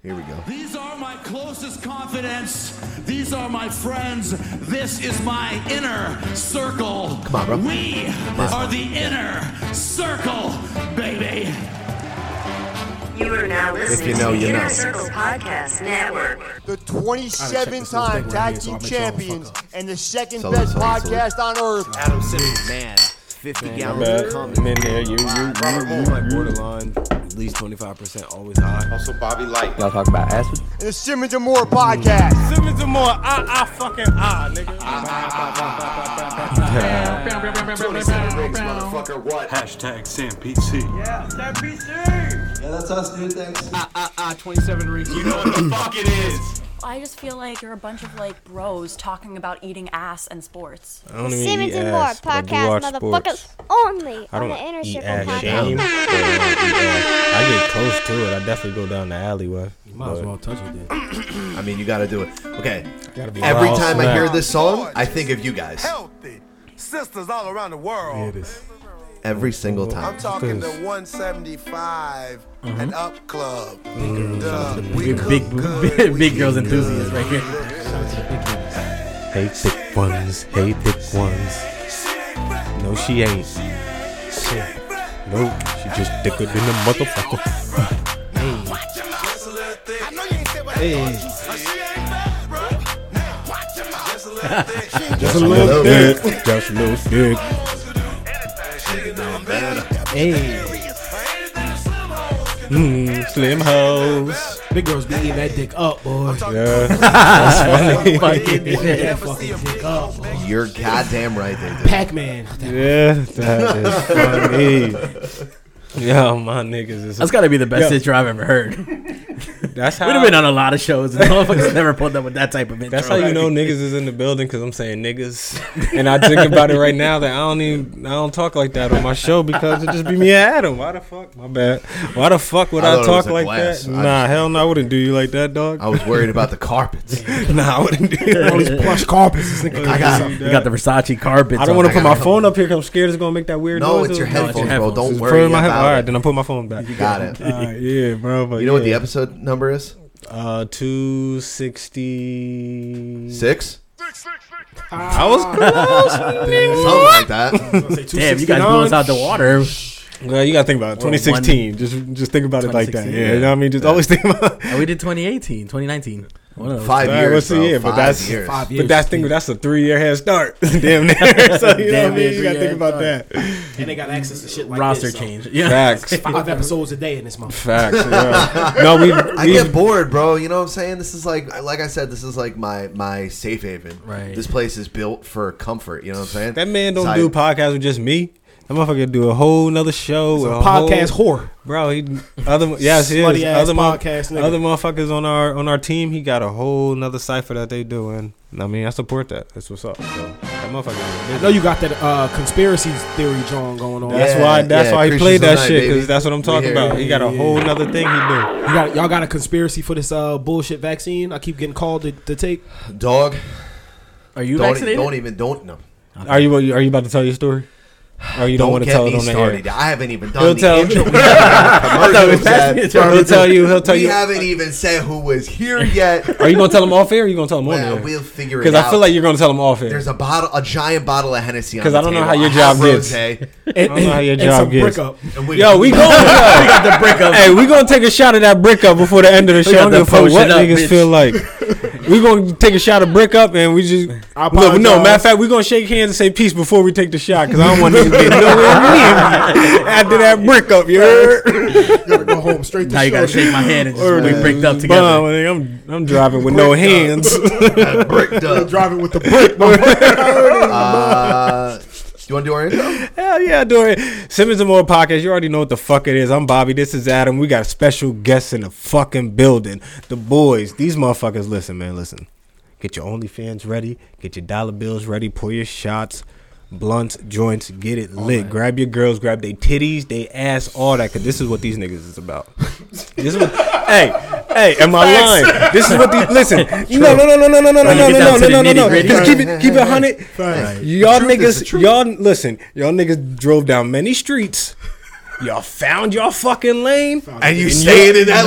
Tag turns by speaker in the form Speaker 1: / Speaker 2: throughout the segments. Speaker 1: Here we go.
Speaker 2: These are my closest confidants. These are my friends. This is my inner circle.
Speaker 1: Come on, bro.
Speaker 2: We
Speaker 1: on.
Speaker 2: are the inner circle, baby.
Speaker 3: You are now listening
Speaker 1: know,
Speaker 3: to
Speaker 1: you
Speaker 3: Inner
Speaker 1: know.
Speaker 3: Circle Podcast Network.
Speaker 4: the 27
Speaker 5: this little
Speaker 4: time
Speaker 5: thing right
Speaker 4: tag
Speaker 5: here, so
Speaker 4: team
Speaker 5: I'll make sure I don't
Speaker 4: champions
Speaker 5: fuck up.
Speaker 4: and the second
Speaker 1: Salute,
Speaker 4: best
Speaker 1: salute, salute.
Speaker 4: podcast on earth.
Speaker 6: Adam Simmons, man, 50 gallons of cum.
Speaker 7: in there, you,
Speaker 6: Robert Moore, like borderline, at least 25%, always high.
Speaker 8: Also, Bobby Light.
Speaker 7: Y'all talk about acid?
Speaker 4: And the Simmons and Moore podcast.
Speaker 5: Simmons and more. Ah, ah, fucking ah, nigga.
Speaker 8: motherfucker, what?
Speaker 9: Hashtag Sam PC.
Speaker 6: You know what the fuck it is.
Speaker 10: I just feel like you're a bunch of like bros talking about eating ass and sports.
Speaker 5: I don't even
Speaker 11: Simmons
Speaker 5: eat
Speaker 11: and More
Speaker 5: ass, but I do
Speaker 11: podcast,
Speaker 5: watch
Speaker 11: motherfuckers,
Speaker 5: sports.
Speaker 11: only
Speaker 5: I
Speaker 11: on
Speaker 5: don't
Speaker 11: the Inner
Speaker 5: eat
Speaker 11: Circle
Speaker 5: ass.
Speaker 11: podcast.
Speaker 5: Shame, but I don't eat ass. I get close to it. I definitely go down the alleyway.
Speaker 6: Might as
Speaker 5: but-
Speaker 6: well touch it then.
Speaker 1: I mean, you got to do it. Okay.
Speaker 5: Gotta be
Speaker 1: Every
Speaker 5: wild
Speaker 1: time I
Speaker 5: smack.
Speaker 1: hear this song, I think of you guys.
Speaker 7: Healthy. Sisters all around the
Speaker 6: It
Speaker 7: world.
Speaker 6: is.
Speaker 1: Every single time.
Speaker 7: I'm talking the
Speaker 5: Because-
Speaker 7: 175 and
Speaker 4: Uh-huh.
Speaker 7: up club. The we
Speaker 5: Big,
Speaker 7: cook
Speaker 5: big,
Speaker 7: good, we
Speaker 5: big girls
Speaker 7: eat
Speaker 5: enthusiast
Speaker 7: good.
Speaker 5: right here. Hey, thick ones. Hey, thick ones. No, she ain't. Shit. Nope. She just thicker than the motherfucker.
Speaker 7: I know you ain't said what I thought. She ain't bad, bro. Now, watch your mouth. Just a little thick. She
Speaker 5: Just a
Speaker 1: little
Speaker 5: little
Speaker 1: bit.
Speaker 5: dick. Just a little dick. Hey. Mm, slim hoes.
Speaker 6: Big girls be eating that dick up, boy.
Speaker 5: Yeah. That's funny.
Speaker 6: That fucking dick up.
Speaker 1: You're goddamn right there, dude.
Speaker 6: Pac Man.
Speaker 5: Yeah, that is funny. Yo, my niggas is.
Speaker 6: That's gotta be the best
Speaker 5: Yo.
Speaker 6: intro I've ever heard. We've
Speaker 5: That's how.
Speaker 6: been on a lot of shows and motherfuckers never pulled up with that type of intro.
Speaker 5: That's how you know niggas is in the building because I'm saying niggas, and I think about it right now that I don't even I don't talk like that on my show because it just be me and Adam. Why the fuck? My bad. Why the fuck would
Speaker 1: I
Speaker 5: I,
Speaker 1: thought it was
Speaker 5: talk
Speaker 1: a
Speaker 5: like
Speaker 1: glass.
Speaker 5: that?
Speaker 1: I
Speaker 5: nah,
Speaker 1: just-
Speaker 5: hell no, I wouldn't do you like that, dog.
Speaker 1: I was worried about the carpets.
Speaker 5: nah, I wouldn't do you. All these plush carpets. I
Speaker 1: I got 'em.
Speaker 6: You got the Versace carpet.
Speaker 5: I don't want
Speaker 1: I
Speaker 5: to put
Speaker 1: got
Speaker 5: my
Speaker 1: a
Speaker 5: phone up here because I'm scared it's gonna make that weird
Speaker 1: No,
Speaker 5: noise.
Speaker 1: it's your
Speaker 5: No,
Speaker 1: headphones, bro.
Speaker 6: headphones.
Speaker 1: Don't
Speaker 5: it's
Speaker 1: worry
Speaker 5: put it in my head- All
Speaker 1: about
Speaker 5: right,
Speaker 1: it.
Speaker 5: then I put my phone back.
Speaker 1: Got it.
Speaker 5: All right, yeah, bro. But
Speaker 1: You know what the
Speaker 5: yeah.
Speaker 1: episode number is?
Speaker 5: Uh, two sixty.
Speaker 1: Six?
Speaker 5: I was close.
Speaker 1: Something like that.
Speaker 6: Damn, you guys blew us out the water.
Speaker 5: well, you gotta think about it.
Speaker 6: Well, one-
Speaker 5: 2016. just, just think about it like that.
Speaker 6: 2016,
Speaker 5: Yeah, you know what I mean. Just always think about.
Speaker 6: And we did 2018, 2019. One of those.
Speaker 1: Five
Speaker 5: All right,
Speaker 1: years.
Speaker 5: what's the
Speaker 1: bro.
Speaker 5: year?
Speaker 1: Five
Speaker 5: But that's-
Speaker 1: years.
Speaker 6: Five years.
Speaker 5: But that's thing. That's a three year head start. Damn near. So you know what
Speaker 6: Damn
Speaker 5: I
Speaker 6: near
Speaker 5: mean. You
Speaker 6: three-year
Speaker 5: gotta think about
Speaker 6: head
Speaker 5: that.
Speaker 9: And they got access to shit like
Speaker 6: roster
Speaker 9: this, so
Speaker 6: change. Yeah.
Speaker 5: Facts.
Speaker 9: Five episodes a day in this month.
Speaker 5: Facts. Yeah. No, we.
Speaker 1: I get bored, bro. You know what I'm saying? This is like, like I said, this is like my my safe haven.
Speaker 6: Right.
Speaker 1: This place is built for comfort. You know what I'm saying?
Speaker 5: That man don't
Speaker 1: So I-
Speaker 5: do podcasts with just me. That motherfucker do a whole nother show. with a
Speaker 9: Podcast
Speaker 5: whole,
Speaker 9: whore.
Speaker 5: bro. He other yes, he
Speaker 9: Slutty
Speaker 5: is.
Speaker 9: ass
Speaker 5: Other, mo-
Speaker 9: podcast nigga.
Speaker 5: other motherfuckers on our on our team. He got a whole nother cipher that they do, and I mean I support that. That's what's up. So, that motherfucker.
Speaker 9: I know you got that uh, conspiracy theory John going on.
Speaker 5: That's
Speaker 1: Yeah,
Speaker 5: why. That's
Speaker 1: yeah,
Speaker 5: why he
Speaker 1: Christians all
Speaker 5: played that
Speaker 1: night,
Speaker 5: shit
Speaker 1: baby.
Speaker 5: because that's what I'm
Speaker 1: We
Speaker 5: talking
Speaker 1: here.
Speaker 5: about. He got a whole nother thing he do.
Speaker 9: You got, y'all got a conspiracy for this uh, bullshit vaccine. I keep getting called to, to take.
Speaker 1: Dog.
Speaker 6: Are you
Speaker 1: Don't, e-,
Speaker 6: vaccinated?
Speaker 1: don't even. Don't no.
Speaker 5: Are you? Are you about to tell your story? Or you don't, want to
Speaker 1: get
Speaker 5: tell it
Speaker 1: me
Speaker 5: on the air?
Speaker 1: started. I haven't even done
Speaker 5: He'll
Speaker 1: the
Speaker 5: tell.
Speaker 1: intro.
Speaker 5: was past the intro. He'll tell you- he'll tell
Speaker 1: we
Speaker 5: you-
Speaker 1: haven't even said who was here yet.
Speaker 5: Are you gonna tell him off air? Or you gonna tell him on
Speaker 1: well,
Speaker 5: air?
Speaker 1: we'll figure it out.
Speaker 5: Because I feel like you're gonna tell him off air.
Speaker 1: there's a bottle, a giant bottle of Hennessy. Because
Speaker 5: I don't know how your job gets.
Speaker 9: I
Speaker 5: don't know how your job
Speaker 9: some
Speaker 5: gets.
Speaker 9: brick up.
Speaker 5: Yo, we going. got the brick up. Hey, we gonna take a shot of that brick up before the end of the show. I
Speaker 6: got
Speaker 5: don't give a
Speaker 6: the
Speaker 5: fuck
Speaker 6: potion
Speaker 5: what
Speaker 6: up,
Speaker 5: niggas
Speaker 6: bitch.
Speaker 5: feel like. we gonna take a shot of brick up and we just.
Speaker 9: I
Speaker 5: No, no,
Speaker 9: apologize.
Speaker 5: matter of fact, we gonna shake hands and say peace before we take the shot because I don't want niggas get nowhere near me after that brick up. You heard?
Speaker 4: Gotta go home straight to
Speaker 6: now you gotta shake my hand and just we bricked up together.
Speaker 5: Bum, nigga, I'm I'm driving with no hands.
Speaker 1: Bricked up.
Speaker 4: driving with the brick.
Speaker 1: Uh, you want to do our intro?
Speaker 5: Hell yeah, do it. Simmons and More podcast. You already know what the fuck it is. I'm Bobby. This is Adam. We got special guests in the fucking building. The boys. These motherfuckers. Listen, man. Listen. Get your OnlyFans ready. Get your dollar bills ready. Pull your shots. Blunts, joints, get it lit. Grab your girls, grab their titties, they ass, all that. Cause this is what these niggas is about. this is what, hey, hey, am I lying? This is what these listen. No, no, no, no, no, no, no, no,
Speaker 6: When you
Speaker 5: no,
Speaker 6: get
Speaker 5: no,
Speaker 6: down to
Speaker 5: no,
Speaker 6: the
Speaker 5: no, no, no.
Speaker 6: nitty-gritty.
Speaker 5: Just keep it, keep it hundred.
Speaker 1: Right.
Speaker 5: Y'all
Speaker 1: The truth is the
Speaker 5: niggas,
Speaker 1: truth.
Speaker 5: y'all y'all listen, y'all niggas drove down many streets Y'all found y'all fucking lane,
Speaker 1: And you
Speaker 5: stayed
Speaker 1: in that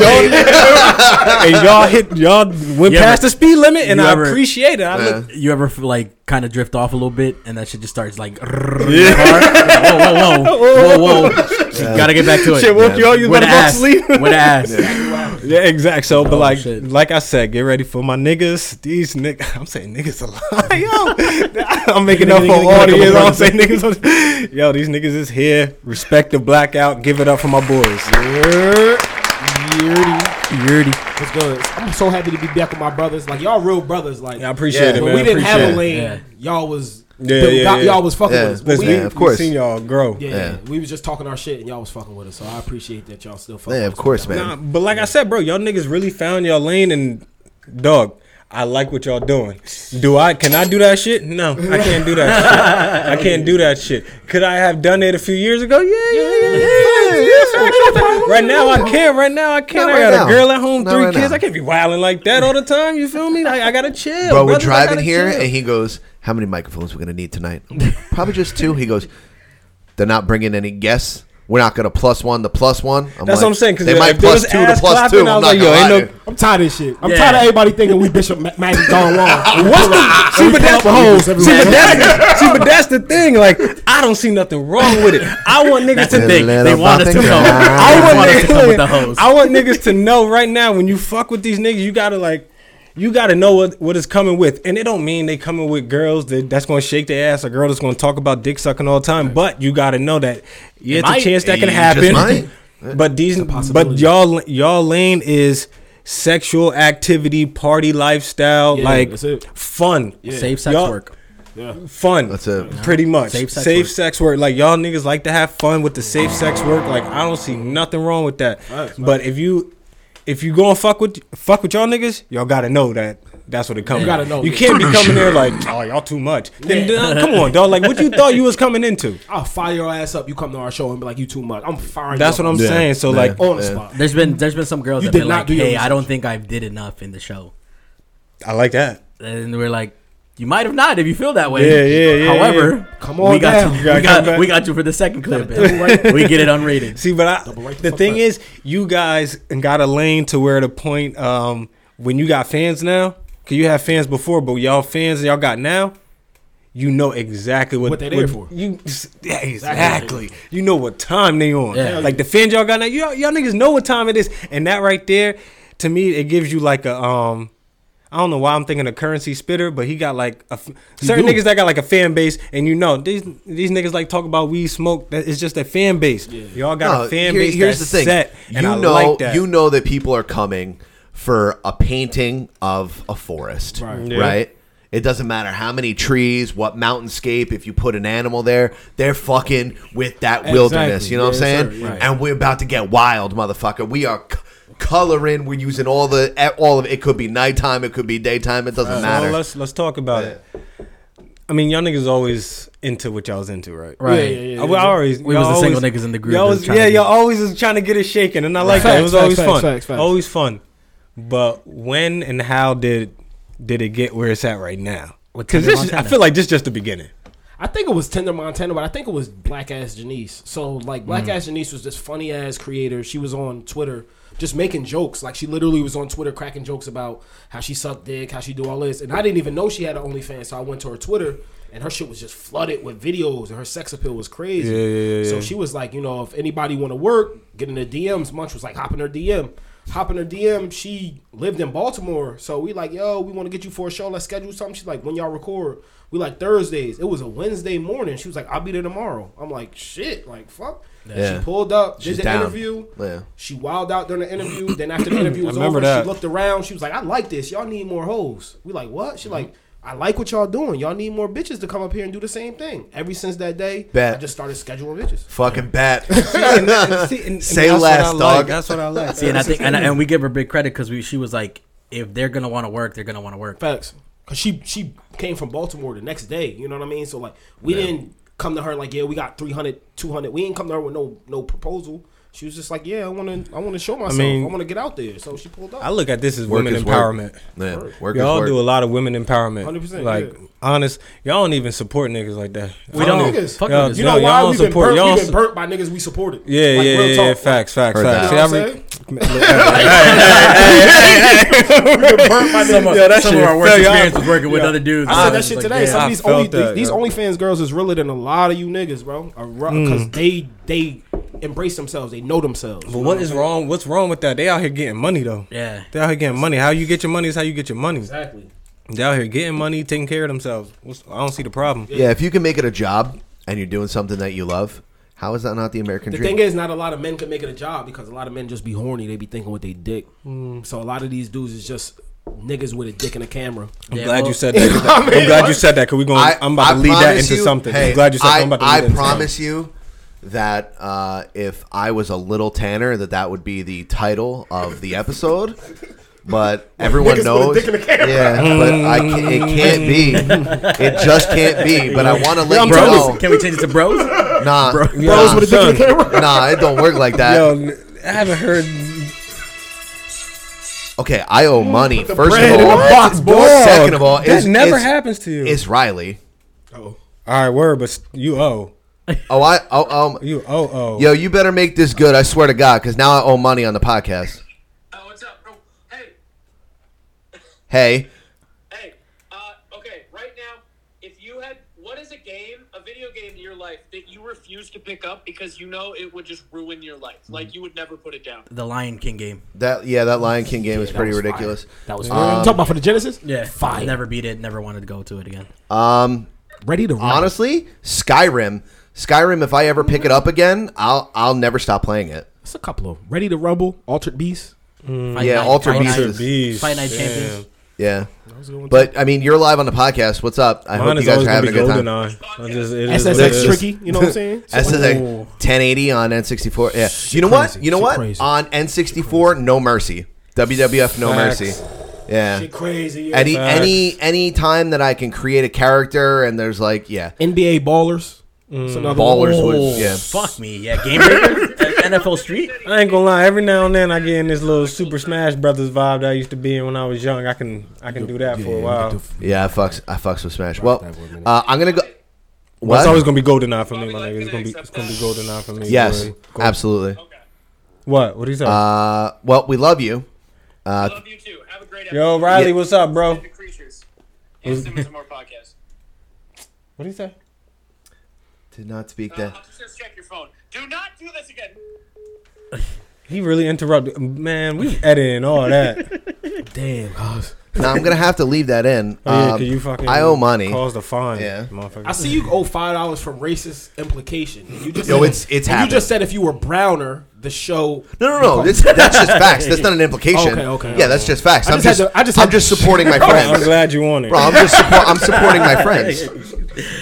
Speaker 5: and y'all hit y'all went
Speaker 8: You ever-
Speaker 5: past the speed limit, and
Speaker 8: you
Speaker 5: I
Speaker 8: ever-
Speaker 5: appreciate it. I look,
Speaker 8: You ever like kind of drift off a little bit and that shit just starts like whoa whoa whoa whoa whoa gotta get back to it
Speaker 5: Shit, whoop y'all, you
Speaker 8: with
Speaker 5: better go
Speaker 8: ass
Speaker 5: sleep.
Speaker 8: with ass
Speaker 5: Yeah, exact. So, but
Speaker 8: Oh,
Speaker 5: like,
Speaker 8: shit.
Speaker 5: like I said, get ready for my niggas. These niggas, I'm saying niggas a lot. Yo, I'm making up for all the years. I'm saying niggas. on- Yo, these niggas is here. Respect the blackout. Give it up for my boys. Yurdy.
Speaker 9: It's good. I'm so happy to be back with my brothers. Like y'all, real brothers. Like
Speaker 5: I appreciate it,
Speaker 9: when we
Speaker 5: man.
Speaker 9: didn't have a lane,
Speaker 8: Yeah.
Speaker 9: y'all was
Speaker 5: Yeah, yeah, yeah.
Speaker 9: y'all was fucking
Speaker 1: Yeah.
Speaker 9: with us.
Speaker 5: Listen,
Speaker 9: We-
Speaker 5: we,
Speaker 1: Yeah, of course.
Speaker 5: we seen y'all grow.
Speaker 9: yeah,
Speaker 1: Yeah.
Speaker 9: we was just talking our shit and y'all was fucking with us. So I appreciate that y'all still fucking.
Speaker 1: Yeah,
Speaker 9: with
Speaker 1: of
Speaker 9: us.
Speaker 1: course, man.
Speaker 5: Nah, but like I said, bro, y'all niggas really found y'all lane and dog. I like what y'all doing. Do I? Can I do that shit? No, I can't do that. shit. I can't do that shit. Could I have done it a few years ago? Yeah, yeah, yeah. yeah, yeah. Right now I can. Right now I can.
Speaker 1: Not
Speaker 5: I
Speaker 1: right
Speaker 5: got
Speaker 1: now.
Speaker 5: a girl at home,
Speaker 1: Not
Speaker 5: three
Speaker 1: right
Speaker 5: kids.
Speaker 1: now.
Speaker 5: I can't be wilding like that all the time. You feel me? I, I gotta chill.
Speaker 1: Bro, we're
Speaker 5: brothers. I
Speaker 1: driving
Speaker 5: gotta
Speaker 1: here,
Speaker 5: chill.
Speaker 1: and he goes, "How many microphones we're gonna need tonight? Probably just two. He goes, "They're not bringing any guests. We're not gonna plus one the plus one. I'm
Speaker 5: That's what I'm saying, 'cause
Speaker 1: they
Speaker 5: if
Speaker 1: might
Speaker 5: there was
Speaker 1: plus two to
Speaker 5: ass
Speaker 1: plus
Speaker 5: clapping,
Speaker 1: two.
Speaker 5: I
Speaker 1: I'm
Speaker 5: was
Speaker 1: not
Speaker 5: like, yo,
Speaker 1: gonna
Speaker 5: ain't
Speaker 1: lie
Speaker 5: no-
Speaker 1: to you.
Speaker 9: I'm tired of this shit. I'm
Speaker 8: Yeah.
Speaker 9: tired of everybody thinking we Bishop Ma- Maggie's gone wrong. What's the? See, but that's hoes
Speaker 5: See, but
Speaker 9: everywhere.
Speaker 5: that's, see, but that's the thing. Like, I don't see nothing wrong with it. I want niggas to
Speaker 8: that's the thing they want us to come
Speaker 1: I
Speaker 5: I
Speaker 8: I
Speaker 5: want,
Speaker 8: want us
Speaker 5: niggas,
Speaker 8: to come with the hose
Speaker 5: I want niggas to know right now when you fuck with these niggas, you gotta like, you gotta know what what is coming with, and it don't mean they coming with girls that that's gonna shake their ass, a girl that's gonna talk about dick sucking all the time. But you gotta know that yeah, it's
Speaker 8: might.
Speaker 5: a chance that can
Speaker 1: It just might.
Speaker 5: happen. But these, but y'all, y'all lane is sexual activity, party lifestyle,
Speaker 9: Yeah,
Speaker 5: like
Speaker 9: that's it.
Speaker 5: fun,
Speaker 8: safe sex
Speaker 5: Y'all-
Speaker 8: work
Speaker 5: fun.
Speaker 1: That's it.
Speaker 5: Pretty much.
Speaker 8: Safe
Speaker 5: Safe
Speaker 8: sex
Speaker 5: sex,
Speaker 8: work.
Speaker 5: work. Like y'all niggas like to have fun with the safe sex work. Like I don't see nothing wrong with that. But if you if you go and fuck with fuck with y'all niggas, y'all gotta know that that's what it comes. You
Speaker 9: gotta know,
Speaker 5: You
Speaker 9: yeah.
Speaker 5: can't be coming there like, oh y'all too much. Then, then, come on, dog. Like what you thought you was coming into.
Speaker 9: I'll fire your ass up. You come to our show and be like, "You too much." I'm firing.
Speaker 5: That's
Speaker 9: you
Speaker 5: what I'm
Speaker 9: up.
Speaker 5: saying. So like
Speaker 9: on the spot.
Speaker 8: there's been there's been some girls
Speaker 9: You
Speaker 8: that been
Speaker 9: did not
Speaker 8: like
Speaker 9: do your
Speaker 8: hey I don't
Speaker 9: research.
Speaker 8: think I did enough in the show
Speaker 5: I like that.
Speaker 8: and we're like, you might have not if you feel that way.
Speaker 5: Yeah, yeah, yeah,
Speaker 8: However,
Speaker 9: Come
Speaker 8: we
Speaker 9: on
Speaker 8: got
Speaker 9: down.
Speaker 8: you.
Speaker 5: You
Speaker 8: We
Speaker 5: gotta come
Speaker 8: got,
Speaker 5: back.
Speaker 8: we got you for the second clip. man. we get it unrated.
Speaker 5: See, but I,
Speaker 9: right the
Speaker 5: the
Speaker 9: fuck
Speaker 5: thing
Speaker 9: up.
Speaker 5: is, you guys got a lane to where the point um, when you got fans now, cause you have fans before, but y'all fans y'all got now, you know exactly what,
Speaker 9: What they there for.
Speaker 5: You yeah, exactly. You know what time they on.
Speaker 8: Yeah.
Speaker 5: Like the fans y'all got now, y'all, y'all niggas know what time it is, and that right there, to me, it gives you like a um. I don't know why I'm thinking a currency spitter, but he got like a f- certain
Speaker 9: do.
Speaker 5: niggas that got like a fan base, and you know these these niggas like talk about weed, smoke. That it's just a fan base. Y'all got
Speaker 1: No,
Speaker 5: a fan
Speaker 1: here-
Speaker 5: base.
Speaker 1: Here's
Speaker 5: that's
Speaker 1: the thing.
Speaker 5: set, and
Speaker 1: you
Speaker 5: I
Speaker 1: know,
Speaker 5: like that.
Speaker 1: you know that people are coming for a painting of a forest, right?
Speaker 5: Yeah.
Speaker 1: It doesn't matter how many trees, what mountainscape. If you put an animal there, they're fucking with that wilderness. You know what I'm
Speaker 9: Yes,
Speaker 1: saying?
Speaker 9: sir. Right.
Speaker 1: And we're about to get wild, motherfucker. We are. c- Coloring, we're using all the eh, all of it. Could be nighttime, it could be daytime. It doesn't
Speaker 5: So
Speaker 1: matter.
Speaker 5: Uh, let's let's talk about it. I mean, y'all niggas always into what y'all's into, right?
Speaker 8: Right.
Speaker 9: Yeah, yeah,
Speaker 5: I, we always
Speaker 8: We
Speaker 5: y'all
Speaker 8: was the single
Speaker 5: always-
Speaker 8: niggas in the group
Speaker 5: Y'all
Speaker 8: that was
Speaker 5: was,
Speaker 8: trying
Speaker 5: yeah,
Speaker 8: to
Speaker 5: y'all
Speaker 8: get-
Speaker 5: always was trying to get it shaken, and I like that. It
Speaker 9: Facts,
Speaker 5: was
Speaker 9: facts,
Speaker 5: always
Speaker 9: facts,
Speaker 5: fun.
Speaker 9: facts, facts.
Speaker 5: Always fun. But when and how did did it get where it's at right now?
Speaker 8: With
Speaker 5: Because
Speaker 8: Tender
Speaker 5: this, is- I
Speaker 8: Montana.
Speaker 5: feel like this is just the beginning.
Speaker 9: I think it was Tender Montana, but I think it was Black Ass Janice. So like
Speaker 8: Mm.
Speaker 9: Black Ass Janice was this funny ass creator. She was on Twitter just making jokes. Like she literally was on Twitter cracking jokes about how she sucked dick, how she do all this. And I didn't even know she had an OnlyFans, so I went to her Twitter and her shit was just flooded with videos and her sex appeal was crazy. So she was like, you know, if anybody wanna work, get in the DMs. Munch was like hopping her DM. Hopping her DM, she lived in Baltimore. So we like, yo, we want to get you for a show. Let's schedule something. She's like, when y'all record, we like Thursdays. It was a Wednesday morning. She was like, I'll be there tomorrow. I'm like, shit, like fuck.
Speaker 1: Yeah.
Speaker 9: She pulled up, did
Speaker 1: She's
Speaker 9: the
Speaker 1: down.
Speaker 9: interview.
Speaker 1: Yeah.
Speaker 9: She wilded out during the interview. then after the interview was
Speaker 5: remember
Speaker 9: over,
Speaker 5: that.
Speaker 9: she looked around. She was like, I like this. Y'all need more hoes. We like, what? She like, I like what y'all doing. Y'all need more bitches to come up here and do the same thing. Ever since that day,
Speaker 1: Bet.
Speaker 9: I just started scheduling bitches.
Speaker 1: Fucking bet. Say
Speaker 5: that's what I
Speaker 1: less,
Speaker 5: like.
Speaker 1: dog.
Speaker 5: That's what I like.
Speaker 8: See, and I think, and, and we give her big credit because she was like, if they're gonna want to work, they're gonna want to work.
Speaker 9: Facts. Cause she she came from Baltimore the next day. You know what I mean? So like we didn't come to her like yeah we got 300, 200. We ain't come to her with no no proposal. She was just like, "Yeah, I want to, I want to show myself. I,
Speaker 5: mean,
Speaker 9: want to get out there." So she pulled up.
Speaker 5: I look at this as
Speaker 1: Work
Speaker 5: women
Speaker 1: is work.
Speaker 5: empowerment.
Speaker 1: Yeah, work is
Speaker 5: y'all
Speaker 1: work.
Speaker 5: do a lot of women empowerment.
Speaker 9: 100%,
Speaker 5: like
Speaker 9: yeah.
Speaker 5: honest, y'all don't even support niggas like that.
Speaker 8: We don't.
Speaker 5: even-
Speaker 8: Fuck
Speaker 5: y'all-
Speaker 8: niggas.
Speaker 9: you know
Speaker 5: y'all
Speaker 9: why
Speaker 5: don't
Speaker 9: we've been
Speaker 5: support-
Speaker 9: burnt?
Speaker 5: y'all
Speaker 9: We've
Speaker 5: don't
Speaker 9: been
Speaker 5: su-
Speaker 9: burnt by niggas we supported.
Speaker 5: Yeah,
Speaker 9: Like,
Speaker 5: yeah,
Speaker 9: real
Speaker 5: yeah,
Speaker 9: talk,
Speaker 5: yeah.
Speaker 9: like,
Speaker 5: Facts, facts,
Speaker 1: Heard
Speaker 5: facts.
Speaker 1: that.
Speaker 5: See, I
Speaker 9: You
Speaker 5: re-
Speaker 9: know
Speaker 8: Some,
Speaker 5: Yeah,
Speaker 8: of
Speaker 5: that
Speaker 8: some of
Speaker 5: shit
Speaker 8: our worst
Speaker 5: felt y'all.
Speaker 8: experience was working with
Speaker 5: Yeah.
Speaker 8: other dudes.
Speaker 9: I said
Speaker 8: So
Speaker 9: that
Speaker 8: it's
Speaker 9: shit
Speaker 8: like,
Speaker 9: today.
Speaker 8: yeah.
Speaker 9: Some
Speaker 5: I
Speaker 9: of these only
Speaker 5: felt that,
Speaker 9: these
Speaker 5: bro.
Speaker 9: OnlyFans girls is realer than a lot of you niggas, bro. Because
Speaker 5: Mm.
Speaker 9: they they embrace themselves. They know themselves.
Speaker 5: But what is wrong? What's wrong with that? They out here getting money though.
Speaker 8: Yeah.
Speaker 5: They out here getting money. How you get your money is how you get your money.
Speaker 9: exactly?
Speaker 5: They out here getting money, taking care of themselves. What's, I don't see the problem.
Speaker 1: Yeah, if you can make it a job and you're doing something that you love, how is that not the American
Speaker 9: The
Speaker 1: dream?
Speaker 9: thing is, not a lot of men can make it a job because a lot of men just be horny. They be thinking with they dick. So a lot of these dudes is just niggas with a dick and a camera.
Speaker 5: I'm
Speaker 8: Yeah,
Speaker 5: glad
Speaker 8: well-
Speaker 5: you said that. I'm glad you said that because we're going.
Speaker 1: I,
Speaker 5: to I'm about
Speaker 1: I
Speaker 5: to lead that
Speaker 1: promise
Speaker 5: into
Speaker 1: you-
Speaker 5: something.
Speaker 1: hey,
Speaker 5: I'm glad you said.
Speaker 1: I,
Speaker 5: that. I'm about to lead
Speaker 1: I
Speaker 5: that into
Speaker 1: promise you that uh, if I was a little tanner, that that would be the title of the episode. But everyone knows, yeah. But I can, it can't be. It just can't be. But I want to let you
Speaker 8: Bros?
Speaker 1: know,
Speaker 8: Can we change it to bros?
Speaker 1: nah,
Speaker 5: something. Bros with a dick in the camera.
Speaker 1: nah, it don't work like that.
Speaker 5: Yo, I haven't heard.
Speaker 1: Okay, I owe money. First
Speaker 5: bread
Speaker 1: of
Speaker 5: in
Speaker 1: all,
Speaker 5: a box, boy.
Speaker 1: Second of all,
Speaker 5: That
Speaker 1: it's-
Speaker 5: never
Speaker 1: it's-
Speaker 5: happens to you.
Speaker 1: It's Riley.
Speaker 5: All right, word, but you owe.
Speaker 1: Oh, I oh um.
Speaker 5: You owe. owe.
Speaker 1: Yo, you better make this good. I swear to God, because now I owe money on the podcast.
Speaker 11: Oh, what's up, bro? Hey,
Speaker 1: Hey,
Speaker 11: hey. Uh, okay, right now, if you had, what is a game, a video game in your life that you refuse to pick up because you know it would just ruin your life?
Speaker 9: Mm-hmm.
Speaker 11: Like you would never put it
Speaker 9: Uh,
Speaker 11: down.
Speaker 8: The Lion King game.
Speaker 1: that yeah, that Lion King game is
Speaker 9: That
Speaker 1: pretty
Speaker 9: was fire.
Speaker 1: ridiculous.
Speaker 9: That was fire. talking about for the Genesis.
Speaker 8: Yeah.
Speaker 9: fire.
Speaker 8: Never beat it. Never wanted to go to it again.
Speaker 1: Um,
Speaker 9: Ready to run.
Speaker 1: honestly, Skyrim, Skyrim. If I ever pick it up again, I'll I'll never stop playing it.
Speaker 9: It's a couple of 'em. Ready to Rumble, Altered Beast.
Speaker 8: Fight
Speaker 1: Yeah,
Speaker 8: Night-
Speaker 1: Alter
Speaker 8: Fight Night-
Speaker 1: Beasts.
Speaker 5: Beast.
Speaker 8: Fight Night
Speaker 5: Damn.
Speaker 8: Champions.
Speaker 1: Yeah,
Speaker 9: going
Speaker 1: but I mean, you're live on the podcast. What's up? I
Speaker 5: Mine
Speaker 1: hope you
Speaker 5: is
Speaker 1: guys
Speaker 5: always
Speaker 1: are
Speaker 5: gonna
Speaker 1: having
Speaker 5: be
Speaker 1: a good
Speaker 5: golden uh,
Speaker 1: time.
Speaker 5: eye. I just, it is what it
Speaker 9: SSX
Speaker 5: is.
Speaker 9: tricky. You know what I'm saying?
Speaker 1: SSX 1080 on N64. Yeah, you know what?
Speaker 9: crazy.
Speaker 1: You know
Speaker 9: She
Speaker 1: what?
Speaker 9: crazy.
Speaker 1: On N64, no mercy. WWF, no
Speaker 5: Facts.
Speaker 1: mercy. Yeah.
Speaker 9: Shit crazy. yeah.
Speaker 1: Any
Speaker 5: Facts.
Speaker 1: any any time that I can create a character and there's like yeah
Speaker 9: NBA ballers. It's another
Speaker 1: ballers
Speaker 9: one.
Speaker 1: would yeah
Speaker 8: Fuck me. Yeah. Game Breaker. NFL Street.
Speaker 5: I ain't gonna lie. Every now and then, I get in this little Super Smash Brothers vibe that I used to be in when I was young. I can, I can do that for a while.
Speaker 1: yeah I fucks I fucks with Smash. Well, uh, I'm gonna go.
Speaker 5: Well,
Speaker 1: What?
Speaker 5: it's always gonna be golden eye for me, my
Speaker 11: Bobby,
Speaker 5: nigga. It's
Speaker 11: like,
Speaker 5: gonna be,
Speaker 11: can
Speaker 5: it's gonna be golden eye for me.
Speaker 1: yes,
Speaker 5: boy. Gold-
Speaker 1: absolutely.
Speaker 5: What? What do you say?
Speaker 1: Uh, well, we love you.
Speaker 11: I Love you too. Have a great episode.
Speaker 5: Yo, Riley,
Speaker 1: yeah.
Speaker 5: what's up, bro?
Speaker 11: The creatures. And Simmons and more podcast.
Speaker 5: What do you say?
Speaker 1: Did not speak
Speaker 11: Uh,
Speaker 1: that.
Speaker 11: I'm just gonna check your phone. Do not do this again.
Speaker 5: He really interrupted. Man, we editing all that.
Speaker 9: Damn. guys.
Speaker 1: Now I'm gonna have to leave that in.
Speaker 5: Oh, yeah,
Speaker 1: Um,
Speaker 5: 'cause you fucking
Speaker 1: I owe money.
Speaker 5: Caused a fine.
Speaker 1: Yeah.
Speaker 5: motherfucker.
Speaker 9: I see you owe five dollars for racist implication. You just
Speaker 1: Yo,
Speaker 9: said-
Speaker 1: it's- it's
Speaker 9: and
Speaker 1: happened.
Speaker 9: You just said if you were browner, the show.
Speaker 1: No, no, no. This, that's just facts. That's not an implication.
Speaker 9: Okay, okay,
Speaker 1: yeah, that's just facts.
Speaker 9: I
Speaker 1: I'm
Speaker 9: just had
Speaker 1: just,
Speaker 9: to- I just
Speaker 1: I'm
Speaker 9: had-
Speaker 1: just supporting my
Speaker 5: I'm
Speaker 1: friends.
Speaker 5: glad you on it.
Speaker 1: Bro, I'm just support, I'm supporting my friends.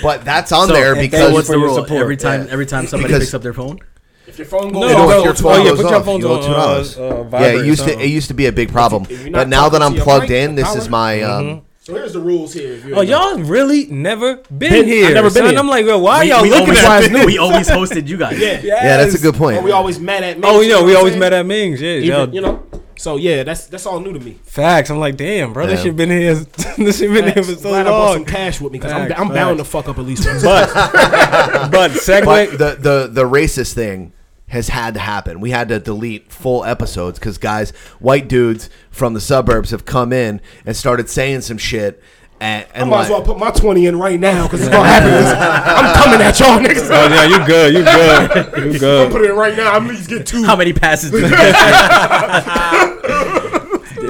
Speaker 1: But that's on there
Speaker 5: and
Speaker 1: because
Speaker 5: you
Speaker 8: what's
Speaker 5: for
Speaker 8: the
Speaker 5: your
Speaker 8: rule?
Speaker 5: support.
Speaker 8: Every time,
Speaker 1: Yeah.
Speaker 8: every time somebody
Speaker 1: Because-
Speaker 8: picks up their phone.
Speaker 9: If your phone
Speaker 5: No,
Speaker 9: goes,
Speaker 1: No,
Speaker 5: no, no.
Speaker 1: if your
Speaker 5: Oh,
Speaker 1: phone
Speaker 5: yeah,
Speaker 1: goes
Speaker 5: put your
Speaker 1: off,
Speaker 5: phones
Speaker 1: you owe
Speaker 5: on,
Speaker 1: two dollars.
Speaker 5: uh, uh,
Speaker 1: yeah,
Speaker 5: vibrate
Speaker 1: it
Speaker 5: or
Speaker 1: used to
Speaker 5: something.
Speaker 1: it used to be a big problem,
Speaker 9: if you're
Speaker 1: but
Speaker 9: not
Speaker 1: now that
Speaker 9: talking
Speaker 1: I'm
Speaker 9: to your
Speaker 1: plugged
Speaker 9: mic,
Speaker 1: in, this is
Speaker 9: power-
Speaker 1: my um,
Speaker 9: So here's the rules here. If you
Speaker 5: Oh, y'all really never been,
Speaker 9: Been-
Speaker 5: here.
Speaker 9: I've never been
Speaker 5: son.
Speaker 9: here.
Speaker 5: I'm like, well, why y'all
Speaker 8: we,
Speaker 5: looking
Speaker 8: always,
Speaker 5: at me?
Speaker 8: we always hosted you guys. Yeah.
Speaker 1: yeah. That's a good point.
Speaker 9: Or we always met at.
Speaker 5: Oh, yeah, we always met
Speaker 9: at.
Speaker 5: at Ming's. Yeah, y'all-
Speaker 9: you know. So yeah, that's that's all new to me.
Speaker 5: Facts. I'm like, damn, bro, this
Speaker 1: Yeah.
Speaker 5: shit been here. this shit been here
Speaker 9: Facts.
Speaker 5: for so
Speaker 9: Glad I brought some
Speaker 5: long.
Speaker 9: cash with me because I'm,
Speaker 5: Facts,
Speaker 9: I'm bound to
Speaker 5: facts.
Speaker 9: fuck up at least once.
Speaker 5: But, but
Speaker 1: but
Speaker 5: segue.
Speaker 1: the the the racist thing has had to happen. We had to delete full episodes because guys, white dudes from the suburbs have come in and started saying some shit. And,
Speaker 9: I
Speaker 1: and
Speaker 9: might as
Speaker 1: like,
Speaker 9: well put my twenty in right now because it's gonna happen. I'm coming at y'all niggas.
Speaker 5: oh yeah, you good, you good, you
Speaker 9: I'm
Speaker 5: good.
Speaker 9: putting it in right now. I'm at least get two.
Speaker 8: How many passes did you get?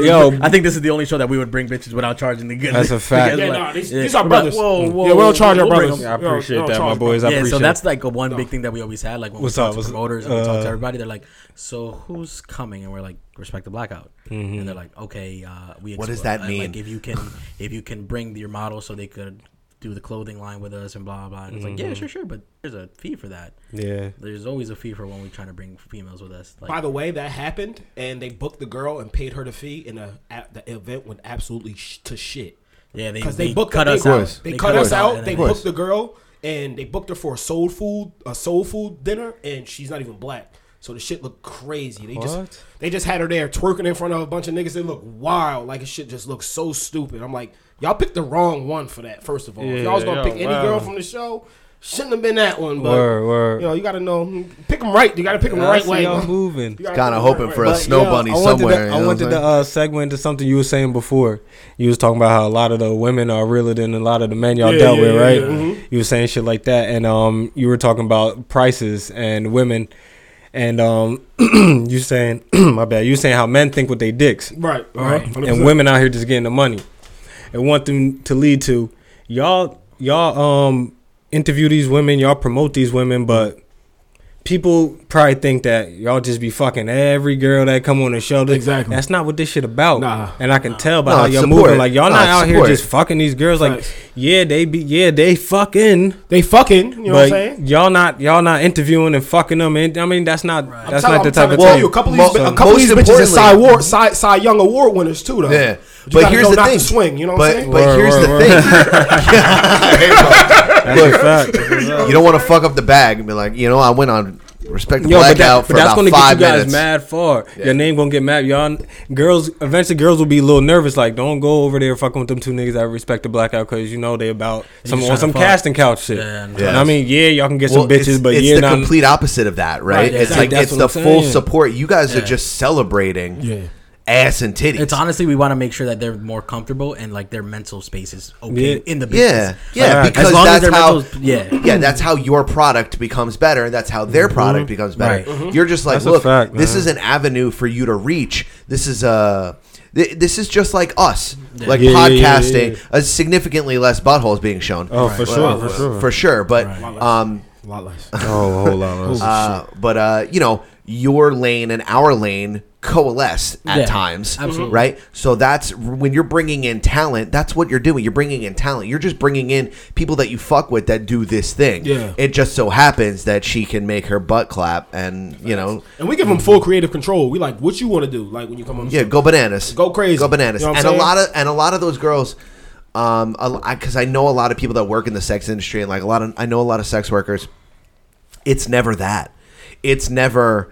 Speaker 5: Yo,
Speaker 8: I think this is the only show that we would bring bitches without charging the good.
Speaker 5: That's a fact.
Speaker 9: Yeah,
Speaker 8: Because,
Speaker 9: nah,
Speaker 8: like,
Speaker 9: these,
Speaker 8: yeah.
Speaker 9: these are
Speaker 8: We're
Speaker 9: brothers.
Speaker 8: like, whoa, whoa,
Speaker 9: yeah, we don't charge
Speaker 8: whoa,
Speaker 9: our
Speaker 8: we'll bring
Speaker 9: brothers.
Speaker 8: them.
Speaker 5: I
Speaker 9: We don't-
Speaker 5: appreciate
Speaker 9: we don't
Speaker 5: that,
Speaker 9: charge
Speaker 5: my boys. I
Speaker 8: yeah,
Speaker 5: appreciate.
Speaker 8: so that's like a one big thing that we always had. Like when
Speaker 5: What's
Speaker 8: we
Speaker 5: up,
Speaker 8: talk
Speaker 5: what's
Speaker 8: to
Speaker 5: up?
Speaker 8: promoters and we talk
Speaker 5: Uh,
Speaker 8: to everybody, they're like, "So who's coming?" And we're like, "Respect the blackout."
Speaker 5: Mm-hmm.
Speaker 8: And they're like, "Okay, uh, we."
Speaker 1: What does
Speaker 8: expl-
Speaker 1: that
Speaker 8: uh,
Speaker 1: mean?
Speaker 8: Like if you can, if you can bring your model so they could do the clothing line with us and blah blah. And it's like, yeah, sure, sure, but there's a fee for that.
Speaker 5: Mm-hmm. yeah.
Speaker 8: There's always a fee for when we try to bring females with us. Like,
Speaker 9: By the way, that happened, and they booked the girl and paid her the fee, and the at the event went absolutely sh- to shit.
Speaker 8: yeah, they,
Speaker 9: because
Speaker 8: they,
Speaker 9: they booked
Speaker 8: cut
Speaker 9: they,
Speaker 8: us
Speaker 9: cut-
Speaker 8: out.
Speaker 9: They, cut, us out.
Speaker 8: and
Speaker 9: They
Speaker 8: then-
Speaker 9: booked the girl, and they booked her for a soul food, a soul food dinner, and she's not even black. So the shit looked crazy. They
Speaker 5: What?
Speaker 9: just they just had her there twerking in front of a bunch of niggas. They look wild. Like his shit just looks so stupid. I'm like, y'all picked the wrong one for that. First of all, if y'all was
Speaker 5: Yeah,
Speaker 9: gonna
Speaker 5: yo,
Speaker 9: pick any
Speaker 5: wow.
Speaker 9: girl from the show. Shouldn't have been that one, but
Speaker 5: Word, word.
Speaker 9: you know you got to know, mm, pick them right. You got to pick them the
Speaker 5: I
Speaker 9: right
Speaker 5: see
Speaker 9: way.
Speaker 5: y'all moving.
Speaker 9: You gotta
Speaker 1: Kinda
Speaker 9: pick 'em
Speaker 1: hoping
Speaker 9: right
Speaker 1: for a
Speaker 9: way.
Speaker 1: snow
Speaker 9: yo,
Speaker 1: bunny
Speaker 9: I
Speaker 5: I
Speaker 9: wanted
Speaker 5: wanted,
Speaker 1: somewhere,
Speaker 5: to,
Speaker 1: you know
Speaker 5: I
Speaker 1: what
Speaker 5: wanted
Speaker 1: I'm
Speaker 5: to uh, segue into something you were saying before. You was talking about how a lot of the women are realer than a lot of the men y'all
Speaker 9: Yeah,
Speaker 5: dealt
Speaker 9: yeah,
Speaker 5: with,
Speaker 9: yeah,
Speaker 5: right?
Speaker 9: yeah. Mhm.
Speaker 5: You were saying shit like that, and um, you were talking about prices and women, and um, you saying my bad. You saying how men think with their dicks,
Speaker 9: Right, right,
Speaker 5: Uh-huh.
Speaker 9: 100%.
Speaker 5: and women out here just getting the money. And want them to lead to y'all. Y'all um interview these women, y'all promote these women, but people probably think that y'all just be fucking every girl that come on the show. This-
Speaker 9: Exactly.
Speaker 5: That's not what this shit about.
Speaker 9: Nah.
Speaker 5: And I can tell by
Speaker 9: Nah,
Speaker 5: how
Speaker 9: it's
Speaker 5: y'all
Speaker 9: support.
Speaker 5: moving. Like y'all
Speaker 9: Nah,
Speaker 5: not
Speaker 9: it's
Speaker 5: out here
Speaker 9: support.
Speaker 5: just fucking these girls. Like
Speaker 9: Facts.
Speaker 5: yeah, they be yeah they fucking.
Speaker 9: They fucking. You know what I'm saying?
Speaker 5: Y'all not y'all not interviewing and fucking them. And, I mean that's not that's
Speaker 9: I'm
Speaker 5: not
Speaker 9: telling-
Speaker 5: the type
Speaker 9: I'm
Speaker 5: of
Speaker 9: telling
Speaker 5: thing.
Speaker 9: You, a couple of these,
Speaker 5: So-
Speaker 9: a couple of these
Speaker 1: most
Speaker 9: bitches are Cy,
Speaker 1: importantly-
Speaker 9: Award, Cy, Cy Young Award winners too, though.
Speaker 1: Yeah.
Speaker 9: You
Speaker 1: But
Speaker 9: gotta
Speaker 1: here's
Speaker 9: know
Speaker 1: the
Speaker 9: not to
Speaker 1: thing.
Speaker 9: Swing, you know what
Speaker 1: But-
Speaker 9: I'm saying?
Speaker 1: but here's the
Speaker 5: thing. That's a fact.
Speaker 1: you don't want to fuck up the bag and be like, you know, I went on respect
Speaker 5: Yo, but, that,
Speaker 1: blackout
Speaker 5: but
Speaker 1: for
Speaker 5: that's
Speaker 1: about
Speaker 5: going to get you
Speaker 1: five
Speaker 5: guys
Speaker 1: minutes.
Speaker 5: mad far. Your name going to get mad. Y'all girls, eventually girls will be a little nervous. Like, don't go over there fucking with them two niggas that respect the blackout because you know they about
Speaker 1: They
Speaker 5: some
Speaker 1: just
Speaker 5: on
Speaker 1: tryna
Speaker 5: some
Speaker 1: fuck.
Speaker 5: casting couch shit.
Speaker 1: Yeah, and-
Speaker 5: And I mean, yeah, y'all can get
Speaker 1: Well,
Speaker 5: some bitches,
Speaker 1: it's-
Speaker 5: but
Speaker 1: it's
Speaker 5: yeah,
Speaker 1: the complete opposite of that, right?
Speaker 5: Right,
Speaker 1: it's
Speaker 5: exactly.
Speaker 1: like it's
Speaker 5: That's what
Speaker 1: the
Speaker 5: I'm
Speaker 1: full
Speaker 5: saying.
Speaker 1: support. You guys
Speaker 8: Yeah.
Speaker 1: are just celebrating
Speaker 8: Yeah.
Speaker 1: ass and titties.
Speaker 8: It's honestly we want to make sure that they're more comfortable and like their mental space is okay
Speaker 1: Yeah.
Speaker 8: in the
Speaker 1: yeah,
Speaker 8: business.
Speaker 1: yeah,
Speaker 8: Like,
Speaker 1: because
Speaker 8: as long as
Speaker 1: that's
Speaker 8: their
Speaker 1: how
Speaker 8: mental, yeah,
Speaker 1: yeah, that's how your product becomes better, and that's how their product
Speaker 8: Mhm.
Speaker 1: becomes better.
Speaker 8: Right. Mhm.
Speaker 1: You're just like,
Speaker 5: Mm-hmm. That's a
Speaker 1: look,
Speaker 5: fact,
Speaker 1: this
Speaker 5: man.
Speaker 1: is an avenue for you to reach. This is a th- this is just like us,
Speaker 5: Yeah.
Speaker 1: like
Speaker 5: Yeah, yeah, yeah, yeah,
Speaker 1: podcasting.
Speaker 5: yeah.
Speaker 1: Uh, significantly less buttholes being shown.
Speaker 5: Oh, for
Speaker 1: Well,
Speaker 5: sure,
Speaker 1: uh,
Speaker 5: for sure.
Speaker 1: for sure. But
Speaker 5: Right.
Speaker 1: um,
Speaker 9: a lot less.
Speaker 5: Oh, a whole lot less.
Speaker 1: Uh, but uh, you know, your lane and our lane coalesce at
Speaker 5: Yeah,
Speaker 1: times,
Speaker 5: absolutely.
Speaker 1: right? So that's when you're bringing in talent. That's what you're doing. You're bringing in talent. You're just bringing in people that you fuck with that do this thing.
Speaker 9: Yeah.
Speaker 1: It just so happens that she can make her butt clap, and you know,
Speaker 9: And we give them full creative control. We like what you want to do. Like when you come on. the
Speaker 1: yeah,
Speaker 9: show.
Speaker 1: go bananas,
Speaker 9: Go crazy.
Speaker 1: go bananas,
Speaker 9: You know what
Speaker 1: and
Speaker 9: I'm
Speaker 1: a
Speaker 9: saying?
Speaker 1: lot of and a lot of those girls. Um, because I know a lot of people that work in the sex industry, and like a lot of I know a lot of sex workers. It's never that. It's never,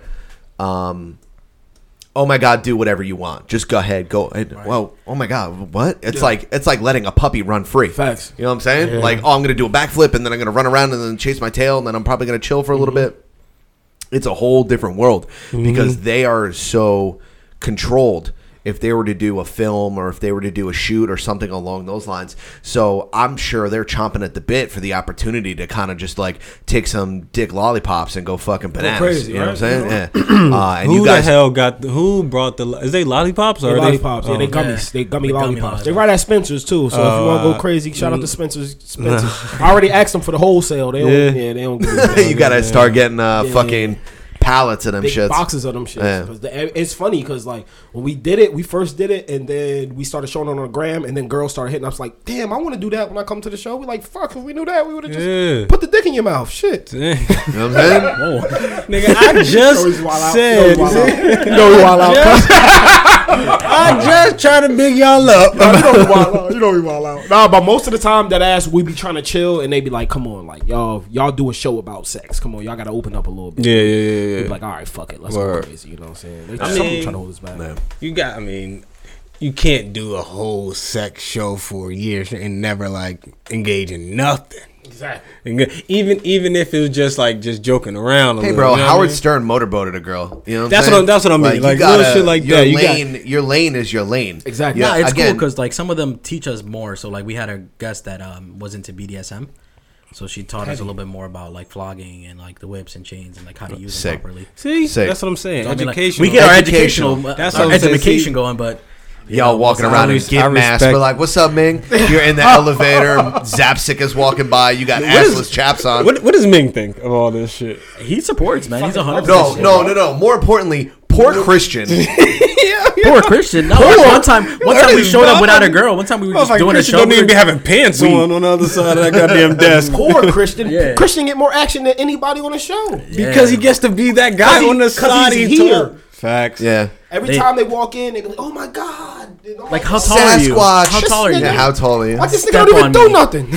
Speaker 1: um, oh my god, do whatever you want. Just go ahead, go. And, Well, oh my god, what? It's
Speaker 9: Yeah.
Speaker 1: like it's like letting a puppy run free.
Speaker 9: Facts.
Speaker 1: You know what I'm saying?
Speaker 9: Yeah.
Speaker 1: Like, oh, I'm gonna do a backflip, and then I'm gonna run around and then chase my tail, and then I'm probably gonna chill for a
Speaker 9: Mm-hmm.
Speaker 1: little bit it's a whole different world
Speaker 5: Mm-hmm.
Speaker 1: because they are so controlled if they were to do a film or if they were to do a shoot or something along those lines so i'm sure they're chomping at the bit for the opportunity to kind of just like take some dick lollipops and go fucking bananas
Speaker 5: crazy,
Speaker 1: you know what i'm saying
Speaker 5: right? Yeah.
Speaker 1: Yeah. uh, and
Speaker 5: who
Speaker 1: you guys
Speaker 5: the hell got the, who brought the lo- is they lollipops or
Speaker 9: They
Speaker 5: are
Speaker 9: lollipops,
Speaker 5: Oh, They,
Speaker 9: yeah, they gummies, they gummy lollipops. They right at Spencer's too. So if
Speaker 5: Oh,
Speaker 9: you want to
Speaker 5: uh,
Speaker 9: go crazy, shout out
Speaker 5: mm.
Speaker 9: to Spencer's. Spencer's. I already asked them for the wholesale. They don't.
Speaker 1: Yeah.
Speaker 9: Yeah, they don't. give a fuck.
Speaker 1: you gotta
Speaker 9: Yeah.
Speaker 1: start getting uh,
Speaker 9: Yeah,
Speaker 1: fucking pallets of them
Speaker 9: Big
Speaker 1: shits
Speaker 9: boxes of them shits.
Speaker 1: Yeah.
Speaker 9: 'Cause the- it's funny because like when we did it, we first did it, and then we started showing it on a gram, and then girls started hitting us like, "Damn, I want to do that when I come to the show." We like, "Fuck, if we knew that, we would have just
Speaker 5: Yeah.
Speaker 9: put the dick in your mouth." Shit.
Speaker 5: You know
Speaker 1: what I'm saying?
Speaker 5: Nigga, I just
Speaker 9: You know he's wild out.
Speaker 5: said.
Speaker 9: You know he's wild out. You know he's wild out.
Speaker 5: Just- I just trying to big y'all up.
Speaker 9: Nah, you know we wild out. You know we wild out. Nah, but most of the time that ass we be trying to chill, and they be like, "Come on, like y'all, y'all do a show about sex. Come on, y'all got to open up a little bit."
Speaker 5: Yeah, yeah, yeah, yeah.
Speaker 9: We be like, all right, fuck it, let's
Speaker 5: Word.
Speaker 9: go crazy. You know what I'm saying? They
Speaker 5: I
Speaker 9: just
Speaker 5: mean,
Speaker 9: trying to hold us back.
Speaker 5: You got. I mean, you can't do a whole sex show for years and never like engage in nothing.
Speaker 9: Exactly.
Speaker 5: And g- even even if it was just like just joking around. A
Speaker 1: Hey
Speaker 5: little,
Speaker 1: bro,
Speaker 5: you know what I
Speaker 1: Howard
Speaker 5: mean?
Speaker 1: Stern motorboated a girl. You know what
Speaker 5: That's
Speaker 1: I'm saying?
Speaker 5: what I'm- that's what I mean. Like,
Speaker 1: you
Speaker 5: little
Speaker 1: gotta-
Speaker 5: shit like
Speaker 1: your
Speaker 5: that, you got-
Speaker 1: lane, your lane is your lane.
Speaker 9: Exactly.
Speaker 8: Yeah, it's cool
Speaker 1: again,
Speaker 8: because like some of them teach us more. So like we had a guest that um was into BDSM, so she taught us a
Speaker 5: Heavy.
Speaker 8: little bit more about like flogging and like the whips and chains and like how to use
Speaker 1: Sick.
Speaker 8: them properly.
Speaker 5: See,
Speaker 1: Sick.
Speaker 5: that's what I'm saying.
Speaker 8: So, I mean, like,
Speaker 5: Educational.
Speaker 8: we get our
Speaker 1: Educational.
Speaker 8: educational, uh,
Speaker 1: That's
Speaker 8: our
Speaker 1: what I'm saying.
Speaker 8: education
Speaker 1: See,
Speaker 8: going, but you
Speaker 1: Y'all
Speaker 8: know,
Speaker 1: walking
Speaker 8: it's-
Speaker 1: around
Speaker 8: I
Speaker 1: in
Speaker 8: res-
Speaker 1: get
Speaker 8: I
Speaker 1: masks.
Speaker 8: respect-
Speaker 1: We're like, "What's up, Ming?" You're in the elevator. Zapsick is walking by. You got
Speaker 5: What is-
Speaker 1: assless chaps on.
Speaker 5: What What does Ming think of all this shit?
Speaker 8: He supports, man. He's a hundred.
Speaker 1: no, no, no, no. More importantly, poor Christian.
Speaker 8: Poor Christian. No,
Speaker 5: Poor.
Speaker 8: one time, one time we
Speaker 5: Ernest,
Speaker 8: showed up
Speaker 5: I'm-
Speaker 8: without a girl. One time we were just
Speaker 5: Motherfucker,
Speaker 8: doing a
Speaker 5: Christian
Speaker 8: show.
Speaker 5: Don't
Speaker 8: we
Speaker 5: even
Speaker 8: were-
Speaker 5: be having pants
Speaker 8: We-
Speaker 5: on on the other side of that goddamn desk.
Speaker 9: Poor Christian.
Speaker 8: Yeah.
Speaker 9: Christian get more action than anybody on the show.
Speaker 5: Because he gets to be that guy
Speaker 9: 'Cause he-
Speaker 5: on the
Speaker 9: 'cause
Speaker 5: side.
Speaker 9: he's
Speaker 5: he
Speaker 9: here.
Speaker 5: told- Facts.
Speaker 1: Yeah.
Speaker 9: Every
Speaker 5: They-
Speaker 9: time they walk in, they be like, "Oh my god!"
Speaker 8: Like, how tall are you?
Speaker 1: Sasquatch.
Speaker 8: How tall are you?
Speaker 1: Yeah, how tall are you?
Speaker 9: Why this nigga
Speaker 8: Step
Speaker 9: don't
Speaker 8: on
Speaker 9: even do
Speaker 8: me.
Speaker 9: nothing?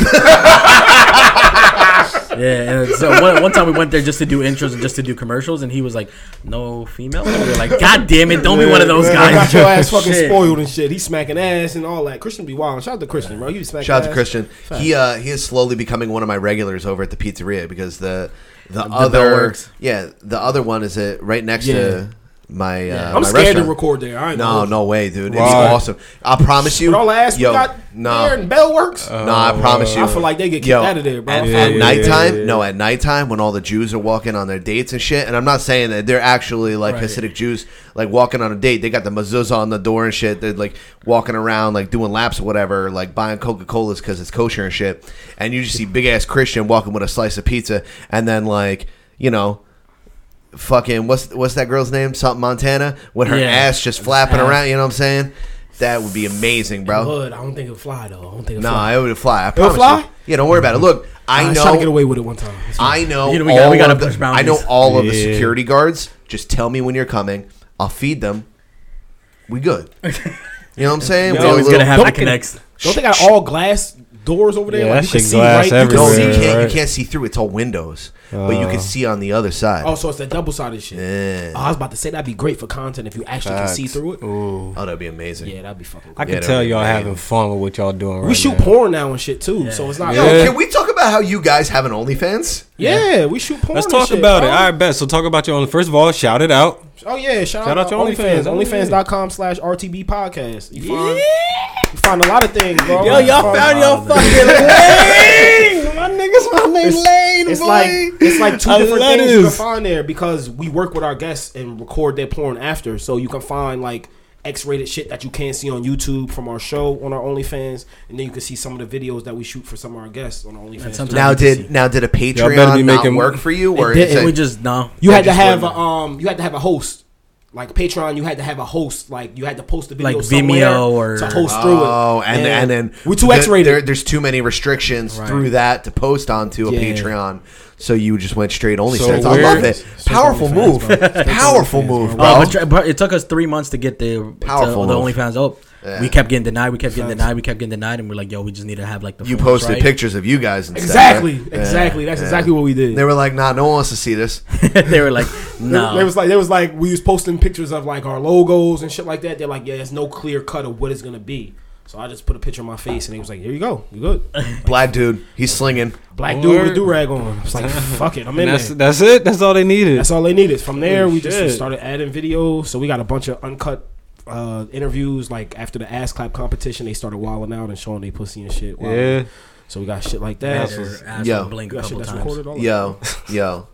Speaker 8: Yeah, and so one, one time we went there just to do intros and just to do commercials, and he was like, "No female." And we were like, "God damn it! Don't be one of those guys."
Speaker 9: Got your ass fucking
Speaker 8: Shit.
Speaker 9: spoiled and shit. He's smacking ass and all that. Christian be wild. Shout out to Christian, bro. You be smacking
Speaker 1: Shout out to
Speaker 9: ass.
Speaker 1: Christian.
Speaker 9: Fact.
Speaker 1: He uh, he is slowly becoming one of my regulars over at the pizzeria because the the,
Speaker 9: bell
Speaker 1: other
Speaker 9: works.
Speaker 1: yeah the other one is uh, right next
Speaker 9: Yeah.
Speaker 1: to my. Uh,
Speaker 9: Yeah.
Speaker 1: my
Speaker 9: I'm scared to
Speaker 1: restaurant.
Speaker 9: record there. I ain't
Speaker 1: no,
Speaker 9: gonna-
Speaker 1: no way, dude. It's
Speaker 9: Why?
Speaker 1: awesome. I promise you.
Speaker 9: With all the ass we
Speaker 1: yo,
Speaker 9: got
Speaker 1: no.
Speaker 9: there and Bell Works?
Speaker 1: no, I promise you.
Speaker 9: I feel like they get kicked
Speaker 1: Yo,
Speaker 9: out of there, bro.
Speaker 1: At,
Speaker 9: Yeah,
Speaker 1: at
Speaker 9: yeah,
Speaker 1: nighttime,
Speaker 9: yeah, yeah.
Speaker 1: no, at nighttime when all the Jews are walking on their dates and shit, and I'm not saying that they're actually like
Speaker 9: Right.
Speaker 1: Hasidic Jews, like walking on a date. They got the mezuzah on the door and shit. They're like walking around, like doing laps or whatever, like buying Coca Colas because it's kosher and shit. And you just see big ass Christian walking with a slice of pizza, and then like you know. Fucking what's what's that girl's name? Something Montana with her
Speaker 9: Yeah.
Speaker 1: ass just flapping
Speaker 9: Ass.
Speaker 1: around. You know what I'm saying? That would be amazing, bro.
Speaker 9: Hood. I don't think it'll fly though. I don't think it'll
Speaker 1: No,
Speaker 9: fly.
Speaker 1: it would fly. I
Speaker 9: It'll
Speaker 1: promise
Speaker 9: fly?
Speaker 1: You. Yeah, don't worry about it. Look, I,
Speaker 9: I
Speaker 1: know.
Speaker 9: was trying to get away with it one time. That's
Speaker 1: I
Speaker 9: right.
Speaker 1: know.
Speaker 9: You know,
Speaker 1: all
Speaker 9: we gotta- we gotta
Speaker 1: of
Speaker 9: push
Speaker 1: the, I
Speaker 9: boundaries.
Speaker 1: know all of the
Speaker 9: Yeah.
Speaker 1: security guards. Just tell me when you're coming. I'll feed them. We good. You know what I'm saying?
Speaker 9: Yo,
Speaker 1: We got a
Speaker 9: he's
Speaker 1: little-
Speaker 9: gonna have Don't- Acronex. don't they got all glass doors over there? Like, you can see right. You
Speaker 1: No,
Speaker 9: can see.
Speaker 1: you can't.
Speaker 9: right?
Speaker 1: You can't see through. It's all windows, but you
Speaker 9: Oh.
Speaker 1: can see on the other side.
Speaker 9: Oh, so it's that double sided shit.
Speaker 1: Yeah.
Speaker 9: Oh, I was about to say that'd be great for content if you actually can see
Speaker 1: Facts.
Speaker 9: through it.
Speaker 1: Oh, that'd be amazing. Yeah,
Speaker 9: that'd be fucking.
Speaker 5: I can tell y'all having fun with what y'all doing right
Speaker 9: we shoot
Speaker 5: now.
Speaker 9: porn now and shit too, so it's not.
Speaker 1: Yo, can we talk about how you guys have an OnlyFans?
Speaker 9: Yeah, we shoot porn.
Speaker 5: Let's
Speaker 9: and
Speaker 5: talk
Speaker 9: shit,
Speaker 5: about
Speaker 1: Oh.
Speaker 5: it.
Speaker 9: bro.
Speaker 5: All right, bet. So talk about your own. First of all, shout it out.
Speaker 9: Oh yeah, shout,
Speaker 5: Shout
Speaker 9: out,
Speaker 5: out
Speaker 9: to
Speaker 5: to
Speaker 9: OnlyFans.
Speaker 5: OnlyFans.
Speaker 9: OnlyFans.com slash RTB podcast. You find, you find a lot of things, bro.
Speaker 5: Yo, y'all
Speaker 9: You
Speaker 5: found your
Speaker 9: find-
Speaker 5: My niggas, my name
Speaker 9: It's-
Speaker 5: Lane.
Speaker 9: It's
Speaker 5: boy.
Speaker 9: like it's like two
Speaker 5: I
Speaker 9: different
Speaker 5: love
Speaker 9: things you can
Speaker 5: this.
Speaker 9: find there because we work with our guests and record their porn after, so you can find like X-rated shit that you can't see on YouTube from our show on our OnlyFans, and then you can see some of the videos that we shoot for some of our guests on OnlyFans. too.
Speaker 1: Now did now did a
Speaker 5: better be
Speaker 1: Patreon not
Speaker 5: making-
Speaker 1: work for you, or
Speaker 8: It
Speaker 1: is
Speaker 8: didn't.
Speaker 1: it-
Speaker 8: We just- no.
Speaker 9: You
Speaker 1: They
Speaker 9: had to
Speaker 1: just
Speaker 9: have
Speaker 1: wouldn't.
Speaker 9: a, um, you had to have a host. Like Patreon, you had to have a host. Like you had to post the video
Speaker 8: Like
Speaker 9: somewhere
Speaker 8: Vimeo or-
Speaker 9: to host through it.
Speaker 1: Oh, and and, then
Speaker 9: we too
Speaker 1: the-
Speaker 9: X rated.
Speaker 1: there- there's too many restrictions through that to post onto a
Speaker 9: Yeah.
Speaker 1: Patreon. So you just went straight only.
Speaker 5: So
Speaker 1: fans. I
Speaker 5: where-
Speaker 1: love it.
Speaker 5: Straight
Speaker 1: Powerful move.
Speaker 5: OnlyFans, bro.
Speaker 1: Powerful move, bro.
Speaker 8: Uh, but tr- but it took us three months to get the
Speaker 1: Powerful
Speaker 8: powerful the
Speaker 1: move.
Speaker 8: OnlyFans up.
Speaker 1: Yeah.
Speaker 8: We kept getting denied. We kept getting
Speaker 1: Facts.
Speaker 8: denied. We kept getting denied, and we're like, "Yo, we just need to have like the."
Speaker 1: you
Speaker 8: photos
Speaker 1: posted
Speaker 8: right.
Speaker 1: pictures of you guys. Instead,
Speaker 9: Exactly,
Speaker 1: right?
Speaker 9: exactly. That's exactly what we did.
Speaker 1: They were like, "Nah, no one wants to see this."
Speaker 8: they were like,
Speaker 9: They, they was like they was like we was posting pictures of like our logos and shit like that. They're like, yeah, there's no clear cut of what it's gonna be. So I just put a picture of my face and he was like, here you go, you good.
Speaker 1: Black dude, he's slinging.
Speaker 9: Black dude with a do rag on. I was like, fuck it, I'm in
Speaker 5: And that's,
Speaker 9: there.
Speaker 5: that's it. That's all they needed.
Speaker 9: That's all they needed. From there, we just
Speaker 5: Shit.
Speaker 9: started adding videos. So we got a bunch of uncut uh, interviews. Like after the ass clap competition, they started wilding out and showing they pussy and shit. wilding.
Speaker 5: Yeah.
Speaker 9: So we got shit like that.
Speaker 5: Ass was-
Speaker 8: ass
Speaker 1: Yo.
Speaker 8: was blink a
Speaker 9: We got shit
Speaker 8: couple
Speaker 9: that's
Speaker 8: times.
Speaker 9: recorded all the
Speaker 1: Yo, yo.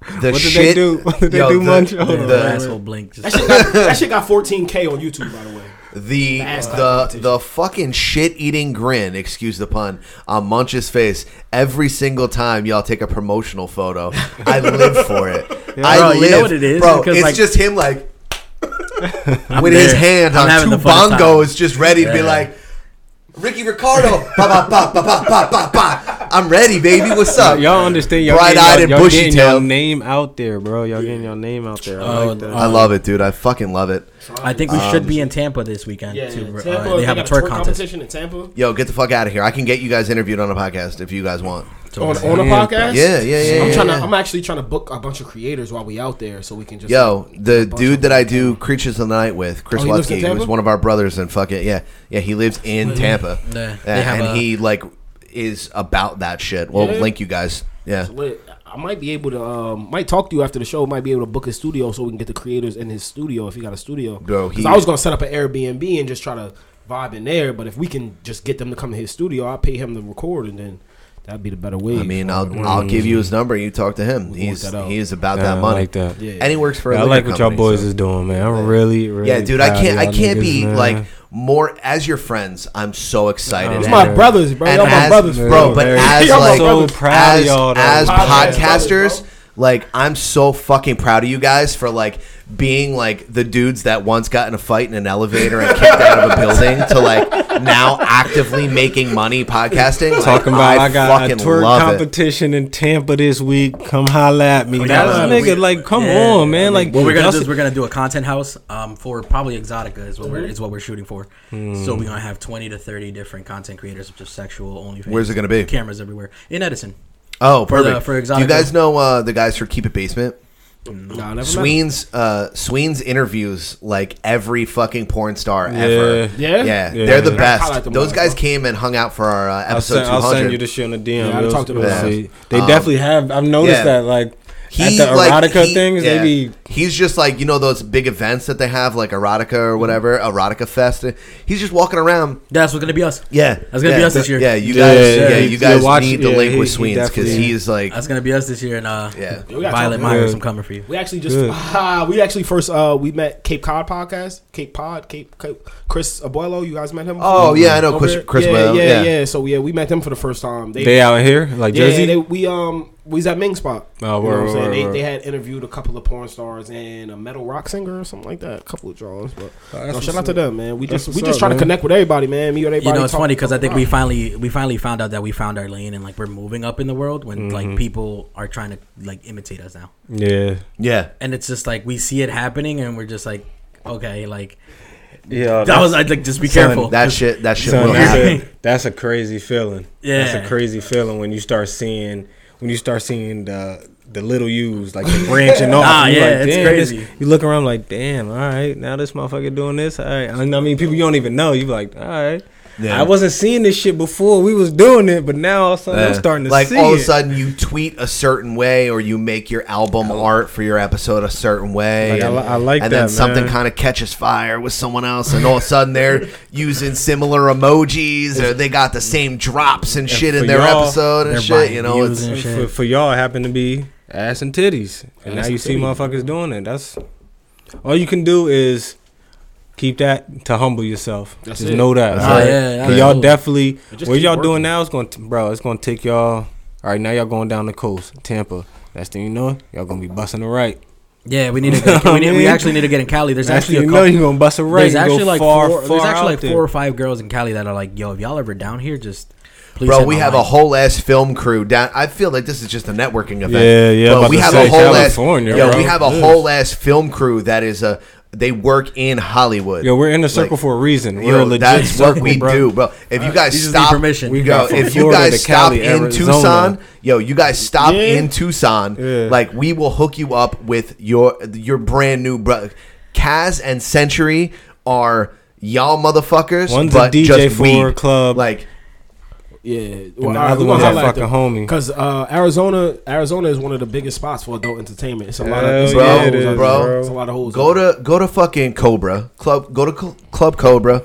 Speaker 9: What did they do? What did they do, Munch? Hold on. Asshole
Speaker 8: blink.
Speaker 9: That shit got, that shit got 14k on YouTube, by the way.
Speaker 1: the
Speaker 9: Ass clap
Speaker 1: the the fucking shit eating grin, excuse the pun, on Munch's face every single time y'all take a promotional photo. I live for it.
Speaker 8: Yeah.
Speaker 1: I
Speaker 8: Bro,
Speaker 1: live.
Speaker 8: you know what it is?
Speaker 1: bro.
Speaker 8: Because,
Speaker 1: it's
Speaker 8: like-
Speaker 1: just him like
Speaker 8: I'm
Speaker 1: with his
Speaker 8: there.
Speaker 1: hand
Speaker 8: I'm
Speaker 1: on
Speaker 8: having
Speaker 1: two
Speaker 8: the funnest time.
Speaker 1: bongos, just ready to be
Speaker 8: Yeah.
Speaker 1: like Ricky Ricardo. ba ba ba ba ba ba ba ba. I'm ready, baby. What's up?
Speaker 5: Y'all understand? Y'all
Speaker 1: Bright
Speaker 5: getting-
Speaker 1: eyed and
Speaker 5: y'all
Speaker 1: bushy
Speaker 5: getting
Speaker 1: tailed.
Speaker 5: Y'all name out there, bro. Y'all getting your name out there. I like that.
Speaker 1: I love it, dude. I fucking love it.
Speaker 8: Uh, I think we
Speaker 1: Um,
Speaker 8: should be in Tampa this weekend
Speaker 9: Yeah,
Speaker 8: too. bro. Uh,
Speaker 9: Tampa,
Speaker 8: they have a twerk contest.
Speaker 9: competition in Tampa.
Speaker 1: Yo, get the fuck out of here. I can get you guys interviewed on a podcast if you guys want.
Speaker 9: On, on a podcast?
Speaker 1: Yeah, yeah, yeah.
Speaker 9: I'm
Speaker 1: yeah,
Speaker 9: trying
Speaker 1: yeah.
Speaker 9: to. I'm actually trying to book a bunch of creators while we out there, so we can just.
Speaker 1: Yo, the
Speaker 9: bunch
Speaker 1: dude that I do Creatures of the Night with, Chris
Speaker 9: Oh, he lives in
Speaker 1: Lutsky, who's
Speaker 9: Tampa?
Speaker 1: one of our brothers and fuck it, yeah, yeah, he lives in
Speaker 9: Mhm.
Speaker 1: Tampa,
Speaker 9: Yeah.
Speaker 1: Yeah,
Speaker 9: They have
Speaker 1: and
Speaker 9: a-
Speaker 1: he like is about that shit. We'll
Speaker 9: Yeah.
Speaker 1: link you guys. Yeah,
Speaker 9: It's lit. I might be able to. Um, might talk to you after the show. Might be able to book his studio, so we can get the creators in his studio if he got a studio.
Speaker 1: Bro,
Speaker 9: 'Cause
Speaker 1: he-
Speaker 9: I was gonna set up an Airbnb and just try to vibe in there. But if we can just get them to come to his studio, I'll pay him to record, and then that'd be the better way.
Speaker 1: I mean, I'll I'll give you his number. You talk to him. He's
Speaker 9: Mm. that out.
Speaker 1: he is about
Speaker 5: Yeah,
Speaker 1: that
Speaker 5: I
Speaker 1: money.
Speaker 5: like that. Yeah.
Speaker 1: And he works for. a
Speaker 5: Yeah, I
Speaker 1: liquor
Speaker 5: like what y'all
Speaker 1: company,
Speaker 5: boys
Speaker 1: so-
Speaker 5: is doing, man. I'm really, really.
Speaker 1: yeah, dude, I
Speaker 5: proud of
Speaker 1: can't, I
Speaker 5: y'all
Speaker 1: can't
Speaker 5: niggas,
Speaker 1: be
Speaker 5: man.
Speaker 1: like more as your friends. I'm so excited.
Speaker 5: It's my brothers, bro.
Speaker 1: And
Speaker 5: Y'all my
Speaker 1: as-
Speaker 5: brothers,
Speaker 1: bro.
Speaker 5: bro.
Speaker 1: But
Speaker 5: Very-
Speaker 1: as
Speaker 5: Y'all my
Speaker 1: like,
Speaker 5: brothers. So proud of
Speaker 1: as,
Speaker 5: y'all, though.
Speaker 1: as
Speaker 5: Podcast
Speaker 1: podcasters, like I'm so fucking proud of you guys for like being like the dudes that once got in a fight in an elevator and kicked out of a building to like now actively making money podcasting. Like,
Speaker 5: Talking about I, got a
Speaker 1: fucking
Speaker 5: tour
Speaker 1: love it.
Speaker 5: competition in Tampa this week. Come holla at me.
Speaker 8: We
Speaker 5: That's
Speaker 8: gotta-
Speaker 5: nigga,
Speaker 8: Oh, we-
Speaker 5: like, come
Speaker 8: yeah.
Speaker 5: on, man. Like,
Speaker 8: what we're gonna
Speaker 5: that's
Speaker 8: do
Speaker 5: a-
Speaker 8: is we're gonna do a content house um, for probably Exotica is what we're is what we're shooting for.
Speaker 1: Hmm.
Speaker 8: So we're gonna have twenty to thirty different content creators, just sexual only.
Speaker 1: Where's it gonna be?
Speaker 8: Cameras everywhere in Edison.
Speaker 1: Oh,
Speaker 8: For the-
Speaker 1: perfect.
Speaker 8: for
Speaker 1: Do you
Speaker 8: Exotica.
Speaker 1: guys know uh, the guys for Keep It Basement?
Speaker 9: No, never
Speaker 1: Sween's uh, Sween's interviews like every fucking porn star ever.
Speaker 5: Yeah. Yeah?
Speaker 1: yeah,
Speaker 5: Yeah.
Speaker 1: they're the
Speaker 5: I
Speaker 1: best.
Speaker 5: highlight them
Speaker 1: Those
Speaker 5: all.
Speaker 1: guys came and hung out for our uh,
Speaker 5: I'll
Speaker 1: episode
Speaker 5: send, I'll
Speaker 1: 200.
Speaker 5: send you the shit on the DM.
Speaker 1: Yeah, I
Speaker 5: You'll-
Speaker 1: talked to
Speaker 5: you'll
Speaker 1: them.
Speaker 5: see.
Speaker 1: Yeah.
Speaker 5: They
Speaker 1: Um,
Speaker 5: definitely have. I've noticed
Speaker 1: yeah.
Speaker 5: that like
Speaker 1: He,
Speaker 5: at the
Speaker 1: like,
Speaker 5: erotica
Speaker 1: he-
Speaker 5: things,
Speaker 1: yeah.
Speaker 5: they be
Speaker 1: He's just like you know those big events that they have, like erotica or whatever, erotica fest. He's just walking around.
Speaker 8: That's what's gonna be us.
Speaker 1: Yeah,
Speaker 8: that's gonna
Speaker 1: yeah,
Speaker 8: be us
Speaker 1: th-
Speaker 8: this year.
Speaker 1: Yeah, you guys, yeah, you guys need the link with Sweens because he's like
Speaker 8: that's gonna be us this year. And uh, yeah,
Speaker 9: We gotta
Speaker 8: Violet
Speaker 9: talk-
Speaker 8: Myers,
Speaker 9: Yeah.
Speaker 8: I'm coming for you.
Speaker 9: We actually just ah, we actually first uh, we met Cape Cod podcast, Cape Pod, Cape, Cape Chris Abuelo. You guys met him?
Speaker 1: Oh, yeah, I know
Speaker 9: Over
Speaker 1: Chris-
Speaker 9: there?
Speaker 1: Chris
Speaker 9: Yeah,
Speaker 1: Abuelo,
Speaker 9: yeah, yeah,
Speaker 1: yeah.
Speaker 9: So yeah, we met them for the first time.
Speaker 5: They out here? Like
Speaker 9: Yeah,
Speaker 5: Jersey?
Speaker 9: they- we um, we was at Ming Spot.
Speaker 5: Oh,
Speaker 9: you know
Speaker 5: word,
Speaker 9: what I'm saying?
Speaker 5: word,
Speaker 9: They,
Speaker 5: word.
Speaker 9: they had interviewed a couple of porn stars and a metal rock singer or something like that. A couple of draws, but
Speaker 5: Oh, that's
Speaker 9: no, shout
Speaker 5: what's
Speaker 9: out to
Speaker 5: up.
Speaker 9: them, man. We
Speaker 5: That's
Speaker 9: just we
Speaker 5: what's
Speaker 9: just
Speaker 5: up,
Speaker 9: trying
Speaker 5: man.
Speaker 9: to connect with everybody, man. Me or everybody.
Speaker 8: You know, it's
Speaker 9: talk-
Speaker 8: funny because I think we
Speaker 9: Wow.
Speaker 8: finally we finally found out that we found our lane and like we're moving up in the world when like
Speaker 5: Mhm.
Speaker 8: people are trying to like imitate us now.
Speaker 5: Yeah.
Speaker 1: Yeah.
Speaker 8: and it's just like we see it happening and we're just like, okay, like
Speaker 5: Yeah,
Speaker 8: that was I'd like just be
Speaker 5: Son,
Speaker 8: careful.
Speaker 5: that
Speaker 8: Just-
Speaker 5: shit- that shit
Speaker 8: Son,
Speaker 5: will
Speaker 8: that's
Speaker 5: happen.
Speaker 8: it.
Speaker 5: That's a crazy feeling. that's
Speaker 8: Yeah.
Speaker 5: a crazy feeling when you start seeing when you start seeing the the little U's like the branching off.
Speaker 8: Nah,
Speaker 5: You
Speaker 8: yeah,
Speaker 5: like,
Speaker 8: it's
Speaker 5: "Damn, this-"
Speaker 8: crazy.
Speaker 5: you look around like, damn, all right, now this motherfucker doing this. All right, I mean, people you don't even know. You be like, all right.
Speaker 1: Yeah.
Speaker 5: I wasn't seeing this shit before we was doing it, but now all of a sudden I'm
Speaker 1: Yeah.
Speaker 5: starting to
Speaker 1: like oh,
Speaker 5: see
Speaker 1: all
Speaker 5: it.
Speaker 1: of a sudden you tweet a certain way or you make your album art for your episode a certain way
Speaker 5: Like, I
Speaker 1: and,
Speaker 5: li- I like
Speaker 1: and
Speaker 5: that,
Speaker 1: then something
Speaker 5: man.
Speaker 1: kind of catches fire with someone else and all of a sudden they're using similar emojis or they got the same drops and shit in
Speaker 5: for
Speaker 1: their
Speaker 5: y'all,
Speaker 1: episode and
Speaker 5: they're
Speaker 1: shit
Speaker 5: buying
Speaker 1: you know
Speaker 5: views
Speaker 1: it's
Speaker 5: and shit. For, for y'all, it happened to be ass and titties, and
Speaker 1: Ass
Speaker 5: now you
Speaker 1: and
Speaker 5: see
Speaker 1: titties.
Speaker 5: motherfuckers doing it. That's all you can do is keep that to humble yourself.
Speaker 1: That's
Speaker 5: Just
Speaker 1: it.
Speaker 5: know that.
Speaker 1: That's
Speaker 5: all
Speaker 1: it.
Speaker 5: right?
Speaker 1: Yeah,
Speaker 5: 'Cause
Speaker 1: yeah,
Speaker 5: y'all
Speaker 1: yeah.
Speaker 5: definitely
Speaker 1: But just
Speaker 5: what
Speaker 1: keep
Speaker 5: y'all
Speaker 1: working.
Speaker 5: doing now is going, to, bro. It's going to take y'all. All right, now y'all going down the coast, Tampa. That's the you know it, y'all gonna be busting the right.
Speaker 8: Yeah, we need to. Get, we, need, we actually need to get in Cali. There's
Speaker 5: That's
Speaker 8: actually
Speaker 5: what
Speaker 8: a
Speaker 5: you
Speaker 8: couple,
Speaker 5: know you're gonna bust a right
Speaker 8: There's
Speaker 5: and go
Speaker 8: actually like
Speaker 5: far,
Speaker 8: four, there's
Speaker 5: far
Speaker 8: actually
Speaker 5: out
Speaker 8: like
Speaker 5: there.
Speaker 8: four or five girls in Cali that are like, yo, if y'all ever down here, just please.
Speaker 1: Bro,
Speaker 8: hit
Speaker 1: we
Speaker 8: my
Speaker 1: have
Speaker 8: line.
Speaker 1: a whole ass film crew down. I feel like this is just a networking event.
Speaker 5: Yeah, yeah,
Speaker 1: But
Speaker 5: about
Speaker 1: we
Speaker 5: to
Speaker 1: have
Speaker 5: say,
Speaker 1: a whole ass.
Speaker 5: California,
Speaker 1: yo,
Speaker 5: bro.
Speaker 1: we have a
Speaker 5: Yes.
Speaker 1: whole ass film crew that is a. They work in Hollywood.
Speaker 5: Yo, we're in a circle for a reason. We're a
Speaker 1: yo,
Speaker 5: legit
Speaker 1: that's
Speaker 5: circle,
Speaker 1: what we
Speaker 5: bro.
Speaker 1: do, bro. If you
Speaker 5: Alright,
Speaker 1: guys
Speaker 5: you just need
Speaker 1: stop,
Speaker 5: permission. We
Speaker 1: yo,
Speaker 5: got from
Speaker 1: if you
Speaker 5: Florida
Speaker 1: guys
Speaker 5: to
Speaker 1: stop
Speaker 5: Cali,
Speaker 1: in
Speaker 5: Arizona.
Speaker 1: Tucson, yo, you guys stop
Speaker 5: Yeah.
Speaker 1: in Tucson, like we will hook you up with your your brand new bro. Kaz and Century are y'all motherfuckers,
Speaker 5: One's a
Speaker 1: but
Speaker 5: DJ
Speaker 1: just
Speaker 5: for
Speaker 1: weed.
Speaker 5: a club.
Speaker 1: Like
Speaker 9: Yeah,
Speaker 5: And the other one's a fucking homie.
Speaker 9: Because uh, Arizona, Arizona is one of the biggest spots for adult entertainment. It's a lot of it's a
Speaker 1: bro,
Speaker 9: lot of holes out there,
Speaker 1: bro,
Speaker 9: It's a lot of holes.
Speaker 1: Go to go to fucking Cobra Club. Go to Cl- Club Cobra.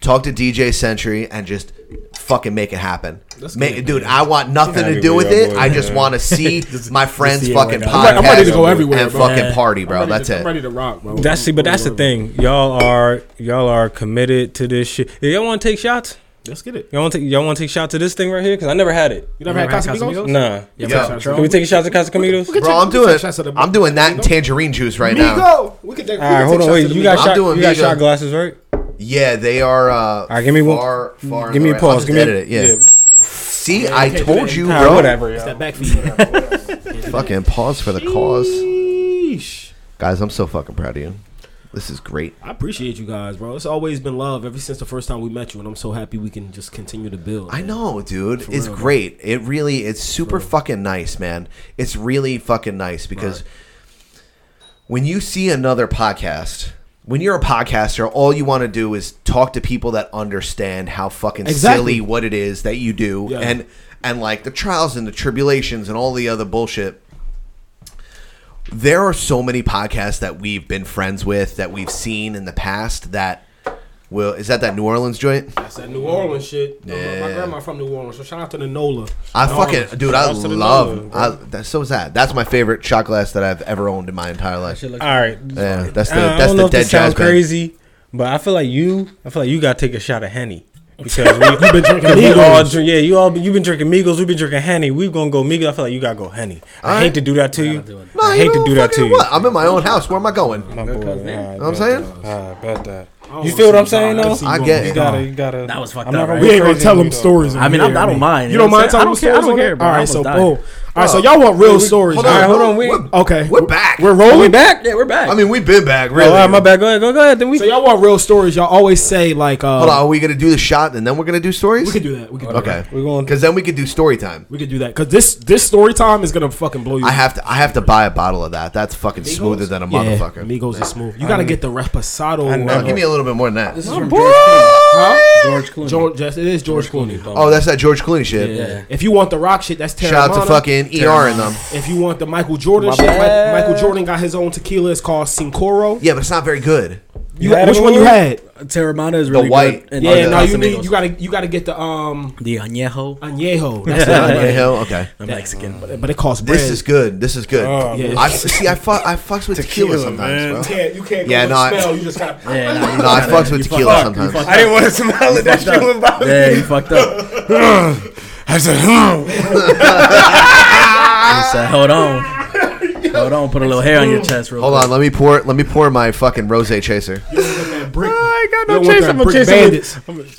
Speaker 1: Talk to DJ Century and just fucking make it happen.
Speaker 9: Let's
Speaker 1: Make,
Speaker 9: get it,
Speaker 1: dude,
Speaker 9: man.
Speaker 1: I want nothing
Speaker 9: Gotta
Speaker 1: to
Speaker 9: be
Speaker 1: do with
Speaker 9: real,
Speaker 1: it.
Speaker 9: boy.
Speaker 1: I just want to see
Speaker 9: Just-
Speaker 1: my
Speaker 9: just
Speaker 1: friends
Speaker 9: see it
Speaker 1: fucking
Speaker 9: right now.
Speaker 1: podcast.
Speaker 9: I'm ready- I'm ready to go everywhere,
Speaker 1: and
Speaker 9: bro.
Speaker 1: fucking
Speaker 9: Yeah.
Speaker 1: party, bro.
Speaker 9: I'm ready
Speaker 1: That's
Speaker 9: to-
Speaker 1: it.
Speaker 9: I'm ready to rock, bro.
Speaker 5: That's see, but that's the thing. Y'all are y'all are committed to this shit. Yeah, Y'all want to take shots?
Speaker 9: Let's get it.
Speaker 5: Y'all want to y'all want to take shots to this thing right here? Cause I never had it.
Speaker 9: You never had Never had Casamigos? Casamigos?
Speaker 5: Nah.
Speaker 9: You
Speaker 5: Yeah.
Speaker 9: got shots,
Speaker 5: Can we take a shot to Casamigos?
Speaker 9: Look at
Speaker 1: Bro,
Speaker 9: you.
Speaker 1: I'm
Speaker 9: Look at
Speaker 1: doing
Speaker 9: shots of the-
Speaker 1: I'm doing that and tangerine juice right now.
Speaker 9: Migo. We could take.
Speaker 5: All right, hold on. Wait, you got shot. You got shot glasses, right?
Speaker 1: Yeah, they are. Uh, All
Speaker 5: right, give me one.
Speaker 1: far, far
Speaker 5: give me a
Speaker 1: right. I'll
Speaker 5: pause.
Speaker 1: just
Speaker 5: Give me a-
Speaker 1: edit it. Yeah.
Speaker 5: yeah.
Speaker 1: See,
Speaker 5: Yeah,
Speaker 1: I
Speaker 5: you can't do
Speaker 1: told
Speaker 5: that.
Speaker 1: you,
Speaker 5: Nah,
Speaker 1: bro.
Speaker 5: whatever, It's yo. that
Speaker 9: back feet.
Speaker 1: fucking pause for the
Speaker 9: cause.
Speaker 1: Guys, I'm so fucking proud of you. This is great.
Speaker 9: I appreciate you guys, bro. It's always been love ever since the first time we met you, and I'm so happy we can just continue to build.
Speaker 1: I
Speaker 9: man.
Speaker 1: know, dude.
Speaker 9: For
Speaker 1: it's
Speaker 9: real, bro.
Speaker 1: great. It really, it's super fucking nice, man. It's really fucking nice because when you see another podcast, when you're a podcaster, all you want to do is talk to people that understand how fucking
Speaker 9: Exactly.
Speaker 1: silly what it is that you do,
Speaker 9: Yeah.
Speaker 1: and and like the trials and the tribulations and all the other bullshit. There are so many podcasts that we've been friends with that we've seen in the past that will is that that New Orleans joint?
Speaker 9: That's that New Orleans shit.
Speaker 1: Yeah.
Speaker 9: My grandma from New Orleans, so shout out to the Nola.
Speaker 1: I
Speaker 9: New
Speaker 1: fucking
Speaker 9: Orleans.
Speaker 1: dude,
Speaker 9: Shout
Speaker 1: I
Speaker 9: outs to the Nola.
Speaker 1: love. I, that, so is that. That's my favorite shot glass that I've ever owned in my entire life.
Speaker 5: All right.
Speaker 1: yeah, that's the
Speaker 5: I don't
Speaker 1: that's
Speaker 5: know
Speaker 1: the
Speaker 5: if
Speaker 1: dead
Speaker 5: this
Speaker 1: jazz
Speaker 5: sounds
Speaker 1: band.
Speaker 5: crazy, but I feel like you. I feel like you gotta take a shot of henny because we,
Speaker 9: You've been drinking
Speaker 5: 'cause we
Speaker 9: Migos.
Speaker 5: all drink. Yeah, you all you've been drinking Migos. We've been drinking henny. We're gonna go Migos. I feel like you gotta go henny. I hate to do that to you.
Speaker 1: No,
Speaker 5: I
Speaker 1: you
Speaker 5: hate to
Speaker 1: know,
Speaker 5: do that to
Speaker 1: fucking
Speaker 5: you.
Speaker 1: What? I'm in my own house. Where am I going?
Speaker 5: My boy, all right,
Speaker 1: know what I'm
Speaker 5: bet
Speaker 1: saying?
Speaker 5: that. All right, bet that.
Speaker 9: don't
Speaker 5: You
Speaker 9: wanna
Speaker 5: feel what
Speaker 9: see
Speaker 5: I'm saying?
Speaker 9: you
Speaker 5: though?
Speaker 9: die. I see you
Speaker 5: You
Speaker 9: won't
Speaker 5: gotta,
Speaker 9: die.
Speaker 5: you gotta.
Speaker 8: That was fucked
Speaker 5: I'm not
Speaker 8: up,
Speaker 5: gonna
Speaker 8: right?
Speaker 5: be
Speaker 9: We ain't gonna
Speaker 5: crazy
Speaker 9: tell
Speaker 5: to you,
Speaker 9: them
Speaker 5: though.
Speaker 9: stories.
Speaker 8: I mean, I'm- I don't mind.
Speaker 9: You don't
Speaker 8: You know
Speaker 9: mind
Speaker 8: what I'm
Speaker 9: telling
Speaker 8: saying? I
Speaker 9: stories? on
Speaker 8: don't care- I don't care,
Speaker 9: here?
Speaker 8: bro.
Speaker 9: All
Speaker 8: I
Speaker 9: right,
Speaker 8: almost
Speaker 9: so
Speaker 8: died.
Speaker 9: boom. All right, so y'all want real
Speaker 5: We-
Speaker 9: stories?
Speaker 5: hold on,
Speaker 9: right?
Speaker 5: hold on, we- We're-
Speaker 9: okay,
Speaker 1: we're back.
Speaker 9: We're rolling
Speaker 5: We back?
Speaker 8: Yeah, we're back.
Speaker 1: I mean, we've been back, really.
Speaker 5: all right, my bad. Go ahead, go, go ahead. Then we
Speaker 9: So y'all want real stories? Y'all always say like, uh,
Speaker 1: Hold on, are we gonna do the shot and then we're gonna do stories?
Speaker 9: We could do that. We could do
Speaker 1: Okay,
Speaker 9: We're going.
Speaker 1: because then we could do story time.
Speaker 9: We could do that because this this story time is gonna fucking blow you.
Speaker 1: I have to. I have to buy a bottle of that. That's fucking smoother than a
Speaker 9: Yeah,
Speaker 1: motherfucker.
Speaker 9: Migos is smooth. You gotta get the Reposado.
Speaker 1: I know. Give me a little bit more than that.
Speaker 8: This is from George Clooney.
Speaker 9: Huh?
Speaker 8: George Clooney.
Speaker 9: George, yes, it is George Clooney.
Speaker 1: Oh, that's that George Clooney shit.
Speaker 8: Yeah.
Speaker 9: If you want the Rock shit, that's Terramana.
Speaker 1: Shout out to fucking ER and them.
Speaker 9: If you want the Michael Jordan
Speaker 1: My
Speaker 9: shit, Mi-
Speaker 1: bad.
Speaker 9: Michael Jordan got his own tequila. It's called Sincoro.
Speaker 1: Yeah, but it's not very good.
Speaker 9: You had which one you had?
Speaker 8: Uh, Terramana is really
Speaker 1: white.
Speaker 8: good. and
Speaker 9: Yeah,
Speaker 8: the
Speaker 9: no, you
Speaker 8: Casamigos.
Speaker 9: need you gotta you gotta get the um
Speaker 8: the añejo.
Speaker 9: añejo. That's
Speaker 1: That's
Speaker 9: the
Speaker 1: not
Speaker 9: one.
Speaker 1: Añejo? Okay.
Speaker 8: I'm
Speaker 9: That-
Speaker 8: Mexican, but
Speaker 9: but it costs bread.
Speaker 1: This is good. This is good.
Speaker 9: Oh, Yeah. man.
Speaker 1: I see. I fuck. I fucks with tequila, sometimes,
Speaker 9: You
Speaker 1: bro.
Speaker 9: can't you can't
Speaker 1: Yeah,
Speaker 9: yeah,
Speaker 1: no, I-
Speaker 9: smell. You just gotta
Speaker 8: Yeah, nah, you
Speaker 1: No, I
Speaker 8: fucked
Speaker 1: fucks
Speaker 8: up.
Speaker 1: with
Speaker 8: You
Speaker 1: tequila
Speaker 8: fucked up.
Speaker 1: sometimes.
Speaker 8: You fucked
Speaker 5: I didn't
Speaker 8: up.
Speaker 5: want to smell it. That
Speaker 8: Fucked
Speaker 5: shit was
Speaker 8: up.
Speaker 5: about
Speaker 8: Yeah, you fucked up.
Speaker 5: I said, hmm.
Speaker 8: I said, hold on. Hold on, put a little hair on your chest real
Speaker 1: Hold
Speaker 8: quick.
Speaker 1: on. Let me pour. Let me pour my fucking rosé chaser.
Speaker 5: I
Speaker 9: You
Speaker 5: ain't got
Speaker 9: don't
Speaker 5: no
Speaker 9: want
Speaker 5: chase.
Speaker 9: that
Speaker 5: I'm
Speaker 9: brick
Speaker 5: chase
Speaker 9: bandits.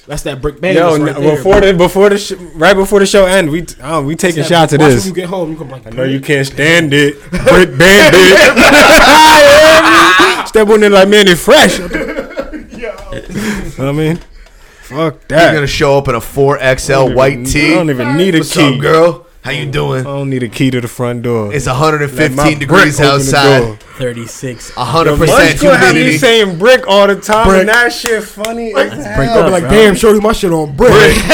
Speaker 9: That's that brick bandits.
Speaker 5: Yo,
Speaker 9: right
Speaker 5: n-
Speaker 9: there,
Speaker 5: before
Speaker 9: bro.
Speaker 5: the before the sh- right before the show end, we t- oh, we taking
Speaker 9: That-
Speaker 5: shots of
Speaker 9: watch
Speaker 5: this.
Speaker 9: When you get home, you can be like,
Speaker 5: I know you can't stand it, brick bandit. Step on it like man, it's fresh. Yo. I mean, fuck
Speaker 1: You're
Speaker 5: that.
Speaker 1: gonna show up in a four XL white tee.
Speaker 5: I don't even need a
Speaker 1: What's
Speaker 5: key.
Speaker 1: up, girl? How you
Speaker 5: I
Speaker 1: doing?
Speaker 5: don't need a key to the front door.
Speaker 1: It's
Speaker 5: Let my
Speaker 1: 115
Speaker 5: brick
Speaker 1: degrees
Speaker 5: open the
Speaker 1: outside.
Speaker 5: door.
Speaker 8: 36.
Speaker 1: 100
Speaker 5: Mike's
Speaker 1: percent
Speaker 5: gonna have me
Speaker 1: humidity.
Speaker 5: saying brick all the time,
Speaker 9: Brick.
Speaker 5: and that shit funny. as hell.
Speaker 8: Brick
Speaker 9: I'll
Speaker 8: up,
Speaker 9: be like,
Speaker 8: bro.
Speaker 9: damn, shorty, my shit on brick.
Speaker 1: Bricked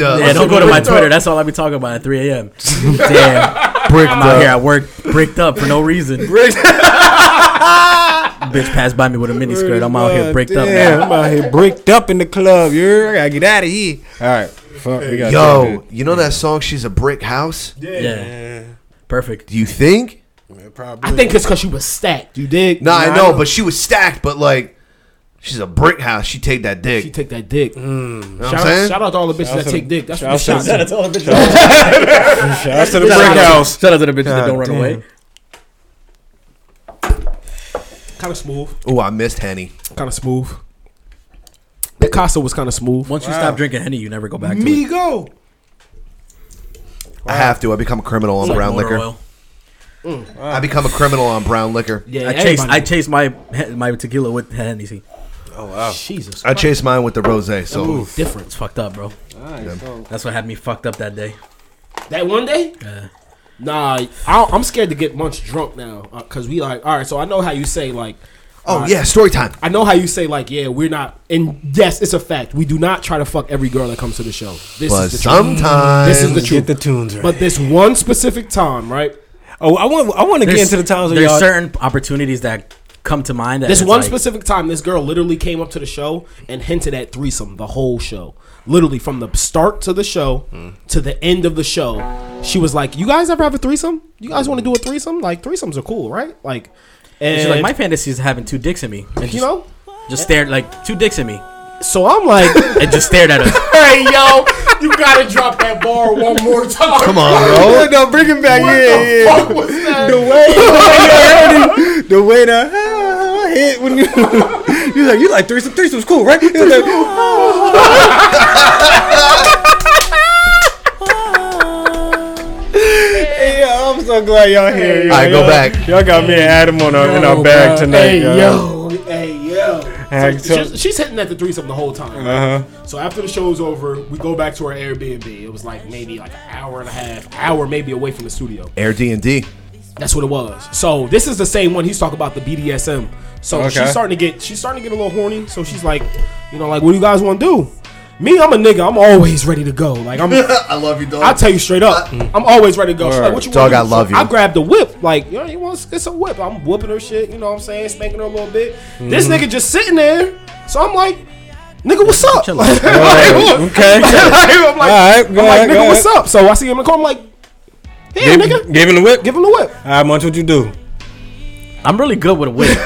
Speaker 1: up.
Speaker 8: Yeah, don't go to my Twitter. That's all I be talking about at 3 a.m. Damn.
Speaker 1: Bricked
Speaker 8: I'm out here
Speaker 1: up.
Speaker 8: at work, bricked up for no reason. Bitch passed by me with a miniskirt. I'm out here bricked up.
Speaker 5: Damn,
Speaker 8: now.
Speaker 5: I'm out here bricked up in the club. You, I gotta get out of here. All right, fuck, we got
Speaker 1: Yo, you know that song? She's a brick house.
Speaker 8: Yeah. Perfect.
Speaker 1: Do you think?
Speaker 9: I think it's because you was stacked. You dig?
Speaker 1: Nah, I know, but she was stacked. But like, she's a brick house. She take that dick.
Speaker 9: She take that dick.
Speaker 1: You know what I'm
Speaker 9: Mm. Shout,
Speaker 1: saying?
Speaker 9: out, shout out to all the bitches that take dick. That's what the
Speaker 5: shout
Speaker 9: shot.
Speaker 5: out
Speaker 9: to.
Speaker 5: Shout out to the brick
Speaker 8: Shout out to-
Speaker 5: house.
Speaker 8: Shout out to the bitches
Speaker 5: God
Speaker 8: that don't run
Speaker 5: damn.
Speaker 8: away.
Speaker 9: Kind of smooth.
Speaker 1: Oh, I missed Henny.
Speaker 9: Kind of smooth. Picasso was kind of smooth.
Speaker 8: Once you stop drinking Henny, you never go back to it.
Speaker 9: Migo.
Speaker 1: I have to. I become a criminal on
Speaker 8: It's like
Speaker 1: brown
Speaker 8: motor
Speaker 1: liquor.
Speaker 8: oil.
Speaker 1: I become a criminal on brown liquor.
Speaker 9: Yeah,
Speaker 8: I chase I
Speaker 9: everybody-
Speaker 8: chase my my tequila with Hennessy.
Speaker 9: Jesus.
Speaker 1: I
Speaker 9: Christ.
Speaker 1: chased mine with the rosé. So
Speaker 9: Different.
Speaker 8: It's fucked up, bro. That's what had me fucked up that day.
Speaker 9: That one day? Nah, I, I'm scared to get much drunk now because we like. All right, so I know how you say like.
Speaker 1: oh
Speaker 9: uh,
Speaker 1: yeah, story time.
Speaker 9: I know how you say like, yeah, we're not, and yes, it's a fact. We do not try to fuck every girl that comes to the show. This
Speaker 1: But
Speaker 9: is the
Speaker 1: sometimes
Speaker 9: truth. This is the truth.
Speaker 5: Get the tunes right.
Speaker 9: But this one specific time, right?
Speaker 5: oh, I want I want to get into the times where
Speaker 8: there's
Speaker 5: y'all.
Speaker 8: certain opportunities that come to mind. That
Speaker 9: This
Speaker 8: it's
Speaker 9: one
Speaker 8: like-
Speaker 9: specific time, this girl literally came up to the show and hinted at threesome the whole show. Literally from the start to the show to the end of the show, she was like, "You guys ever have a threesome? You guys want to do a threesome? Like threesomes are cool, right? Like, and
Speaker 8: She's like, my fantasy is having two dicks in me. And just,
Speaker 9: you know."
Speaker 8: just stared like two dicks in me
Speaker 9: So I'm like,
Speaker 8: and just stared at us.
Speaker 9: "Hey, yo, you gotta drop that bar one more time."
Speaker 1: Come on, bro.
Speaker 5: Oh no, bring him back. yeah, yeah.
Speaker 9: What was that?
Speaker 5: The way the way the ah, hit when you you like you like threesome threesome's cool, right? It was like, Hey, yo, I'm so glad y'all here. yo.
Speaker 1: Alright, go
Speaker 5: Y'all-
Speaker 1: back.
Speaker 5: Y'all got me and Adam on our, in our bag tonight.
Speaker 9: Hey
Speaker 5: yo.
Speaker 9: yo, hey yo.
Speaker 5: Hey,
Speaker 9: So Uh-huh.
Speaker 5: so-
Speaker 9: she's, she's hitting at the threesome the whole time. right? So after the show's over, we go back to our Airbnb. It was like maybe like an hour and a half, hour maybe away from the studio.
Speaker 1: Air D and D.
Speaker 9: That's what it was. So this is the same one he's talking about the BDSM. So
Speaker 5: Okay.
Speaker 9: she's starting to get she's starting to get a little horny. So she's like, you know, like what do you guys want to do? Me, I'm a nigga. I'm always ready to go. Like I'm
Speaker 1: I love you, dog.
Speaker 9: I'll tell you straight up. I'm always ready to go. She's like, what you
Speaker 1: Dog,
Speaker 9: wanna
Speaker 1: I
Speaker 9: do?"
Speaker 1: love
Speaker 9: So
Speaker 1: you.
Speaker 9: I grabbed the whip. Like, you know, you want it's a whip. I'm whooping her shit, you know what I'm saying? Spanking her a little bit. This
Speaker 5: Mm-hmm.
Speaker 9: nigga just sitting there. So I'm like, nigga, what's up?
Speaker 8: Chill
Speaker 9: Like,
Speaker 8: out.
Speaker 5: okay.
Speaker 9: like, I'm like,
Speaker 5: Alright,
Speaker 9: I'm
Speaker 5: go
Speaker 9: like,
Speaker 5: ahead, go
Speaker 9: nigga, what's
Speaker 5: ahead."
Speaker 9: up? So I see him in the car. I'm like, yeah, nigga,
Speaker 5: Gave him the whip.
Speaker 9: give him the whip.
Speaker 5: How much would you do?
Speaker 8: I'm really good with a whip.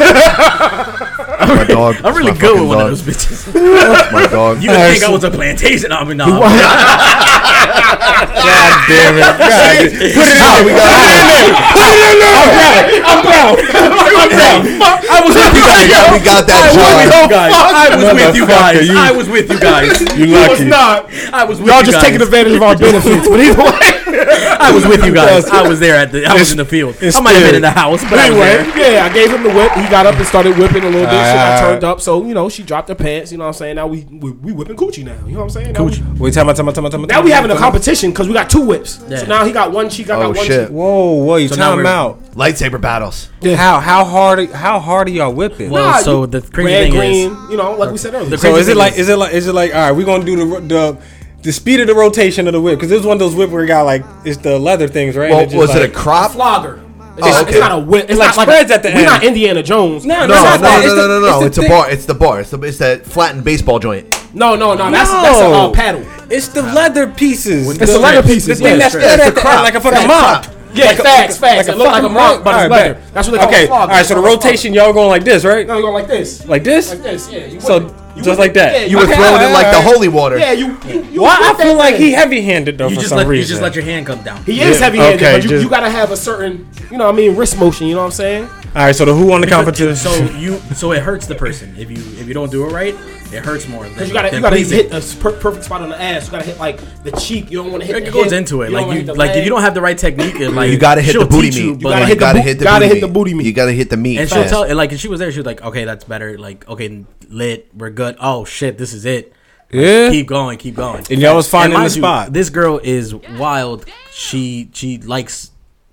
Speaker 1: My dog.
Speaker 8: I'm really
Speaker 1: It's my
Speaker 8: good
Speaker 1: fucking
Speaker 8: with one
Speaker 1: dog.
Speaker 8: of those bitches.
Speaker 1: It's my dog.
Speaker 8: You would think I was a plantation? I mean, no. I'm not.
Speaker 5: God damn it. God, put it in there. Put it in there. Put it in there. I'm proud. I'm proud. I'm proud. I was with you guys.
Speaker 1: We got that
Speaker 5: I was with you guys.
Speaker 8: I was with you guys.
Speaker 5: You-
Speaker 8: I was with you guys.
Speaker 5: You
Speaker 8: I was
Speaker 5: lucky.
Speaker 8: not. I was with
Speaker 5: Y'all
Speaker 8: you
Speaker 5: just
Speaker 8: guys.
Speaker 5: taking advantage of our benefits. But either way,
Speaker 8: I was with you guys. I was there at the. I was in the field. I might have been in the house, but I was
Speaker 9: anyway,
Speaker 8: there.
Speaker 9: yeah, I gave him the whip. He got up and started whipping a little bit. so I
Speaker 5: Ah.
Speaker 9: turned up. So you know, she dropped her pants. You know what I'm saying? Now we we, we whipping coochie now. You know what I'm saying? Now we,
Speaker 5: Wait, time out, time out, time out, time out.
Speaker 9: now we having a competition because we got two whips.
Speaker 5: Yeah.
Speaker 9: So now he got one cheek. I got
Speaker 5: Oh,
Speaker 9: one
Speaker 5: shit.
Speaker 9: cheek.
Speaker 5: Whoa, wait,
Speaker 9: So now
Speaker 5: time
Speaker 9: we're-
Speaker 5: out.
Speaker 1: Lightsaber battles.
Speaker 5: How how hard are- how hard are y'all whipping?
Speaker 9: Well, Nah, so you- the crazy red, thing is- green, you know, like we said earlier. The
Speaker 5: So
Speaker 9: crazy
Speaker 5: is it
Speaker 9: thing
Speaker 5: like
Speaker 9: is-
Speaker 5: is it like is it like all right? We're gonna do the ro- the the speed of the rotation of the whip because this is one of those whip where it got like it's the leather things right?
Speaker 1: Well,
Speaker 5: just
Speaker 1: was it a
Speaker 5: like-
Speaker 1: crop?
Speaker 9: Flogger. It's,
Speaker 5: Oh,
Speaker 9: not,
Speaker 5: okay.
Speaker 9: it's not a whip. It's,
Speaker 5: It's
Speaker 9: not
Speaker 5: like
Speaker 9: like
Speaker 5: spreads at the
Speaker 9: We're not
Speaker 5: end.
Speaker 9: Indiana Jones.
Speaker 5: No,
Speaker 1: No, no, no, no, no, no, no. It's a
Speaker 5: thing-
Speaker 1: bar. It's the bar. It's the it's that flattened baseball joint.
Speaker 9: No, no, no. That's that's a uh, paddle.
Speaker 5: It's the leather pieces.
Speaker 9: It's the leather pieces,
Speaker 5: The
Speaker 9: yeah,
Speaker 5: thing that's
Speaker 9: straight.
Speaker 5: fed
Speaker 9: It's
Speaker 5: at
Speaker 9: the
Speaker 5: the end,
Speaker 9: crop.
Speaker 5: like a fucking
Speaker 9: Fat
Speaker 5: mop.
Speaker 9: crop. Yeah, facts, facts. It look like a mop, but it's leather. That's what they call
Speaker 5: okay.
Speaker 9: a flog.
Speaker 5: All right, so the rotation, y'all going like this, right?
Speaker 9: No, you going like this.
Speaker 5: Like this?
Speaker 9: Like this, yeah. You
Speaker 5: So just like that.
Speaker 9: yeah, You you were whip it.
Speaker 1: throwing it like the holy water.
Speaker 9: Yeah, you. you, you
Speaker 5: Why I
Speaker 9: whip that
Speaker 5: feel like
Speaker 9: thing.
Speaker 5: he heavy-handed though
Speaker 8: You
Speaker 5: for
Speaker 8: just
Speaker 5: some
Speaker 8: let
Speaker 5: reason.
Speaker 8: you just let your hand come down.
Speaker 9: He is
Speaker 5: Yeah,
Speaker 9: heavy handed,
Speaker 5: okay,
Speaker 9: but you,
Speaker 5: just-
Speaker 9: you gotta have a certain, you know what I mean, wrist motion, you know what I'm saying?
Speaker 5: All right, so the who won the competition?
Speaker 8: So you so it hurts the person if you if you don't do it right, it hurts more.
Speaker 9: Because you gotta, you gotta hit a per- perfect spot on the ass. You gotta hit like the cheek. You don't want to hit.
Speaker 8: It
Speaker 9: the
Speaker 8: goes
Speaker 9: hip.
Speaker 8: into it.
Speaker 9: don't
Speaker 8: Like
Speaker 9: wanna
Speaker 8: you
Speaker 9: hit the
Speaker 8: like if you
Speaker 9: leg.
Speaker 8: don't have the right technique, it, like
Speaker 1: You gotta hit
Speaker 8: she'll
Speaker 1: the booty
Speaker 8: teach
Speaker 1: meat.
Speaker 8: you,
Speaker 1: You
Speaker 8: but
Speaker 1: gotta
Speaker 8: like,
Speaker 1: hit the
Speaker 9: gotta
Speaker 1: booty.
Speaker 9: hit the booty meat.
Speaker 1: You gotta hit the meat.
Speaker 8: and she'll
Speaker 1: fast.
Speaker 8: tell and like and she was there. She was like, okay, that's better. Like okay, lit. We're good. Oh shit, this is it. Like,
Speaker 5: Yeah.
Speaker 8: keep going, keep going.
Speaker 5: And y'all was finding
Speaker 8: And
Speaker 5: the
Speaker 8: mind you,
Speaker 5: spot.
Speaker 8: This girl is wild. She she likes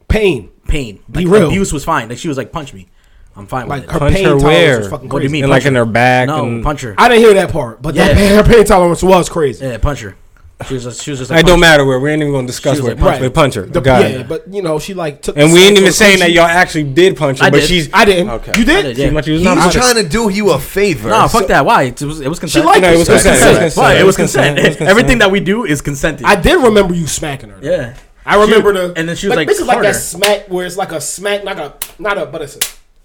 Speaker 9: pain.
Speaker 8: Pain.
Speaker 9: Be
Speaker 8: Like,
Speaker 9: real.
Speaker 8: Abuse was fine. Like she was like, punch me. I'm fine
Speaker 9: Like,
Speaker 8: with it.
Speaker 9: her Punch pain her tolerance where? was fucking
Speaker 8: What do you
Speaker 9: crazy.
Speaker 8: mean?
Speaker 5: And, like,
Speaker 8: punch
Speaker 5: in
Speaker 8: her?
Speaker 5: her back
Speaker 8: No,
Speaker 5: and-
Speaker 8: punch her.
Speaker 9: I didn't hear that part, but that
Speaker 8: Yeah.
Speaker 9: pain, her pain tolerance was crazy.
Speaker 8: Yeah, punch her. She was just, she was just. Like,
Speaker 5: It don't
Speaker 8: punch
Speaker 5: matter where we ain't even gonna discuss
Speaker 8: She was
Speaker 5: where
Speaker 8: like, punch
Speaker 5: punch,
Speaker 8: me.
Speaker 5: but punch her.
Speaker 9: The-
Speaker 5: Got
Speaker 9: yeah,
Speaker 5: it.
Speaker 9: but you know she like took.
Speaker 5: And
Speaker 9: the
Speaker 5: we
Speaker 9: side
Speaker 5: ain't
Speaker 9: to
Speaker 5: even
Speaker 9: the
Speaker 5: saying that
Speaker 9: coochie.
Speaker 5: y'all actually did punch her,
Speaker 8: I
Speaker 5: but
Speaker 8: did.
Speaker 5: she's
Speaker 9: I didn't.
Speaker 5: Okay.
Speaker 9: You did.
Speaker 8: I did, yeah.
Speaker 5: She much- she was
Speaker 1: He
Speaker 5: not
Speaker 1: was
Speaker 5: about it.
Speaker 1: trying to do you a favor.
Speaker 8: No, fuck that. Why? It was it was consent.
Speaker 9: liked
Speaker 8: No,
Speaker 9: it.
Speaker 8: it was consent.
Speaker 9: It was
Speaker 8: It was
Speaker 5: consent.
Speaker 8: consent. It was
Speaker 5: It was
Speaker 8: consent.
Speaker 5: consent. It was consent.
Speaker 8: Everything that we do is consented.
Speaker 9: I did remember you smacking her. though.
Speaker 8: yeah.
Speaker 9: I remember
Speaker 8: She-
Speaker 9: the.
Speaker 8: and then she was like,
Speaker 9: "This is like that
Speaker 8: harder.
Speaker 9: smack where it's like a smack, not a, not a, but it's a.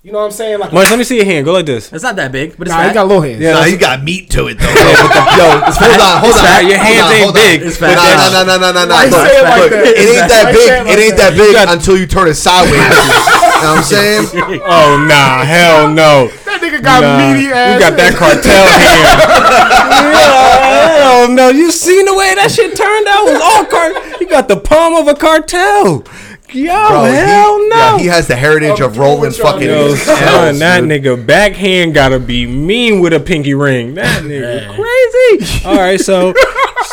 Speaker 9: You know what I'm saying? Like,
Speaker 5: Marcus, let me see your hand. Go like this.
Speaker 8: It's not that big, but it's
Speaker 9: nah,
Speaker 8: fat.
Speaker 9: he got low hands.
Speaker 5: Yeah,
Speaker 1: Nah,
Speaker 5: that's-
Speaker 1: you got meat to it though. Yo, with the- yo, hold on, hold
Speaker 5: fat.
Speaker 1: on.
Speaker 5: Your hands
Speaker 1: hold on,
Speaker 5: ain't
Speaker 1: hold
Speaker 5: big,
Speaker 1: On.
Speaker 8: It's
Speaker 1: No,
Speaker 8: fat.
Speaker 1: no, no, no, no, no, no.
Speaker 9: Why you say it like
Speaker 1: Look,
Speaker 9: that?
Speaker 1: It ain't
Speaker 9: Why
Speaker 1: that
Speaker 9: you say it
Speaker 1: big.
Speaker 9: like
Speaker 1: It ain't
Speaker 9: that?
Speaker 1: that big until you turn it sideways. You know what I'm saying?
Speaker 5: Oh nah, hell no.
Speaker 9: That nigga got
Speaker 5: Nah,
Speaker 9: meaty ass.
Speaker 5: We got that cartel hand. Hell no. You seen the way that shit turned out? It was all cart. You got the palm of a cartel. Yo,
Speaker 1: Bro, he-
Speaker 5: hell no.
Speaker 1: yeah, he has the heritage of rolling fucking.
Speaker 5: Yo, son,
Speaker 1: L's,
Speaker 5: that
Speaker 1: dude.
Speaker 5: nigga backhand gotta be mean with a pinky ring. That nigga crazy. All right, so,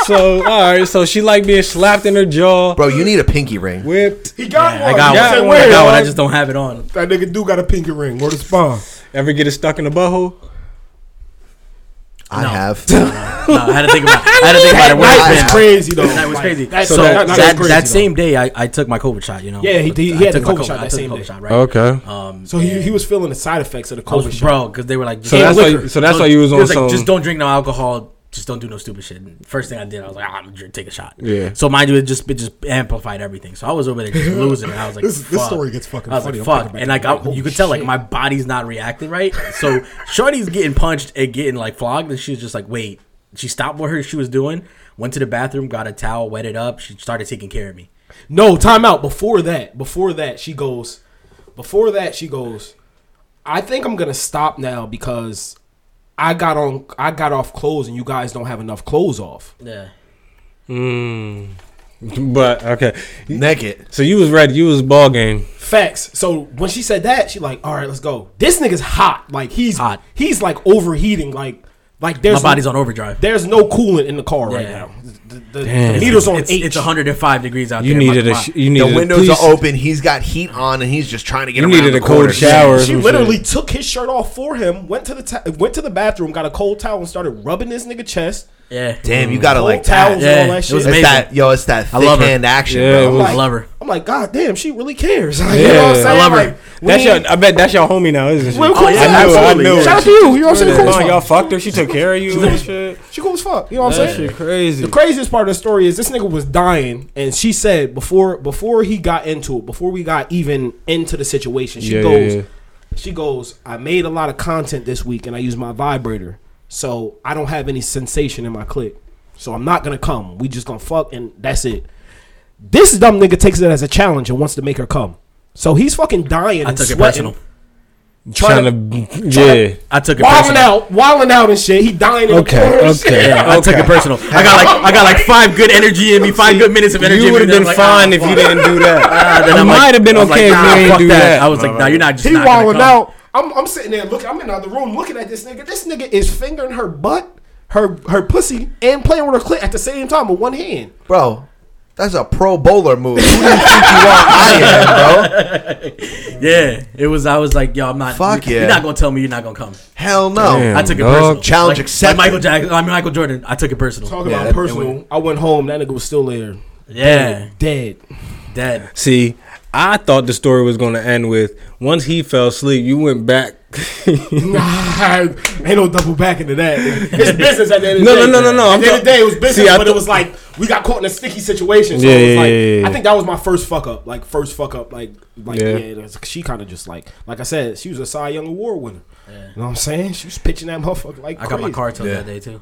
Speaker 5: so, all right, so she like being slapped in her jaw,
Speaker 1: Bro, you need a pinky ring.
Speaker 5: whipped.
Speaker 9: He got
Speaker 8: I
Speaker 9: one.
Speaker 8: got
Speaker 5: Yeah,
Speaker 8: one.
Speaker 5: wait,
Speaker 8: I got one. I
Speaker 5: dog.
Speaker 8: just don't have it on.
Speaker 9: That nigga do got a pinky ring. Where the spawn?
Speaker 5: Ever get it stuck in the butthole?
Speaker 1: I
Speaker 8: No.
Speaker 1: have.
Speaker 8: No, I had to think about. I had to think about
Speaker 9: That
Speaker 8: it. Where it's
Speaker 9: night was
Speaker 8: been.
Speaker 9: crazy though.
Speaker 8: That was
Speaker 9: Like,
Speaker 8: crazy.
Speaker 9: that-
Speaker 8: so
Speaker 9: that-
Speaker 8: that,
Speaker 9: that-
Speaker 8: that,
Speaker 9: crazy, though.
Speaker 8: same day, I, I took my COVID shot. You know.
Speaker 9: Yeah, he did- he had
Speaker 8: I took
Speaker 9: the
Speaker 8: my
Speaker 9: COVID shot
Speaker 8: I
Speaker 9: that
Speaker 8: took
Speaker 9: same
Speaker 8: the COVID
Speaker 9: day.
Speaker 8: Shot, right.
Speaker 5: Okay.
Speaker 8: Um,
Speaker 9: So he, he was feeling the side effects of the
Speaker 8: I
Speaker 9: COVID
Speaker 8: was,
Speaker 9: shot.
Speaker 8: bro, because they were like,
Speaker 5: So that's why. You, so that's why you was
Speaker 8: it
Speaker 5: on
Speaker 8: was
Speaker 5: some.
Speaker 8: like, just don't drink no alcohol. Just don't do no stupid shit. And first thing I did, I was like, ah, I'm gonna drink, take a shot.
Speaker 5: Yeah.
Speaker 8: So mind you, it just it just amplified everything. So I was over there just losing. it. I was like,
Speaker 4: This-
Speaker 8: fuck.
Speaker 4: this story gets fucking
Speaker 8: I was
Speaker 4: funny. I'm
Speaker 8: Like,
Speaker 4: thinking
Speaker 8: fuck.
Speaker 4: back
Speaker 8: And
Speaker 4: to
Speaker 8: like,
Speaker 4: it.
Speaker 8: I, you could tell like my body's not reacting right. So Shorty's getting punched and getting like flogged, and she was just like, wait. She stopped what her she was doing, went to the bathroom, got a towel, wet it up. She started taking care of me.
Speaker 9: No, time out. Before that, before that, she goes. Before that, she goes. I think I'm gonna stop now because I got on. I got off clothes, and you guys don't have enough clothes off.
Speaker 8: Yeah.
Speaker 5: but okay.
Speaker 1: Naked.
Speaker 5: So you was ready. You was ball game.
Speaker 9: Facts. So when she said that, she like, all right, let's go. This nigga's hot. Like he's
Speaker 8: Hot.
Speaker 9: He's like overheating. Like like
Speaker 8: My
Speaker 9: there's
Speaker 8: body's on overdrive.
Speaker 9: There's no coolant in the car right
Speaker 8: Yeah.
Speaker 9: now. The, the, the meter's on
Speaker 8: it's,
Speaker 9: H.
Speaker 8: it's 105 degrees out
Speaker 5: You
Speaker 8: there.
Speaker 5: needed
Speaker 8: My-
Speaker 5: a.
Speaker 8: my-
Speaker 5: sh- You
Speaker 1: The
Speaker 5: needed.
Speaker 1: windows
Speaker 5: please-
Speaker 1: are open. He's got heat on, and he's just trying to get
Speaker 5: You
Speaker 1: around
Speaker 5: needed
Speaker 1: the
Speaker 5: a cold
Speaker 1: corner.
Speaker 5: shower. or
Speaker 9: She
Speaker 5: some
Speaker 9: literally
Speaker 5: shit.
Speaker 9: took his shirt off for him, went to the ta- went to the bathroom, got a cold towel, and started rubbing this nigga chest.
Speaker 8: yeah.
Speaker 1: Damn, you gotta
Speaker 9: Cold
Speaker 1: like that.
Speaker 9: towels
Speaker 8: Yeah,
Speaker 9: and all that
Speaker 8: it
Speaker 9: shit.
Speaker 8: was
Speaker 1: It's
Speaker 8: amazing.
Speaker 1: that yo, it's that
Speaker 8: I
Speaker 1: thick
Speaker 8: love her.
Speaker 1: hand action,
Speaker 5: Yeah, it
Speaker 1: bro.
Speaker 5: was-
Speaker 8: I love her.
Speaker 9: I'm like, God damn, she really cares. Like, You know what I'm
Speaker 5: Yeah.
Speaker 9: saying?
Speaker 5: I
Speaker 8: love her.
Speaker 9: Like, we
Speaker 5: That's your.
Speaker 9: ain't-
Speaker 5: I bet that's your homie now, isn't she?
Speaker 9: we cool as
Speaker 8: yeah,
Speaker 9: fuck.
Speaker 5: I knew. it, I
Speaker 8: absolutely.
Speaker 5: knew. it. Oh
Speaker 9: Shout out to you. You know what I'm saying? Cool as
Speaker 5: Y'all
Speaker 9: fuck.
Speaker 5: fucked her. She took care of you and shit.
Speaker 9: She cool as fuck. You know what I'm
Speaker 5: That
Speaker 9: saying?
Speaker 5: shit crazy.
Speaker 9: The craziest part of the story is this nigga was dying, and she said before before he got into it, before we got even into the situation, she
Speaker 5: Yeah, yeah,
Speaker 9: goes,
Speaker 5: yeah.
Speaker 9: She goes, I made a lot of content this week and I used my vibrator. So I don't have any sensation in my clip. So I'm not gonna come. We just gonna fuck and that's it. This dumb nigga takes it as a challenge and wants to make her come. So he's fucking dying.
Speaker 8: I
Speaker 9: and
Speaker 8: took it
Speaker 9: sweating.
Speaker 8: personal.
Speaker 5: Trying to- yeah.
Speaker 8: I took it
Speaker 9: Wilding
Speaker 8: personal.
Speaker 9: out, wilding out and shit. He dying. In
Speaker 5: Okay,
Speaker 9: the corner and
Speaker 5: okay.
Speaker 9: shit.
Speaker 8: Yeah, I took it personal. I got like I got like five good energy in me, five good minutes of energy.
Speaker 5: You
Speaker 8: in me,
Speaker 5: would have
Speaker 8: then
Speaker 5: been
Speaker 8: I'm like,
Speaker 5: fine
Speaker 8: ah,
Speaker 5: if you
Speaker 8: fuck.
Speaker 5: didn't do that.
Speaker 8: Ah, then
Speaker 5: it
Speaker 8: I'm like-
Speaker 5: might have been
Speaker 8: I was like,
Speaker 5: okay
Speaker 8: nah,
Speaker 5: if you didn't
Speaker 8: fuck
Speaker 5: do
Speaker 8: that.
Speaker 5: that.
Speaker 8: I was like, nah, you're not just
Speaker 9: he
Speaker 8: not gonna
Speaker 9: wilding
Speaker 8: come.
Speaker 9: out. I'm, I'm sitting there looking. I'm in the other room looking at this nigga. This nigga is fingering her butt, her her pussy, and playing with her clit at the same time with one hand.
Speaker 1: Bro, that's a pro bowler move. Who do you think you are? I am, bro.
Speaker 8: Yeah, it was. I was like, yo, I'm not.
Speaker 1: Fuck
Speaker 8: you-
Speaker 1: yeah.
Speaker 8: You're not gonna tell me you're not gonna come.
Speaker 1: Hell no.
Speaker 8: I took it
Speaker 5: dog.
Speaker 8: personal.
Speaker 1: Challenge
Speaker 8: like,
Speaker 1: accepted.
Speaker 8: Like Michael Jackson. I mean Michael Jordan. I took it personal.
Speaker 9: Talk
Speaker 1: Yeah,
Speaker 9: about
Speaker 1: that-
Speaker 9: personal. I went home. That nigga was still there.
Speaker 8: Yeah,
Speaker 9: Dead.
Speaker 8: dead.
Speaker 5: See, I thought the story was going to end with once he fell asleep, you went back.
Speaker 9: Nah, ain't no double back into that. It's business at the end of the
Speaker 5: No,
Speaker 9: day.
Speaker 5: no, no, no, no.
Speaker 9: At the end of the day, it was business,
Speaker 5: See, I
Speaker 9: but it
Speaker 5: thought-
Speaker 9: was like we got caught in a sticky situation. So
Speaker 5: Yeah,
Speaker 9: it was
Speaker 5: yeah,
Speaker 9: like,
Speaker 5: yeah, yeah.
Speaker 9: I think that was my first fuck up. Like first fuck up. Like like yeah.
Speaker 5: Yeah.
Speaker 9: it was- she kind of just like like I said, she was a Cy Young Award winner. You know what I'm saying? She was pitching that motherfucker like
Speaker 8: I got my
Speaker 9: crazy.
Speaker 8: car towed that day too.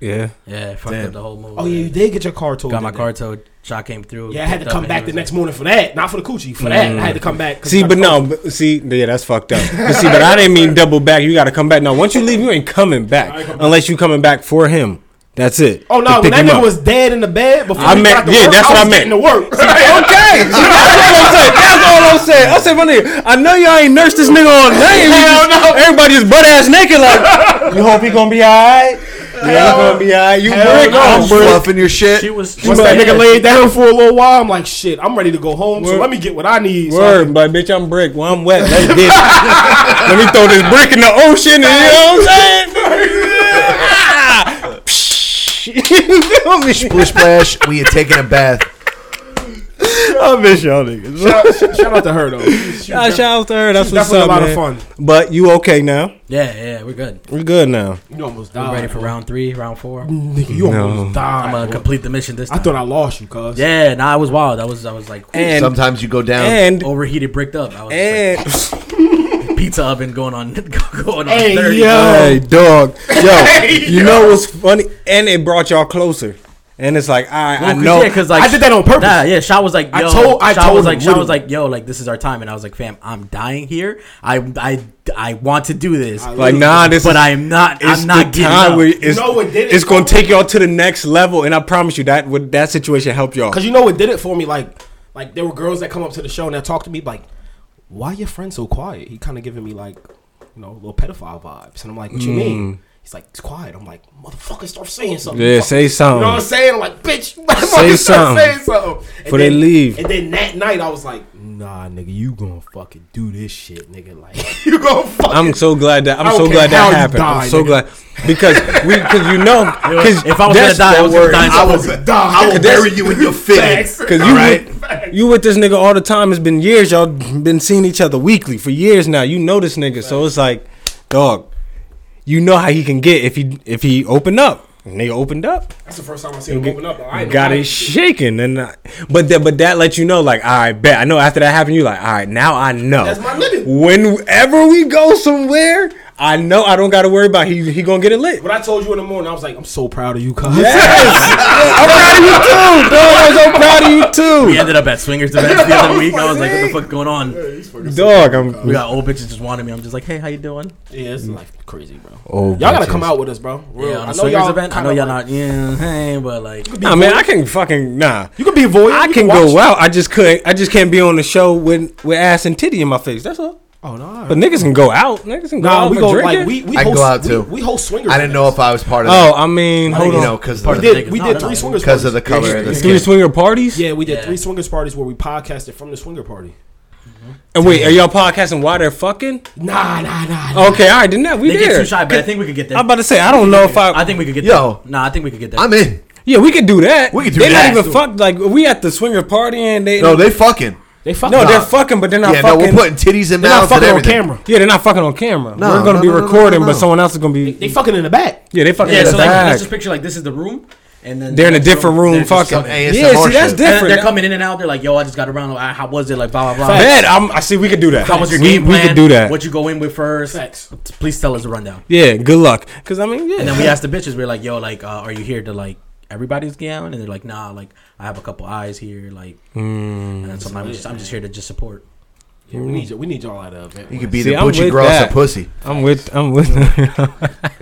Speaker 5: Yeah.
Speaker 8: Yeah, it fucked up the whole movie.
Speaker 9: Oh yeah, you did get your car towed.
Speaker 8: got my
Speaker 9: didn't
Speaker 8: car
Speaker 9: you?
Speaker 8: towed. Shot came through.
Speaker 9: Yeah, I had to
Speaker 8: picked up
Speaker 9: come
Speaker 8: and Mm.
Speaker 9: back the
Speaker 8: everything.
Speaker 9: next morning for that. Not for the coochie. For that, I had to come back. 'cause
Speaker 5: Mm. See,
Speaker 9: I
Speaker 5: but
Speaker 9: got
Speaker 5: no, but see, yeah, that's fucked up. But see, but I didn't mean double back. You got to come back. No, once you leave, you ain't coming back unless you coming back for him. That's it.
Speaker 9: Oh
Speaker 5: To
Speaker 9: no! When
Speaker 5: pick
Speaker 9: that
Speaker 5: him
Speaker 9: nigga
Speaker 5: up.
Speaker 9: was dead in the bed before
Speaker 5: I
Speaker 9: he
Speaker 5: meant-
Speaker 9: got to
Speaker 5: yeah,
Speaker 9: work,
Speaker 5: that's what I
Speaker 9: was
Speaker 5: meant.
Speaker 9: getting to work.
Speaker 5: Okay, see, that's what I'm saying. That's all I'm saying. I said, my nigga, I know y'all ain't nursed this nigga all night. We just- Everybody just butt ass naked. Like, you hope he gonna be alright. Yeah, he gonna be alright. You
Speaker 9: Hell
Speaker 5: break
Speaker 9: no.
Speaker 5: I'm
Speaker 1: I'm
Speaker 5: brick.
Speaker 1: fluffing your shit.
Speaker 8: She was. She
Speaker 9: Once
Speaker 8: was
Speaker 9: that
Speaker 5: Right.
Speaker 9: nigga laid down for a little while, I'm like, shit, I'm ready to go home. So
Speaker 5: Word.
Speaker 9: let me get what I need. So
Speaker 5: Word, but bitch, I'm brick. Well, I'm wet. That's dick. Let me throw this brick in the ocean. You know what I'm saying? you feel me?
Speaker 1: Splish splash. We had taken a bath.
Speaker 5: I miss y'all niggas.
Speaker 9: shout, shout out to her though. She
Speaker 5: Nah,
Speaker 9: was
Speaker 5: shout out to her. That's
Speaker 9: She's
Speaker 5: what's
Speaker 9: definitely
Speaker 5: up,
Speaker 9: a lot
Speaker 5: man.
Speaker 9: of
Speaker 5: But you okay now?
Speaker 8: Yeah, yeah, we're good.
Speaker 5: We're good now.
Speaker 9: def- you almost
Speaker 8: We're
Speaker 9: died.
Speaker 8: ready for round three, round four.
Speaker 9: Nigga, you almost
Speaker 8: I'm
Speaker 9: died.
Speaker 8: gonna
Speaker 9: bro.
Speaker 8: complete the mission this
Speaker 9: Mm. I
Speaker 8: time.
Speaker 9: thought I lost you, cuz.
Speaker 8: yeah, nah, I was wild. I was, I was like
Speaker 5: And
Speaker 1: Sometimes you go down.
Speaker 5: and
Speaker 8: overheated, bricked up. I was just like,
Speaker 5: and
Speaker 8: pizza oven going on going on
Speaker 9: Hey,
Speaker 8: 30.
Speaker 9: yo.
Speaker 5: hey dog, yo, you know what's funny? And it brought y'all closer. And it's like, all right, I
Speaker 8: Well, 'cause,
Speaker 5: know.
Speaker 8: yeah, 'cause, like,
Speaker 9: I did that on purpose.
Speaker 8: Nah, yeah, Shaw was like, yo,
Speaker 9: I told- I
Speaker 8: Shaw
Speaker 9: told
Speaker 8: was
Speaker 9: him,
Speaker 8: like, Shaw
Speaker 9: literally.
Speaker 8: was like, yo, like this is our time, and I was like, fam, I'm dying here. I, I, I want to do this.
Speaker 5: like, nah, this
Speaker 8: but
Speaker 5: is,
Speaker 8: I'm not.
Speaker 5: it's
Speaker 8: I'm not
Speaker 5: the
Speaker 8: getting
Speaker 5: time
Speaker 8: up.
Speaker 5: where it's,
Speaker 9: know what did it
Speaker 5: it's gonna
Speaker 9: for me?
Speaker 5: take y'all to the next level. And I promise you that would that situation help y'all.
Speaker 9: Cause you know what did it for me? Like, like there were girls that come up to the show and that talk to me like, "Why your friend so quiet?" He kind of giving me like, you know, little pedophile vibes, and I'm like, "What you mean?" He's like, "It's quiet." I'm like, "Motherfucker, start saying something."
Speaker 5: Mm. Yeah,
Speaker 9: Fuck.
Speaker 5: say something.
Speaker 9: You know what I'm saying? I'm like, "Bitch, you motherfucker,
Speaker 5: Say
Speaker 9: start
Speaker 5: something.
Speaker 9: saying something." And
Speaker 5: Before they
Speaker 9: then-
Speaker 5: leave.
Speaker 9: And then that night, I was like, "Nah, nigga, you gonna fucking do this shit, nigga? Like, you gonna fucking."
Speaker 5: I'm so glad that
Speaker 9: I
Speaker 5: I'm
Speaker 9: don't
Speaker 5: so
Speaker 9: care
Speaker 5: glad
Speaker 9: how
Speaker 5: that
Speaker 9: you
Speaker 5: happened.
Speaker 9: die,
Speaker 5: I'm so
Speaker 9: nigga.
Speaker 5: glad because we because you know because
Speaker 8: if I was gonna die, I was gonna die. in
Speaker 1: I
Speaker 8: South
Speaker 1: was
Speaker 8: Africa.
Speaker 1: I will bury you in your
Speaker 9: Facts.
Speaker 1: fittings.
Speaker 5: Cause you
Speaker 1: All right.
Speaker 5: with, you with this nigga all the time. It's been years. Y'all been seeing each other weekly for years now. You know this nigga, so it's like, dog. You know how he can get if he if he opened up. Nigga opened up,
Speaker 9: That's the first time I seen him open up. though. I ain't
Speaker 5: got it shaking, and I, but that but that let you know like all right, bet I know after that happened you like all right now I know.
Speaker 9: That's my nigga.
Speaker 5: Whenever we go somewhere, I know I don't got to worry about he he gonna get it lit.
Speaker 9: But I told you in the morning, I was like, "I'm so proud of you, cuz."
Speaker 5: I'm proud of you too, dog. I'm
Speaker 8: We
Speaker 5: so proud
Speaker 8: ended up at swingers events the other week. I was like, what the fuck going on?
Speaker 5: of you too, dog. I'm
Speaker 8: We got old bitches just wanted me. I'm just like, hey, how you doing?
Speaker 9: Yeah,
Speaker 1: Mm.
Speaker 9: it's like crazy, bro.
Speaker 5: Oh,
Speaker 9: y'all gotta
Speaker 5: bitches.
Speaker 9: come out with us, bro. Real.
Speaker 8: Yeah, on a swingers event. I know y'all not. Yeah, hey, but like,
Speaker 5: Nah, man, I can fucking nah.
Speaker 9: You can be voyeur.
Speaker 5: I
Speaker 9: you
Speaker 5: can
Speaker 9: watch-
Speaker 5: go out. I just couldn't. I just can't be on the show with with ass and titty in my face. That's all.
Speaker 9: Oh no.
Speaker 5: But niggas can go out. Niggas can go
Speaker 9: Nah,
Speaker 5: out.
Speaker 9: we
Speaker 5: for
Speaker 9: go
Speaker 5: drinking.
Speaker 9: like we we
Speaker 1: I can
Speaker 9: host,
Speaker 1: go out
Speaker 9: we-
Speaker 1: too.
Speaker 9: We, host swingers.
Speaker 1: I didn't know if I was part of
Speaker 5: Oh,
Speaker 1: that.
Speaker 5: I mean,
Speaker 1: you
Speaker 5: hold on.
Speaker 1: know, because
Speaker 9: We
Speaker 8: Part of
Speaker 1: the,
Speaker 8: the-
Speaker 9: did. We
Speaker 8: No,
Speaker 9: did
Speaker 8: no,
Speaker 9: three
Speaker 8: no.
Speaker 9: swingers
Speaker 1: because of the
Speaker 9: parties.
Speaker 1: color of the
Speaker 5: Three
Speaker 1: skin.
Speaker 5: swinger parties.
Speaker 9: Yeah, we did
Speaker 8: Yeah.
Speaker 9: three swingers parties where we podcasted from the swinger party.
Speaker 5: And wait, are y'all podcasting while they're fucking?
Speaker 9: Nah, nah, nah. nah.
Speaker 5: Okay, all right, then that we
Speaker 8: they
Speaker 5: there.
Speaker 8: get too shy, but I think we could get there.
Speaker 5: I'm about to say I don't know if I.
Speaker 8: I think we could get
Speaker 1: Yo.
Speaker 8: there. Nah, I think we could get there.
Speaker 1: I'm in.
Speaker 5: yeah, we could do that.
Speaker 1: We could do
Speaker 5: they
Speaker 1: that.
Speaker 5: not even fucked. Like we at the swinger party and they.
Speaker 1: No, they fucking.
Speaker 9: They fuck.
Speaker 5: No,
Speaker 9: nah.
Speaker 5: they're fucking, but they're not
Speaker 1: yeah, no,
Speaker 5: fucking.
Speaker 1: we're putting titties in
Speaker 9: They're not
Speaker 1: mouths and
Speaker 9: fucking on
Speaker 1: everything.
Speaker 9: camera.
Speaker 5: yeah, they're not fucking on camera.
Speaker 1: No,
Speaker 5: we're gonna
Speaker 1: no,
Speaker 5: be
Speaker 1: no, no, no,
Speaker 5: recording,
Speaker 1: no,
Speaker 5: but
Speaker 1: no.
Speaker 5: someone else is gonna be.
Speaker 9: They fucking in the back.
Speaker 5: yeah, they fucking.
Speaker 8: yeah,
Speaker 5: in the
Speaker 8: so like,
Speaker 5: back.
Speaker 8: let's just picture like this is the room, And then
Speaker 5: They're in a different room,
Speaker 8: they're just
Speaker 5: fucking-
Speaker 8: coming-
Speaker 5: Yeah, see, that's
Speaker 8: And
Speaker 5: different.
Speaker 8: They're coming in and out. They're like, "Yo, I just got around. I- How was it? Like, blah blah blah."
Speaker 5: Man, I'm, I see we could do that.
Speaker 8: How was your
Speaker 5: we,
Speaker 8: game plan?
Speaker 5: We could do that.
Speaker 8: What you go in with first? Please tell us a rundown.
Speaker 5: Yeah, good luck. Because I mean, yeah.
Speaker 8: And then we asked the bitches, we are like, yo, like, uh, are you here to like everybody's gown? And they're like, nah, like I have a couple eyes here, like,
Speaker 5: Mm.
Speaker 8: and then sometimes I'm just, I'm just here to just support.
Speaker 9: Yeah, we need you. We need y'all out of it.
Speaker 1: You could be
Speaker 5: See,
Speaker 1: the
Speaker 5: I'm
Speaker 1: Butchie
Speaker 5: with
Speaker 1: Gross
Speaker 5: that.
Speaker 1: of pussy.
Speaker 5: I'm with. I'm with.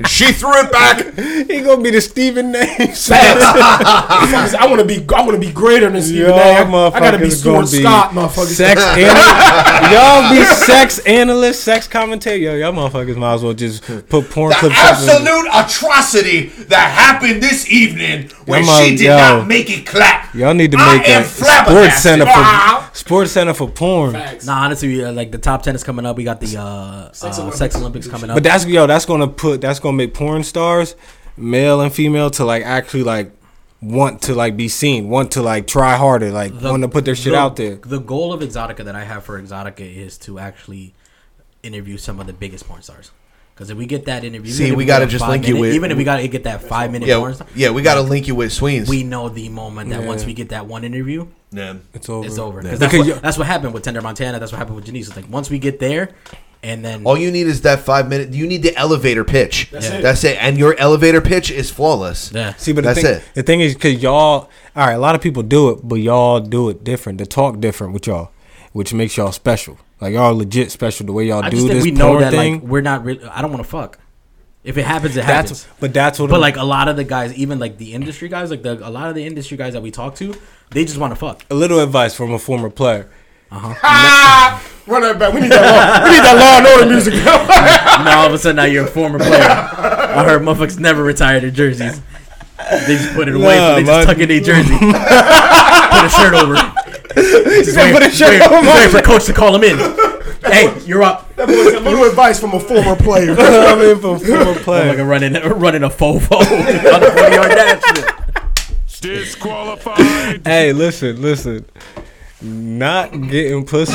Speaker 1: she threw it back.
Speaker 5: he gonna be the Stephen Names.
Speaker 9: Facts. I want to be. I want to be greater than Stephen.
Speaker 5: Y'all
Speaker 9: A. I I gotta
Speaker 5: motherfuckers
Speaker 9: be
Speaker 5: gonna
Speaker 9: Stuart
Speaker 5: be
Speaker 9: Scott, motherfucker.
Speaker 5: Sex analyst. y'all be sex analysts, sex commentator. Yo, y'all motherfuckers might as well just put porn clips up. in-
Speaker 12: Absolute atrocity that happened this evening when
Speaker 5: Come
Speaker 12: she
Speaker 5: on,
Speaker 12: did
Speaker 5: yo.
Speaker 12: not make it clap.
Speaker 5: Oh Y'all need to
Speaker 12: I
Speaker 5: make
Speaker 12: am
Speaker 5: a sports
Speaker 12: flabbergasted.
Speaker 5: center
Speaker 12: Wow.
Speaker 5: for sports center for porn.
Speaker 8: Nah, honestly, uh, like the top ten is coming up. We got the uh, sex, uh, Olympics. sex Olympics coming up.
Speaker 5: But that's yo, that's gonna put that's gonna make porn stars, male and female, to like actually like want to like be seen, want to like try harder, like want to put their shit
Speaker 8: the-
Speaker 5: out there.
Speaker 8: The goal of Exotica that I have for Exotica is to actually interview some of the biggest porn stars. Because if we get that interview,
Speaker 1: See,
Speaker 8: even if
Speaker 1: we gotta
Speaker 8: get
Speaker 1: just
Speaker 8: five
Speaker 1: link you
Speaker 8: minute-
Speaker 1: with-
Speaker 8: even if we gotta get that five minute
Speaker 1: Yeah,
Speaker 8: porn star.
Speaker 1: yeah, we gotta link you with Sweens.
Speaker 8: We know the moment that once
Speaker 1: Yeah.
Speaker 8: we get that one interview,
Speaker 1: Yeah. It's
Speaker 5: over.
Speaker 8: It's over.
Speaker 1: Yeah.
Speaker 8: 'Cause that's,
Speaker 1: Because
Speaker 8: what, that's what happened with Tender Montana. That's what happened with Janice. It's like once we get there, and then
Speaker 1: All you need is that five minute. You need the elevator pitch.
Speaker 8: That's
Speaker 1: That's,
Speaker 8: it.
Speaker 1: it. And your elevator pitch is flawless.
Speaker 8: Yeah.
Speaker 5: See, but the
Speaker 1: that's
Speaker 5: thing,
Speaker 1: it.
Speaker 5: The thing is, because y'all, all right, a lot of people do it, but y'all do it different. They talk different with y'all, which makes y'all special. Like y'all legit special the way y'all
Speaker 8: I
Speaker 5: do
Speaker 8: just think
Speaker 5: this
Speaker 8: we know
Speaker 5: porn
Speaker 8: that
Speaker 5: thing.
Speaker 8: like we're not really. I don't want to fuck. If it happens, it
Speaker 5: That's-
Speaker 8: happens.
Speaker 5: but that's what
Speaker 8: But
Speaker 5: I'm-
Speaker 8: like a lot of the guys, even like the industry guys, like the a lot of the industry guys that we talk to, they just want to fuck.
Speaker 5: a little advice from a former player.
Speaker 9: Run that back. We need that. Law. We need that Law and Order music.
Speaker 8: now all of a sudden, now you're a former player. I heard motherfuckers never retire their jerseys. They just put it away.
Speaker 5: Nah,
Speaker 8: so they just
Speaker 5: man.
Speaker 8: tuck in their jersey, put a shirt over. Just
Speaker 5: said
Speaker 8: wait,
Speaker 5: put a shirt
Speaker 8: wait-
Speaker 5: over.
Speaker 8: just wait for coach to call him in. hey, you're up.
Speaker 9: That boy said, Little advice from a former player.
Speaker 5: I'm in for a former
Speaker 8: I'm
Speaker 5: player.
Speaker 8: like a running, running a fofo on the 40 yard dash.
Speaker 5: Hey, listen, listen. Not getting pussy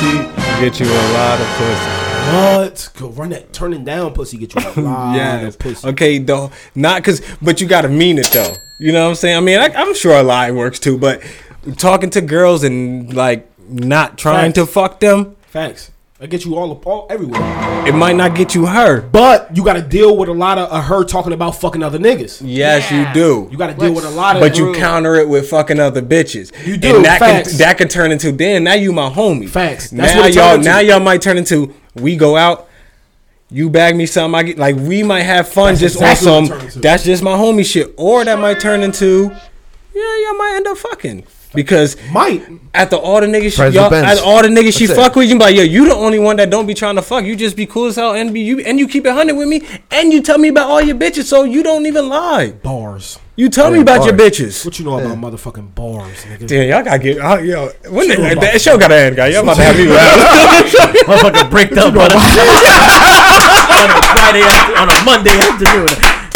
Speaker 5: get you a lot of pussy.
Speaker 9: What? Go run that. Turning down pussy get you a lot
Speaker 5: Yes.
Speaker 9: of pussy.
Speaker 5: Okay, though. Not because, but you got to mean it, though. You know what I'm saying? I mean, I, I'm sure a lie works too, but talking to girls and like not trying to fuck them,
Speaker 9: Facts. I get you all up all everywhere.
Speaker 5: it might not get you her.
Speaker 9: But you got to deal with a lot of uh, her talking about fucking other niggas.
Speaker 5: Yes, you do.
Speaker 9: You got to deal with a lot of.
Speaker 5: But you counter it with fucking other bitches. You
Speaker 9: do,
Speaker 5: that
Speaker 9: facts.
Speaker 5: can that can turn into then now you my homie.
Speaker 9: Facts. That's
Speaker 5: now
Speaker 9: what it
Speaker 5: y'all
Speaker 9: turned into.
Speaker 5: now y'all might turn into we go out, you bag me something, I get like we might have fun
Speaker 9: That's
Speaker 5: just
Speaker 9: exactly what
Speaker 5: on
Speaker 9: it
Speaker 5: some
Speaker 9: turned into.
Speaker 5: that's just my homie shit. Or that might turn into yeah, y'all might end up fucking. Because
Speaker 9: might
Speaker 5: after all the niggas
Speaker 1: Friends
Speaker 5: she, y'all,
Speaker 1: with Benz.
Speaker 5: after all the niggas she
Speaker 1: That's it.
Speaker 5: fuck with, you be like, yo, you the only one that don't be trying to fuck. You just be cool as hell and be you and you keep it hundred with me and you tell me about all your bitches, so you don't even lie.
Speaker 9: Bars.
Speaker 5: You tell me about your bitches.
Speaker 9: What you know about motherfucking bars, nigga?
Speaker 5: Damn, y'all gotta get oh, yo. When
Speaker 9: Sure
Speaker 5: the,
Speaker 9: about
Speaker 5: that show gotta end, guy. Y'all about to have me round.
Speaker 8: Motherfucker bricked up on a, on a Friday after, on a Monday afternoon.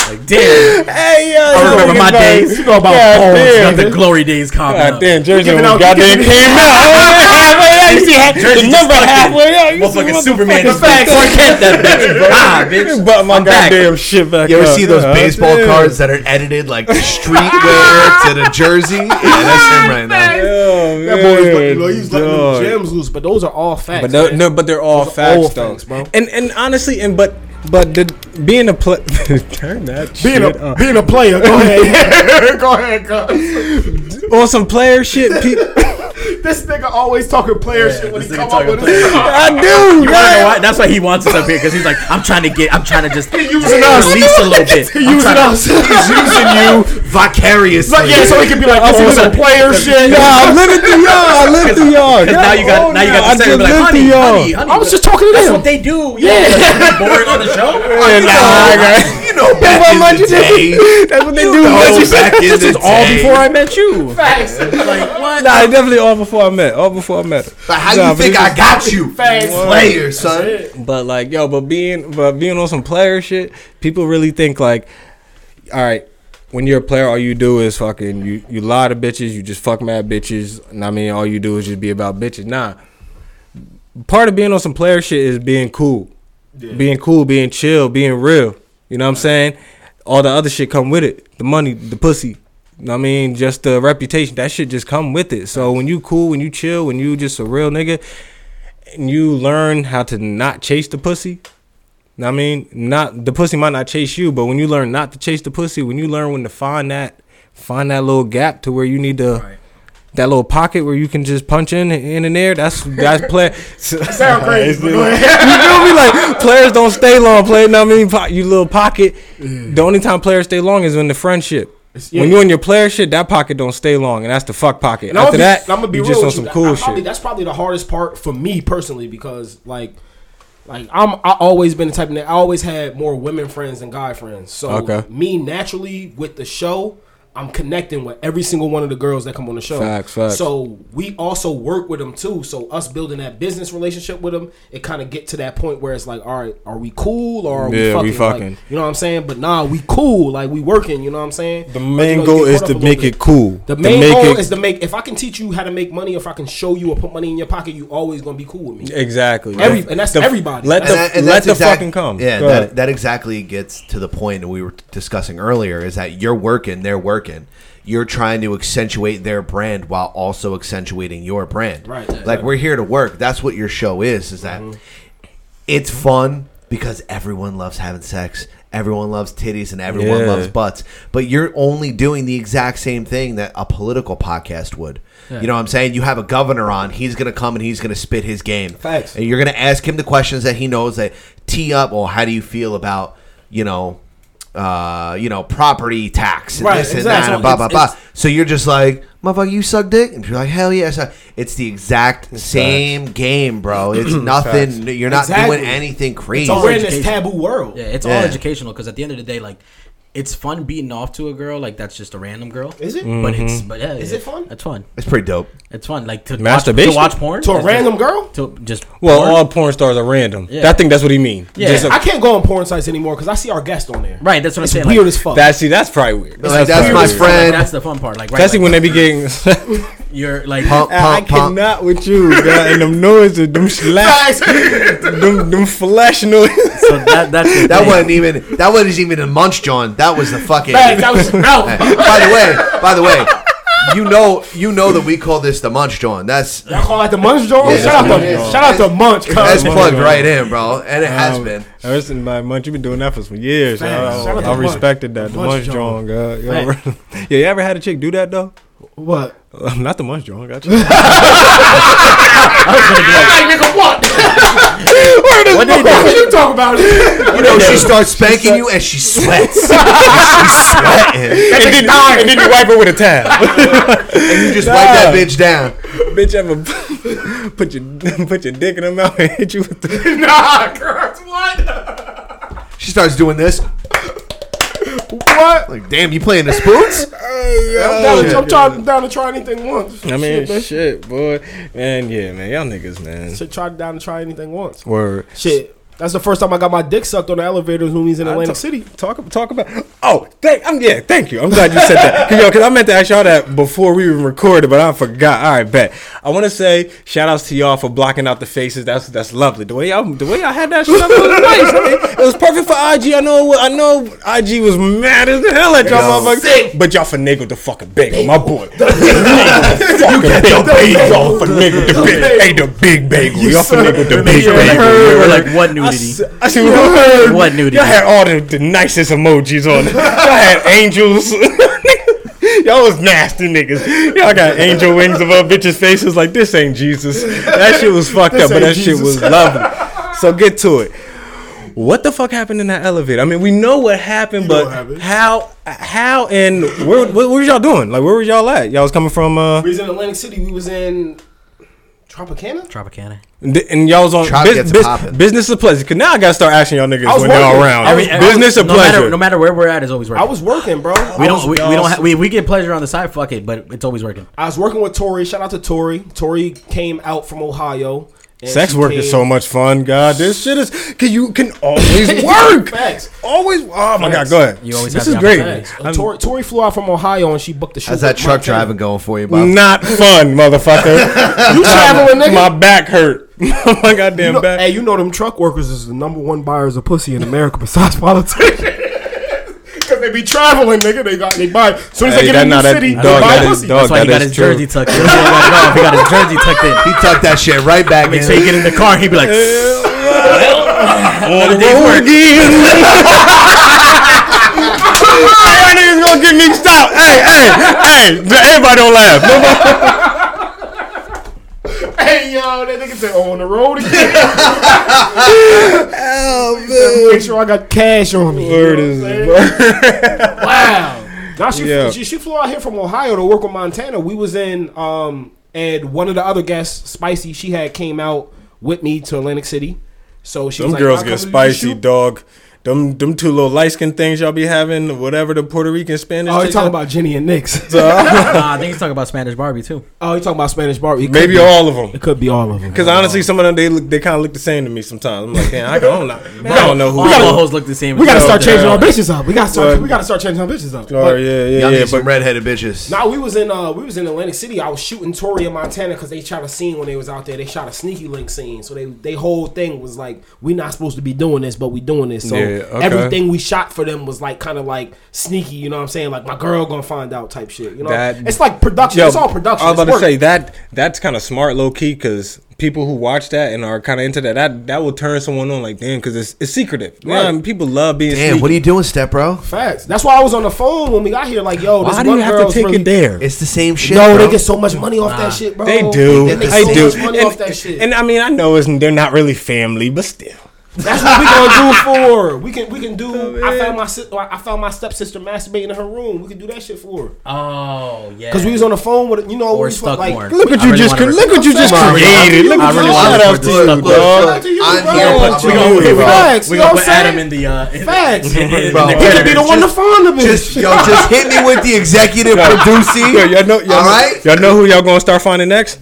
Speaker 8: Like damn.
Speaker 5: Hey, yo,
Speaker 8: I remember my days. You know about
Speaker 5: God
Speaker 8: balls,
Speaker 5: damn.
Speaker 8: not the glory days coming
Speaker 5: God
Speaker 8: up.
Speaker 5: Ah, damn, Jersey
Speaker 8: Giving
Speaker 5: was
Speaker 8: out-
Speaker 5: goddamn
Speaker 8: giving-
Speaker 5: came out. Oh, Halfway out, you see half- the
Speaker 8: Jersey just
Speaker 5: number
Speaker 8: fucking-
Speaker 5: halfway out, you see
Speaker 8: Motherfucking
Speaker 5: what the
Speaker 8: Superman
Speaker 5: fuck
Speaker 8: just
Speaker 5: the facts
Speaker 8: fucking
Speaker 5: are.
Speaker 8: kept that bitch. Ah, bitch.
Speaker 5: But my
Speaker 8: I'm back.
Speaker 5: goddamn shit back.
Speaker 1: You ever
Speaker 5: up.
Speaker 1: see those
Speaker 5: Yeah,
Speaker 1: baseball
Speaker 5: damn.
Speaker 1: cards that are edited like streetwear to the jersey? Yeah, that's him right now.
Speaker 5: Oh,
Speaker 9: That boy's like,
Speaker 5: man,
Speaker 9: you know, he's letting them
Speaker 5: dog.
Speaker 9: gems loose, but those are all facts.
Speaker 5: But tho-
Speaker 9: man.
Speaker 5: no, but they're all
Speaker 9: Those are
Speaker 5: facts,
Speaker 9: all
Speaker 5: though.
Speaker 9: facts, bro.
Speaker 5: And and honestly, and but but the being a play, turn that
Speaker 9: Being
Speaker 5: shit
Speaker 9: a
Speaker 5: up.
Speaker 9: being a player, go ahead, go ahead, go.
Speaker 5: on some player shit. Pe-
Speaker 9: This nigga always talking player shit when he come up with this.
Speaker 5: I
Speaker 8: You
Speaker 5: do. right?
Speaker 8: wanna know why? That's why he wants us up here because he's like, I'm trying to get, I'm trying to just release
Speaker 9: using us.
Speaker 8: a little bit.
Speaker 9: He
Speaker 8: I'm
Speaker 9: using
Speaker 8: trying to-
Speaker 9: us.
Speaker 1: He's using you vicariously.
Speaker 9: But yeah, so he can be like, oh, some player shit.
Speaker 5: Nah, I'm living through y'all. I live through y'all.
Speaker 8: Because now you got,
Speaker 5: Oh,
Speaker 8: now you
Speaker 5: nah, I
Speaker 8: got the
Speaker 5: just
Speaker 8: second like,
Speaker 5: live
Speaker 8: honey,
Speaker 5: through y'all.
Speaker 8: honey, honey.
Speaker 9: I was just talking to
Speaker 8: That's
Speaker 9: them.
Speaker 8: what they do.
Speaker 9: Yeah.
Speaker 8: Yeah, boring on the show.
Speaker 5: Yeah, nah, I got-
Speaker 1: Oh, You know, back in the day.
Speaker 5: That's what they
Speaker 1: You
Speaker 5: do.
Speaker 1: know,
Speaker 5: That's what-
Speaker 1: back in
Speaker 5: this
Speaker 1: the
Speaker 5: is all
Speaker 1: day.
Speaker 5: before I met you.
Speaker 9: Facts.
Speaker 8: Like what?
Speaker 5: Nah, it's definitely all before I met. All before I met. her.
Speaker 1: But how
Speaker 5: Nah,
Speaker 1: you think
Speaker 5: it
Speaker 1: I
Speaker 5: was-
Speaker 1: got you,
Speaker 9: Facts.
Speaker 1: player, son?
Speaker 5: But like, yo, but being but being on some player shit, people really think like, all right, when you're a player, all you do is fucking you you lie to bitches, you just fuck mad bitches. And I mean, all you do is just be about bitches. Nah, part of being on some player shit is being cool, being cool, being chill, being real. You know what I'm saying? All the other shit come with it. The money, the pussy, I mean, just the reputation that should just come with it. So when you cool, when you chill, when you just a real nigga, and you learn how to not chase the pussy. I mean, not the pussy might not chase you, but when you learn not to chase the pussy, when you learn when to find that find that little gap to where you need to that little pocket where you can just punch in in and there. That's that's play.
Speaker 13: sound crazy, but go ahead.
Speaker 5: you feel me? Like players don't stay long. Play, you know what I mean? Po- You little pocket. The only time players stay long is when the friendship.
Speaker 9: Mm. yeah.
Speaker 5: When you in your player shit, that pocket don't stay long, and that's the fuck pocket.
Speaker 9: And I'ma
Speaker 5: After
Speaker 9: be-
Speaker 5: that,
Speaker 9: I'ma
Speaker 5: you
Speaker 9: real
Speaker 5: just on
Speaker 9: with
Speaker 5: some
Speaker 9: you.
Speaker 5: cool
Speaker 9: I- I
Speaker 5: shit.
Speaker 9: probably- that's probably the hardest part for me personally because like, like I'm I always been the type of nigga- I always had more women friends than guy friends. So
Speaker 5: Okay.
Speaker 9: me naturally with the show. I'm connecting with every single one of the girls that come on the show.
Speaker 5: Facts, facts.
Speaker 9: So we also work with them too. So us building that business relationship with them, it kind of get to that point where it's like, all right, are we cool or are
Speaker 5: Yeah,
Speaker 9: we fucking?
Speaker 5: we
Speaker 9: Like,
Speaker 5: fucking.
Speaker 9: you know what I'm saying? But nah, we cool. Like we working. You know what I'm saying?
Speaker 5: The
Speaker 9: Like, you
Speaker 5: main
Speaker 9: know, you
Speaker 5: goal
Speaker 9: get
Speaker 5: is
Speaker 9: caught up
Speaker 5: to
Speaker 9: a little
Speaker 5: make
Speaker 9: bit.
Speaker 5: it cool.
Speaker 9: The
Speaker 5: To
Speaker 9: main
Speaker 5: make
Speaker 9: goal
Speaker 5: it-
Speaker 9: is to make. If I can teach you how to make money, if I can show you or put money in your pocket, you always gonna be cool with me.
Speaker 5: Exactly.
Speaker 9: Every, and that's
Speaker 5: The-
Speaker 9: everybody.
Speaker 5: let
Speaker 9: That's-
Speaker 5: the-
Speaker 9: that's-
Speaker 5: And
Speaker 1: that's
Speaker 5: let the
Speaker 1: exact-
Speaker 5: fucking come.
Speaker 1: Yeah,
Speaker 5: Go
Speaker 1: that,
Speaker 5: ahead.
Speaker 1: that exactly gets to the point that we were discussing earlier is that you're working, they're working. You're trying to accentuate their brand while also accentuating your brand.
Speaker 9: Right.
Speaker 1: Like we're here to work. That's what your show is. Is that it's fun because everyone loves having sex. Everyone loves titties and everyone
Speaker 5: Yeah.
Speaker 1: loves butts. But you're only doing the exact same thing that a political podcast would.
Speaker 5: Yeah.
Speaker 1: You know what I'm saying? You have a governor on, he's going to come and he's going to spit his game.
Speaker 5: Facts.
Speaker 1: And you're going to ask him the questions that he knows that tee up, well, how do you feel about, you know, uh, you know, property tax and
Speaker 5: Right,
Speaker 1: this and
Speaker 5: exactly.
Speaker 1: that and blah blah
Speaker 5: It's-
Speaker 1: blah.
Speaker 5: it's-
Speaker 1: So you're just like, motherfucker, you suck dick, and you're like, hell yeah, I suck. It's the exact same game, bro. It's nothing.
Speaker 14: Facts.
Speaker 1: You're not
Speaker 14: Exactly.
Speaker 1: doing anything crazy.
Speaker 14: It's all
Speaker 8: We're
Speaker 14: in
Speaker 8: in this
Speaker 9: taboo world.
Speaker 8: Yeah, it's
Speaker 1: Yeah.
Speaker 8: all educational because at the end of the day, like, it's fun beating off to a girl. Like, that's just a random girl.
Speaker 9: Is it?
Speaker 8: But it's
Speaker 9: Mhm.
Speaker 8: but yeah,
Speaker 9: Is
Speaker 8: yeah,
Speaker 9: it fun?
Speaker 8: It's fun.
Speaker 1: It's pretty dope.
Speaker 8: It's fun. Like to
Speaker 5: Masturbation?
Speaker 8: watch, to watch porn
Speaker 9: To a
Speaker 8: It's
Speaker 9: random
Speaker 8: just-
Speaker 9: girl?
Speaker 8: To just
Speaker 5: well,
Speaker 8: porn.
Speaker 5: all porn stars are random.
Speaker 8: Yeah.
Speaker 5: I think that's what he mean.
Speaker 8: Yeah.
Speaker 5: Just a-
Speaker 9: I can't go on porn sites anymore because I see our guest on there.
Speaker 8: Right, that's what I'm
Speaker 9: It's
Speaker 8: saying.
Speaker 9: Weird
Speaker 8: like,
Speaker 9: as fuck.
Speaker 5: That see, that's probably weird.
Speaker 8: Like, that's
Speaker 5: probably
Speaker 8: my
Speaker 5: weird.
Speaker 8: friend. That's the fun part, like, right,
Speaker 5: Especially when
Speaker 8: like-
Speaker 5: they be getting.
Speaker 8: You're like
Speaker 5: Pump, I cannot with you, dog, and them noises, them slaps, them them flash noises.
Speaker 8: So that that's
Speaker 1: That wasn't even that wasn't even a munch John. That was the fucking.
Speaker 5: Facts, that was- no.
Speaker 1: Hey, by the way, by the way, you know you know that we call this the munch John. That's
Speaker 9: Y'all call it the Munch Joint?
Speaker 1: Yeah,
Speaker 9: shout,
Speaker 1: that's
Speaker 9: out to,
Speaker 1: Munch Joint.
Speaker 9: shout out to Munch. cuz.
Speaker 1: That's plugged right in, bro, and it has
Speaker 5: Um,
Speaker 1: been.
Speaker 5: Ever since my munch, you've been doing that for some years.
Speaker 1: Facts.
Speaker 5: dog.
Speaker 1: Shout out to
Speaker 5: I,
Speaker 1: Munch.
Speaker 5: respected that. The
Speaker 1: Munch
Speaker 5: munch
Speaker 1: John.
Speaker 5: John, God. Yo,
Speaker 1: Facts.
Speaker 5: yeah, you ever had a chick do that though? Uh,
Speaker 9: What?
Speaker 5: not the munch John. Gotcha.
Speaker 9: nigga, what?
Speaker 5: what
Speaker 9: the fuck are you talking about?
Speaker 1: You know she starts spanking you and she sweats. She's sweating.
Speaker 5: And then, and then you wipe her with a towel.
Speaker 1: and you just wipe that bitch down.
Speaker 5: Bitch, ever put your put your dick in her mouth and hit you with the
Speaker 9: nah, girls, what?
Speaker 1: She starts doing this.
Speaker 9: What?
Speaker 1: Like, damn, you playing the spoons?
Speaker 9: I'm, down to, I'm trying, down to try anything once.
Speaker 5: I mean,
Speaker 9: man.
Speaker 5: shit, boy, man, yeah, man, y'all niggas, man.
Speaker 9: Shit, try down to try anything once.
Speaker 5: Word.
Speaker 9: Shit. That's the first time I got my dick sucked on the elevators when we was in
Speaker 5: I
Speaker 9: Atlantic
Speaker 5: ta-
Speaker 9: City.
Speaker 5: Talk talk about. Oh, thank. I'm, yeah, thank you. I'm glad you said that. Cause, yo, 'cause I meant to ask y'all that before we even recorded, but I forgot. All right, bet. I want to say shout outs to y'all for blocking out the faces. That's that's lovely. The way y'all the way y'all had that shit up was nice. man. It was perfect for IG. I know. it was- I know. IG was mad as hell at y'all,
Speaker 7: Yo,
Speaker 5: motherfuckers. But y'all finagled the fucking bagel, my boy. you
Speaker 7: get the bagel.
Speaker 5: Y'all finagled the bagel. Hey, the big bagel.
Speaker 7: You
Speaker 5: Y'all finagled the
Speaker 7: son-
Speaker 5: big
Speaker 7: you
Speaker 5: bagel.
Speaker 7: heard.
Speaker 5: You're
Speaker 8: like, what nudity?
Speaker 5: I see
Speaker 8: You
Speaker 5: what,
Speaker 8: heard. What nudity?
Speaker 5: Y'all had all the, the nicest emojis on it. Y'all had angels. Y'all was nasty niggas. Y'all got angel wings above bitches' faces. Like this ain't Jesus. That shit was fucked
Speaker 7: This
Speaker 5: up, but that
Speaker 7: ain't
Speaker 5: shit was
Speaker 7: Jesus.
Speaker 5: lovely. So get to it. What the fuck happened in that elevator? I mean, we know what happened, but how? How and where? Where, where was y'all doing? Like, where was y'all at? Y'all was coming from. uh
Speaker 9: We was in Atlantic City. We was in Tropicana.
Speaker 8: Tropicana.
Speaker 5: Th- And y'all was on
Speaker 8: Try to get
Speaker 5: bus-
Speaker 8: to
Speaker 5: bus-
Speaker 8: poppin'.
Speaker 5: business of pleasure. Cause now I gotta start asking y'all
Speaker 8: I
Speaker 5: niggas
Speaker 8: was
Speaker 5: when y'all
Speaker 8: working.
Speaker 5: around.
Speaker 8: I mean, I was-
Speaker 5: business of
Speaker 8: no
Speaker 5: pleasure.
Speaker 8: Matter, no matter where we're at, it's always working.
Speaker 9: I was working, bro.
Speaker 8: we
Speaker 9: I
Speaker 8: don't.
Speaker 9: was-
Speaker 8: we,
Speaker 9: I
Speaker 8: we don't.
Speaker 9: was-
Speaker 8: Ha- we we get pleasure on the side. Fuck it, but it's always working.
Speaker 9: I was working with Tori. Shout out to Tori. Tori came out from Ohio. and
Speaker 5: Sex
Speaker 9: she
Speaker 5: work
Speaker 9: came-
Speaker 5: is so much fun, God. This shit is can you can always work.
Speaker 9: Facts.
Speaker 5: Always. Oh my God, go ahead. You always This have is the great. opportunity.
Speaker 9: Facts. Tori, Tori flew out from Ohio and she booked the show.
Speaker 1: How's that truck driving going for you, Bob?
Speaker 5: Not fun, motherfucker.
Speaker 9: You traveling, nigga?
Speaker 5: My back hurt. my goddamn
Speaker 9: you know,
Speaker 5: back.
Speaker 9: Hey, you know them truck workers is the number one buyers of pussy in America besides politicians. Because they
Speaker 13: They be traveling, nigga. They got they buy. As soon as
Speaker 5: Hey,
Speaker 13: they get
Speaker 5: that
Speaker 13: in the
Speaker 5: not a
Speaker 13: city,
Speaker 5: dog,
Speaker 13: they buy
Speaker 5: that is
Speaker 13: pussy.
Speaker 5: dog, That's why that he got is his true. jersey
Speaker 8: tucked in. he got his jersey tucked in.
Speaker 1: He tucked that shit right back
Speaker 8: Make sure you get in the car. He'd be like,
Speaker 5: On the road again. Y'all niggas gonna get niggas out. Hey, hey, hey. Everybody don't laugh. Nobody.
Speaker 13: Hey yo, that nigga said
Speaker 9: "Oh,
Speaker 13: on the road again.
Speaker 4: Make sure I got cash on me.
Speaker 5: Word is
Speaker 4: wow.
Speaker 9: Now she,
Speaker 4: Yeah.
Speaker 9: she she flew out here from Ohio to work with Montana. We was in um and one of the other guests, Spicy, she had came out with me to Atlantic City. So she
Speaker 5: Them
Speaker 9: was
Speaker 5: girls
Speaker 9: like, "I'll
Speaker 5: get
Speaker 9: come with you to
Speaker 5: spicy, dog. Them them two little light skin things y'all be having, whatever the Puerto Rican Spanish.
Speaker 9: Oh, you
Speaker 5: chick-
Speaker 9: talking about Jenny and Nick's?
Speaker 8: Nah, I think he's talking about Spanish Barbie too.
Speaker 9: Oh, you talking about Spanish Barbie? It could
Speaker 5: Maybe
Speaker 9: be-
Speaker 5: all of them.
Speaker 9: It could be all of them.
Speaker 5: Because honestly, some of them they look they kind of look the same to me sometimes. I'm like, damn, I don't know. I don't know who.
Speaker 8: All the hoes look the same.
Speaker 4: We gotta start changing our
Speaker 5: Yeah.
Speaker 4: bitches up. We gotta start.
Speaker 5: Right.
Speaker 4: We gotta start changing our bitches up.
Speaker 5: Oh, yeah, yeah,
Speaker 1: Y'all
Speaker 5: yeah,
Speaker 1: need some
Speaker 5: but-
Speaker 1: redheaded bitches.
Speaker 9: Nah, we was in uh we was in Atlantic City. I was shooting Tory in Montana because they shot a scene when they was out there. They shot a sneaky link scene, so they they whole thing was like we not supposed to be doing this, but we doing this. So
Speaker 5: Yeah, okay.
Speaker 9: everything we shot for them was like kind of like sneaky. You know what I'm saying? Like my girl gonna find out type shit. You know,
Speaker 5: That-
Speaker 9: it's like production.
Speaker 5: Yo,
Speaker 9: it's all production.
Speaker 5: I was
Speaker 9: It's
Speaker 5: about
Speaker 9: work.
Speaker 5: to say that that's kind of smart, low key, because people who watch that and are kind of into that, that that will turn someone on, like damn, because it's, it's secretive. Yeah,
Speaker 9: Right.
Speaker 5: I mean, people love being.
Speaker 1: Damn, what are you doing, step bro?
Speaker 9: Facts. That's why I was on the phone when we got here. Like, yo, this
Speaker 5: Why do
Speaker 9: one
Speaker 5: you have to
Speaker 9: girl's
Speaker 5: take
Speaker 9: really-
Speaker 5: it there?
Speaker 1: It's the same shit.
Speaker 9: No,
Speaker 5: bro.
Speaker 9: they get so much money off that shit, bro.
Speaker 5: They do.
Speaker 9: They make
Speaker 5: I
Speaker 9: so
Speaker 5: do.
Speaker 9: much money
Speaker 5: and,
Speaker 9: off that shit.
Speaker 5: and I mean, I know it's they're not really family, but still.
Speaker 9: That's what we gonna do for. her. We can we can do. I found my si- I found my stepsister masturbating in her room. We can do that shit for. her.
Speaker 8: Oh yeah.
Speaker 9: Cause we was on the phone with you know
Speaker 8: Or
Speaker 9: we was
Speaker 8: stuck
Speaker 9: like
Speaker 8: porn.
Speaker 5: Look what you just cre- look what you just created. Look
Speaker 8: I
Speaker 5: what you
Speaker 8: really
Speaker 5: shout
Speaker 8: wanna
Speaker 5: out
Speaker 8: put
Speaker 5: to
Speaker 8: this
Speaker 5: you,
Speaker 8: stuck
Speaker 5: dog.
Speaker 8: porn.
Speaker 5: Shout out to you,
Speaker 1: I'm
Speaker 5: bro.
Speaker 1: here
Speaker 5: Shout
Speaker 1: with
Speaker 5: out to
Speaker 1: you,
Speaker 5: you,
Speaker 1: bro.
Speaker 5: bro.
Speaker 1: Facts,
Speaker 8: We
Speaker 1: you know
Speaker 8: gonna
Speaker 1: what I'm
Speaker 8: put Adam
Speaker 1: saying?
Speaker 8: in the uh, in-
Speaker 1: Facts.
Speaker 8: in- in- in
Speaker 1: Bro.
Speaker 8: the
Speaker 1: He could be
Speaker 8: editor.
Speaker 1: the one
Speaker 9: on the phone to me.
Speaker 1: Just yo, just hit me with the executive
Speaker 5: Yo,
Speaker 1: producing.
Speaker 5: Yo, y'all know, y'all,
Speaker 1: all
Speaker 5: know-
Speaker 1: right?
Speaker 5: y'all know who y'all gonna start finding next?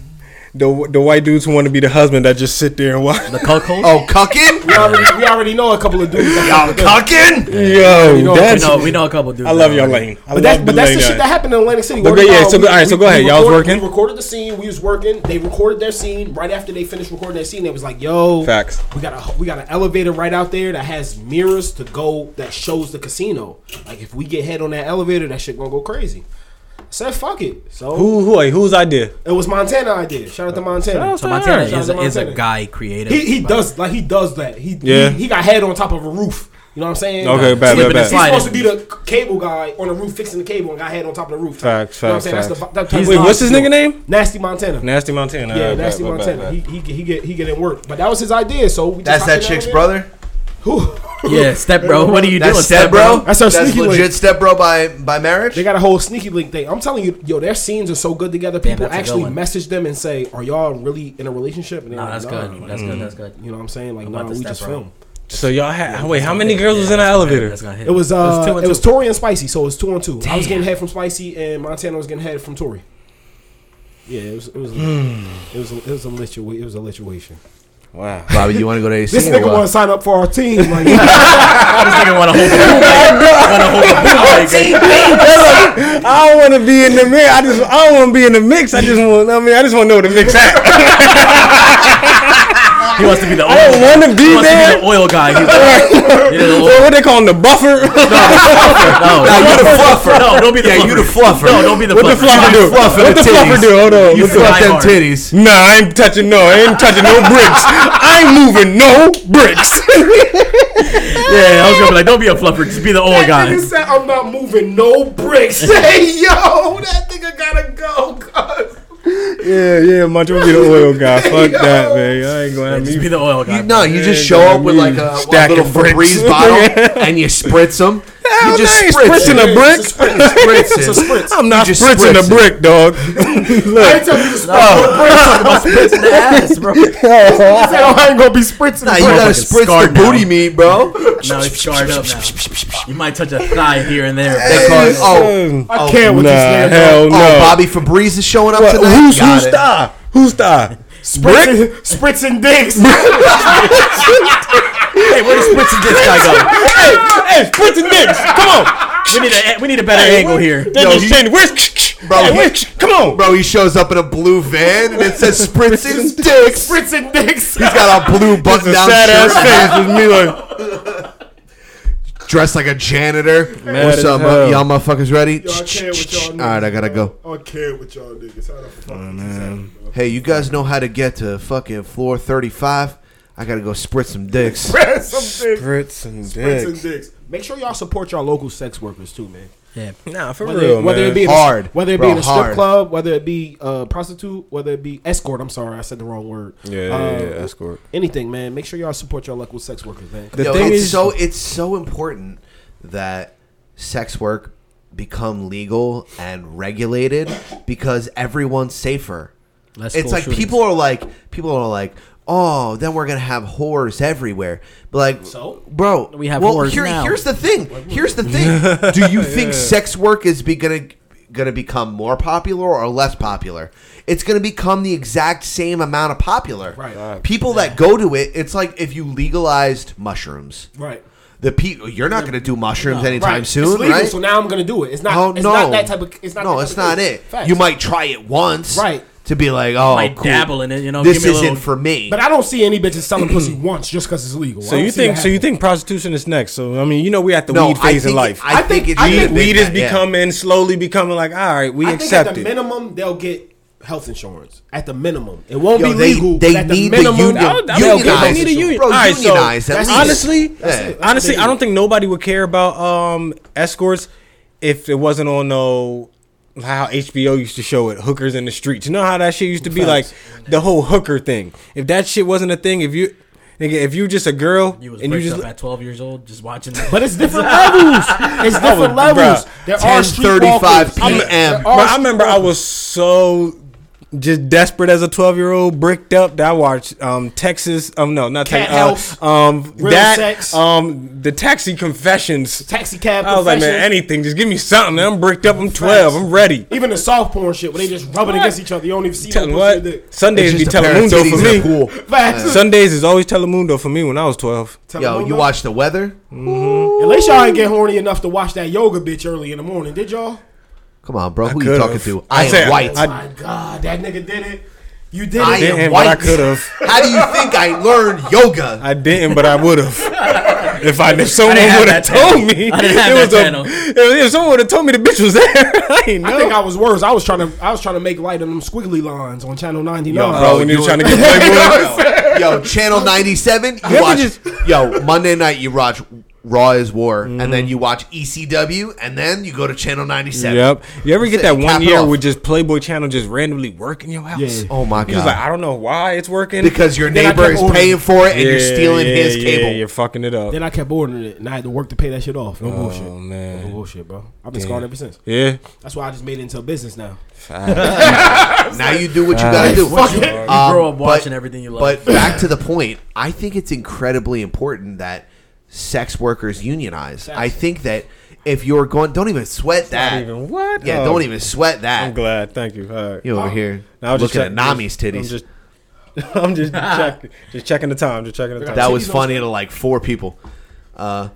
Speaker 5: The the white dudes who want to be the husband that just sit there and watch.
Speaker 8: The cuckold.
Speaker 1: Oh, cucking?
Speaker 9: We already, we already know a couple of dudes.
Speaker 1: Y'all
Speaker 9: that-
Speaker 1: cucking?
Speaker 5: Yo,
Speaker 9: You know,
Speaker 5: that's.
Speaker 8: we know we know a couple dudes.
Speaker 5: I love y'all, Lane. I
Speaker 9: But
Speaker 5: love
Speaker 9: that's
Speaker 5: you,
Speaker 9: but that's
Speaker 5: Lane,
Speaker 9: the shit
Speaker 5: guys.
Speaker 9: that happened in Atlantic City.
Speaker 5: But
Speaker 9: We're
Speaker 5: yeah,
Speaker 9: all-
Speaker 5: so go- all right, so go ahead. Y'all was
Speaker 9: recorded- We
Speaker 5: working?
Speaker 9: recorded the scene. We was working. They recorded their scene right after they finished recording their scene. They was like, "Yo,
Speaker 5: Facts.
Speaker 9: We got a we got an elevator right out there that has mirrors to go that shows the casino. Like if we get head on that elevator, that shit gonna go crazy." I said, "Fuck it." So
Speaker 5: Who who wait, whose idea?
Speaker 9: It was Montana I did. Shout out to Montana.
Speaker 8: So Montana
Speaker 9: Shout out
Speaker 8: is,
Speaker 9: to
Speaker 8: is a
Speaker 9: Montana.
Speaker 8: guy creative.
Speaker 9: He, he does like he does that. He,
Speaker 5: Yeah.
Speaker 9: he he got head on top of a roof. You know what I'm saying?
Speaker 5: Okay,
Speaker 9: Like,
Speaker 5: bad,
Speaker 9: slipping
Speaker 5: bad,
Speaker 9: and
Speaker 5: bad.
Speaker 9: He's supposed to be the c- cable guy on the roof fixing the cable and got head on top of the roof.
Speaker 5: Facts,
Speaker 9: You know what I'm
Speaker 5: facts,
Speaker 9: saying? That's the-
Speaker 5: facts.
Speaker 9: that type of
Speaker 5: Wait, what's his
Speaker 9: vibe.
Speaker 5: nigga name?
Speaker 9: Nasty Montana.
Speaker 5: Nasty Montana. Uh,
Speaker 9: yeah,
Speaker 5: Alright,
Speaker 9: Nasty
Speaker 5: bet, bet, bet,
Speaker 9: Montana.
Speaker 5: bet.
Speaker 9: He, he he get he get in work, but that was his idea. So we just
Speaker 1: That's
Speaker 9: hopped
Speaker 1: that
Speaker 9: in
Speaker 1: chick's
Speaker 9: there.
Speaker 1: brother.
Speaker 8: yeah, step bro. What are you
Speaker 1: That's
Speaker 8: doing,
Speaker 1: step bro.
Speaker 9: That's our sneaky link.
Speaker 1: legit step bro by by marriage.
Speaker 9: They got a whole sneaky link thing. I'm telling you, yo, their scenes are so good together.
Speaker 8: Damn,
Speaker 9: People
Speaker 8: that's a good
Speaker 9: actually
Speaker 8: one.
Speaker 9: message them and say, "Are y'all really in a relationship?" And they're
Speaker 8: Nah,
Speaker 9: like,
Speaker 8: that's good. That's good. That's good.
Speaker 9: You know what I'm saying? Like,
Speaker 8: about
Speaker 9: nah,
Speaker 8: the
Speaker 9: we
Speaker 8: Step
Speaker 9: just
Speaker 8: Bro?
Speaker 9: film.
Speaker 5: So y'all had wait, how
Speaker 8: gonna
Speaker 5: many
Speaker 8: hit.
Speaker 5: girls
Speaker 8: Yeah,
Speaker 5: was in the
Speaker 8: that's gonna hit.
Speaker 5: elevator?
Speaker 8: That's gonna hit.
Speaker 9: It was
Speaker 8: It was
Speaker 9: uh,
Speaker 8: two
Speaker 9: it was,
Speaker 8: and two.
Speaker 9: Tory and Spicy, so it was two on two. I was
Speaker 8: Damn.
Speaker 9: getting head from Spicy, and Montana was getting head from Tory. Yeah, it was it was
Speaker 8: Hmm.
Speaker 9: it was it was a litua- it was a lituation.
Speaker 5: Wow.
Speaker 1: Bobby, you want to go to AC?
Speaker 9: This
Speaker 1: or
Speaker 9: nigga
Speaker 1: what?
Speaker 9: want to sign up for our team. Like,
Speaker 8: This nigga want to hold the bootleg. Want to hold the bootleg.
Speaker 5: I don't want to be in the mix. I just I don't want to be in the mix. I just want. I mean, I just want to know where the mix at.
Speaker 8: He wants to be the oil.
Speaker 5: I don't want to
Speaker 8: he
Speaker 5: be
Speaker 8: wants to
Speaker 5: there.
Speaker 8: be the oil guy. He's you know, the oil-
Speaker 5: What what they call him, the buffer?
Speaker 8: no,
Speaker 1: Nah, you the fluffer.
Speaker 8: No, don't be the
Speaker 1: yeah,
Speaker 8: fluffer.
Speaker 1: you the fluffer.
Speaker 8: No, don't be the
Speaker 5: What the fluffer do?
Speaker 1: Fluffer
Speaker 5: What the
Speaker 1: the
Speaker 5: fluffer
Speaker 1: titties.
Speaker 5: do? Hold on.
Speaker 1: You
Speaker 5: What the-
Speaker 1: fluff
Speaker 8: fly
Speaker 1: them
Speaker 8: hard.
Speaker 1: titties.
Speaker 5: Nah, I ain't touching no. I ain't touching no bricks. I ain't moving no bricks.
Speaker 8: Yeah, I was gonna be like, don't be a fluffer. Just be the oil guy.
Speaker 9: said, "I'm not moving no bricks." hey, yo, that nigga gotta go. cuz.
Speaker 5: yeah, yeah, Macho be the oil guy. Fuck that, man. I ain't gonna have
Speaker 8: Just be
Speaker 5: me.
Speaker 8: the oil guy.
Speaker 1: You, no, you just
Speaker 5: Yeah,
Speaker 1: show
Speaker 5: yeah,
Speaker 1: up with
Speaker 5: you
Speaker 1: like a, a
Speaker 5: stack
Speaker 1: little
Speaker 5: of bricks.
Speaker 1: Febreze bottle and you spritz them. you just
Speaker 5: I ain't
Speaker 1: spritz
Speaker 5: spritzing
Speaker 1: it.
Speaker 5: a brick.
Speaker 1: Spritz it.
Speaker 5: I'm not
Speaker 1: You just
Speaker 5: spritzing a
Speaker 1: spritz it.
Speaker 5: brick, dog. Look.
Speaker 13: I ain't gonna be spritzing.
Speaker 1: Nah, you gotta
Speaker 8: Motherfucking
Speaker 1: spritz the
Speaker 8: scarred now.
Speaker 1: booty meat, bro.
Speaker 8: Now it's scarred up now. You might touch a thigh here and there.
Speaker 1: They call it, oh,
Speaker 5: I
Speaker 1: can't
Speaker 5: with nah, this hell
Speaker 1: oh,
Speaker 5: no.
Speaker 1: Bobby Febreze is showing up
Speaker 5: What,
Speaker 1: tonight.
Speaker 5: who's
Speaker 1: Got
Speaker 5: who's
Speaker 1: it.
Speaker 5: star? Who's star? Brick?
Speaker 13: spritzing, spritzing dicks.
Speaker 8: hey, where does Spritzing this guy go?
Speaker 5: hey, hey, spritzing dicks. Come on.
Speaker 8: We need a we need a better angle here.
Speaker 5: That
Speaker 1: Yo,
Speaker 5: nigga
Speaker 1: he-
Speaker 5: standing- Where's?
Speaker 1: Bro,
Speaker 5: Hey,
Speaker 1: he-
Speaker 5: where's- Come on.
Speaker 1: Bro, he shows up in a blue van and it says spritzing dicks.
Speaker 13: spritzing dicks.
Speaker 1: He's got a blue
Speaker 5: That's
Speaker 1: button
Speaker 5: a
Speaker 1: down
Speaker 5: sad
Speaker 1: shirt.
Speaker 5: ass face with me like.
Speaker 1: dressed like a janitor.
Speaker 13: Mad
Speaker 1: What's
Speaker 13: as
Speaker 1: up, mu-
Speaker 13: hell.
Speaker 1: y'all motherfuckers ready?
Speaker 13: Y'all care what y'all
Speaker 1: All right, I gotta go.
Speaker 13: I care what y'all niggas.
Speaker 8: Oh,
Speaker 13: How the fuck?
Speaker 1: Hey, you guys know how to get to fucking floor 35? I gotta go spritz some dicks.
Speaker 13: Spritz some dicks.
Speaker 5: Spritz and
Speaker 13: Spritz and dicks.
Speaker 9: Make sure y'all support y'all local sex workers too, man.
Speaker 8: Yeah, nah, for
Speaker 9: whether,
Speaker 8: real,
Speaker 9: Whether
Speaker 8: man.
Speaker 9: it be in a-
Speaker 8: Hard,
Speaker 9: whether it
Speaker 8: bro,
Speaker 9: be in a strip
Speaker 8: hard.
Speaker 9: club, whether it be uh, prostitute, whether it be escort. I'm sorry, I said the wrong word.
Speaker 5: Yeah, yeah,
Speaker 9: Uh,
Speaker 5: yeah, escort.
Speaker 9: Anything, man. Make sure y'all support y'all local sex workers, man.
Speaker 1: Yo, it's so it's so important that sex work become legal and regulated because everyone's safer.
Speaker 8: Less
Speaker 1: it's
Speaker 8: school
Speaker 1: like
Speaker 8: shootings.
Speaker 1: people are like people are like, oh, then we're gonna have whores everywhere. But like,
Speaker 9: So?
Speaker 1: bro,
Speaker 8: We have
Speaker 1: well,
Speaker 8: whores
Speaker 1: here-
Speaker 8: now.
Speaker 1: Here's the thing. Here's the thing. Do you think
Speaker 8: Yeah.
Speaker 1: sex work is be gonna gonna become more popular or less popular? It's gonna become the exact same amount of popular.
Speaker 9: Right.
Speaker 1: People that go to it, it's like if you legalized mushrooms.
Speaker 9: Right.
Speaker 1: The people you're not gonna do mushrooms
Speaker 9: No.
Speaker 1: anytime
Speaker 9: Right.
Speaker 1: soon,
Speaker 9: It's legal,
Speaker 1: right?
Speaker 9: So now I'm gonna do it. It's not.
Speaker 1: Oh,
Speaker 9: it's
Speaker 1: no.
Speaker 9: not that type of. It's not.
Speaker 1: no,
Speaker 9: that
Speaker 1: it's
Speaker 9: type
Speaker 1: not
Speaker 9: of thing.
Speaker 1: it.
Speaker 9: Facts.
Speaker 1: You might try it once,
Speaker 9: Right.
Speaker 1: To be like, oh,
Speaker 8: Might
Speaker 1: cool.
Speaker 8: dabble in it, you know,
Speaker 1: This
Speaker 8: give me a
Speaker 1: isn't
Speaker 8: little-
Speaker 1: for me.
Speaker 9: But I don't see any bitches selling pussy once just because it's legal.
Speaker 5: So
Speaker 9: I don't
Speaker 5: you
Speaker 9: see
Speaker 5: think
Speaker 9: that
Speaker 5: so you think prostitution is next? So I mean, you know, we at the
Speaker 1: No,
Speaker 5: weed
Speaker 1: I think
Speaker 5: phase in
Speaker 1: it-
Speaker 5: life.
Speaker 1: I I think think it
Speaker 5: weed,
Speaker 1: should be
Speaker 5: weed is
Speaker 1: that, yeah.
Speaker 5: becoming slowly becoming like, all right, we
Speaker 9: I think
Speaker 5: accept
Speaker 9: at the
Speaker 5: it.
Speaker 9: minimum they'll get health insurance. At the minimum, it won't
Speaker 1: Yo,
Speaker 9: be
Speaker 1: they-
Speaker 9: legal.
Speaker 1: they
Speaker 9: but at the
Speaker 1: need the
Speaker 9: minimum,
Speaker 1: union-
Speaker 9: they'll get
Speaker 1: unionize it.
Speaker 9: health
Speaker 5: They need a
Speaker 9: insurance.
Speaker 5: union.
Speaker 1: Bro,
Speaker 5: All right, so
Speaker 1: unionize at least.
Speaker 5: honestly,
Speaker 1: That's it. That's
Speaker 5: honestly,
Speaker 1: what they
Speaker 5: I don't think nobody would care about um, escorts if it wasn't on no how HBO used to show it, hookers in the streets. You know how that shit used to be
Speaker 9: Facts.
Speaker 5: like the whole hooker thing. If that shit wasn't a thing, if you nigga, if you just a girl
Speaker 8: You was
Speaker 5: and you
Speaker 8: bricked
Speaker 5: just
Speaker 8: up at 12 years old, just watching.
Speaker 9: But it's different levels. It's
Speaker 5: I
Speaker 9: different
Speaker 5: was-
Speaker 9: levels.
Speaker 5: bruh,
Speaker 9: There are street
Speaker 1: 10:35 p.m.
Speaker 9: walkers. There
Speaker 5: Bro, I
Speaker 9: are
Speaker 5: remember I was so just desperate as a 12 year old, bricked up that I watched um, Texas. Um, no, not
Speaker 9: Cat
Speaker 5: Texas.
Speaker 9: House,
Speaker 5: Uh, um,
Speaker 9: Real
Speaker 5: that
Speaker 9: Sex.
Speaker 5: um, the Taxi Confessions.
Speaker 9: Taxi cab
Speaker 5: I was like, man,
Speaker 9: Confessions.
Speaker 5: anything, just give me something. I'm bricked up. I'm 12. I'm ready.
Speaker 9: Even the soft porn shit where they just rubbing against each other. You don't even see
Speaker 5: Tell
Speaker 9: no
Speaker 5: you
Speaker 9: pussy in
Speaker 5: what,
Speaker 9: there.
Speaker 5: Sundays
Speaker 1: It's
Speaker 5: be
Speaker 1: just a pair of
Speaker 5: Telemundo for
Speaker 1: titties in a
Speaker 5: me.
Speaker 1: pool.
Speaker 9: Facts.
Speaker 5: Sundays is always Telemundo for me when I was 12.
Speaker 1: Yo, you
Speaker 9: Telemundo?
Speaker 1: watch the weather?
Speaker 9: Unless y'all ain't get horny enough to watch that yoga bitch early in the morning, did y'all?
Speaker 1: Come on, bro. Who you
Speaker 5: could've.
Speaker 1: talking to?
Speaker 5: I
Speaker 1: I, am
Speaker 5: said-
Speaker 1: white.
Speaker 5: I-
Speaker 9: My God, that nigga did it. You did
Speaker 1: I
Speaker 9: it.
Speaker 1: am
Speaker 5: Damn, but I
Speaker 1: white.
Speaker 5: could have.
Speaker 1: How do you think I learned yoga?
Speaker 5: I didn't, but I would have. If I if someone
Speaker 8: have
Speaker 5: would have
Speaker 8: that channel.
Speaker 5: told me,
Speaker 8: I didn't have
Speaker 5: it was
Speaker 8: that
Speaker 5: a,
Speaker 8: channel.
Speaker 5: if someone would have told me the bitch was there, I ain't know.
Speaker 9: I think I was worse. I was trying to I was trying to make light of them squiggly lines on channel ninety
Speaker 5: Yo,
Speaker 1: Oh,
Speaker 9: nine.
Speaker 5: bro, Oh, when you're trying to get Playboy.
Speaker 1: Yo, Channel 97, you
Speaker 5: Let me
Speaker 1: watch.
Speaker 5: just-
Speaker 1: Yo, Monday night, you watch Raw is War, and
Speaker 5: Mm-hmm.
Speaker 1: then you watch ECW, and then you go to Channel 97.
Speaker 5: Yep. You ever get that
Speaker 1: Cap
Speaker 5: one
Speaker 1: it
Speaker 5: year
Speaker 1: off.
Speaker 5: where just Playboy Channel just randomly work in your house?
Speaker 9: Yeah.
Speaker 1: Oh, my
Speaker 5: You was like,
Speaker 1: God.
Speaker 5: I don't know why it's working.
Speaker 1: Because your
Speaker 9: Then I
Speaker 1: neighbor
Speaker 9: kept
Speaker 1: is
Speaker 9: ordering.
Speaker 1: paying for it, and you're
Speaker 5: Yeah,
Speaker 1: stealing
Speaker 5: yeah,
Speaker 1: his
Speaker 5: yeah,
Speaker 1: cable.
Speaker 5: You're fucking it up.
Speaker 9: Then I kept ordering it, and I had to work to pay that shit off. No bullshit.
Speaker 5: Oh
Speaker 9: No
Speaker 5: man.
Speaker 9: bullshit, bro. I've been scarred ever since.
Speaker 5: Yeah.
Speaker 9: That's why I just made it into a business now.
Speaker 1: now you do what you gotta do. Uh,
Speaker 8: You grow up watching everything you love.
Speaker 1: But back to the point, I think it's incredibly important that sex workers unionize. I think that if you're going, don't even sweat that.
Speaker 5: Not even what?
Speaker 1: Yeah,
Speaker 5: Oh,
Speaker 1: don't even sweat that.
Speaker 5: I'm glad. Thank you. All right.
Speaker 1: You over here
Speaker 5: Now I'm just
Speaker 1: looking at
Speaker 5: check-
Speaker 1: Nami's
Speaker 5: I'm
Speaker 1: titties.
Speaker 5: just- I'm just checking, just checking the time. Just checking the time.
Speaker 1: that was funny to like four people. Uh,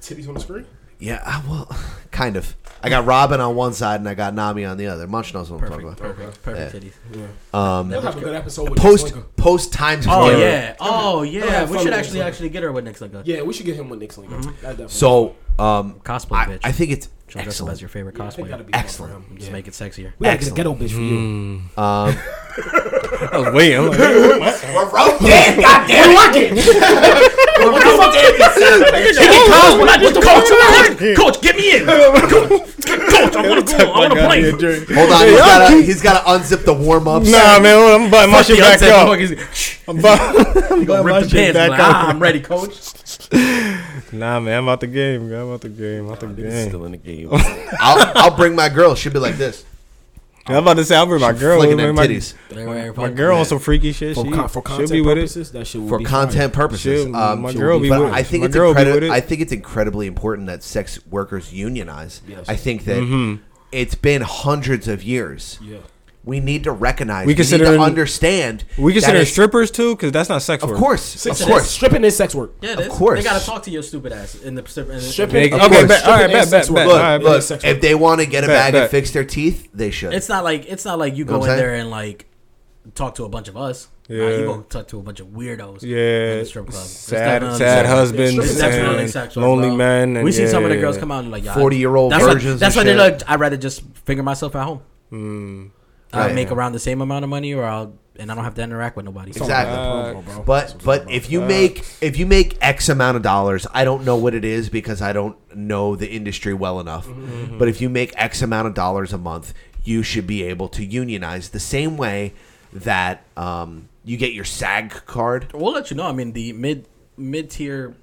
Speaker 9: Titties on the screen.
Speaker 1: yeah, I, well, kind of. I got Robin on one side and I got Nami on the other. Munch knows what I'm talking about.
Speaker 8: Perfect, perfect titties.
Speaker 9: They'll have a good episode with
Speaker 1: Um, Post
Speaker 9: Nick Slingo.
Speaker 1: post times
Speaker 8: Oh
Speaker 1: Square.
Speaker 8: yeah, oh yeah.
Speaker 9: have
Speaker 8: We
Speaker 9: fun
Speaker 8: should
Speaker 9: with
Speaker 8: actually
Speaker 9: this.
Speaker 8: actually get her with next like
Speaker 9: Yeah, we should get him with Nick Slingo.
Speaker 5: Mm-hmm.
Speaker 9: That definitely-
Speaker 1: So um,
Speaker 8: Cosplay
Speaker 1: I,
Speaker 8: bitch.
Speaker 1: I think it's
Speaker 8: She'll dress up
Speaker 1: excellent.
Speaker 8: as your favorite
Speaker 9: I think that'd
Speaker 8: cosplayer.
Speaker 9: be fun for
Speaker 1: Excellent.
Speaker 9: him.
Speaker 8: Just make it sexier.
Speaker 9: We gotta get a ghetto bitch for you.
Speaker 5: Mm. I was waiting. I'm like, hey,
Speaker 1: We're broke, Dan. Goddamn, we're working. We're broke,
Speaker 8: Coach, coach, coach, get me in. Coach, coach, I want to go. I want to play.
Speaker 1: Hold on, he's gotta, he's gotta unzip the warm ups.
Speaker 5: nah, man, hold on, I'm buying my
Speaker 8: Fuck
Speaker 5: shit
Speaker 8: the
Speaker 5: back
Speaker 8: upset
Speaker 5: up.
Speaker 8: motherfuckers.
Speaker 5: I'm buying, I'm
Speaker 8: You gonna
Speaker 5: buying my
Speaker 8: rip the
Speaker 5: shit
Speaker 8: pants?
Speaker 5: back
Speaker 8: Like,
Speaker 5: up.
Speaker 8: ah, I'm ready, coach.
Speaker 5: Nah, man, I'm out the game. bro. I'm out the game. Out the game.
Speaker 6: Still in the game.
Speaker 1: I'll, I'll bring my girl. She'll be like this,
Speaker 5: I'm about to say, I'll bring my girl.
Speaker 1: flicking
Speaker 5: man,
Speaker 1: them
Speaker 5: my,
Speaker 1: titties
Speaker 5: my girl on some freaky shit.
Speaker 9: For,
Speaker 5: she,
Speaker 9: con- for
Speaker 5: she'll
Speaker 9: content
Speaker 5: be with it.
Speaker 9: purposes, that shit would
Speaker 1: for
Speaker 9: be
Speaker 1: content purposes.
Speaker 5: She'll-
Speaker 1: um,
Speaker 5: my
Speaker 1: she
Speaker 5: girl
Speaker 1: will
Speaker 5: be
Speaker 1: but
Speaker 5: with it.
Speaker 1: I think
Speaker 5: My
Speaker 1: it's
Speaker 5: girl be
Speaker 1: incredi-
Speaker 5: with it.
Speaker 1: I think it's incredibly important that sex workers unionize.
Speaker 9: Yes.
Speaker 1: I think that
Speaker 5: Mm-hmm.
Speaker 1: it's been hundreds of years.
Speaker 9: Yeah.
Speaker 1: We need to recognize. We,
Speaker 5: We
Speaker 1: consider need
Speaker 5: considering-
Speaker 1: to understand.
Speaker 5: We
Speaker 1: that
Speaker 5: consider
Speaker 1: it's-
Speaker 5: strippers too, because that's not sex
Speaker 1: Of
Speaker 5: work.
Speaker 1: course,
Speaker 9: Six
Speaker 1: of course.
Speaker 9: Stripping is sex work.
Speaker 8: Yeah, it
Speaker 1: Of
Speaker 8: is.
Speaker 1: course.
Speaker 8: They gotta talk to your stupid ass in the Pacific.
Speaker 9: Stripping.
Speaker 5: Make-
Speaker 9: of course,
Speaker 5: okay, bet. All right,
Speaker 9: stripping is
Speaker 5: bet,
Speaker 9: sex
Speaker 5: bet,
Speaker 9: work.
Speaker 5: bet. All
Speaker 1: Look,
Speaker 5: right, bet.
Speaker 1: look, eh,
Speaker 9: Sex work.
Speaker 1: if they want to get a
Speaker 5: Bet,
Speaker 1: bag
Speaker 5: bet.
Speaker 1: and fix their teeth, they should.
Speaker 8: It's not like it's not like you
Speaker 1: know
Speaker 8: go
Speaker 1: what I'm
Speaker 8: in there
Speaker 1: saying?
Speaker 8: and like talk to a bunch of us. Nah, he
Speaker 5: Yeah.
Speaker 8: won't talk to a bunch of weirdos.
Speaker 5: Yeah.
Speaker 8: at the strip club. It's
Speaker 5: Sad-
Speaker 8: definitely
Speaker 5: sad
Speaker 8: unacceptable.
Speaker 5: husbands
Speaker 8: It's definitely
Speaker 5: and
Speaker 8: unacceptable,
Speaker 5: lonely
Speaker 8: bro.
Speaker 5: men and
Speaker 8: we seen some of the
Speaker 5: yeah.
Speaker 8: girls come out and like yeah,
Speaker 5: 40-year-old
Speaker 8: that's why-
Speaker 5: virgins
Speaker 8: That's why
Speaker 5: and
Speaker 8: they
Speaker 5: shit.
Speaker 8: like. I'd rather just finger myself at home. I
Speaker 5: Hmm.
Speaker 1: Right.
Speaker 8: make around the same amount of money, or I'll and I don't have to interact with nobody.
Speaker 5: Uh,
Speaker 1: Exactly. But but if you make if you make X amount of dollars, I don't know what it is because I don't know the industry well enough.
Speaker 14: Mhm.
Speaker 1: But if you make X amount of dollars a month, you should be able to unionize the same way that um, you get your SAG card.
Speaker 8: We'll let you know. I mean, the mid mid tier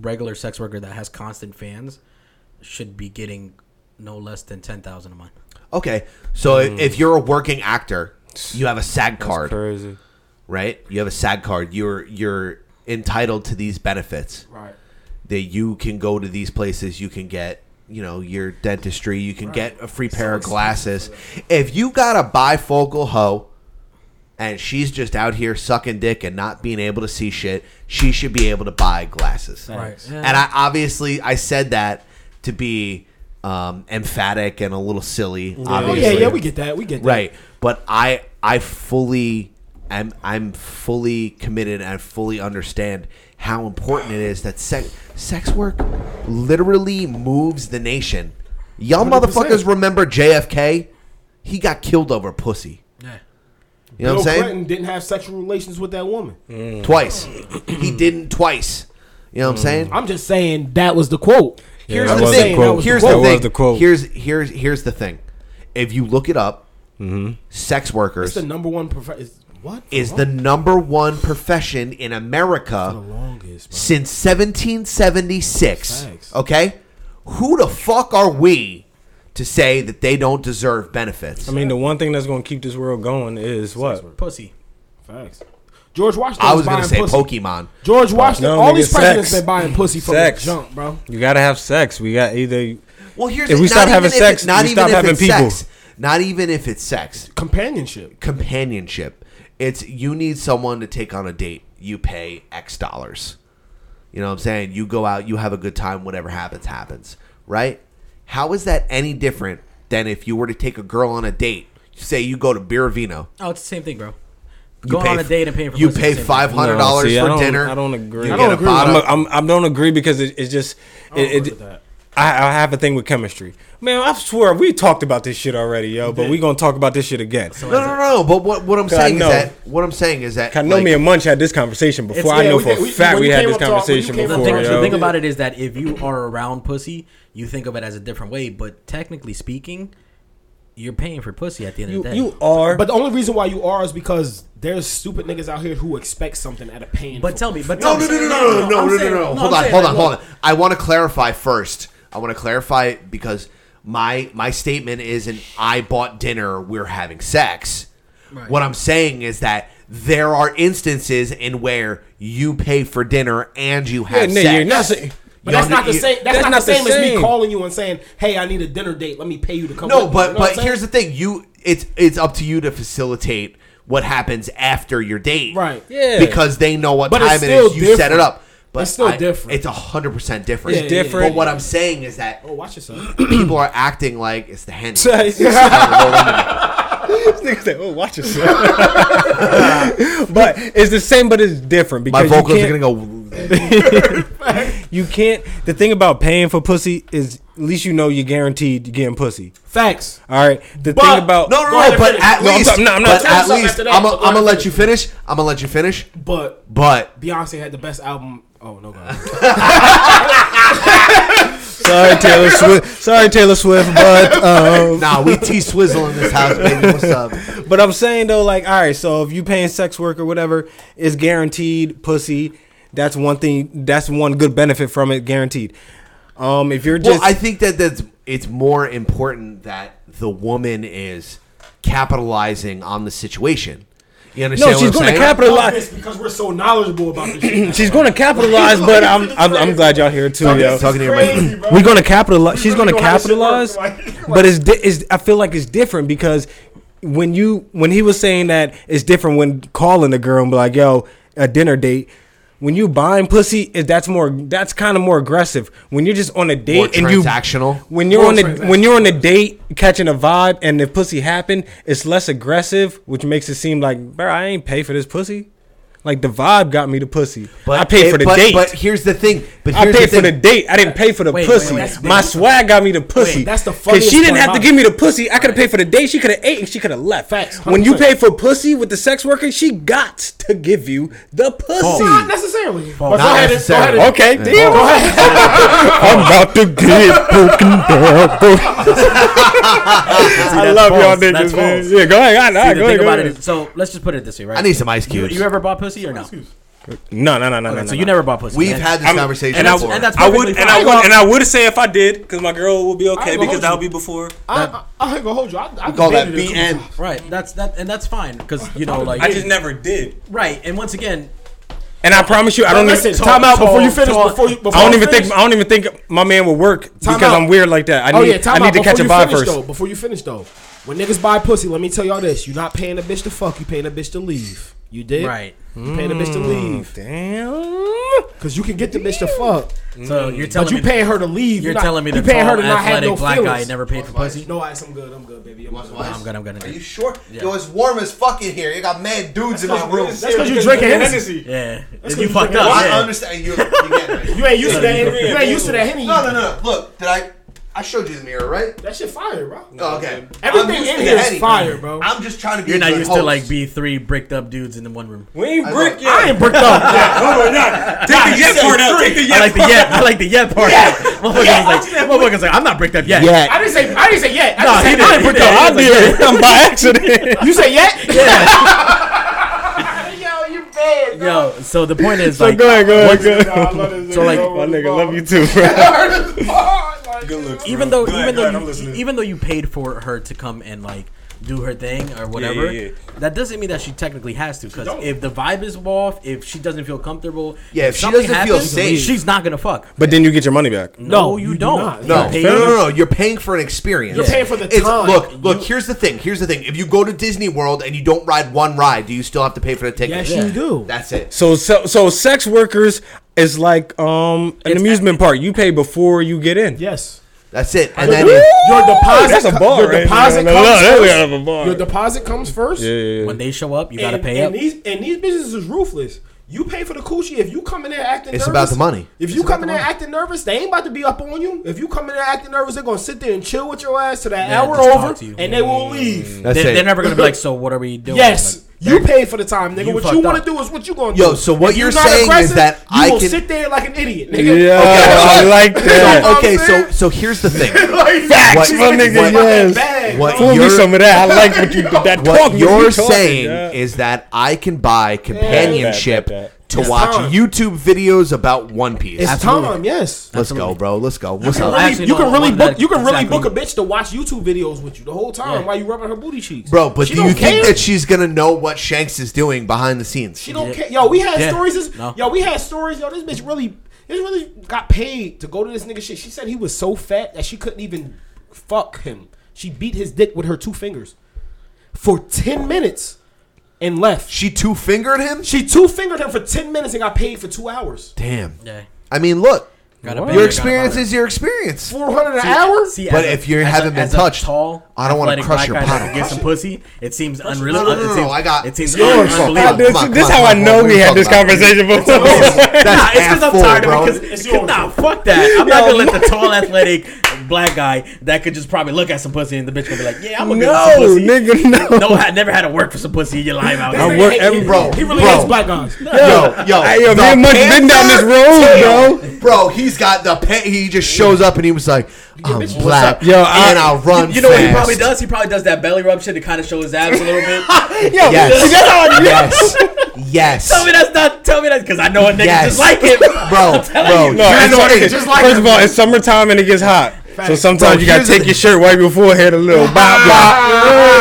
Speaker 8: regular sex worker that has constant fans should be getting no less than ten thousand a month.
Speaker 1: Okay, so i- if you're a working actor, you have a SAG card. Right? You have a SAG card. You're you're entitled to these benefits.
Speaker 9: Right.
Speaker 1: That you can go to these places, you can get, you know, your dentistry, you can get a free pair of glasses. If you got a bifocal hoe and she's just out here sucking dick and not being able to see shit, she should be able to buy glasses.
Speaker 8: Right. Yeah.
Speaker 1: And I obviously I said that to be um, emphatic and a little silly.
Speaker 9: Yeah.
Speaker 1: Obviously.
Speaker 9: Oh, yeah, yeah, we get that, we get that.
Speaker 1: Right, but I I fully am I'm fully committed and I fully understand how important it is that sex sex work literally moves the nation. Y'all
Speaker 9: 100%.
Speaker 1: motherfuckers remember JFK? He got killed over pussy.
Speaker 8: Yeah.
Speaker 1: You know what I'm
Speaker 9: Bill
Speaker 1: saying?
Speaker 9: Clinton didn't have sexual relations with that woman.
Speaker 5: Mm.
Speaker 1: Twice. he didn't twice. You know what I'm saying?
Speaker 9: I'm just saying that was the quote.
Speaker 1: Here's
Speaker 9: I'm
Speaker 1: the
Speaker 9: just
Speaker 1: thing.
Speaker 9: saying Mm. that was
Speaker 1: Here's
Speaker 9: the
Speaker 1: the
Speaker 9: quote.
Speaker 1: thing. Here's here's here's the thing. If you look it up, sex
Speaker 9: Mm-hmm. It's
Speaker 1: workers
Speaker 9: the number one prof- is What
Speaker 1: is the number one profession in America since 1776. Okay, who the fuck are we to say that they don't deserve benefits?
Speaker 5: I mean, the one thing that's going to keep this world going is what?
Speaker 8: Pussy.
Speaker 9: Facts. George Washington.
Speaker 1: I was
Speaker 9: was
Speaker 1: gonna
Speaker 9: buying
Speaker 1: say
Speaker 9: pussy.
Speaker 1: Pokemon.
Speaker 9: George Washington.
Speaker 5: No,
Speaker 9: all
Speaker 5: nigga,
Speaker 9: these presidents
Speaker 5: sex.
Speaker 9: been buying pussy from
Speaker 5: Sex.
Speaker 9: the jump, bro.
Speaker 5: You got to have sex. We got either.
Speaker 1: Well, here's
Speaker 5: if
Speaker 1: the-
Speaker 5: we
Speaker 1: not
Speaker 5: stop
Speaker 1: even
Speaker 5: having
Speaker 1: if it-
Speaker 5: sex,
Speaker 1: not
Speaker 5: we
Speaker 1: even
Speaker 5: stop
Speaker 1: if
Speaker 5: having
Speaker 1: it's
Speaker 5: people.
Speaker 1: sex. Not even if it's sex.
Speaker 9: Companionship.
Speaker 1: Companionship. It's you need someone to take on a date. You pay X dollars. You know what I'm saying? You go out, you have a good time, whatever happens, happens. Right? How is that any different than if you were to take a girl on a date? Say you go to Beer Vino.
Speaker 8: Oh, it's the same thing, bro.
Speaker 1: You
Speaker 8: Going
Speaker 1: pay
Speaker 8: on a
Speaker 1: f-
Speaker 8: date and paying for
Speaker 1: you
Speaker 8: pussy
Speaker 1: pay
Speaker 8: is the same thing.
Speaker 1: $500 No, see, I for don't- dinner.
Speaker 5: I don't agree.
Speaker 1: You
Speaker 5: I
Speaker 1: get
Speaker 5: don't
Speaker 1: a
Speaker 5: agree.
Speaker 1: bottle.
Speaker 5: I'm, I'm, I don't agree because it, it's just it. it I, I have a thing with chemistry, man. I swear we talked about this shit already, yo. But we gonna talk about this shit again.
Speaker 1: No, no, no. But what, what I'm
Speaker 5: God,
Speaker 1: saying
Speaker 5: no.
Speaker 1: is that what I'm saying is that
Speaker 5: I know
Speaker 1: like,
Speaker 5: me and Munch had this conversation before. I know for a fact we, had this conversation
Speaker 8: The
Speaker 5: before.
Speaker 8: thing, the
Speaker 5: yo.
Speaker 8: thing about it is that if you are around pussy, you think of it as a different way. But technically speaking, you're paying for pussy at the end of the day.
Speaker 5: are.
Speaker 9: But the only reason why you are is because there's stupid niggas out here who expect something at a pain.
Speaker 8: But tell me, but
Speaker 1: No, no, no, no, no, no, no, no, no, no. Hold on, hold on, hold on. I want to clarify first. I want to clarify because my my statement isn't I bought dinner, we're having sex.
Speaker 14: Right.
Speaker 1: What I'm saying is that there are instances in where you pay for dinner and you have
Speaker 5: nigga,
Speaker 1: sex.
Speaker 5: you're not saying-
Speaker 9: But
Speaker 1: You
Speaker 9: that's
Speaker 1: know,
Speaker 9: not the
Speaker 1: you-
Speaker 9: same. That's, not, the same, as me calling you and saying, "Hey, I need a dinner date. Let me pay you to come."
Speaker 1: No,
Speaker 9: with me."
Speaker 1: but
Speaker 9: You know what I'm
Speaker 1: but
Speaker 9: saying?
Speaker 1: here's the thing: you it's it's up to you to facilitate what happens after your date,
Speaker 9: Right. Yeah.
Speaker 1: Because they know what
Speaker 9: But it's
Speaker 1: time it is.
Speaker 9: still
Speaker 1: You set it
Speaker 9: different.
Speaker 1: up. But
Speaker 9: It's still
Speaker 1: I-
Speaker 9: different.
Speaker 1: It's hundred percent different.
Speaker 9: It's different.
Speaker 1: But what I'm saying is that
Speaker 9: oh, watch yourself.
Speaker 1: people are acting like it's the henny.
Speaker 5: Niggas say, "Oh, watch yourself." but it's the same, but it's different
Speaker 1: My
Speaker 5: because
Speaker 1: vocals
Speaker 5: you
Speaker 1: are
Speaker 5: can't,
Speaker 1: gonna go.
Speaker 5: you can't. The thing about paying for pussy is at least you know you're guaranteed you're getting pussy.
Speaker 9: Facts.
Speaker 5: All right. The
Speaker 1: But-
Speaker 5: thing about
Speaker 1: no, no, no, but at
Speaker 5: No, I'm
Speaker 1: least,
Speaker 5: sorry, no, I'm not.
Speaker 1: but at least, I'm gonna let you finish. I'm gonna let you finish.
Speaker 9: But
Speaker 1: but
Speaker 9: Beyonce had the best album. Oh no, God.
Speaker 5: sorry, Taylor Swift. Sorry, Taylor Swift. But um,
Speaker 1: nah, we T Swizzle in this house, baby. What's up?
Speaker 5: But I'm saying though, like, all right, so if you paying sex work or whatever, it's guaranteed pussy. That's one thing. That's one good benefit from it, guaranteed. Um, if you're just,
Speaker 1: well, I think that that's it's more important that the woman is capitalizing on the situation. You understand?
Speaker 5: no, she's
Speaker 1: what
Speaker 5: going
Speaker 1: I'm
Speaker 5: to
Speaker 1: saying?
Speaker 5: capitalize.
Speaker 9: because we're so knowledgeable about this. Shit.
Speaker 5: She's going to capitalize, but I'm, I'm I'm glad y'all here too,
Speaker 1: Talking-
Speaker 5: yo.
Speaker 1: talking to your mic.
Speaker 5: We're going to capitalize. She's going to
Speaker 1: really know how this shit
Speaker 5: capitalize, but it's di- is I feel like it's different because when you when he was saying that it's different when calling the girl and be like, yo, a dinner date. when you buying pussy, it- that's more that's kind of more aggressive. When you're just on a date
Speaker 1: More
Speaker 5: and you
Speaker 1: transactional.
Speaker 5: When you're
Speaker 1: More
Speaker 5: on a
Speaker 1: transactional.
Speaker 5: when you're on a date catching a vibe and the pussy happen, it's less aggressive, which makes it seem like, bro, I ain't pay for this pussy. Like the vibe got me the pussy. But I paid
Speaker 1: it-
Speaker 5: for the
Speaker 1: but-
Speaker 5: date.
Speaker 1: But here's the thing. But
Speaker 5: I
Speaker 1: here's
Speaker 5: paid for the
Speaker 1: thing.
Speaker 5: date. I didn't pay for the
Speaker 1: Wait, wait,
Speaker 5: pussy.
Speaker 1: wait, that's-
Speaker 5: My swag got me the pussy.
Speaker 9: that's the
Speaker 5: Cause
Speaker 9: funniest
Speaker 5: she didn't
Speaker 9: part
Speaker 5: have to
Speaker 9: about
Speaker 5: give me the pussy. I could have paid for the date. She could have ate and she could have left. When you
Speaker 9: 100%.
Speaker 5: pay for pussy with the sex worker, she got to give you the pussy.
Speaker 9: Not necessarily.
Speaker 5: Paul.
Speaker 9: But
Speaker 5: Not
Speaker 9: go ahead and- go ahead and-
Speaker 5: Okay,
Speaker 9: Yeah.
Speaker 5: damn.
Speaker 9: Go ahead.
Speaker 5: I'm about to get broken I love y'all
Speaker 8: false. That's
Speaker 5: niggas, man.
Speaker 8: false.
Speaker 5: Yeah, go ahead. I,
Speaker 8: See,
Speaker 5: I,
Speaker 8: the
Speaker 5: go
Speaker 8: thing
Speaker 5: ahead. Go
Speaker 8: about
Speaker 5: ahead.
Speaker 8: it is- so let's just put it this way, right?
Speaker 5: I need some ice
Speaker 8: You-
Speaker 5: cubes.
Speaker 8: You, ever bought pussy or no?
Speaker 5: No, no, no, no,
Speaker 8: Okay,
Speaker 5: no.
Speaker 8: so
Speaker 5: no,
Speaker 8: you
Speaker 5: no.
Speaker 8: never bought pussy.
Speaker 1: We've
Speaker 8: That's-
Speaker 1: had this conversation
Speaker 5: and I,
Speaker 1: before.
Speaker 5: and that's I would, and
Speaker 8: perfectly
Speaker 5: I
Speaker 8: fine.
Speaker 5: would, and I would say if I did, because my girl would be okay,
Speaker 8: gonna
Speaker 5: because
Speaker 8: hold
Speaker 5: that
Speaker 8: you.
Speaker 5: would be before.
Speaker 9: I, I, I ain't gonna hold you. I, I debated it.
Speaker 8: Right. That's that, and that's fine because you know, like
Speaker 5: I just never did.
Speaker 8: Right. And once again,
Speaker 5: And I promise you, I don't
Speaker 8: Listen,
Speaker 5: even
Speaker 8: Tom-
Speaker 5: time out
Speaker 8: Tom-
Speaker 5: before you finish.
Speaker 8: finish, Tom- before you- before
Speaker 5: I don't
Speaker 8: you
Speaker 5: even
Speaker 8: finish.
Speaker 5: think I don't even think my man will work
Speaker 9: Time
Speaker 5: because
Speaker 9: out.
Speaker 5: I'm weird like that. I
Speaker 9: oh
Speaker 5: need
Speaker 9: yeah, time
Speaker 5: I
Speaker 9: out
Speaker 5: need to
Speaker 9: before
Speaker 5: catch a
Speaker 9: you
Speaker 5: vibe
Speaker 9: finish,
Speaker 5: first.
Speaker 9: Though, before you finish though, when niggas buy pussy, let me tell y'all this: you're not paying a bitch to fuck, you paying a bitch to leave. You did
Speaker 8: Right.
Speaker 9: You paying a bitch to
Speaker 5: Mm,
Speaker 9: leave.
Speaker 5: Damn.
Speaker 9: Cause you can get the bitch to fuck.
Speaker 8: So you're
Speaker 9: Mm-hmm.
Speaker 8: telling
Speaker 9: but you
Speaker 8: me-
Speaker 9: paying her to leave.
Speaker 8: you're
Speaker 9: not-
Speaker 8: telling me
Speaker 9: you
Speaker 8: the
Speaker 9: paying her
Speaker 8: tall,
Speaker 9: to not have
Speaker 8: athletic
Speaker 9: no
Speaker 8: black
Speaker 9: feelings.
Speaker 8: guy never paid for pussy.
Speaker 9: No ice, I'm good. I'm good, baby. I'm good.
Speaker 8: I'm good. I'm good. I'm
Speaker 1: Are
Speaker 8: good.
Speaker 1: you sure? Yo, it's warm as fuck in here. You got mad dudes in my room.
Speaker 9: That's because you drinking Hennessy.
Speaker 8: Yeah.
Speaker 9: That's
Speaker 8: You
Speaker 9: 'cause
Speaker 8: fucked
Speaker 9: drinking
Speaker 8: up.
Speaker 9: Hennessy.
Speaker 1: I understand you. You, get it.
Speaker 9: You ain't used to that. You ain't used to that Henny.
Speaker 1: No, no, no. Look, did I? I showed you the mirror, right?
Speaker 9: That shit fire, bro.
Speaker 1: Oh, okay.
Speaker 9: Everything
Speaker 1: I'm used
Speaker 9: in
Speaker 1: to
Speaker 9: here is
Speaker 1: Henny.
Speaker 9: fire, bro.
Speaker 1: I'm just trying to be.
Speaker 8: You're
Speaker 1: a
Speaker 8: not
Speaker 1: good
Speaker 8: used
Speaker 1: host.
Speaker 8: to like be three bricked up dudes in the one room.
Speaker 5: We ain't
Speaker 1: brick
Speaker 5: yet.
Speaker 9: I ain't bricked up.
Speaker 5: Take the yet part out. Take the
Speaker 8: I
Speaker 5: yet
Speaker 8: like the
Speaker 5: part
Speaker 8: yet.
Speaker 5: out.
Speaker 8: I like the yet part.
Speaker 5: Yeah.
Speaker 8: Motherfucker's like, motherfucker's like, I'm not bricked up yet.
Speaker 9: I didn't say. I didn't say yet. I
Speaker 8: No,
Speaker 9: just
Speaker 8: he
Speaker 9: said
Speaker 8: did,
Speaker 9: I
Speaker 8: he
Speaker 9: ain't bricked
Speaker 8: did.
Speaker 9: up.
Speaker 5: I did. I'm by accident.
Speaker 9: You say yet?
Speaker 1: Yo, you bad.
Speaker 8: Yo, so the point is
Speaker 5: So
Speaker 8: like,
Speaker 5: go ahead, go ahead,
Speaker 8: once-
Speaker 5: go ahead.
Speaker 8: So like,
Speaker 5: my nigga, love you too, bro. Good looks,
Speaker 8: even
Speaker 5: bro.
Speaker 8: though
Speaker 5: Go ahead,
Speaker 8: even
Speaker 5: go ahead, I'm
Speaker 8: though you,
Speaker 5: listening.
Speaker 8: even though you paid for her to come and like do her thing or whatever,
Speaker 5: yeah, yeah.
Speaker 8: that doesn't mean that she technically has to. Because
Speaker 5: don't.
Speaker 8: if the vibe is off, if she doesn't feel comfortable,
Speaker 1: Yeah, if she
Speaker 8: something
Speaker 1: doesn't feel safe-
Speaker 8: she's not gonna fuck.
Speaker 5: But then you get your money back.
Speaker 8: No, you, don't.
Speaker 1: No,
Speaker 8: You're paying-
Speaker 1: no, no, no, no. You're paying for an experience.
Speaker 9: You're paying for the
Speaker 1: It's-
Speaker 9: time.
Speaker 1: Look, look. here's the thing. Here's the thing. If you go to Disney World and you don't ride one ride, do you still have to pay for the ticket?
Speaker 9: Yes, you Yeah. do.
Speaker 1: That's it.
Speaker 5: So, so so sex workers is like um an amusement park. You pay before you get in.
Speaker 9: Yes.
Speaker 1: That's it. And
Speaker 9: Your
Speaker 1: then
Speaker 9: de-
Speaker 1: if-
Speaker 9: your deposit.
Speaker 5: That's a bar
Speaker 9: Your
Speaker 5: right
Speaker 9: deposit
Speaker 5: there.
Speaker 9: comes
Speaker 5: Look, there we
Speaker 9: first.
Speaker 5: have a bar.
Speaker 9: Your deposit comes first.
Speaker 8: When they show up, you
Speaker 9: and,
Speaker 8: gotta pay up.
Speaker 9: and these and these businesses is ruthless. You pay for the coochie if you come in there acting.
Speaker 1: It's about
Speaker 9: nervous,
Speaker 1: the money.
Speaker 9: If you come in there acting nervous, they ain't about to be up on you. If you come in there acting nervous, they're gonna sit there and chill with your ass till that
Speaker 8: Yeah,
Speaker 9: hour
Speaker 8: just talk
Speaker 9: over,
Speaker 8: to you. Mm.
Speaker 9: and they will leave.
Speaker 1: That's
Speaker 8: they're,
Speaker 1: it.
Speaker 8: they're never gonna be like, so what are we doing?
Speaker 9: Yes,
Speaker 8: Like,
Speaker 9: you paid for the time, nigga.
Speaker 8: You
Speaker 9: what
Speaker 8: fucked
Speaker 9: you want to
Speaker 8: up.
Speaker 9: do is what you gonna do.
Speaker 1: Yo, so what
Speaker 9: If
Speaker 1: you're
Speaker 9: not
Speaker 1: saying is
Speaker 9: aggressive,
Speaker 1: that
Speaker 9: you
Speaker 1: I
Speaker 9: will
Speaker 1: can-
Speaker 9: sit there like an idiot, nigga.
Speaker 5: Yeah, I like that.
Speaker 9: what I'm
Speaker 1: okay, so
Speaker 9: saying?
Speaker 1: so here's the thing.
Speaker 9: Like,
Speaker 5: Facts,
Speaker 1: What-
Speaker 5: my nigga.
Speaker 1: what-
Speaker 5: yes.
Speaker 1: what
Speaker 5: Fool me
Speaker 1: you're-
Speaker 5: some of that. I like what you that talk.
Speaker 1: What
Speaker 5: you
Speaker 1: you're
Speaker 5: be talking,
Speaker 1: saying
Speaker 5: yeah.
Speaker 1: is that I can buy companionship
Speaker 5: Yeah, that-
Speaker 1: to
Speaker 9: It's
Speaker 1: watch
Speaker 9: time.
Speaker 1: YouTube videos about One Piece.
Speaker 9: It's
Speaker 8: Absolutely.
Speaker 9: time, yes.
Speaker 1: Let's go, bro. Let's go. What's
Speaker 9: You
Speaker 1: up?
Speaker 9: can really-
Speaker 8: Actually,
Speaker 9: you
Speaker 8: no,
Speaker 9: can really book.
Speaker 8: one that-
Speaker 9: You can really
Speaker 8: exactly.
Speaker 9: book a bitch to watch YouTube videos with you the whole time
Speaker 8: Yeah.
Speaker 9: while you rubbing her booty cheeks,
Speaker 1: Bro, but
Speaker 9: She
Speaker 1: do
Speaker 9: don't
Speaker 1: you think
Speaker 9: care.
Speaker 1: that she's gonna know what Shanks is doing behind the scenes?
Speaker 9: She don't
Speaker 8: Yeah.
Speaker 9: care. Yo, we had
Speaker 8: Yeah.
Speaker 9: stories. This,
Speaker 8: No.
Speaker 9: Yo, we had stories. Yo, this bitch really, this really got paid to go to this nigga shit. She said he was so fat that she couldn't even fuck him. She beat his dick with her two fingers for ten minutes and left.
Speaker 1: She two fingered him.
Speaker 9: She two fingered him for ten minutes and got paid for two hours.
Speaker 1: Damn.
Speaker 8: Yeah.
Speaker 1: I mean, look,
Speaker 8: Gotta pay,
Speaker 1: your
Speaker 8: gotta
Speaker 1: experience
Speaker 8: bother.
Speaker 1: is your experience.
Speaker 9: Four hundred an hour.
Speaker 8: See,
Speaker 1: But
Speaker 8: as
Speaker 1: if you
Speaker 8: as
Speaker 1: haven't been
Speaker 8: as a
Speaker 1: touched, I don't wanna
Speaker 8: athletic
Speaker 1: crush
Speaker 8: black
Speaker 1: your
Speaker 8: guy that
Speaker 1: pot.
Speaker 8: can Get some pussy. It seems
Speaker 1: No, no,
Speaker 8: unrealistic.
Speaker 1: no, no, no, I got-
Speaker 8: It seems
Speaker 1: it's yours.
Speaker 5: Ah,
Speaker 1: Come on,
Speaker 8: unbelievable.
Speaker 5: this
Speaker 1: come on,
Speaker 5: this
Speaker 1: come
Speaker 5: how
Speaker 1: on,
Speaker 5: I
Speaker 1: come on,
Speaker 5: know we
Speaker 1: what
Speaker 5: had
Speaker 1: are we
Speaker 5: this
Speaker 1: talking about?
Speaker 5: conversation before.
Speaker 8: nah,
Speaker 1: Oh, That's
Speaker 8: it's because I'm
Speaker 1: half full,
Speaker 8: tired
Speaker 1: bro.
Speaker 8: of it. Because nah, fuck that. I'm not gonna let the tall, athletic black guy that could just probably look at some pussy and the bitch gonna be like, "Yeah, I'm gonna get
Speaker 5: No,
Speaker 8: some pussy."
Speaker 5: nigga, no.
Speaker 8: no, I never had to work for some pussy. You're lying out
Speaker 5: I
Speaker 8: here.
Speaker 5: work every
Speaker 1: Bro,
Speaker 9: He really
Speaker 1: bro.
Speaker 9: hates black guys.
Speaker 1: Yo, yo,
Speaker 5: Hey, yo,
Speaker 1: the
Speaker 5: me and Munch been down this road,
Speaker 1: Panther? bro. He's got the pan. He just shows up and he was like, "I'm black,
Speaker 5: Yo, I-
Speaker 1: and I'll run."
Speaker 8: You know what he
Speaker 1: fast."
Speaker 8: probably does? He probably does that belly rub shit to kind of show his abs a little bit.
Speaker 5: Yo,
Speaker 1: Yes.
Speaker 5: see, that's how I-
Speaker 1: Yes, yes.
Speaker 8: Tell me that's not. Tell me that because I know a nigga
Speaker 1: Yes.
Speaker 8: just like it,
Speaker 1: bro, bro.
Speaker 5: Oh, No,
Speaker 1: here's
Speaker 5: it's
Speaker 1: the
Speaker 5: like-
Speaker 1: thing.
Speaker 5: first of all, it's summertime and it gets hot. So sometimes
Speaker 1: Bro,
Speaker 5: you gotta
Speaker 1: here's the
Speaker 5: take
Speaker 1: thing.
Speaker 5: your shirt right before head a little bop bop.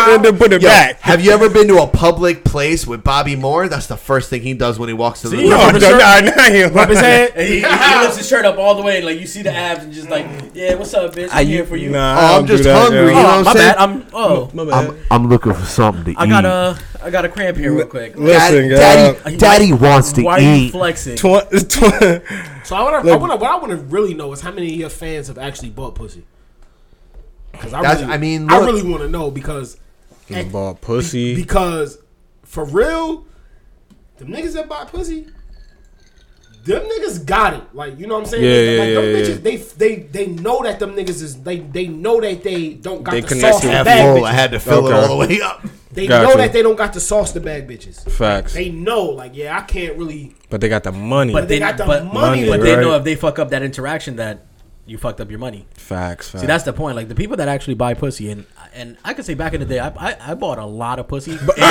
Speaker 5: and then put it
Speaker 1: Yo,
Speaker 5: back.
Speaker 1: Have you ever been to a public place with Bobby Moore? That's the first thing he does when he walks to the
Speaker 5: no,
Speaker 1: room.
Speaker 5: Oh, no, no, not him. Rub his head.
Speaker 8: And he, he lifts his shirt up all the way, and like you see the abs, and just like, yeah, what's up, bitch? I'm here for you.
Speaker 5: Nah,
Speaker 1: Oh, I'm just hungry. You know
Speaker 8: Oh,
Speaker 1: what
Speaker 8: my
Speaker 1: I'm saying? Mm.
Speaker 8: bad. I'm oh, my bad.
Speaker 1: I'm, I'm looking for something to
Speaker 8: I
Speaker 1: eat.
Speaker 8: got a I got a cramp here
Speaker 1: Mm.
Speaker 8: real quick.
Speaker 1: Listen, Daddy-
Speaker 8: Why-
Speaker 5: uh,
Speaker 1: Daddy- Daddy wants to
Speaker 8: Why are you
Speaker 1: eat.
Speaker 8: flexing?
Speaker 5: Tw- tw-
Speaker 9: So I want to. I
Speaker 5: Look.
Speaker 9: want to. What I want to really know is how many of your fans have actually bought pussy. Because I
Speaker 5: That's-
Speaker 9: really,
Speaker 5: I mean,
Speaker 9: I
Speaker 5: look.
Speaker 9: really want to know because
Speaker 5: He's bald pussy.
Speaker 9: because for real, them niggas that buy pussy, them niggas got it. Like you know what I'm saying?
Speaker 5: Yeah,
Speaker 9: like,
Speaker 5: yeah,
Speaker 9: them
Speaker 5: yeah,
Speaker 9: bitches,
Speaker 5: yeah.
Speaker 9: They they they know that them niggas is they they know that they don't got
Speaker 5: They
Speaker 9: the
Speaker 5: connected.
Speaker 9: sauce to
Speaker 5: Half
Speaker 1: Oh,
Speaker 9: bag
Speaker 5: full,
Speaker 9: bitches.
Speaker 5: I had to fill it Okay. all the way up.
Speaker 9: They know
Speaker 5: Gotcha.
Speaker 9: that they don't got the sauce to bag bitches.
Speaker 5: Facts.
Speaker 9: They know like yeah, I can't really.
Speaker 5: But they got the money.
Speaker 8: But they
Speaker 9: got the
Speaker 8: but,
Speaker 9: money
Speaker 8: but
Speaker 5: to
Speaker 8: they
Speaker 5: do it.
Speaker 8: know if they fuck up that interaction that you fucked up your money.
Speaker 5: Facts, facts.
Speaker 8: See, that's the point. Like the people that actually buy pussy, and and I could say back in the day, I I, I bought a lot of pussy internationally.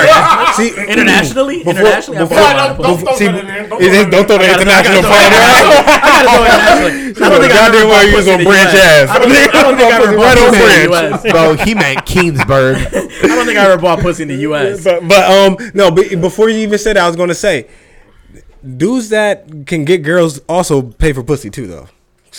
Speaker 5: See,
Speaker 8: internationally,
Speaker 5: before-
Speaker 8: internationally,
Speaker 5: before-
Speaker 8: I bought a lot of
Speaker 5: before-
Speaker 8: pussy.
Speaker 5: see, it ain't- don't throw the international part
Speaker 8: I gotta go internationally. I don't think I
Speaker 5: Goddamn well,
Speaker 8: ever bought
Speaker 5: you was
Speaker 8: pussy
Speaker 5: gonna
Speaker 8: in the
Speaker 5: branch
Speaker 8: US.
Speaker 5: ass.
Speaker 8: I don't think- I don't think I ever bought
Speaker 5: Right on
Speaker 8: pussy in the
Speaker 5: branch.
Speaker 8: US.
Speaker 1: Bro, he meant Keensburg.
Speaker 8: I don't think I ever bought pussy in the U.S.
Speaker 5: But, but um, no. But before you even said that, I was gonna say, dudes that can get girls also pay for pussy too, though,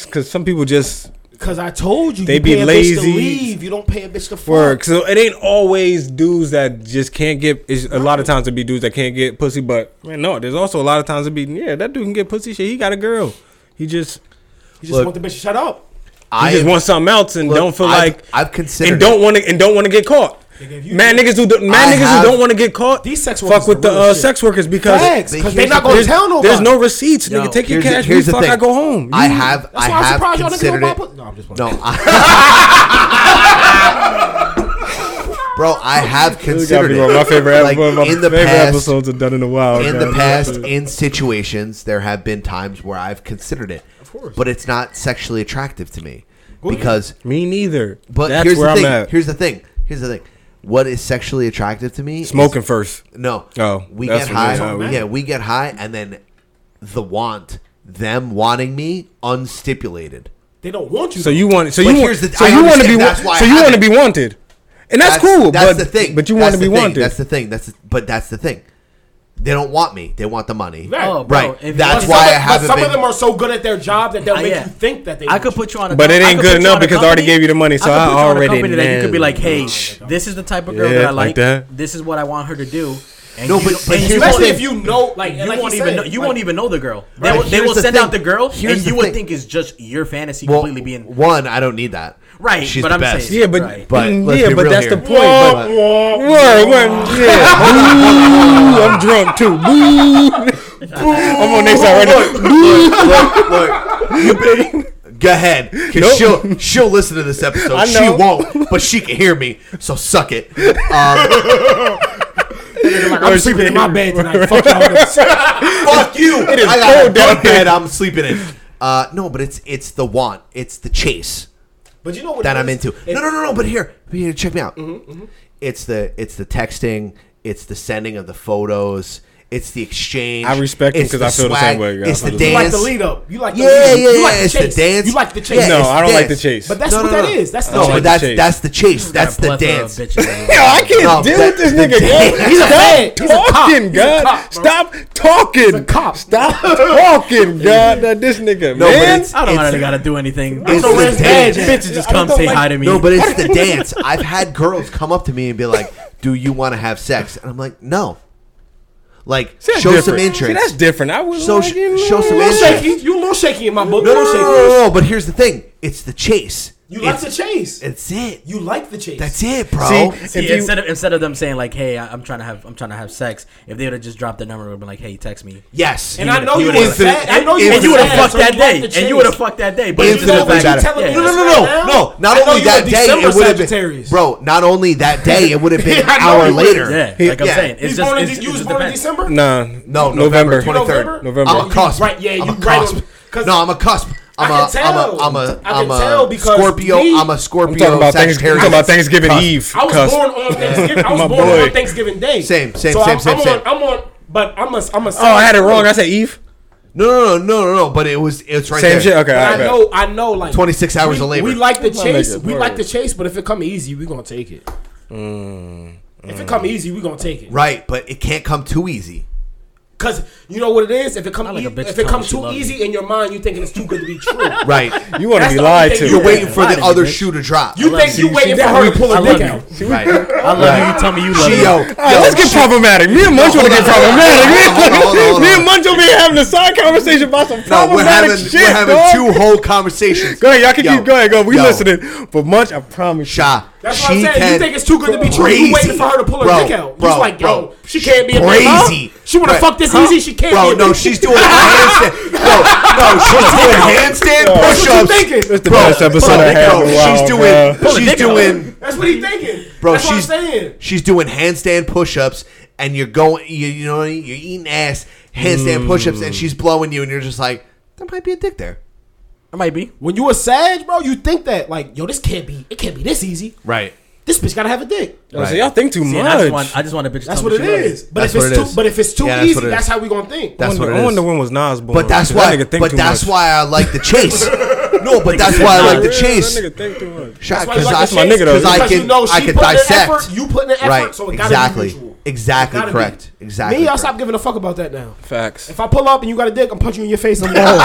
Speaker 5: because some people just
Speaker 9: Cause I told you,
Speaker 5: They
Speaker 9: you
Speaker 5: be
Speaker 9: pay a bitch
Speaker 5: lazy.
Speaker 9: To leave. You don't pay a bitch to fuck.
Speaker 5: work. So it ain't always dudes that just can't get. It's a lot of times it be dudes that can't get pussy, but man, no, there's also a lot of times it be yeah, that dude can get pussy. Shit, he got a girl. He just
Speaker 9: You just want the bitch to shut up.
Speaker 5: I just want something else and
Speaker 1: Look,
Speaker 5: don't feel
Speaker 1: I've-
Speaker 5: like
Speaker 1: I've considered
Speaker 5: and don't want to and don't want to get caught. Man, niggas who do, man
Speaker 1: I
Speaker 5: niggas
Speaker 1: have-
Speaker 5: who don't want to get caught.
Speaker 9: These sex
Speaker 5: fuck with the uh, sex workers because
Speaker 9: Facts, 'cause they not gonna
Speaker 5: there's-
Speaker 9: tell nobody.
Speaker 5: There's no receipts,
Speaker 1: No,
Speaker 5: nigga. Take your
Speaker 1: here's the-
Speaker 5: cash.
Speaker 1: here's the
Speaker 5: we fuck.
Speaker 1: thing.
Speaker 5: I go home.
Speaker 1: I
Speaker 5: You-
Speaker 1: have.
Speaker 9: That's
Speaker 1: I
Speaker 9: why I'm
Speaker 1: have
Speaker 9: surprised y'all niggas don't
Speaker 1: considered
Speaker 9: buy
Speaker 1: it.
Speaker 9: pussy. No, I'm just
Speaker 1: No, I, bro, I have
Speaker 5: This
Speaker 1: considered
Speaker 5: gotta be
Speaker 1: it.
Speaker 5: one of my favorite,
Speaker 1: Like,
Speaker 5: one of my
Speaker 1: in the
Speaker 5: favorite
Speaker 1: past,
Speaker 5: episodes of Done in the Wild.
Speaker 1: in the
Speaker 5: man.
Speaker 1: past, in situations, there have been times where I've considered it, of course. but it's not sexually attractive to me because
Speaker 5: me neither.
Speaker 1: But
Speaker 5: That's
Speaker 1: here's
Speaker 5: where
Speaker 1: the
Speaker 5: I'm
Speaker 1: thing.
Speaker 5: at.
Speaker 1: Here's the thing. Here's the thing. What is sexually attractive to me? is-
Speaker 5: Smoking first.
Speaker 1: No.
Speaker 5: Oh,
Speaker 1: we
Speaker 5: that's
Speaker 1: get
Speaker 5: what you're
Speaker 1: high.
Speaker 5: talking about.
Speaker 1: yeah, we get high, and then the want, them wanting me, unstipulated.
Speaker 9: They don't want you.
Speaker 5: So you want so
Speaker 1: But
Speaker 5: you
Speaker 1: here's the-
Speaker 5: so
Speaker 1: I
Speaker 5: you want to be
Speaker 1: understand
Speaker 5: wa-
Speaker 1: that's why
Speaker 5: so
Speaker 1: I
Speaker 5: you
Speaker 1: have
Speaker 5: want to
Speaker 1: it.
Speaker 5: be wanted, and that's, cool.
Speaker 1: That's
Speaker 5: but,
Speaker 1: the thing.
Speaker 5: But you
Speaker 1: That's
Speaker 5: want to
Speaker 1: the
Speaker 5: be
Speaker 1: thing.
Speaker 5: wanted.
Speaker 1: That's the thing. That's the, but that's the thing. They don't want me. They want the money.
Speaker 9: Right. Oh,
Speaker 8: bro,
Speaker 1: right.
Speaker 8: if-
Speaker 1: That's
Speaker 9: But
Speaker 1: why I
Speaker 9: some of- but
Speaker 1: haven't
Speaker 9: some
Speaker 1: been.
Speaker 9: of them are so good at their job that they'll
Speaker 8: Ah,
Speaker 9: make
Speaker 8: yeah.
Speaker 9: you think that they.
Speaker 8: I could put you on a.
Speaker 5: But it
Speaker 8: I
Speaker 5: ain't
Speaker 8: could
Speaker 5: good
Speaker 8: put you
Speaker 5: enough
Speaker 8: on a
Speaker 5: because I already
Speaker 8: company-
Speaker 5: gave you the money, so
Speaker 8: could
Speaker 5: I
Speaker 8: put you on a
Speaker 5: already
Speaker 8: company that you could be
Speaker 5: know.
Speaker 8: like, hey, this is the type of girl
Speaker 5: Yeah,
Speaker 8: that I
Speaker 5: like
Speaker 8: like.
Speaker 5: that.
Speaker 8: This is what I want her to do. And
Speaker 1: No,
Speaker 8: you
Speaker 1: but-
Speaker 8: don't-
Speaker 1: but
Speaker 8: and
Speaker 1: here's
Speaker 8: won't
Speaker 1: the
Speaker 8: even-
Speaker 1: thing.
Speaker 9: You know, like
Speaker 8: Oh, You
Speaker 9: and like
Speaker 8: won't
Speaker 9: he
Speaker 8: even
Speaker 9: said,
Speaker 8: know, you
Speaker 9: like,
Speaker 8: won't even know the girl. They
Speaker 1: Right.
Speaker 8: will, they
Speaker 1: Here's
Speaker 8: will
Speaker 1: the
Speaker 8: send out the
Speaker 1: thing.
Speaker 8: girl,
Speaker 1: Here's
Speaker 8: and
Speaker 1: the
Speaker 8: you would
Speaker 1: thing.
Speaker 8: think is just your fantasy
Speaker 1: Well,
Speaker 8: completely being
Speaker 1: one. I don't need that.
Speaker 8: Right,
Speaker 1: She's
Speaker 8: but
Speaker 1: the
Speaker 8: I'm
Speaker 1: best.
Speaker 8: saying-
Speaker 5: Yeah, but
Speaker 8: Right.
Speaker 1: But
Speaker 5: mm,
Speaker 1: let's
Speaker 5: yeah,
Speaker 1: be
Speaker 5: but
Speaker 1: real
Speaker 5: that's
Speaker 1: here.
Speaker 5: the point. But, Word, word, yeah. Ooh, I'm drunk too. Ooh. I'm on next side right now.
Speaker 1: look, look, you better- Go ahead, cause
Speaker 5: Nope.
Speaker 1: she'll she'll listen to this episode.
Speaker 5: I
Speaker 1: She
Speaker 5: know.
Speaker 1: won't, but she can hear me. So suck it. Um,
Speaker 9: like, I'm sleeping in my bed tonight. Fuck y'all. niggas.
Speaker 1: fuck you.
Speaker 5: is
Speaker 1: I got a
Speaker 5: cold down
Speaker 1: bunk bed.
Speaker 5: here.
Speaker 1: I'm sleeping in. Uh, no, but it's it's the want. It's the chase
Speaker 9: But you know what?
Speaker 1: that
Speaker 9: it
Speaker 1: I'm
Speaker 9: is?
Speaker 1: into.
Speaker 9: It-
Speaker 1: No, no, no, no. But here, here, check me out.
Speaker 8: Mm-hmm,
Speaker 1: It's the it's the texting. It's the sending of the photos. It's the exchange.
Speaker 5: I respect him
Speaker 1: it's
Speaker 5: 'cause I feel the same
Speaker 1: swag,
Speaker 5: way, yeah, I
Speaker 1: It's the
Speaker 5: feel the same
Speaker 9: You like
Speaker 1: dance.
Speaker 9: the lead up. You like the
Speaker 1: Yeah,
Speaker 9: lead up.
Speaker 1: yeah,
Speaker 9: You
Speaker 1: yeah,
Speaker 9: like the
Speaker 1: it's the
Speaker 9: chase.
Speaker 1: dance.
Speaker 9: You like the chase.
Speaker 1: Yeah,
Speaker 5: No,
Speaker 1: it's
Speaker 5: I don't like the
Speaker 1: dance.
Speaker 5: chase.
Speaker 9: But that's what that is. That's the
Speaker 1: no,
Speaker 9: chase.
Speaker 1: but
Speaker 5: like the
Speaker 1: that's
Speaker 5: chase.
Speaker 1: that's the chase. That's the
Speaker 8: plethora of
Speaker 1: dance.
Speaker 8: bitches.
Speaker 5: Yo, I can't
Speaker 1: No,
Speaker 5: deal
Speaker 1: that-
Speaker 5: with this
Speaker 1: the
Speaker 5: nigga.
Speaker 1: dance-
Speaker 5: Yo,
Speaker 1: He's a
Speaker 5: stop
Speaker 9: He's a cop.
Speaker 5: talking,
Speaker 9: He's a
Speaker 5: God.
Speaker 9: cop, bro.
Speaker 5: Stop talking.
Speaker 9: cop.
Speaker 5: Stop talking, God. That this nigga,
Speaker 1: No, but
Speaker 5: man.
Speaker 1: it's-
Speaker 8: I don't know
Speaker 1: It's-
Speaker 8: how got to do anything.
Speaker 1: it's
Speaker 8: So
Speaker 1: the
Speaker 8: random
Speaker 1: dance.
Speaker 8: Bitches just
Speaker 5: I
Speaker 8: come
Speaker 5: don't
Speaker 8: say
Speaker 5: like-
Speaker 8: hi to me.
Speaker 1: No, but it's the dance. I've had girls come up to me and be like, "Do you want to have sex?" And I'm like, "No." Like,
Speaker 5: See, that's
Speaker 1: show some
Speaker 5: different.
Speaker 1: interest.
Speaker 5: See, that's different. I would
Speaker 1: So
Speaker 5: like
Speaker 1: sh-
Speaker 5: it,
Speaker 1: show some
Speaker 9: You a little
Speaker 1: interest.
Speaker 9: shaky. You a little shaky in my book.
Speaker 1: No,
Speaker 9: You
Speaker 1: no,
Speaker 9: a
Speaker 1: no,
Speaker 9: little
Speaker 1: no,
Speaker 9: shaky.
Speaker 1: no, no, no, But here's the thing: it's the chase.
Speaker 9: You like the
Speaker 1: It's-
Speaker 9: chase.
Speaker 1: It's it.
Speaker 9: You like the chase.
Speaker 1: That's it, bro.
Speaker 5: See,
Speaker 8: See,
Speaker 5: if you-
Speaker 8: instead of instead of them saying like, "Hey, I- I'm trying to have I'm trying to have sex," if they would have just dropped the number, would have been like, "Hey, text me."
Speaker 1: yes.
Speaker 9: And I
Speaker 8: would've-
Speaker 9: know
Speaker 8: he
Speaker 9: you
Speaker 8: would've-
Speaker 9: was sad. I know you
Speaker 8: And
Speaker 9: was
Speaker 8: you would have
Speaker 9: sad,
Speaker 8: fucked
Speaker 9: so
Speaker 8: that
Speaker 9: you liked
Speaker 8: day,
Speaker 9: the
Speaker 8: and
Speaker 9: chase.
Speaker 8: you would have fucked that day. But
Speaker 1: If
Speaker 8: it's
Speaker 1: you
Speaker 8: just the
Speaker 1: don't
Speaker 8: fact
Speaker 1: do that-
Speaker 8: that-
Speaker 9: telling
Speaker 8: yeah.
Speaker 1: No, no, no,
Speaker 9: Now?
Speaker 1: no, no. Not
Speaker 9: I know
Speaker 1: only
Speaker 9: you
Speaker 1: that
Speaker 9: a
Speaker 1: day,
Speaker 9: December
Speaker 1: it would have been,
Speaker 9: Sagittarius.
Speaker 1: bro. Not only that day, it would have been an
Speaker 9: I know
Speaker 1: hour
Speaker 9: you would've-
Speaker 1: later.
Speaker 8: Yeah, like I'm
Speaker 1: Yeah.
Speaker 8: saying, it's
Speaker 9: He's
Speaker 8: just
Speaker 9: born in
Speaker 8: it's,
Speaker 9: De-
Speaker 8: it's
Speaker 9: you was
Speaker 8: just
Speaker 9: born in
Speaker 8: depends.
Speaker 9: December.
Speaker 5: Nah.
Speaker 1: No, November
Speaker 9: You know
Speaker 1: twenty
Speaker 9: November?
Speaker 1: third.
Speaker 5: November. Oh,
Speaker 1: I'm a cusp.
Speaker 9: Right, yeah, you
Speaker 1: I'm a
Speaker 9: right on-
Speaker 1: cusp.
Speaker 9: 'cause
Speaker 1: No, I'm a cusp. I'm
Speaker 9: I
Speaker 1: a,
Speaker 9: can
Speaker 1: I'm a,
Speaker 9: tell.
Speaker 1: I'm a,
Speaker 9: I
Speaker 1: I'm
Speaker 9: can tell
Speaker 1: a
Speaker 9: because
Speaker 1: Scorpio.
Speaker 9: me-
Speaker 1: I'm a Scorpio.
Speaker 5: I'm talking about, Thanksgiving, I'm
Speaker 1: Sagittarius.
Speaker 5: talking about Thanksgiving
Speaker 1: Cusp.
Speaker 5: Eve.
Speaker 9: I was
Speaker 5: Cusp.
Speaker 9: born on Thanksgiving. I was
Speaker 5: My
Speaker 9: born
Speaker 5: boy.
Speaker 9: on Thanksgiving Day.
Speaker 1: Same, same,
Speaker 9: so
Speaker 1: same,
Speaker 9: I'm,
Speaker 1: same,
Speaker 9: I'm
Speaker 1: same.
Speaker 9: On, I'm on, but I'm a, I'm a.
Speaker 5: Oh, I had it wrong. I said Eve.
Speaker 1: No, no, no, no, no, no. But it was, it's right
Speaker 5: Same
Speaker 1: there.
Speaker 5: shit. Okay,
Speaker 9: But
Speaker 5: I
Speaker 9: I know, I know, like
Speaker 1: 26 hours
Speaker 9: we,
Speaker 1: of labor.
Speaker 9: We like the
Speaker 5: My
Speaker 9: chase.
Speaker 5: nigga,
Speaker 9: We
Speaker 5: word.
Speaker 9: like the chase, but if it come easy, we gonna take it.
Speaker 1: Mm,
Speaker 9: If it come easy, we gonna take it.
Speaker 1: Right, but it can't come too easy.
Speaker 9: Cause you know what it is. If it come,
Speaker 1: like
Speaker 9: ea-
Speaker 1: a bitch
Speaker 9: if it
Speaker 1: telling
Speaker 9: come
Speaker 1: she
Speaker 9: too
Speaker 1: love me.
Speaker 9: easy in your mind, you thinking it's too good to be true.
Speaker 1: Right.
Speaker 5: You wanna
Speaker 9: That's
Speaker 5: be
Speaker 9: the only
Speaker 5: lied
Speaker 9: thing
Speaker 5: to.
Speaker 1: You're waiting
Speaker 5: Yeah.
Speaker 1: for the
Speaker 5: Lied to,
Speaker 1: other
Speaker 5: bitch.
Speaker 1: shoe to drop.
Speaker 9: You think you waiting for her to pull a dick out?
Speaker 1: Right.
Speaker 8: I love you. You tell me you love
Speaker 1: She,
Speaker 8: me.
Speaker 1: yo,
Speaker 5: All right, let's get problematic. Me and Munch want to get problematic. Me and- Me and Munch over here having a side conversation about some
Speaker 1: No,
Speaker 5: problematic
Speaker 1: we're having
Speaker 5: shit.
Speaker 1: we're having
Speaker 5: dog.
Speaker 1: two whole conversations.
Speaker 5: Go ahead, y'all can
Speaker 1: Yo,
Speaker 5: keep going. Go, we
Speaker 1: yo.
Speaker 5: listening. But Munch, I promise.
Speaker 1: Sha,
Speaker 9: That's what I'm saying. You think it's too good to be true.
Speaker 5: Crazy.
Speaker 9: You waiting for her to pull her
Speaker 5: Bro,
Speaker 9: dick out.
Speaker 5: bro,
Speaker 9: You're like, yo,
Speaker 5: bro.
Speaker 9: she can't be a bitch.
Speaker 1: crazy.
Speaker 9: Huh? She want to
Speaker 1: Right.
Speaker 9: fuck this
Speaker 1: Huh?
Speaker 9: easy. She can't
Speaker 1: Bro,
Speaker 9: be a
Speaker 1: no,
Speaker 9: bitch.
Speaker 1: she's doing handstand. No, no, she's doing handstand
Speaker 9: That's what you
Speaker 1: push-ups.
Speaker 9: thinking. It's
Speaker 5: the best episode I had in a while,
Speaker 1: she's
Speaker 5: bro.
Speaker 1: doing.
Speaker 5: Pull the
Speaker 1: She's
Speaker 5: dick out.
Speaker 1: doing.
Speaker 9: That's what he thinking.
Speaker 1: Bro,
Speaker 9: That's what I'm
Speaker 1: she's
Speaker 9: saying.
Speaker 1: she's doing handstand push-ups, and you're going. You, you know, you're eating ass handstand push-ups,
Speaker 5: Mm.
Speaker 1: and she's blowing you, and you're just like, there might be a dick there.
Speaker 8: I might be.
Speaker 9: When you a sag, bro, you think that like, yo, this can't be. It can't be this easy.
Speaker 1: Right.
Speaker 9: This bitch gotta have a dick.
Speaker 5: Yo, so y'all think too
Speaker 8: See, and
Speaker 5: much.
Speaker 8: I just want, I just want a bitch. to
Speaker 9: That's
Speaker 8: tell
Speaker 9: what it
Speaker 8: me she love me.
Speaker 9: is. But
Speaker 1: That's
Speaker 9: if
Speaker 1: what
Speaker 9: it's
Speaker 1: it
Speaker 9: too,
Speaker 1: is.
Speaker 9: but if it's too
Speaker 1: Yeah, that's
Speaker 9: easy,
Speaker 1: what it
Speaker 9: that's
Speaker 1: is.
Speaker 9: how we gonna think.
Speaker 1: That's
Speaker 5: I wonder,
Speaker 1: what it
Speaker 5: I wonder
Speaker 1: is.
Speaker 5: when was Nas born.
Speaker 1: But that's
Speaker 5: 'Cause
Speaker 1: why.
Speaker 5: That nigga think
Speaker 1: But
Speaker 5: too
Speaker 1: that's
Speaker 5: much.
Speaker 1: why I like the chase. no, but that's
Speaker 5: Nigga,
Speaker 1: why I
Speaker 5: nah,
Speaker 1: like the
Speaker 5: real,
Speaker 1: chase.
Speaker 5: That nigga think too much.
Speaker 1: Shot,
Speaker 9: why you
Speaker 1: because
Speaker 9: like
Speaker 1: I,
Speaker 9: the chase,
Speaker 5: because
Speaker 1: because I
Speaker 9: you
Speaker 1: can,
Speaker 9: know she
Speaker 1: I can
Speaker 9: put in the
Speaker 1: dissect.
Speaker 9: effort, you put in the effort,
Speaker 1: right?
Speaker 9: so it gotta be
Speaker 1: exactly,
Speaker 9: mutual.
Speaker 1: exactly
Speaker 9: Gotta be.
Speaker 1: correct, exactly.
Speaker 9: Me, I'll
Speaker 1: correct.
Speaker 9: stop giving a fuck about that now.
Speaker 5: Facts.
Speaker 9: If I pull up and you got a dick, I'm punching you in your face. I'm going
Speaker 1: Oh.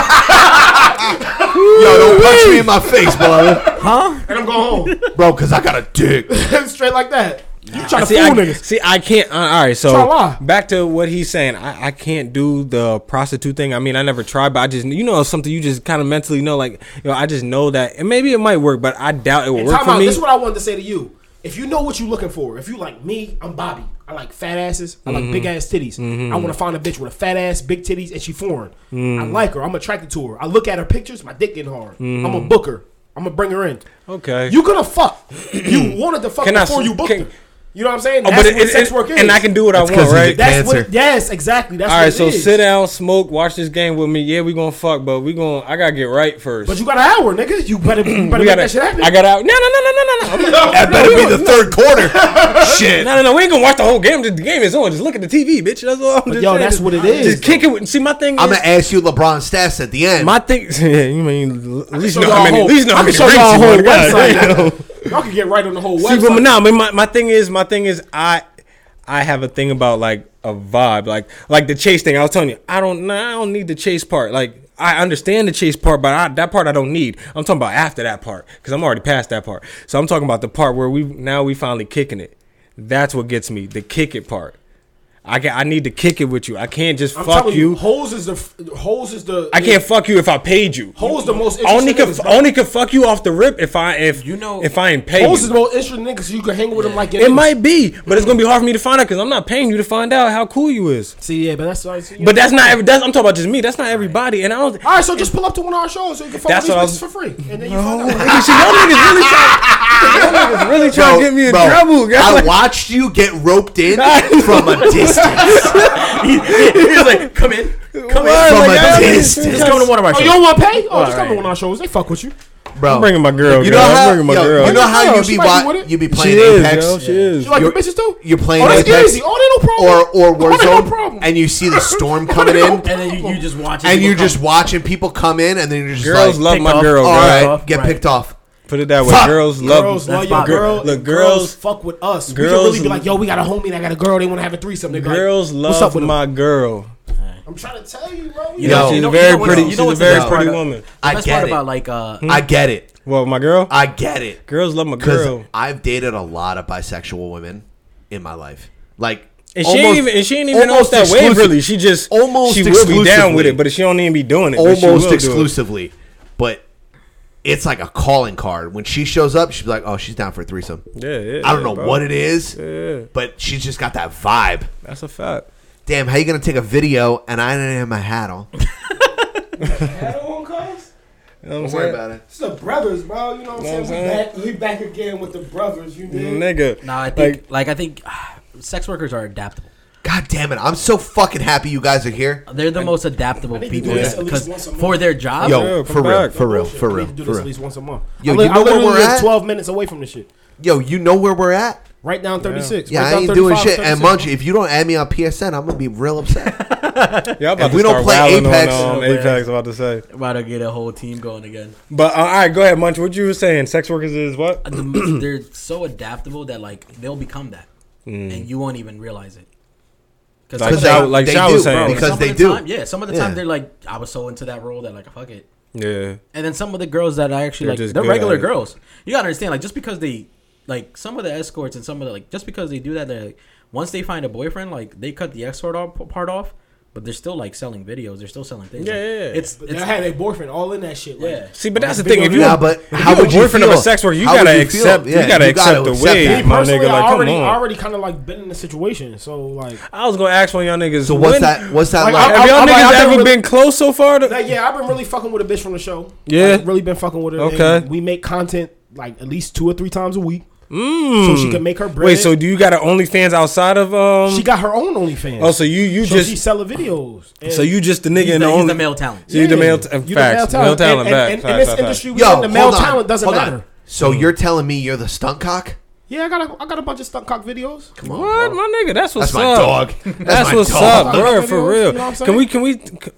Speaker 9: home.
Speaker 1: Yo, don't punch me in my face, bro,
Speaker 9: and I'm going
Speaker 1: bro, because I got a dick.
Speaker 9: home. Straight like that. You trying to
Speaker 5: see,
Speaker 9: fool
Speaker 5: I,
Speaker 9: niggas.
Speaker 5: see, I can't. Uh, all right,
Speaker 9: Try
Speaker 5: so
Speaker 9: why?
Speaker 5: back to what he's saying. I, I can't do the prostitute thing. I mean, I never tried, but I just you know it's something you just kind of mentally know. Like, you know, I just know that, and maybe it might work, but I doubt it will
Speaker 9: And
Speaker 5: work
Speaker 9: time
Speaker 5: for
Speaker 9: out.
Speaker 5: me.
Speaker 9: This is what I wanted to say to you. If you know what you're looking for, if you like me, I'm Bobby. I like fat asses. I like
Speaker 5: Mhm.
Speaker 1: Mm-hmm.
Speaker 9: big ass titties.
Speaker 5: Mhm.
Speaker 9: I want to find a bitch with a fat ass, big titties, and she foreign. I
Speaker 5: Mm.
Speaker 9: like her. I'm attracted to her. I look at her pictures. My dick getting hard.
Speaker 5: Mhm.
Speaker 1: Mm.
Speaker 9: I'm a booker. I'm gonna bring her in.
Speaker 5: okay,
Speaker 9: You could have fucked. you wanted to fuck
Speaker 5: Can I
Speaker 9: before
Speaker 5: s-
Speaker 9: you booked
Speaker 5: can-
Speaker 9: her. You know what I'm saying?
Speaker 5: Oh,
Speaker 9: That's
Speaker 5: but it-
Speaker 9: what
Speaker 5: it-
Speaker 9: sex
Speaker 5: it-
Speaker 9: work is.
Speaker 5: and I can do what I That's want, 'cause he's a right?
Speaker 9: That's
Speaker 5: cancer.
Speaker 9: what, yes, exactly. That's
Speaker 5: all
Speaker 9: what
Speaker 5: right,
Speaker 9: it
Speaker 5: so
Speaker 9: is.
Speaker 5: sit down, smoke, watch this game with me. Yeah, we gonna fuck, but we gonna. I gotta get right first.
Speaker 9: But you got an hour, nigga. You better, you better
Speaker 5: We
Speaker 9: make
Speaker 5: gotta-
Speaker 9: that shit happen.
Speaker 5: I got out. No, no, no, no, no, no, no. I'm not-
Speaker 1: That better be the third quarter. Shit.
Speaker 5: No, no, no. We ain't gonna watch the whole game. The game is on. Just look at the TV, bitch. That's all. I'm
Speaker 9: But
Speaker 5: just
Speaker 9: yo,
Speaker 5: saying.
Speaker 9: that's
Speaker 5: Just-
Speaker 9: what it is,
Speaker 5: Just kick it. With, see, my thing.
Speaker 1: I'm
Speaker 5: is,
Speaker 1: gonna ask you LeBron stats at the end.
Speaker 5: My thing, yeah, you mean at least
Speaker 9: show
Speaker 5: know
Speaker 9: y'all
Speaker 5: how many,
Speaker 9: whole-
Speaker 5: at least know
Speaker 9: I
Speaker 5: how
Speaker 9: can
Speaker 5: many
Speaker 9: show
Speaker 5: rings
Speaker 9: y'all
Speaker 5: you
Speaker 9: whole
Speaker 5: won. God
Speaker 9: website.
Speaker 5: damn.
Speaker 9: Y'all can get right on the whole
Speaker 5: See,
Speaker 9: website.
Speaker 5: but no, I mean, my, my thing is, my thing is, I I have a thing about like a vibe, like like the chase thing. I was telling you, I don't know, I don't need the chase part. Like I understand the chase part, but I, that part I don't need. I'm talking about after that part because I'm already past that part. So I'm talking about the part where we now we finally kicking it. That's what gets me the kick it part. I can, I need to kick it with you. I can't just
Speaker 9: I'm
Speaker 5: fuck
Speaker 9: telling
Speaker 5: you.
Speaker 9: hoes is the f- hoes is the.
Speaker 5: I can't fuck you if I paid you.
Speaker 9: Hoes the most
Speaker 5: only
Speaker 9: interesting
Speaker 5: could
Speaker 9: niggas, bro.
Speaker 5: only could fuck you off the rip if I if you know if I ain't paid.
Speaker 9: Hoes
Speaker 5: you.
Speaker 9: is the most interesting niggas. You can hang with them like your
Speaker 5: It
Speaker 9: niggas.
Speaker 5: might be, but it's gonna be hard for me to find out because I'm not paying you to find out how cool you is.
Speaker 9: See, yeah, but that's what I see.
Speaker 5: But that's not. Every, that's I'm talking about just me. That's not everybody, and I don't.
Speaker 9: All right, so just pull up to one of our shows so you can fuck
Speaker 5: That's
Speaker 9: with these
Speaker 5: what I
Speaker 9: bitches
Speaker 5: was-
Speaker 9: for free, and then you find out.
Speaker 5: Nigga, shit, y'all niggas really trying. Y'all niggas really trying
Speaker 1: Bro,
Speaker 5: to get me in
Speaker 1: bro,
Speaker 5: trouble. guys.
Speaker 1: I watched you get roped in from a distance.
Speaker 8: He's like, come in, come in.
Speaker 5: Word,
Speaker 1: From
Speaker 5: like,
Speaker 1: a
Speaker 5: y'all niggas-
Speaker 1: distance.
Speaker 8: Just come to one of our
Speaker 9: Oh,
Speaker 8: shows.
Speaker 9: you don't want to pay? Oh,
Speaker 8: All
Speaker 9: just come to
Speaker 8: right.
Speaker 9: one of our shows. They fuck with you.
Speaker 1: bro.
Speaker 5: I'm bringing my girl.
Speaker 1: you know
Speaker 5: girl. I'm
Speaker 1: how
Speaker 5: bringing my
Speaker 1: yo,
Speaker 5: girl.
Speaker 1: you know how
Speaker 9: Yo,
Speaker 1: you
Speaker 9: she
Speaker 1: be
Speaker 9: might be
Speaker 1: wa-
Speaker 9: with it.
Speaker 1: you be
Speaker 5: she
Speaker 1: playing
Speaker 5: is,
Speaker 1: Apex.
Speaker 5: yo. She is.
Speaker 9: You like your
Speaker 1: You're-
Speaker 9: bitches too?
Speaker 1: You're playing
Speaker 9: Oh, that's
Speaker 1: Apex
Speaker 9: easy. Oh, they no problem.
Speaker 1: or or
Speaker 9: Oh, they no
Speaker 1: Warzone,
Speaker 9: problem.
Speaker 1: and you see the storm coming in,
Speaker 8: And then you, you just watch. it.
Speaker 1: and
Speaker 8: People
Speaker 1: you're
Speaker 8: come.
Speaker 1: just watching people come in, and then you're just
Speaker 5: Girls
Speaker 1: like,
Speaker 5: love
Speaker 1: pick
Speaker 5: my
Speaker 1: off.
Speaker 5: girl,
Speaker 1: All
Speaker 5: girl.
Speaker 1: right,
Speaker 5: off.
Speaker 1: get
Speaker 5: Right.
Speaker 1: picked off.
Speaker 5: Put it that way.
Speaker 1: Fuck.
Speaker 5: Girls love.
Speaker 9: Girls love
Speaker 5: that's
Speaker 9: your
Speaker 5: my
Speaker 9: girl.
Speaker 5: Look,
Speaker 9: and girls
Speaker 5: girls.
Speaker 9: fuck with us. we can
Speaker 5: girls-
Speaker 9: really be like, yo, we got a homie that got a girl. They want to have a threesome. They be like,
Speaker 5: Girls
Speaker 9: what's up
Speaker 5: love
Speaker 9: with 'em?
Speaker 5: my girl.
Speaker 9: I'm trying to tell you, bro.
Speaker 5: You
Speaker 1: Yo.
Speaker 5: know, she's
Speaker 1: You
Speaker 5: a
Speaker 1: know-
Speaker 5: very
Speaker 1: you know
Speaker 5: pretty.
Speaker 1: what's-
Speaker 5: She's
Speaker 1: you know
Speaker 5: a
Speaker 1: what's the
Speaker 5: very
Speaker 1: best
Speaker 5: pretty
Speaker 1: part
Speaker 5: woman.
Speaker 1: I
Speaker 8: Best
Speaker 1: get
Speaker 8: part
Speaker 1: it.
Speaker 8: about like uh,
Speaker 9: Mm.
Speaker 1: I get it.
Speaker 5: Well, my girl.
Speaker 1: I get it.
Speaker 5: Girls love my
Speaker 1: Because
Speaker 5: girl.
Speaker 1: I've dated a lot of bisexual women in my life. Like,
Speaker 5: And she ain't
Speaker 1: almost-
Speaker 5: even and she ain't even off
Speaker 1: almost
Speaker 5: that wave
Speaker 1: exclusive-
Speaker 5: really. She just
Speaker 1: almost
Speaker 5: she will be down with
Speaker 1: exclusively.
Speaker 5: it, but she don't even be doing it. but she will
Speaker 1: almost
Speaker 5: do it.
Speaker 1: exclusively. But it's like a calling card. When she shows up, she's like, "Oh, she's down for a threesome."
Speaker 5: Yeah, yeah.
Speaker 1: I don't know
Speaker 5: bro.
Speaker 1: what it is,
Speaker 5: Yeah,
Speaker 1: but she's just got that vibe.
Speaker 5: that's a fact.
Speaker 1: Damn, how you gonna take a video and I didn't have my hat on?
Speaker 5: You know what I'm
Speaker 1: Don't
Speaker 5: saying?
Speaker 1: worry about it.
Speaker 9: It's the brothers, bro. You know what
Speaker 5: Know
Speaker 9: I'm
Speaker 5: what
Speaker 9: saying? We
Speaker 5: I'm
Speaker 9: back, we back again with the brothers. You dig?
Speaker 5: Nigga.
Speaker 8: Nah, I think like, I think sex workers are adaptable.
Speaker 1: God damn it! I'm so fucking happy you guys are here.
Speaker 8: They're the most adaptable
Speaker 9: need to
Speaker 8: people
Speaker 9: do this at least
Speaker 8: because
Speaker 9: once a month.
Speaker 8: for their job.
Speaker 1: Yo,
Speaker 5: real,
Speaker 1: for
Speaker 5: come
Speaker 1: real,
Speaker 5: back.
Speaker 1: for real,
Speaker 9: Bullshit.
Speaker 1: for
Speaker 9: We
Speaker 1: real,
Speaker 9: need to do
Speaker 1: for
Speaker 9: this
Speaker 1: real.
Speaker 9: at least once a month.
Speaker 1: Yo,
Speaker 9: I,
Speaker 1: you
Speaker 9: li- I
Speaker 1: know where
Speaker 9: literally
Speaker 1: we're
Speaker 9: live
Speaker 1: at?
Speaker 9: 12 minutes away from this shit.
Speaker 1: Yo, you know where we're at?
Speaker 9: Right down 36.
Speaker 1: Yeah,
Speaker 9: right
Speaker 1: I
Speaker 9: down
Speaker 1: ain't doing
Speaker 9: 35,
Speaker 1: shit. And
Speaker 9: 36.
Speaker 1: Munch, if you don't oh, add me on PSN, I'm gonna be real upset.
Speaker 5: Yeah, I'm about to start wilding on, um, Apex, about to say.
Speaker 8: About to get a whole team going again.
Speaker 5: But uh, all right, go ahead, Munch. What you were saying? Sex workers is what?
Speaker 8: They're so adaptable that like they'll become that,
Speaker 5: Mm.
Speaker 8: and you won't even realize it.
Speaker 5: Like
Speaker 8: some of
Speaker 5: Sha-
Speaker 8: the-
Speaker 5: like
Speaker 8: they
Speaker 5: Sha
Speaker 8: do,
Speaker 5: was
Speaker 8: bro.
Speaker 5: saying.
Speaker 8: Some
Speaker 5: Because
Speaker 8: of
Speaker 5: they
Speaker 8: the
Speaker 5: do.
Speaker 8: time- yeah, some of the time
Speaker 5: Yeah.
Speaker 8: they're like, I was so into that role that like, fuck it.
Speaker 5: Yeah.
Speaker 8: And then some of the girls that I actually
Speaker 5: They're
Speaker 8: like,
Speaker 5: just
Speaker 8: they're
Speaker 5: good at
Speaker 8: regular
Speaker 5: it.
Speaker 8: girls. You gotta understand, like, just because they, like, some of the escorts and some of the like, just because they do that, they're like, once they find a boyfriend, like, they cut the escort off, part off, but they're still like selling videos, they're still selling things.
Speaker 9: Yeah,
Speaker 8: Like,
Speaker 9: yeah, yeah.
Speaker 8: It's,
Speaker 9: But
Speaker 8: it's
Speaker 9: I had a boyfriend all in that shit. Like,
Speaker 8: Yeah.
Speaker 5: See, but that's the
Speaker 9: Big
Speaker 5: thing.
Speaker 9: old
Speaker 5: If you,
Speaker 9: dude.
Speaker 1: Nah, but
Speaker 5: if
Speaker 1: how
Speaker 5: you're a
Speaker 1: would you
Speaker 5: boyfriend of a
Speaker 1: feel?
Speaker 5: sex worker, you
Speaker 1: How would
Speaker 5: gotta
Speaker 1: you feel?
Speaker 5: accept.
Speaker 1: Yeah,
Speaker 5: you gotta
Speaker 1: you gotta
Speaker 5: accept the
Speaker 1: accept
Speaker 5: wave,
Speaker 1: that.
Speaker 5: my
Speaker 9: personally,
Speaker 5: nigga. Like,
Speaker 9: I
Speaker 5: come
Speaker 9: already, I
Speaker 5: on.
Speaker 9: already kind of like been in the situation. So like,
Speaker 5: I was gonna ask one of y'all niggas.
Speaker 1: So what's
Speaker 5: when-
Speaker 1: that- what's that like?
Speaker 5: Have
Speaker 1: I'm-
Speaker 5: y'all
Speaker 1: I'm like,
Speaker 5: niggas
Speaker 1: I've never
Speaker 5: ever
Speaker 1: really-
Speaker 5: been close so far? To,
Speaker 9: Like, yeah, I've been really fucking with a bitch from the show.
Speaker 5: Yeah.
Speaker 9: Like, really been fucking with her. and
Speaker 5: Okay.
Speaker 9: we make content like at least two or three times a week,
Speaker 5: Mm.
Speaker 9: so she can make her bread.
Speaker 5: Wait, so do you got an OnlyFans outside of um?
Speaker 9: she got her own OnlyFans.
Speaker 5: Oh, so you you
Speaker 9: so
Speaker 5: just
Speaker 9: she selling videos. And-
Speaker 5: so you just the nigga
Speaker 8: He's
Speaker 5: in the,
Speaker 8: the- he's
Speaker 5: only
Speaker 8: the male talent.
Speaker 5: So you the
Speaker 9: Yeah.
Speaker 5: male, t- facts,
Speaker 9: You the male talent.
Speaker 5: male talent,
Speaker 9: And-
Speaker 5: facts,
Speaker 9: and- and
Speaker 5: facts,
Speaker 9: in this
Speaker 5: facts,
Speaker 9: industry,
Speaker 5: facts.
Speaker 9: we Yo, the male
Speaker 1: hold
Speaker 9: talent doesn't
Speaker 1: hold
Speaker 9: matter.
Speaker 1: So you're telling me you're the stunt cock?
Speaker 9: yeah, I got a, I got a bunch of stunt cock videos.
Speaker 1: Come on,
Speaker 5: What my nigga? That's what's
Speaker 1: That's my
Speaker 5: up.
Speaker 1: dog.
Speaker 5: That's,
Speaker 1: That's my
Speaker 5: what's
Speaker 1: dog.
Speaker 5: up,
Speaker 1: You
Speaker 5: bro.
Speaker 1: know
Speaker 5: For
Speaker 1: what
Speaker 5: real.
Speaker 1: I'm saying?
Speaker 5: can we? Can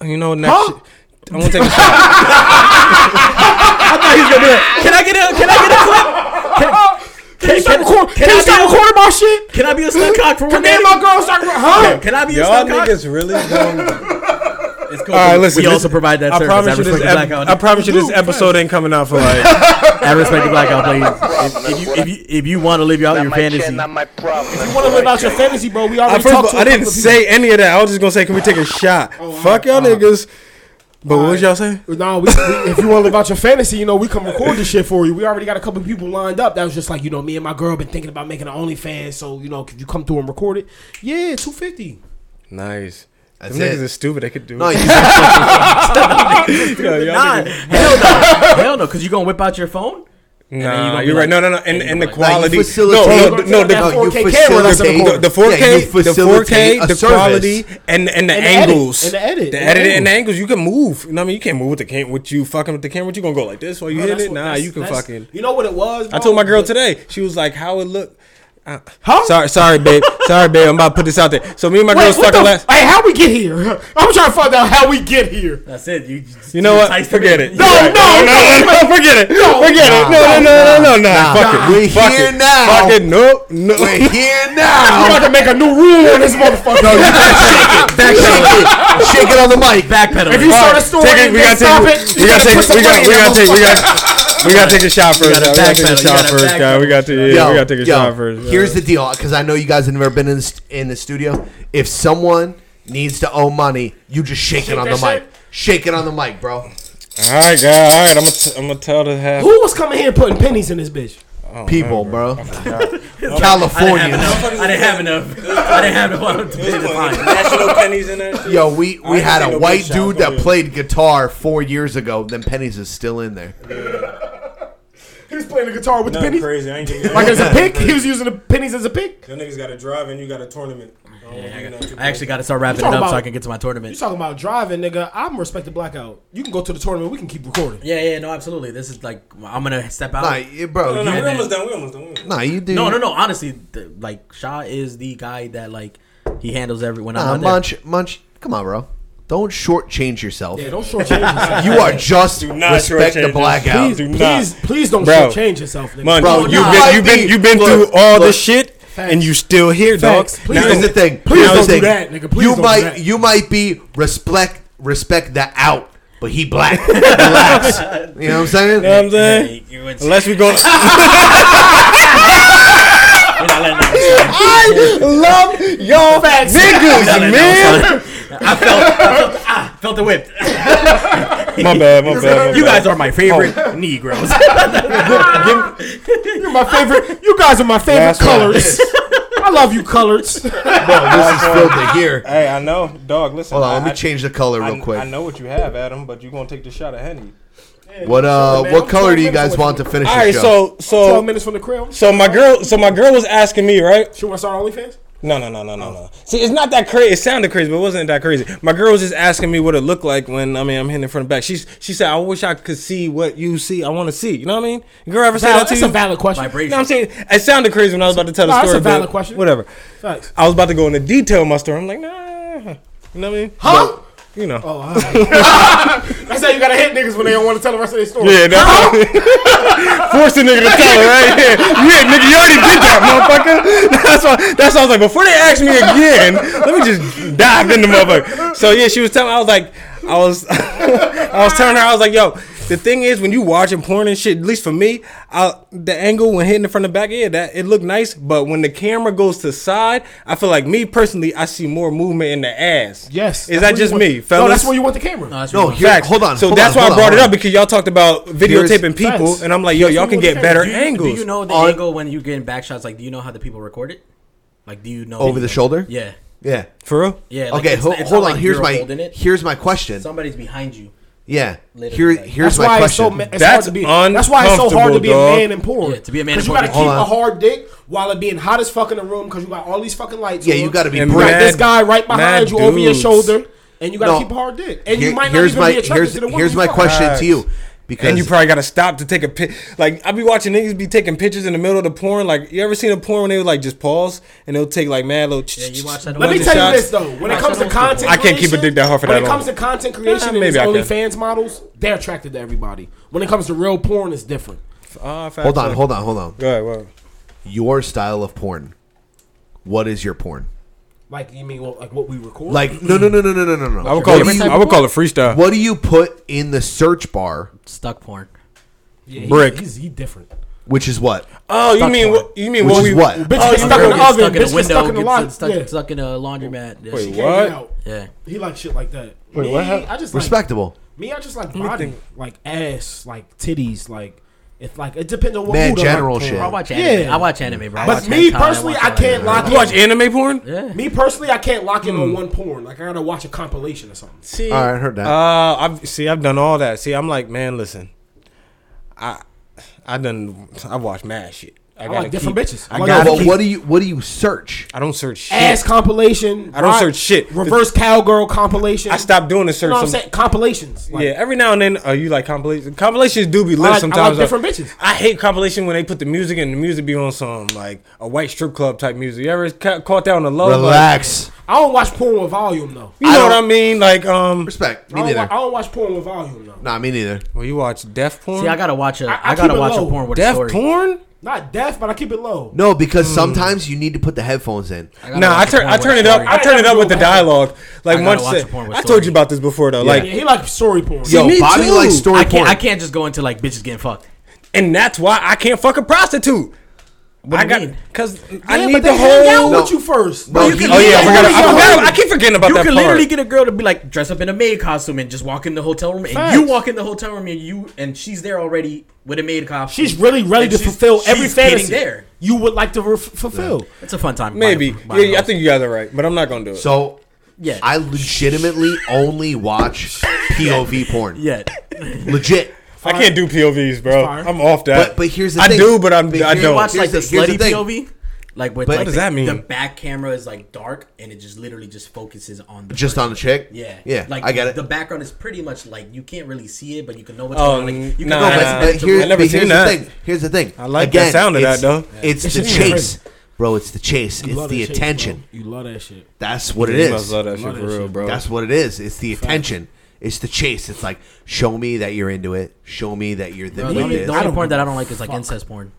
Speaker 5: we? You know next.
Speaker 1: Huh?
Speaker 5: shit- I want to take a shot. I thought he was gonna do it.
Speaker 8: Can I get a? Can I get a clip? Can, can,
Speaker 9: you stop record- can you stop recording my shit?
Speaker 8: Can I be a stunt cock for
Speaker 9: Can
Speaker 8: one
Speaker 9: me and
Speaker 8: day?
Speaker 9: my girl start? Huh?
Speaker 8: Can I be a
Speaker 5: Y'all
Speaker 8: stunt cock?
Speaker 5: niggas really going.
Speaker 8: It's cool.
Speaker 5: All right, listen.
Speaker 8: We
Speaker 5: this-
Speaker 8: also provide that
Speaker 5: I
Speaker 8: service.
Speaker 5: promise
Speaker 8: at
Speaker 5: you this.
Speaker 8: Respect the
Speaker 5: ep-
Speaker 8: Blackout.
Speaker 5: I promise you this episode ain't coming out for like.
Speaker 8: I respect the blackout, please. If, if you if you if you want to live out your fantasy,
Speaker 9: If you want to live out your fantasy, bro, we already
Speaker 5: I, Uh, first of
Speaker 9: talked.
Speaker 5: all,
Speaker 9: to
Speaker 5: I
Speaker 9: a
Speaker 5: didn't
Speaker 9: couple of
Speaker 5: say any of that. I was just gonna say, can we take a shot? Fuck y'all niggas. But what was y'all saying?
Speaker 9: people. No, we, we, if you want to live out your fantasy, you know we can record this shit for you. We already got a couple of people lined up. That was just like you know me and my girl been thinking about making an OnlyFans. So you know, could you come through and record it? Yeah, two fifty.
Speaker 5: Nice.
Speaker 1: That's
Speaker 5: Them niggas
Speaker 1: it.
Speaker 5: is stupid. They could do
Speaker 1: No,
Speaker 5: it.
Speaker 1: you-
Speaker 5: Yo, y'all
Speaker 8: Nah,
Speaker 5: niggas-
Speaker 8: hell no, hell no, because you gonna whip out your phone. and then
Speaker 5: Nah,
Speaker 8: gonna be
Speaker 5: you're right. No,
Speaker 8: like-
Speaker 5: no, no. And,
Speaker 8: you
Speaker 5: and the
Speaker 8: gonna be
Speaker 5: quality.
Speaker 1: you
Speaker 5: No,
Speaker 1: facilitate-
Speaker 5: no, no, the,
Speaker 1: No, you
Speaker 9: 4K camera that's in the
Speaker 1: facilitate-
Speaker 9: corner.
Speaker 5: the, the
Speaker 1: Yeah,
Speaker 5: 4K,
Speaker 1: you
Speaker 5: the
Speaker 1: facilitate a
Speaker 5: 4K, the
Speaker 1: service.
Speaker 5: quality, and and the
Speaker 9: And the edit,
Speaker 5: angles,
Speaker 9: and the edit,
Speaker 5: the
Speaker 9: and
Speaker 5: edit,
Speaker 9: the
Speaker 5: and the
Speaker 9: angles.
Speaker 5: angles. You can move. You know what I mean? You can't move with the camera. With you fucking with the camera, you gonna go like this while you
Speaker 9: Bro,
Speaker 5: hit
Speaker 9: Oh, that's
Speaker 5: it?
Speaker 9: what-
Speaker 5: Nah,
Speaker 9: that's-
Speaker 5: you can
Speaker 9: that's-
Speaker 5: fucking.
Speaker 9: You know what it was?
Speaker 5: I
Speaker 9: bro?
Speaker 5: told my girl
Speaker 9: The-
Speaker 5: today. She was like, "How it look." Uh,
Speaker 9: Huh?
Speaker 5: Sorry, sorry, babe. sorry, babe. I'm about to put this out there. So me and my
Speaker 9: Wait,
Speaker 5: girls
Speaker 9: what
Speaker 5: fucking
Speaker 9: the-
Speaker 5: last.
Speaker 9: Hey, how we get here? I'm trying to find out how we get here.
Speaker 8: That's it. You,
Speaker 5: You know what?
Speaker 8: enticed
Speaker 5: Forget it.
Speaker 8: me. You
Speaker 9: no,
Speaker 5: You're no, no, no, forget it. forget it. No, no, no, no, no, no.
Speaker 1: nah.
Speaker 5: fuck
Speaker 1: Nah,
Speaker 5: it.
Speaker 1: we're
Speaker 5: fuck
Speaker 1: here
Speaker 5: it.
Speaker 1: now.
Speaker 5: Fuck it. Nope. No.
Speaker 1: We're here
Speaker 9: I'm
Speaker 1: now.
Speaker 9: about to make a new rule on this motherfucker.
Speaker 1: Back shake it. Shake it on the mic.
Speaker 5: Backpedal.
Speaker 9: If you start a story and
Speaker 5: we
Speaker 9: then
Speaker 5: gotta
Speaker 9: stop it,
Speaker 5: take. we
Speaker 9: you
Speaker 5: gotta
Speaker 9: gotta
Speaker 5: take.
Speaker 9: put some
Speaker 5: We gotta.
Speaker 9: money
Speaker 5: We
Speaker 9: in
Speaker 5: gotta
Speaker 9: that
Speaker 5: take. We gotta. We gotta take a shot first.
Speaker 8: gotta
Speaker 5: guy. We gotta take a
Speaker 8: backpedal. You
Speaker 5: shot
Speaker 8: gotta
Speaker 5: first, guy. We got to. Yeah,
Speaker 1: Yo,
Speaker 5: we gotta take a
Speaker 1: yo,
Speaker 5: shot first.
Speaker 1: Here's the deal, because I know you guys have never been in the st- in the studio. If someone needs to owe money, you just shake,
Speaker 9: Shake
Speaker 1: it on
Speaker 9: that
Speaker 1: the
Speaker 9: shit.
Speaker 1: mic. Shake it on the mic, bro.
Speaker 5: All right, guy. All right, I'm gonna. T- I'm gonna tell the half.
Speaker 9: Who was coming here and putting pennies in this bitch?
Speaker 1: People, bro.
Speaker 8: I didn't
Speaker 1: California.
Speaker 8: have enough. I didn't have enough. I didn't have enough. I didn't have enough.
Speaker 5: National pennies in there.
Speaker 1: Yo, we, we
Speaker 5: I
Speaker 1: had
Speaker 5: ain't
Speaker 1: a
Speaker 5: seen no
Speaker 1: white
Speaker 5: big
Speaker 1: dude
Speaker 5: shots,
Speaker 1: that
Speaker 5: don't you?
Speaker 1: played guitar four years ago. Then pennies is still in there.
Speaker 9: He was playing the guitar with the
Speaker 5: Nothing
Speaker 9: pennies.
Speaker 5: crazy. I ain't getting
Speaker 9: Like as a pick, he was using the pennies as a pick.
Speaker 5: Them niggas got a drive and you got a tournament.
Speaker 8: I actually got to start wrapping
Speaker 9: You
Speaker 8: it up
Speaker 9: talking
Speaker 8: so I
Speaker 9: about-
Speaker 8: can get to my
Speaker 9: You
Speaker 8: tournament.
Speaker 9: talking about driving, nigga? I'm respected blackout. You can go to the tournament. We can keep recording.
Speaker 8: Yeah, yeah, no, absolutely. This is like I'm gonna step out.
Speaker 1: Nah, yeah, bro.
Speaker 5: No, no,
Speaker 1: you,
Speaker 5: we're almost done. We're almost done.
Speaker 1: nah, you do.
Speaker 8: No, no, no. Honestly, th- like Shaw is the guy that like he handles every when
Speaker 1: Nah,
Speaker 8: I'm not there.
Speaker 1: munch, munch. Come on, bro. Don't shortchange yourself.
Speaker 9: Yeah, don't shortchange yourself.
Speaker 1: You are just
Speaker 5: Do not
Speaker 1: respect the
Speaker 5: shortchange
Speaker 1: blackout.
Speaker 5: us. Do
Speaker 9: please,
Speaker 5: not.
Speaker 9: please don't
Speaker 5: Bro.
Speaker 9: shortchange yourself, nigga.
Speaker 5: Munch,
Speaker 1: Bro,
Speaker 5: you've
Speaker 1: nah.
Speaker 5: been you've been you've been
Speaker 1: Look,
Speaker 5: through all
Speaker 1: look.
Speaker 5: this shit and you still here, dog.
Speaker 9: Facts.
Speaker 1: Now,
Speaker 9: Please
Speaker 1: here's
Speaker 9: don't-
Speaker 1: the thing. Here's
Speaker 9: please
Speaker 1: the
Speaker 9: don't do
Speaker 1: thing.
Speaker 9: that, nigga. Please
Speaker 1: you
Speaker 9: don't do
Speaker 1: might
Speaker 9: that.
Speaker 1: you might be respect respect the out, but he black. Relax. you know what I'm saying?
Speaker 5: You know what I'm saying?
Speaker 8: Hey, you went-
Speaker 5: Unless we go.
Speaker 8: You're not letting that-
Speaker 5: I love y'all niggas, man.
Speaker 8: I felt, I felt, ah, felt the whip.
Speaker 5: My bad, my bad. my
Speaker 8: You
Speaker 5: bad.
Speaker 8: guys are my favorite
Speaker 1: Oh.
Speaker 8: Negroes.
Speaker 9: You're my favorite. You guys are my favorite
Speaker 5: Last one.
Speaker 9: colors. I love you, colors.
Speaker 1: Bro, this is filthy here.
Speaker 5: Hey, I know, dog. Listen,
Speaker 1: Hold on,
Speaker 5: I,
Speaker 1: let me
Speaker 5: I-
Speaker 1: change the color
Speaker 5: I-
Speaker 1: real quick.
Speaker 5: I know what you have, Adam, but you gonna take the shot of Henny.
Speaker 1: What uh,
Speaker 9: Man,
Speaker 1: what
Speaker 9: I'm
Speaker 1: color do you
Speaker 9: twelve minutes
Speaker 1: guys want to
Speaker 9: away
Speaker 1: finish
Speaker 5: All
Speaker 1: the
Speaker 5: right,
Speaker 1: show?
Speaker 5: so
Speaker 9: Twelve
Speaker 5: so
Speaker 9: minutes from the crib.
Speaker 5: so my girl, so my girl was asking me, right?
Speaker 9: She want to start OnlyFans?
Speaker 5: No, no, no, no,
Speaker 9: Oh.
Speaker 5: no, no. See, it's not that crazy. It sounded crazy, but it wasn't that crazy. My girl was just asking me what it looked like when I mean I'm hitting it from the back. She's she said, "I wish I could see what you see. I want to see." You know what I mean? Girl, ever say that
Speaker 9: Valid,
Speaker 5: to
Speaker 9: that's
Speaker 5: you?
Speaker 9: a valid question.
Speaker 8: Vibration.
Speaker 5: No, I'm saying it sounded crazy when I was about to tell the
Speaker 9: No, that's
Speaker 5: story.
Speaker 9: a valid
Speaker 5: but
Speaker 9: question.
Speaker 5: Whatever.
Speaker 9: Facts.
Speaker 5: I was about to go into detail in my story. I'm like, nah. You know what I mean?
Speaker 9: Huh?
Speaker 5: But, you know.
Speaker 9: Oh, all right. That's how you gotta hit niggas when they don't want to tell the rest of their story.
Speaker 5: Yeah, that's force the nigga to tell it right here. Yeah, nigga, you already did that, motherfucker. That's why. That's why I was like, before they ask me again, let me just dive into motherfucker. So yeah, she was telling. I was like, I was, I was telling her, I was like, yo, the thing is, when you watching porn and shit, at least for me, I, the angle when hitting it from the back, yeah, that it looked nice. But when the camera goes to side, I feel like me personally, I see more movement in the ass. Yes, is that just me, fellas?
Speaker 9: No, that's where you want the camera.
Speaker 5: No, here, hold on. So that's why I brought it up because y'all talked about videotaping people, and I'm like, yo, y'all can get better
Speaker 8: do you,
Speaker 5: angles.
Speaker 8: Do you know the
Speaker 5: On-
Speaker 8: angle when you getting back shots? Like, do you know how the people record it? Like, do you know
Speaker 1: over the shoulder?
Speaker 8: Yeah.
Speaker 1: Yeah.
Speaker 5: For real?
Speaker 8: Yeah, like,
Speaker 1: okay.
Speaker 8: it's-
Speaker 1: ho-
Speaker 8: it's not
Speaker 1: hold on.
Speaker 8: like
Speaker 1: here's
Speaker 8: you're
Speaker 1: my
Speaker 8: holding it.
Speaker 1: here's my question.
Speaker 8: Somebody's behind you.
Speaker 1: Yeah. Here,
Speaker 8: Literally, like-
Speaker 1: here's
Speaker 8: That's
Speaker 1: my
Speaker 8: why it's
Speaker 1: question.
Speaker 8: so ma- it's That's hard to
Speaker 9: be- that's why it's so hard to be a man in porn.
Speaker 8: Yeah, to be a man
Speaker 9: Because
Speaker 8: in
Speaker 9: you gotta
Speaker 8: porn.
Speaker 9: keep
Speaker 1: Hold on.
Speaker 9: a hard dick while it being hot as fuck in the room because you got all these fucking lights.
Speaker 1: Yeah,
Speaker 9: on.
Speaker 1: you gotta be
Speaker 9: And
Speaker 1: bright.
Speaker 9: got this
Speaker 1: mad-
Speaker 9: guy right behind
Speaker 1: mad
Speaker 9: you over your
Speaker 1: dudes.
Speaker 9: shoulder, and you gotta
Speaker 1: No.
Speaker 9: keep a hard dick. And
Speaker 1: Here-
Speaker 9: you might not
Speaker 1: here's
Speaker 9: even
Speaker 1: my-
Speaker 9: be attracted
Speaker 1: here's-
Speaker 9: to the woman.
Speaker 1: here's
Speaker 9: you
Speaker 1: my
Speaker 9: fuck.
Speaker 1: question to you, because-
Speaker 5: and you probably got to stop to take a pic. Like I be watching niggas be taking pictures in the middle of the porn. Like you ever seen a porn when they would like just pause and they'll take like mad little. Yeah,
Speaker 8: you watch that
Speaker 9: Let me tell you this though: when it comes to content,
Speaker 5: I can't keep a
Speaker 9: creation-
Speaker 5: dick that hard for
Speaker 9: When
Speaker 5: that
Speaker 9: it
Speaker 5: long.
Speaker 9: comes to content creation, and
Speaker 5: maybe
Speaker 9: these
Speaker 5: I can.
Speaker 9: OnlyFans models, they're attracted to everybody. When it comes to real porn, it's different.
Speaker 5: Ah,
Speaker 1: Hold on. Hold on. Hold on.
Speaker 5: Go ahead. Well.
Speaker 1: Your style of porn. What is your porn?
Speaker 9: Like you mean what, like what we record?
Speaker 1: Like no no no no no no no no.
Speaker 5: I would call it- I would call it freestyle.
Speaker 1: What do you put in the search bar?
Speaker 8: Stuck porn.
Speaker 9: Yeah, he's-
Speaker 1: Brick.
Speaker 9: He's, he different.
Speaker 1: Which is what?
Speaker 5: Oh, you mean
Speaker 1: porn.
Speaker 5: what- you mean
Speaker 1: Which
Speaker 5: what
Speaker 1: is
Speaker 5: we-
Speaker 1: what?
Speaker 5: bitch Oh, gets you stuck in the
Speaker 8: Stuck
Speaker 5: oven,
Speaker 8: in
Speaker 5: bitch
Speaker 8: a
Speaker 5: gets
Speaker 8: window,
Speaker 5: stuck in the
Speaker 8: gets
Speaker 5: lock.
Speaker 8: stuck,
Speaker 5: Yeah.
Speaker 8: stuck in a laundromat. Yeah,
Speaker 5: Wait,
Speaker 8: she
Speaker 5: what?
Speaker 8: can't get out. Yeah.
Speaker 9: Yeah. He like shit like that.
Speaker 5: Wait,
Speaker 9: me,
Speaker 5: what hap-
Speaker 9: I just
Speaker 1: Respectable.
Speaker 9: Like, me, I just like body, like ass, like titties, like it's like it depends on what
Speaker 1: Man,
Speaker 9: mood I'm
Speaker 1: general
Speaker 9: like for.
Speaker 1: shit. I
Speaker 8: watch anime. I watch anime, bro. I
Speaker 9: But
Speaker 8: watch
Speaker 9: me
Speaker 8: hentai, I
Speaker 9: personally,
Speaker 8: watch
Speaker 9: I,
Speaker 8: all that
Speaker 9: can't
Speaker 8: shit.
Speaker 9: lock.
Speaker 5: You watch anime porn?
Speaker 8: Yeah.
Speaker 9: Me personally, I can't lock in on one porn. Like I gotta watch a compilation or something.
Speaker 5: See,
Speaker 1: All right, I heard that.
Speaker 5: Uh, I've see, I've done all that. See, I'm like, man, listen, I, I done, I watched mad shit.
Speaker 9: I
Speaker 5: gotta
Speaker 8: Oh,
Speaker 9: like different
Speaker 5: keep-
Speaker 9: bitches.
Speaker 5: I
Speaker 9: I like
Speaker 5: got.
Speaker 9: different
Speaker 1: But
Speaker 5: to keep.
Speaker 1: what do you what do you search?
Speaker 5: I don't search shit.
Speaker 9: Ass compilation.
Speaker 5: I don't
Speaker 9: rock-
Speaker 5: search shit.
Speaker 9: Reverse cowgirl compilation.
Speaker 5: I stopped doing the
Speaker 9: You
Speaker 5: search.
Speaker 9: know what I'm
Speaker 5: some-
Speaker 9: saying? Compilations. Like,
Speaker 5: yeah, every now and then, oh, you like compilations. Compilations do be lit
Speaker 9: I like- I
Speaker 5: sometimes.
Speaker 9: like
Speaker 5: though.
Speaker 9: different bitches.
Speaker 5: I hate compilation when they put the music and the music be on some like a white strip club type music. You ever ca- caught that on the low? Oh, Like,
Speaker 1: Relax.
Speaker 9: I don't watch porn with volume though.
Speaker 5: you know what I mean? Like, um,
Speaker 1: respect. Me
Speaker 9: I don't, wa-
Speaker 1: neither.
Speaker 9: I don't watch porn with volume though.
Speaker 1: Nah, me neither.
Speaker 5: Well, you watch death porn.
Speaker 8: See, I gotta watch a.
Speaker 9: I-
Speaker 8: I,
Speaker 9: I
Speaker 8: gotta
Speaker 9: keep it
Speaker 8: watch a
Speaker 9: low.
Speaker 8: porn with
Speaker 5: death
Speaker 8: a story.
Speaker 5: porn.
Speaker 9: Not deaf, but I keep it low.
Speaker 1: No, because sometimes you need to put the headphones in.
Speaker 8: gotta
Speaker 5: Nah,
Speaker 8: watch
Speaker 5: I
Speaker 8: a
Speaker 5: turn
Speaker 8: porn
Speaker 5: I
Speaker 8: with
Speaker 5: turn
Speaker 8: a
Speaker 5: it up.
Speaker 8: story.
Speaker 5: I turn it up with the
Speaker 9: I gotta
Speaker 5: dialogue. Like
Speaker 8: watch
Speaker 5: once
Speaker 8: a
Speaker 5: said,
Speaker 8: porn with
Speaker 5: I told
Speaker 8: story.
Speaker 5: you about this before though. Like
Speaker 9: Yeah, he like story porn.
Speaker 5: See,
Speaker 1: Yo,
Speaker 5: me
Speaker 1: Bobby
Speaker 5: too.
Speaker 1: likes story
Speaker 8: I can't.
Speaker 1: porn.
Speaker 8: I can't just go into like bitches getting fucked.
Speaker 5: And that's why I can't fuck a prostitute.
Speaker 8: do
Speaker 5: I
Speaker 8: you mean?
Speaker 5: because I
Speaker 9: Yeah,
Speaker 5: need
Speaker 9: but
Speaker 5: the
Speaker 9: they hang out
Speaker 5: whole.
Speaker 1: No.
Speaker 9: with you first.
Speaker 1: Bro,
Speaker 9: Bro,
Speaker 1: he-
Speaker 8: can-
Speaker 5: Oh yeah, I
Speaker 8: Yeah,
Speaker 5: forgot.
Speaker 8: yeah,
Speaker 5: I, forgot
Speaker 8: yeah.
Speaker 5: I keep forgetting about
Speaker 8: you
Speaker 5: that
Speaker 8: can
Speaker 5: part.
Speaker 8: literally get a girl to be like dress up in a maid costume and just walk in the hotel room, and you walk in the hotel room and you and she's there already with a maid costume.
Speaker 9: she's really ready
Speaker 8: And
Speaker 9: to
Speaker 8: she's-
Speaker 9: fulfill every
Speaker 8: she's getting
Speaker 9: fantasy
Speaker 8: there.
Speaker 9: you would like to re- fulfill.
Speaker 8: It's a fun time.
Speaker 5: Maybe.
Speaker 8: By- by
Speaker 5: Yeah, yeah, I
Speaker 8: house.
Speaker 5: think you guys are right, but I'm not gonna do it.
Speaker 1: So
Speaker 8: Yeah.
Speaker 1: I legitimately only watch POV porn.
Speaker 8: Yeah.
Speaker 1: Legit.
Speaker 5: I can't do POVs, bro.
Speaker 9: fire.
Speaker 5: I'm off that.
Speaker 1: But but here's the
Speaker 5: I
Speaker 1: thing.
Speaker 5: do, but I'm
Speaker 1: But
Speaker 5: I
Speaker 1: here's-
Speaker 8: You
Speaker 5: don't.
Speaker 8: watch
Speaker 1: Here's
Speaker 8: like the,
Speaker 1: the- here's
Speaker 8: slutty
Speaker 1: the thing.
Speaker 8: POV, like with
Speaker 1: But-
Speaker 8: like
Speaker 1: What does
Speaker 8: the-
Speaker 5: that mean?
Speaker 8: The back camera is like dark and it just literally just focuses on the
Speaker 1: Just on the chick?
Speaker 8: Yeah,
Speaker 1: Yeah,
Speaker 8: Like
Speaker 1: I get it.
Speaker 8: The background is pretty much like you can't really see it, but you can know what's
Speaker 5: Oh,
Speaker 8: going on. Like, you
Speaker 5: nah,
Speaker 1: No,
Speaker 8: can
Speaker 1: but,
Speaker 5: nah,
Speaker 1: but
Speaker 5: I
Speaker 1: here-
Speaker 5: never
Speaker 1: but here's
Speaker 5: seen
Speaker 1: the
Speaker 5: that.
Speaker 1: thing. Here's the thing.
Speaker 5: I like the sound of that,
Speaker 1: it's-
Speaker 5: though.
Speaker 1: It's the
Speaker 9: just crazy.
Speaker 1: chase, bro. It's the chase.
Speaker 9: You
Speaker 1: It's
Speaker 9: love
Speaker 1: the
Speaker 9: that shit, bro.
Speaker 1: attention.
Speaker 9: You love that shit.
Speaker 1: That's what it
Speaker 5: You
Speaker 1: is.
Speaker 5: must love that shit for real, bro.
Speaker 1: That's what it is. It's the attention. It's the chase. It's like show me that you're into it. Show me that you're the,
Speaker 8: The
Speaker 1: with
Speaker 8: only,
Speaker 1: this.
Speaker 8: the only
Speaker 9: don't
Speaker 8: porn that I don't
Speaker 9: give
Speaker 8: like is like
Speaker 9: fuck.
Speaker 8: incest porn.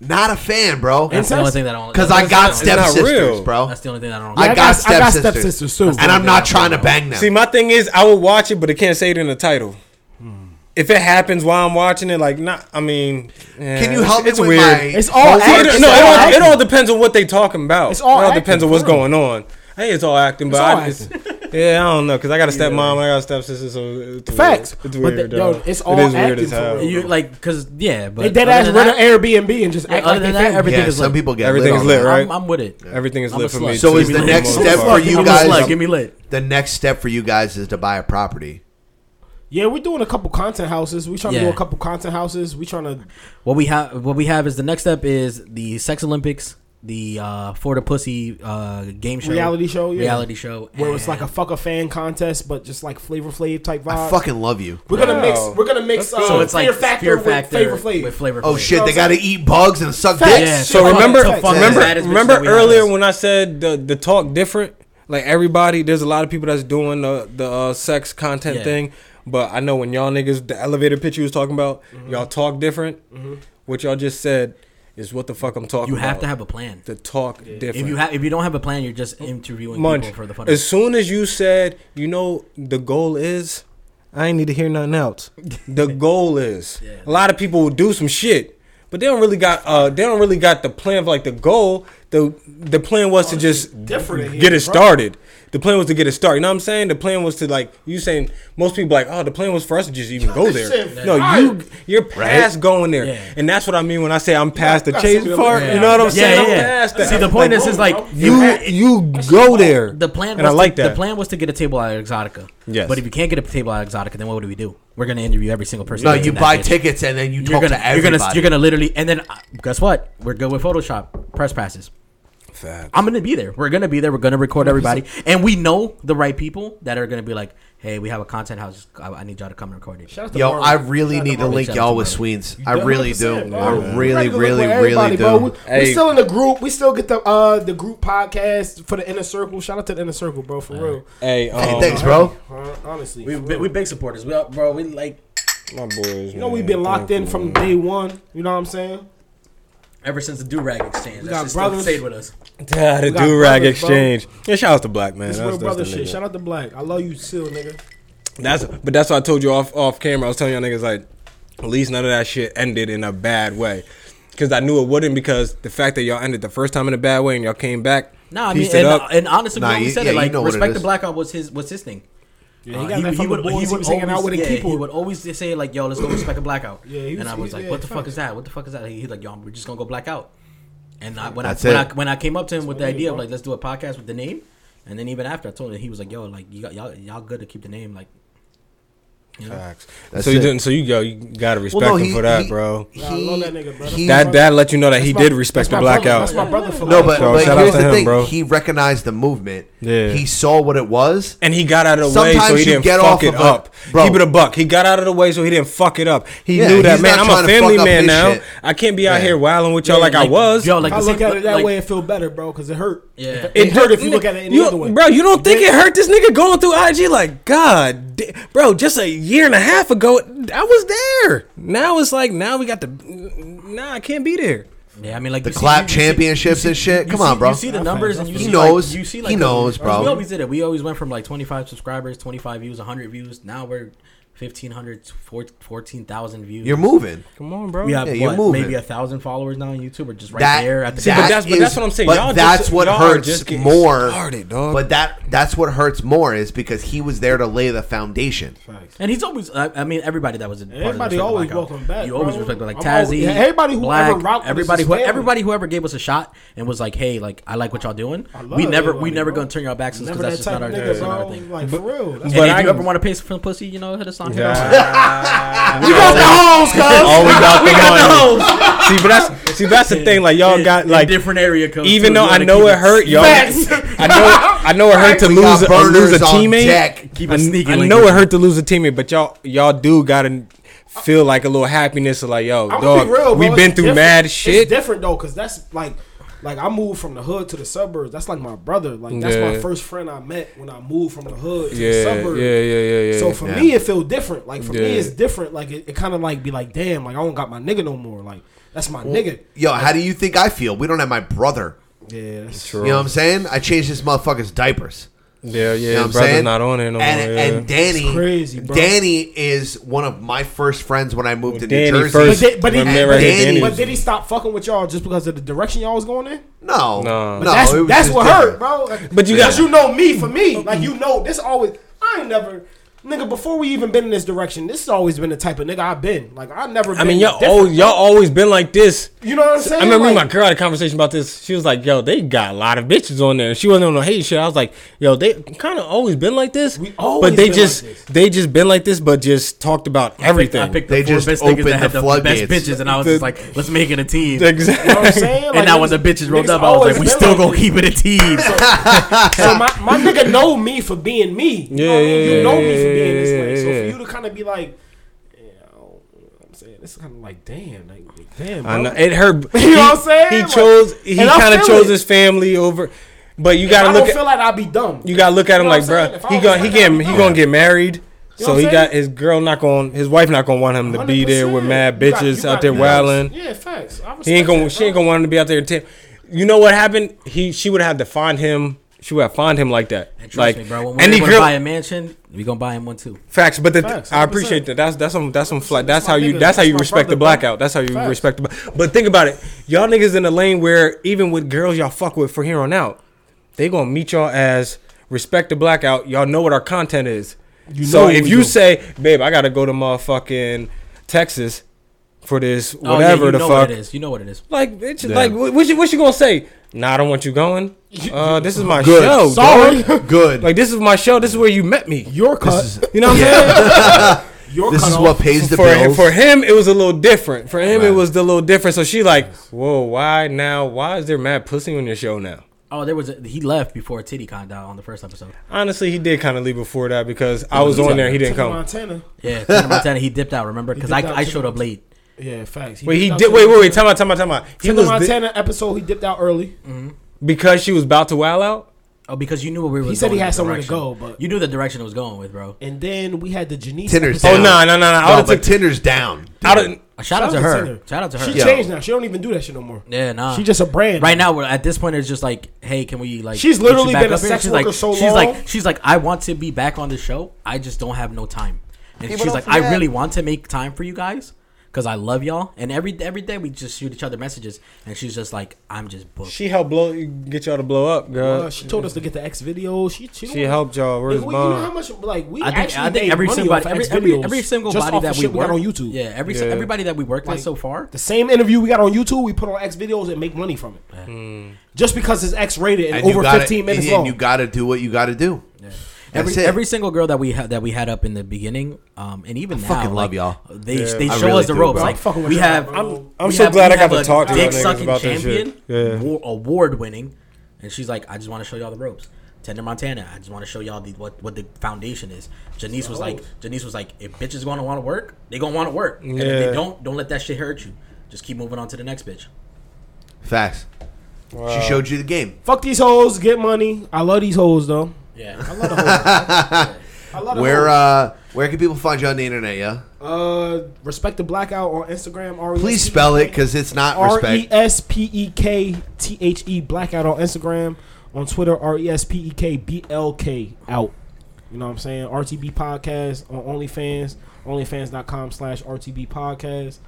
Speaker 1: Not a fan, bro.
Speaker 8: That's the
Speaker 9: Incest?
Speaker 8: only thing that I don't.
Speaker 1: Because I
Speaker 8: that's-
Speaker 1: got
Speaker 8: that's the only-
Speaker 1: stepsisters,
Speaker 5: real.
Speaker 1: bro.
Speaker 8: That's the only thing that I don't.
Speaker 1: I got
Speaker 8: like.
Speaker 9: got- I got
Speaker 1: stepsisters,
Speaker 9: stepsisters, too.
Speaker 1: and I'm not trying to bang
Speaker 5: See,
Speaker 1: them.
Speaker 5: my thing is, I will watch it, but it can't say it in the title.
Speaker 9: Hmm.
Speaker 5: If it happens while I'm watching it, like not, I mean, yeah,
Speaker 1: Can you
Speaker 5: it's-
Speaker 1: help me
Speaker 5: it's
Speaker 1: with
Speaker 5: weird.
Speaker 1: my?
Speaker 9: It's all
Speaker 5: See,
Speaker 9: acting.
Speaker 5: it, no,
Speaker 9: It's
Speaker 5: it
Speaker 9: all
Speaker 5: all, it
Speaker 9: acting.
Speaker 5: all depends on what they talking about.
Speaker 9: It's all
Speaker 5: it all
Speaker 9: acting,
Speaker 5: depends on what's
Speaker 9: for real.
Speaker 5: going on. Hey, it's all acting, but I just, yeah, I don't know because I got a stepmom, I got a stepsister, so it's
Speaker 9: Facts.
Speaker 5: Weird. It's
Speaker 9: But
Speaker 5: weird.
Speaker 9: the- yo,
Speaker 5: dog.
Speaker 9: it's all acting for real.
Speaker 8: You like because yeah, but
Speaker 9: They dead
Speaker 8: other
Speaker 9: ass
Speaker 8: than
Speaker 9: run
Speaker 8: that-
Speaker 9: an Airbnb and just
Speaker 8: yeah,
Speaker 9: act
Speaker 8: other
Speaker 9: like they
Speaker 8: than that,
Speaker 9: family.
Speaker 8: everything
Speaker 1: Yeah,
Speaker 8: is
Speaker 1: some
Speaker 8: lit.
Speaker 1: people get
Speaker 5: Everything's
Speaker 1: on
Speaker 5: lit,
Speaker 1: that.
Speaker 5: right?
Speaker 8: I'm, I'm with it.
Speaker 5: Everything is
Speaker 8: I'm
Speaker 5: lit
Speaker 8: a
Speaker 5: for
Speaker 8: slut.
Speaker 5: me.
Speaker 1: So
Speaker 5: too.
Speaker 1: is the
Speaker 5: Most
Speaker 1: next
Speaker 5: of
Speaker 1: step
Speaker 5: the
Speaker 1: for
Speaker 5: time.
Speaker 1: you
Speaker 8: I'm a
Speaker 1: guys?
Speaker 8: slut, Give me lit.
Speaker 1: The next step for you guys is to buy a property.
Speaker 9: Yeah, we're doing a couple content houses. We trying
Speaker 8: Yeah.
Speaker 9: to do a couple content houses. We trying to.
Speaker 8: What we have, what we have is the next step is the Sex Olympics, the uh, for the pussy uh, game show,
Speaker 9: Reality show, yeah.
Speaker 8: reality show,
Speaker 9: Where it's like a
Speaker 8: and-
Speaker 9: fuck a fan contest, but just like Flavor Flav type vibe.
Speaker 1: I fucking love you.
Speaker 9: We're gonna mix.
Speaker 5: Wow.
Speaker 9: We're gonna mix. Uh,
Speaker 8: so it's like
Speaker 9: Fear Factor, with Flavor Flav.
Speaker 8: with Flavor
Speaker 1: Oh
Speaker 8: Flav.
Speaker 1: shit! They gotta eat bugs and suck
Speaker 9: Facts.
Speaker 1: dicks.
Speaker 8: Yeah,
Speaker 9: Yeah,
Speaker 5: So
Speaker 8: fuck
Speaker 5: remember,
Speaker 8: it, fuck it.
Speaker 5: remember,
Speaker 8: Baddest bitch
Speaker 5: remember
Speaker 8: that we have
Speaker 5: earlier
Speaker 8: is-
Speaker 5: when I said the the talk different. Like everybody, there's a lot of people that's doing the the uh, sex content
Speaker 6: Yeah.
Speaker 5: thing, but I know when y'all niggas the elevator pitch you was talking about,
Speaker 8: Mm-hmm.
Speaker 5: y'all talk different.
Speaker 8: Mhm.
Speaker 5: What y'all just said is what the fuck I'm talking.
Speaker 8: You have
Speaker 5: about.
Speaker 8: to have a plan.
Speaker 5: To talk different.
Speaker 8: If you have, if you don't have a plan, you're just interviewing
Speaker 5: Munch,
Speaker 8: people for the fun. of
Speaker 5: as soon as you said, you know, the goal is, I ain't need to hear nothing else. The goal is. A lot of people will do some shit, but they don't really got uh they don't really got the plan for like the goal. The the plan
Speaker 8: Oh,
Speaker 5: was to just
Speaker 9: different in
Speaker 5: get
Speaker 9: here,
Speaker 5: it
Speaker 9: bro.
Speaker 5: started. The plan was to get it started. You know what I'm saying? The plan was to like you saying most people like, oh, the plan was for us to just even go
Speaker 9: This
Speaker 5: there.
Speaker 9: shit
Speaker 5: No,
Speaker 9: fire.
Speaker 5: you you're past going there, and that's what I mean when I say I'm past the
Speaker 9: That's
Speaker 5: chase
Speaker 9: what I'm
Speaker 5: part.
Speaker 9: saying.
Speaker 5: You know what I'm
Speaker 8: Yeah,
Speaker 5: saying?
Speaker 8: yeah,
Speaker 5: I'm
Speaker 8: yeah.
Speaker 5: past that.
Speaker 8: See, the point is, is like
Speaker 5: you you go there.
Speaker 8: The plan,
Speaker 5: and I
Speaker 8: was
Speaker 5: like
Speaker 8: to,
Speaker 5: that.
Speaker 8: The plan was to get a table at Exotica.
Speaker 5: Yes.
Speaker 8: But if you can't get a table at Exotica, then what do we do? We're gonna interview every single person.
Speaker 1: No,
Speaker 8: that's
Speaker 1: you
Speaker 8: in that
Speaker 1: buy
Speaker 8: bitch.
Speaker 1: tickets and then you
Speaker 8: You're
Speaker 1: talk
Speaker 8: gonna-
Speaker 1: to
Speaker 8: You're gonna,
Speaker 1: everybody.
Speaker 8: you're gonna literally, and then uh, guess what? We're good with Photoshop press passes.
Speaker 5: Facts.
Speaker 8: I'm gonna be there. We're gonna be there. We're gonna record everybody, and we know the right people that are gonna be like, "Hey, we have a content house. I, I need y'all to come and record it."
Speaker 9: Shout out
Speaker 1: Yo, I really need to link
Speaker 8: Shout out
Speaker 1: y'all
Speaker 8: to
Speaker 1: with
Speaker 8: Marvin.
Speaker 1: Sweens. I really do.
Speaker 9: 100%, bro.
Speaker 1: I really,
Speaker 9: Regular with
Speaker 1: really, really
Speaker 9: everybody, bro. We,
Speaker 1: do.
Speaker 9: we still in the group. We still get the uh the group podcast for the inner circle. Shout out to the inner circle, bro. For real.
Speaker 5: Hey,
Speaker 1: um, thanks, bro.
Speaker 9: Uh, Honestly,
Speaker 8: we
Speaker 9: for
Speaker 8: we,
Speaker 9: real.
Speaker 8: we big supporters. We all- bro, we like
Speaker 5: my boys.
Speaker 9: you know we've been locked in from day one. You know what I'm saying?
Speaker 8: ever since the do rag exchange.
Speaker 9: We
Speaker 8: that
Speaker 9: got
Speaker 8: shit
Speaker 9: brothers.
Speaker 8: Still stayed with us.
Speaker 5: Yeah, the
Speaker 9: We got
Speaker 5: do rag
Speaker 9: brothers, bro.
Speaker 5: exchange. Yeah, shout out to Black man.
Speaker 9: This
Speaker 5: That's-
Speaker 9: real
Speaker 5: that's
Speaker 9: brother
Speaker 5: the
Speaker 9: shit.
Speaker 5: nigga.
Speaker 9: Shout out to Black. I love you still, nigga.
Speaker 5: That's but that's what I told you off off camera. I was telling y'all niggas like, at least none of that shit ended in a bad way, because I knew it wouldn't. Because the fact that y'all ended the first time in a bad way and y'all came back,
Speaker 8: No, I mean,
Speaker 5: pieced
Speaker 8: and, uh,
Speaker 5: it up.
Speaker 8: and honestly, we always said it. Like, respect the
Speaker 5: black.
Speaker 8: blackout was his was his thing.
Speaker 9: Yeah, he
Speaker 8: Uh,
Speaker 9: got that from the boys he was hanging out with in
Speaker 8: yeah, he
Speaker 9: Keyport.
Speaker 8: would always just say like, "Yo, let's go respect a blackout."
Speaker 9: Yeah, he
Speaker 8: and
Speaker 9: was-
Speaker 8: I was
Speaker 9: he-
Speaker 8: like,
Speaker 9: yeah,
Speaker 8: "What the fuck
Speaker 9: fuck.
Speaker 8: is that? What the fuck is that?" He's like, "Yo, we're just gonna go blackout." And I, when
Speaker 1: That's
Speaker 8: I when, I
Speaker 1: it.
Speaker 8: when I came up to him with the
Speaker 9: what I mean,
Speaker 8: idea of
Speaker 9: bro.
Speaker 8: like, let's do a podcast with the name, and then even after I told him, he was like, "Yo, like you got, y'all y'all good to keep the name like." You know?
Speaker 1: That's
Speaker 5: so you
Speaker 1: it.
Speaker 5: didn't. So you go. You gotta respect
Speaker 1: no,
Speaker 5: him
Speaker 1: he-
Speaker 5: for that,
Speaker 1: he-
Speaker 5: bro.
Speaker 9: Nah, I love that nigga, brother.
Speaker 1: he-
Speaker 5: that that let you know that he
Speaker 9: That's my-
Speaker 5: did respect
Speaker 9: that's
Speaker 5: the
Speaker 9: my brother.
Speaker 5: blackout.
Speaker 9: That's my brother for
Speaker 1: No,
Speaker 9: life,
Speaker 1: but,
Speaker 9: bro.
Speaker 1: but
Speaker 5: Shout out
Speaker 1: here's
Speaker 5: to
Speaker 1: the
Speaker 5: him,
Speaker 1: thing.
Speaker 5: bro.
Speaker 1: He recognized the movement.
Speaker 5: Yeah.
Speaker 1: He saw what it was.
Speaker 5: And he got out of the way, so
Speaker 1: Sometimes
Speaker 5: he
Speaker 1: you
Speaker 5: didn't
Speaker 1: get
Speaker 5: fuck
Speaker 1: off
Speaker 5: it
Speaker 1: of a-
Speaker 5: up.
Speaker 1: Bro.
Speaker 5: Keep it a buck. He got out of the way, so he didn't fuck it up. He
Speaker 1: Yeah,
Speaker 5: knew that,
Speaker 1: he's
Speaker 5: man.
Speaker 1: not
Speaker 5: I'm
Speaker 1: trying
Speaker 5: a
Speaker 1: to fuck
Speaker 5: family
Speaker 1: up
Speaker 5: man
Speaker 1: his
Speaker 5: now.
Speaker 1: shit.
Speaker 5: I can't be out
Speaker 1: Yeah.
Speaker 5: here wilding with y'all
Speaker 8: Yeah,
Speaker 5: like, I
Speaker 8: like,
Speaker 5: was.
Speaker 8: yo, like
Speaker 9: I
Speaker 8: the
Speaker 9: look
Speaker 8: same-
Speaker 9: at it that
Speaker 8: like-
Speaker 9: way, it feel better, bro, because it hurt.
Speaker 8: Yeah.
Speaker 9: it, it hurt if you look at it any
Speaker 5: you-
Speaker 9: other way,
Speaker 5: Bro, you don't think it hurt this nigga going through IG? Like, God, da- bro, just a year and a half ago, I was there. Now it's like, now we got the. Nah, I can't be there.
Speaker 8: Yeah, I mean, like
Speaker 1: The
Speaker 8: you see-
Speaker 1: clap
Speaker 8: you see-
Speaker 1: championships and shit.
Speaker 8: you
Speaker 1: Come
Speaker 8: see-
Speaker 1: on, bro.
Speaker 8: You see the numbers, and you
Speaker 1: He
Speaker 8: see,
Speaker 1: knows.
Speaker 8: Like, you see,
Speaker 1: He
Speaker 8: like,
Speaker 1: knows, bro.
Speaker 8: We always did it. We always went from like 25 subscribers, 25 views, 100 views. Now we're 1,500, 14,000 views.
Speaker 1: You're moving.
Speaker 5: Come on, bro.
Speaker 8: We have
Speaker 1: Yeah, you're
Speaker 8: what,
Speaker 1: moving.
Speaker 8: maybe a thousand followers now on YouTube, or just right
Speaker 1: that,
Speaker 8: there at the.
Speaker 5: See, but
Speaker 1: that
Speaker 5: that's- but that's
Speaker 1: is-
Speaker 5: what I'm saying.
Speaker 1: But
Speaker 5: Y'all just-
Speaker 1: that's what
Speaker 5: y'all are
Speaker 1: hurts
Speaker 5: just getting
Speaker 1: more.
Speaker 5: started, dog.
Speaker 1: But that that's what hurts more is because he was there to lay the foundation.
Speaker 8: and he's always. I, I mean, everybody that was a part
Speaker 9: Everybody
Speaker 8: of the Respect the
Speaker 9: always
Speaker 8: Blackout,
Speaker 9: welcome back,
Speaker 8: You always
Speaker 9: bro.
Speaker 8: respect like
Speaker 9: I'm
Speaker 8: Tazzy,
Speaker 9: always- yeah, everybody who
Speaker 8: Black,
Speaker 9: ever rocked with us
Speaker 8: everybody
Speaker 9: is
Speaker 8: who
Speaker 9: family.
Speaker 8: everybody whoever gave us a shot and was like, "Hey, like I like what y'all doing."
Speaker 9: love
Speaker 8: We never we
Speaker 9: everybody,
Speaker 8: never
Speaker 9: bro.
Speaker 8: gonna turn y'all backs because
Speaker 9: Never
Speaker 8: that's
Speaker 9: that type
Speaker 8: just not our
Speaker 9: of
Speaker 8: thing.
Speaker 9: nigga,
Speaker 8: That's not
Speaker 9: bro.
Speaker 8: our thing.
Speaker 9: Like for real. That's
Speaker 8: and
Speaker 5: But
Speaker 8: if
Speaker 5: I-
Speaker 8: you ever want to pay for pussy, you know, hit us on. hit us on.
Speaker 5: Yeah.
Speaker 1: We got the hoes, cuz.
Speaker 5: Oh, we got the
Speaker 1: We
Speaker 5: money.
Speaker 1: got
Speaker 5: See, but that's see, that's the thing. Like y'all got like
Speaker 8: different area codes.
Speaker 5: Even
Speaker 8: too,
Speaker 5: though
Speaker 8: you
Speaker 5: I
Speaker 8: gotta
Speaker 5: know
Speaker 8: keep
Speaker 5: it hurt y'all,
Speaker 1: Facts.
Speaker 5: I know I know it hurt to
Speaker 1: We
Speaker 5: lose a,
Speaker 1: got
Speaker 5: lose a
Speaker 1: burners on
Speaker 5: teammate.
Speaker 1: deck.
Speaker 8: Keep
Speaker 5: I,
Speaker 8: a sneaky
Speaker 5: I
Speaker 8: link
Speaker 5: know
Speaker 8: with
Speaker 5: it hurt to lose a teammate, but y'all y'all do gotta feel like a little happiness of like yo,
Speaker 9: I'm gonna
Speaker 5: dog.
Speaker 9: be real, bro.
Speaker 5: We've
Speaker 9: It's
Speaker 5: been through
Speaker 9: different-
Speaker 5: mad
Speaker 9: it's
Speaker 5: shit.
Speaker 9: different though, cause that's like, like I moved from the hood to the suburbs. That's like my brother. Like that's
Speaker 5: Yeah.
Speaker 9: my first friend I met when I moved from the hood to
Speaker 5: Yeah,
Speaker 9: the suburbs.
Speaker 5: yeah, yeah, yeah, yeah.
Speaker 9: So for
Speaker 5: Yeah.
Speaker 9: me, it feel different. Like for me,
Speaker 5: Yeah.
Speaker 9: it's different. Like it, it kind of like be like, damn, like I don't got my nigga no more. Like that's my nigga.
Speaker 1: Yo, how do you think I feel? We don't have my brother.
Speaker 9: Yeah, that's
Speaker 1: You know what I'm saying? I changed this motherfucker's diapers.
Speaker 5: Yeah, yeah.
Speaker 1: You know what I'm
Speaker 5: his brother's
Speaker 1: saying?
Speaker 5: not on it no
Speaker 1: and,
Speaker 5: more. yeah.
Speaker 1: and Danny,
Speaker 9: It's crazy, bro.
Speaker 1: Danny is one of my first friends when I moved to
Speaker 5: Danny
Speaker 1: New Jersey.
Speaker 5: first.
Speaker 9: But, did, but, he,
Speaker 5: Remember
Speaker 9: but,
Speaker 5: his
Speaker 9: did-
Speaker 5: Danny
Speaker 9: but
Speaker 5: was-
Speaker 9: did he stop fucking with y'all just because of the direction y'all was going in?
Speaker 1: no,
Speaker 5: No.
Speaker 1: no,
Speaker 9: But that's
Speaker 1: it was
Speaker 9: that's
Speaker 1: just
Speaker 9: what
Speaker 1: different.
Speaker 9: hurt, bro. Like,
Speaker 5: But you
Speaker 9: because
Speaker 5: got-
Speaker 9: you know me for me,
Speaker 1: Mm-hmm.
Speaker 9: like you know this always. I ain't never. Nigga, before we even been in this direction, this has always been the type of nigga I've been. Like I never. Been
Speaker 5: I mean, y'all,
Speaker 9: different.
Speaker 5: oh, y'all always been like this.
Speaker 9: You know what I'm saying?
Speaker 5: I remember
Speaker 9: Like-
Speaker 5: my girl had a conversation about this. She was like, "Yo, they got a lot of bitches on there." She wasn't on no hate shit. I was like, "Yo, they kind of always been like this,
Speaker 9: always
Speaker 5: but they
Speaker 9: been
Speaker 5: just
Speaker 9: like this.
Speaker 5: they just been like this, but just talked about everything."
Speaker 8: I picked
Speaker 1: They
Speaker 8: the four
Speaker 1: just
Speaker 8: best niggas
Speaker 1: opened
Speaker 8: that had
Speaker 1: the
Speaker 8: the, best
Speaker 1: floodgates.
Speaker 8: bitches, and I was
Speaker 5: The-
Speaker 8: just like, let's make it a team.
Speaker 5: Exactly.
Speaker 9: You know what I'm saying? Like,
Speaker 8: and now when the
Speaker 9: niggas-
Speaker 8: bitches rolled
Speaker 9: niggas
Speaker 8: up, I was
Speaker 9: always
Speaker 8: like, we
Speaker 9: been
Speaker 8: still
Speaker 9: like
Speaker 8: gonna
Speaker 9: this.
Speaker 8: keep it a team.
Speaker 9: So my, my nigga know me for being me. You know
Speaker 5: Yeah,
Speaker 9: what I mean?
Speaker 5: yeah,
Speaker 9: You know
Speaker 5: yeah,
Speaker 9: me for being
Speaker 5: yeah,
Speaker 9: this
Speaker 5: yeah,
Speaker 9: way. so
Speaker 5: yeah, yeah.
Speaker 9: for you to kind of be like, yeah, I don't, you know what I'm saying this is kind of like, damn, like, damn, bro.
Speaker 5: I know it hurt.
Speaker 9: You know what I'm saying?
Speaker 5: He
Speaker 9: Like-
Speaker 5: chose. He
Speaker 9: And I
Speaker 5: kind of
Speaker 9: feel
Speaker 5: chose
Speaker 9: it.
Speaker 5: his family over. But you
Speaker 9: If
Speaker 5: gotta
Speaker 9: I
Speaker 5: look.
Speaker 9: don't
Speaker 5: at,
Speaker 9: feel like I'd be dumb.
Speaker 5: You gotta look at
Speaker 9: You
Speaker 5: him
Speaker 9: know
Speaker 5: like,
Speaker 9: what I'm
Speaker 5: bruh,
Speaker 9: saying? If I
Speaker 5: He
Speaker 9: was
Speaker 5: gonna
Speaker 9: like
Speaker 5: he
Speaker 9: that, I'd
Speaker 5: getting
Speaker 9: be
Speaker 5: he
Speaker 9: dumb.
Speaker 5: gonna get married.
Speaker 9: You know
Speaker 5: so
Speaker 9: what
Speaker 5: he
Speaker 9: I'm
Speaker 5: got his girl not going his wife not gonna want him to be there with mad bitches out there wilding.
Speaker 9: Yeah, facts. I
Speaker 5: He
Speaker 9: respect
Speaker 5: ain't gonna.
Speaker 9: that,
Speaker 5: she ain't gonna want him to be out there. T- you know what happened? He. She would have to find him. She would have find him like that.
Speaker 8: And trust
Speaker 5: like
Speaker 8: me, bro. When
Speaker 5: any
Speaker 8: we're gonna
Speaker 5: girl.
Speaker 8: buy a mansion, we gonna buy him one too.
Speaker 5: Facts, but the
Speaker 8: Facts,
Speaker 5: I
Speaker 8: 100%.
Speaker 5: appreciate that. That's that's some that's some flat. That's
Speaker 8: my
Speaker 5: how you
Speaker 8: nigga.
Speaker 5: that's how
Speaker 8: That's
Speaker 5: you
Speaker 8: my
Speaker 5: respect the
Speaker 8: brother, bro.
Speaker 5: blackout. That's how you
Speaker 8: Facts.
Speaker 5: respect the. bla- But think about it, y'all niggas in the lane where even with girls y'all fuck with from here on out, they gonna meet y'all as respect the blackout. Y'all know what our content is.
Speaker 4: You know
Speaker 5: so
Speaker 4: what
Speaker 5: if
Speaker 4: we
Speaker 5: you
Speaker 4: do.
Speaker 5: say, babe, I gotta go to motherfucking Texas for this
Speaker 8: Oh, yeah,
Speaker 5: whatever
Speaker 8: you
Speaker 5: the
Speaker 8: know
Speaker 5: fuck
Speaker 8: what it is. You know what it is.
Speaker 5: Like, bitch,
Speaker 8: Yeah.
Speaker 5: like wh- what you what you gonna say? Nah, I don't want you going. Uh, this is my
Speaker 1: Good.
Speaker 5: show.
Speaker 1: Sorry.
Speaker 5: dog.
Speaker 1: Good.
Speaker 5: Like this is my show. This is where you met me. Your
Speaker 1: cut.
Speaker 5: you know what
Speaker 1: Yeah.
Speaker 5: I'm saying?
Speaker 1: Your This cut is what off. pays the
Speaker 5: for Him,
Speaker 1: bills.
Speaker 5: for him, it was a little different. For him, it was a little different. So she like, whoa, why now? Why is there mad pussy on your show now?
Speaker 8: Oh, there was a, he left before Titty conned out on the first episode.
Speaker 5: Honestly, he did kind of leave before that because I was on there. He didn't come.
Speaker 8: Yeah, Tony Montana. He dipped out. Remember,
Speaker 9: He
Speaker 8: because I,
Speaker 9: dipped out
Speaker 8: I
Speaker 9: to-
Speaker 8: showed up late.
Speaker 9: Yeah, facts.
Speaker 5: Wait, he
Speaker 9: dipped out
Speaker 5: did.
Speaker 9: to
Speaker 5: Wait,
Speaker 9: the-
Speaker 5: wait, wait. Time out, time out, time out. He
Speaker 9: to the
Speaker 5: was di-
Speaker 9: Montana episode. He dipped out early.
Speaker 5: because she was about to wow out.
Speaker 8: Oh, because you knew where we were.
Speaker 9: He said he
Speaker 8: going
Speaker 9: had
Speaker 8: the
Speaker 9: somewhere to
Speaker 8: direction.
Speaker 9: go, but
Speaker 8: you knew the direction it was going with, bro.
Speaker 9: and then we had the Janice.
Speaker 1: Tinder's
Speaker 5: Oh,
Speaker 9: episode.
Speaker 1: down.
Speaker 5: I
Speaker 1: No,
Speaker 5: would've
Speaker 1: but
Speaker 5: took-
Speaker 1: Tinder's down.
Speaker 5: Out of-
Speaker 8: Shout out to her. Shout out to her.
Speaker 9: She
Speaker 8: Yo.
Speaker 9: changed now. She don't even do that shit no more.
Speaker 8: Yeah, nah.
Speaker 9: She just a brand.
Speaker 8: Right now, we're at this point. It's just like, hey, can we like?
Speaker 9: She's
Speaker 8: get
Speaker 9: literally
Speaker 8: you back
Speaker 9: been a
Speaker 8: up here?
Speaker 9: sex
Speaker 8: she's
Speaker 9: worker
Speaker 8: like,
Speaker 9: so
Speaker 8: she's
Speaker 9: long.
Speaker 8: like, she's like, I want to be back on the show. I just don't have no time. And
Speaker 9: People
Speaker 8: she's
Speaker 9: don't
Speaker 8: like, I
Speaker 9: forget.
Speaker 8: really want to make time for you guys because I love y'all. And every every day we just shoot each other messages. And she's just like, I'm just booked.
Speaker 5: She helped blow get y'all to blow up, girl.
Speaker 9: Uh, she told us to get the X video. She she,
Speaker 5: She helped y'all. Where's
Speaker 9: Like, we- you know
Speaker 5: mom?
Speaker 9: how much like we
Speaker 8: I think,
Speaker 9: actually
Speaker 8: I think
Speaker 9: made
Speaker 8: every
Speaker 9: money
Speaker 8: single
Speaker 9: off
Speaker 8: every,
Speaker 9: X
Speaker 8: every,
Speaker 9: videos
Speaker 8: every single
Speaker 9: just
Speaker 8: body
Speaker 9: off the
Speaker 8: that we
Speaker 9: shit got
Speaker 8: worked
Speaker 9: on YouTube.
Speaker 8: Yeah, every
Speaker 9: Yeah.
Speaker 8: everybody that we worked
Speaker 9: Like,
Speaker 8: with so far.
Speaker 9: The same interview we got on YouTube, we put on X videos and make money from it. Just because it's X rated and,
Speaker 1: you
Speaker 9: over
Speaker 1: gotta-
Speaker 9: 15 minutes
Speaker 1: and,
Speaker 9: long.
Speaker 1: And you got to do what you got to do.
Speaker 8: Every,
Speaker 1: That's it.
Speaker 8: every single girl that we had that we had up in the beginning, um, and even
Speaker 1: I
Speaker 8: now,
Speaker 1: fucking
Speaker 8: like,
Speaker 1: love y'all.
Speaker 8: They
Speaker 1: Yeah.
Speaker 8: they
Speaker 1: I
Speaker 8: show
Speaker 1: really
Speaker 8: us the
Speaker 1: do,
Speaker 8: ropes.
Speaker 1: bro.
Speaker 8: Like
Speaker 1: I'm fucking with
Speaker 8: we
Speaker 1: y'all,
Speaker 8: have,
Speaker 1: bro.
Speaker 8: we
Speaker 5: I'm so
Speaker 8: have-
Speaker 5: glad
Speaker 8: we
Speaker 5: I got
Speaker 8: have
Speaker 5: to
Speaker 8: a
Speaker 5: talk to y'all
Speaker 8: dick
Speaker 5: niggas
Speaker 8: sucking
Speaker 5: about this shit.
Speaker 8: champion,
Speaker 5: Yeah.
Speaker 8: award winning, and she's like, I just want to show y'all the ropes. Tender Montana, I just want to show y'all the what, what the foundation is. Janice was
Speaker 5: Oh.
Speaker 8: like, Janice was like, if bitches gonna want to work, they gonna want to work, and if
Speaker 5: Yeah.
Speaker 8: they don't, don't let that shit hurt you. Just keep moving on to the next bitch.
Speaker 1: Facts. She showed you the game.
Speaker 9: Fuck these hoes, get money. I love these hoes though.
Speaker 8: Yeah.
Speaker 9: I love the hoes. I love the
Speaker 1: Where
Speaker 9: hoes.
Speaker 1: uh, where can people find you on the internet? Yeah,
Speaker 9: Uh, respect the blackout on Instagram. R E S P E K-
Speaker 1: please spell it because it's not
Speaker 9: R E
Speaker 1: respect.
Speaker 9: S P E K T H E blackout on Instagram, on Twitter R E S P E K B L K out. You know what I'm saying? RTB podcast on OnlyFans, OnlyFans.com slash RTB podcast.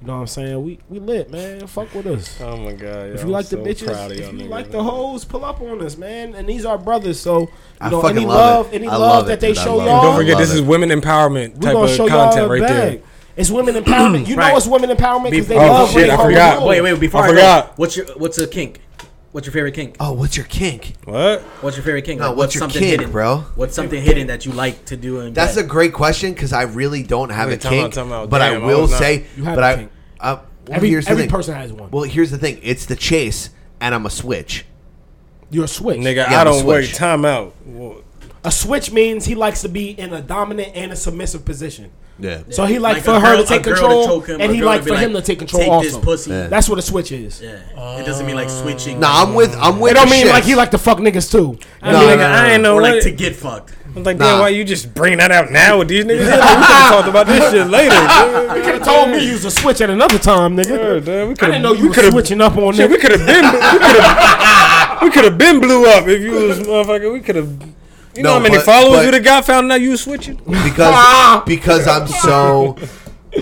Speaker 9: You know what I'm saying? We we lit, man. Fuck with us.
Speaker 5: Oh my god!
Speaker 9: If
Speaker 5: yo,
Speaker 9: you like
Speaker 5: I'm so
Speaker 9: the bitches,
Speaker 5: proud of
Speaker 9: if
Speaker 5: y'all
Speaker 9: you
Speaker 5: niggas,
Speaker 9: like the
Speaker 5: man.
Speaker 9: hoes, pull up on us, man. And these are brothers, so you
Speaker 5: I
Speaker 9: know
Speaker 5: fucking
Speaker 9: any
Speaker 5: love
Speaker 9: love,
Speaker 5: it.
Speaker 9: any
Speaker 5: I
Speaker 9: love,
Speaker 5: love it,
Speaker 9: that they
Speaker 5: dude. I
Speaker 9: show
Speaker 5: love it.
Speaker 9: y'all.
Speaker 5: Don't forget, this is women empowerment
Speaker 9: We
Speaker 5: type
Speaker 9: gonna
Speaker 5: of
Speaker 9: show y'all
Speaker 5: content
Speaker 9: the
Speaker 5: right there.
Speaker 9: bag. It's women empowerment. You know it's women empowerment because they
Speaker 8: Before-
Speaker 5: Oh,
Speaker 9: love when they hold you.
Speaker 8: Wait, wait, before
Speaker 5: I
Speaker 8: I, go,
Speaker 5: forgot.
Speaker 8: what's your what's a kink? What's your favorite kink?
Speaker 1: Oh, what's your kink?
Speaker 5: What?
Speaker 8: What's your favorite kink?
Speaker 1: No,
Speaker 8: Like,
Speaker 1: what's your kink,
Speaker 8: hidden?
Speaker 1: bro?
Speaker 8: What's something hidden that you like to do? In
Speaker 1: That's a
Speaker 8: bed?
Speaker 1: great question because I really don't have
Speaker 8: Wait,
Speaker 1: a
Speaker 8: time out,
Speaker 1: kink,
Speaker 8: time out.
Speaker 1: but
Speaker 8: Damn,
Speaker 1: I
Speaker 8: I
Speaker 1: will
Speaker 8: was not-
Speaker 1: say,
Speaker 8: You have
Speaker 1: but
Speaker 8: a
Speaker 1: I,
Speaker 8: kink.
Speaker 1: uh, well,
Speaker 9: Every-
Speaker 1: here's the
Speaker 9: every
Speaker 1: thing.
Speaker 9: person has one.
Speaker 1: Well, here's the thing. It's the chase, and I'm a switch.
Speaker 9: You're a switch.
Speaker 5: Nigga,
Speaker 1: Yeah,
Speaker 5: I
Speaker 1: I'm a
Speaker 5: don't work
Speaker 1: switch.
Speaker 5: time out.
Speaker 9: A switch means he likes to be in a dominant and a submissive position.
Speaker 1: Yeah.
Speaker 9: So he like,
Speaker 8: Like
Speaker 9: for
Speaker 8: a
Speaker 9: her
Speaker 8: girl-
Speaker 9: to take
Speaker 8: a girl to
Speaker 9: control,
Speaker 8: choke him, a
Speaker 9: and he
Speaker 8: girl
Speaker 9: like
Speaker 8: to
Speaker 9: for
Speaker 8: be
Speaker 9: him to
Speaker 8: like,
Speaker 9: take control.
Speaker 8: "Take
Speaker 9: also,
Speaker 8: this pussy." Yeah.
Speaker 9: that's what a switch is.
Speaker 8: Yeah. It doesn't mean like switching.
Speaker 1: Nah, I'm with. I'm with.
Speaker 9: It don't
Speaker 1: the
Speaker 9: mean
Speaker 1: shits.
Speaker 9: like he like to fuck niggas too.
Speaker 1: No, no, no, no,
Speaker 5: I ain't know
Speaker 8: or
Speaker 5: what-
Speaker 8: like to get fucked.
Speaker 5: I'm like,
Speaker 1: Nah.
Speaker 5: damn, why you just bring that out now with these niggas? we could have talked about this shit later. dude.
Speaker 9: You could have told me you was a switch at another time, nigga.
Speaker 5: we
Speaker 9: I
Speaker 5: coulda-
Speaker 9: didn't know
Speaker 5: we
Speaker 9: you
Speaker 5: coulda-
Speaker 9: were switching up on
Speaker 5: Shit,
Speaker 9: niggas.
Speaker 5: we could have been, we could have, we could have been blew up if you was motherfucker. We could have, you
Speaker 1: No,
Speaker 5: know how many
Speaker 1: but-
Speaker 5: followers
Speaker 1: but-
Speaker 5: you'd have got found out you was switching.
Speaker 1: because because I'm so.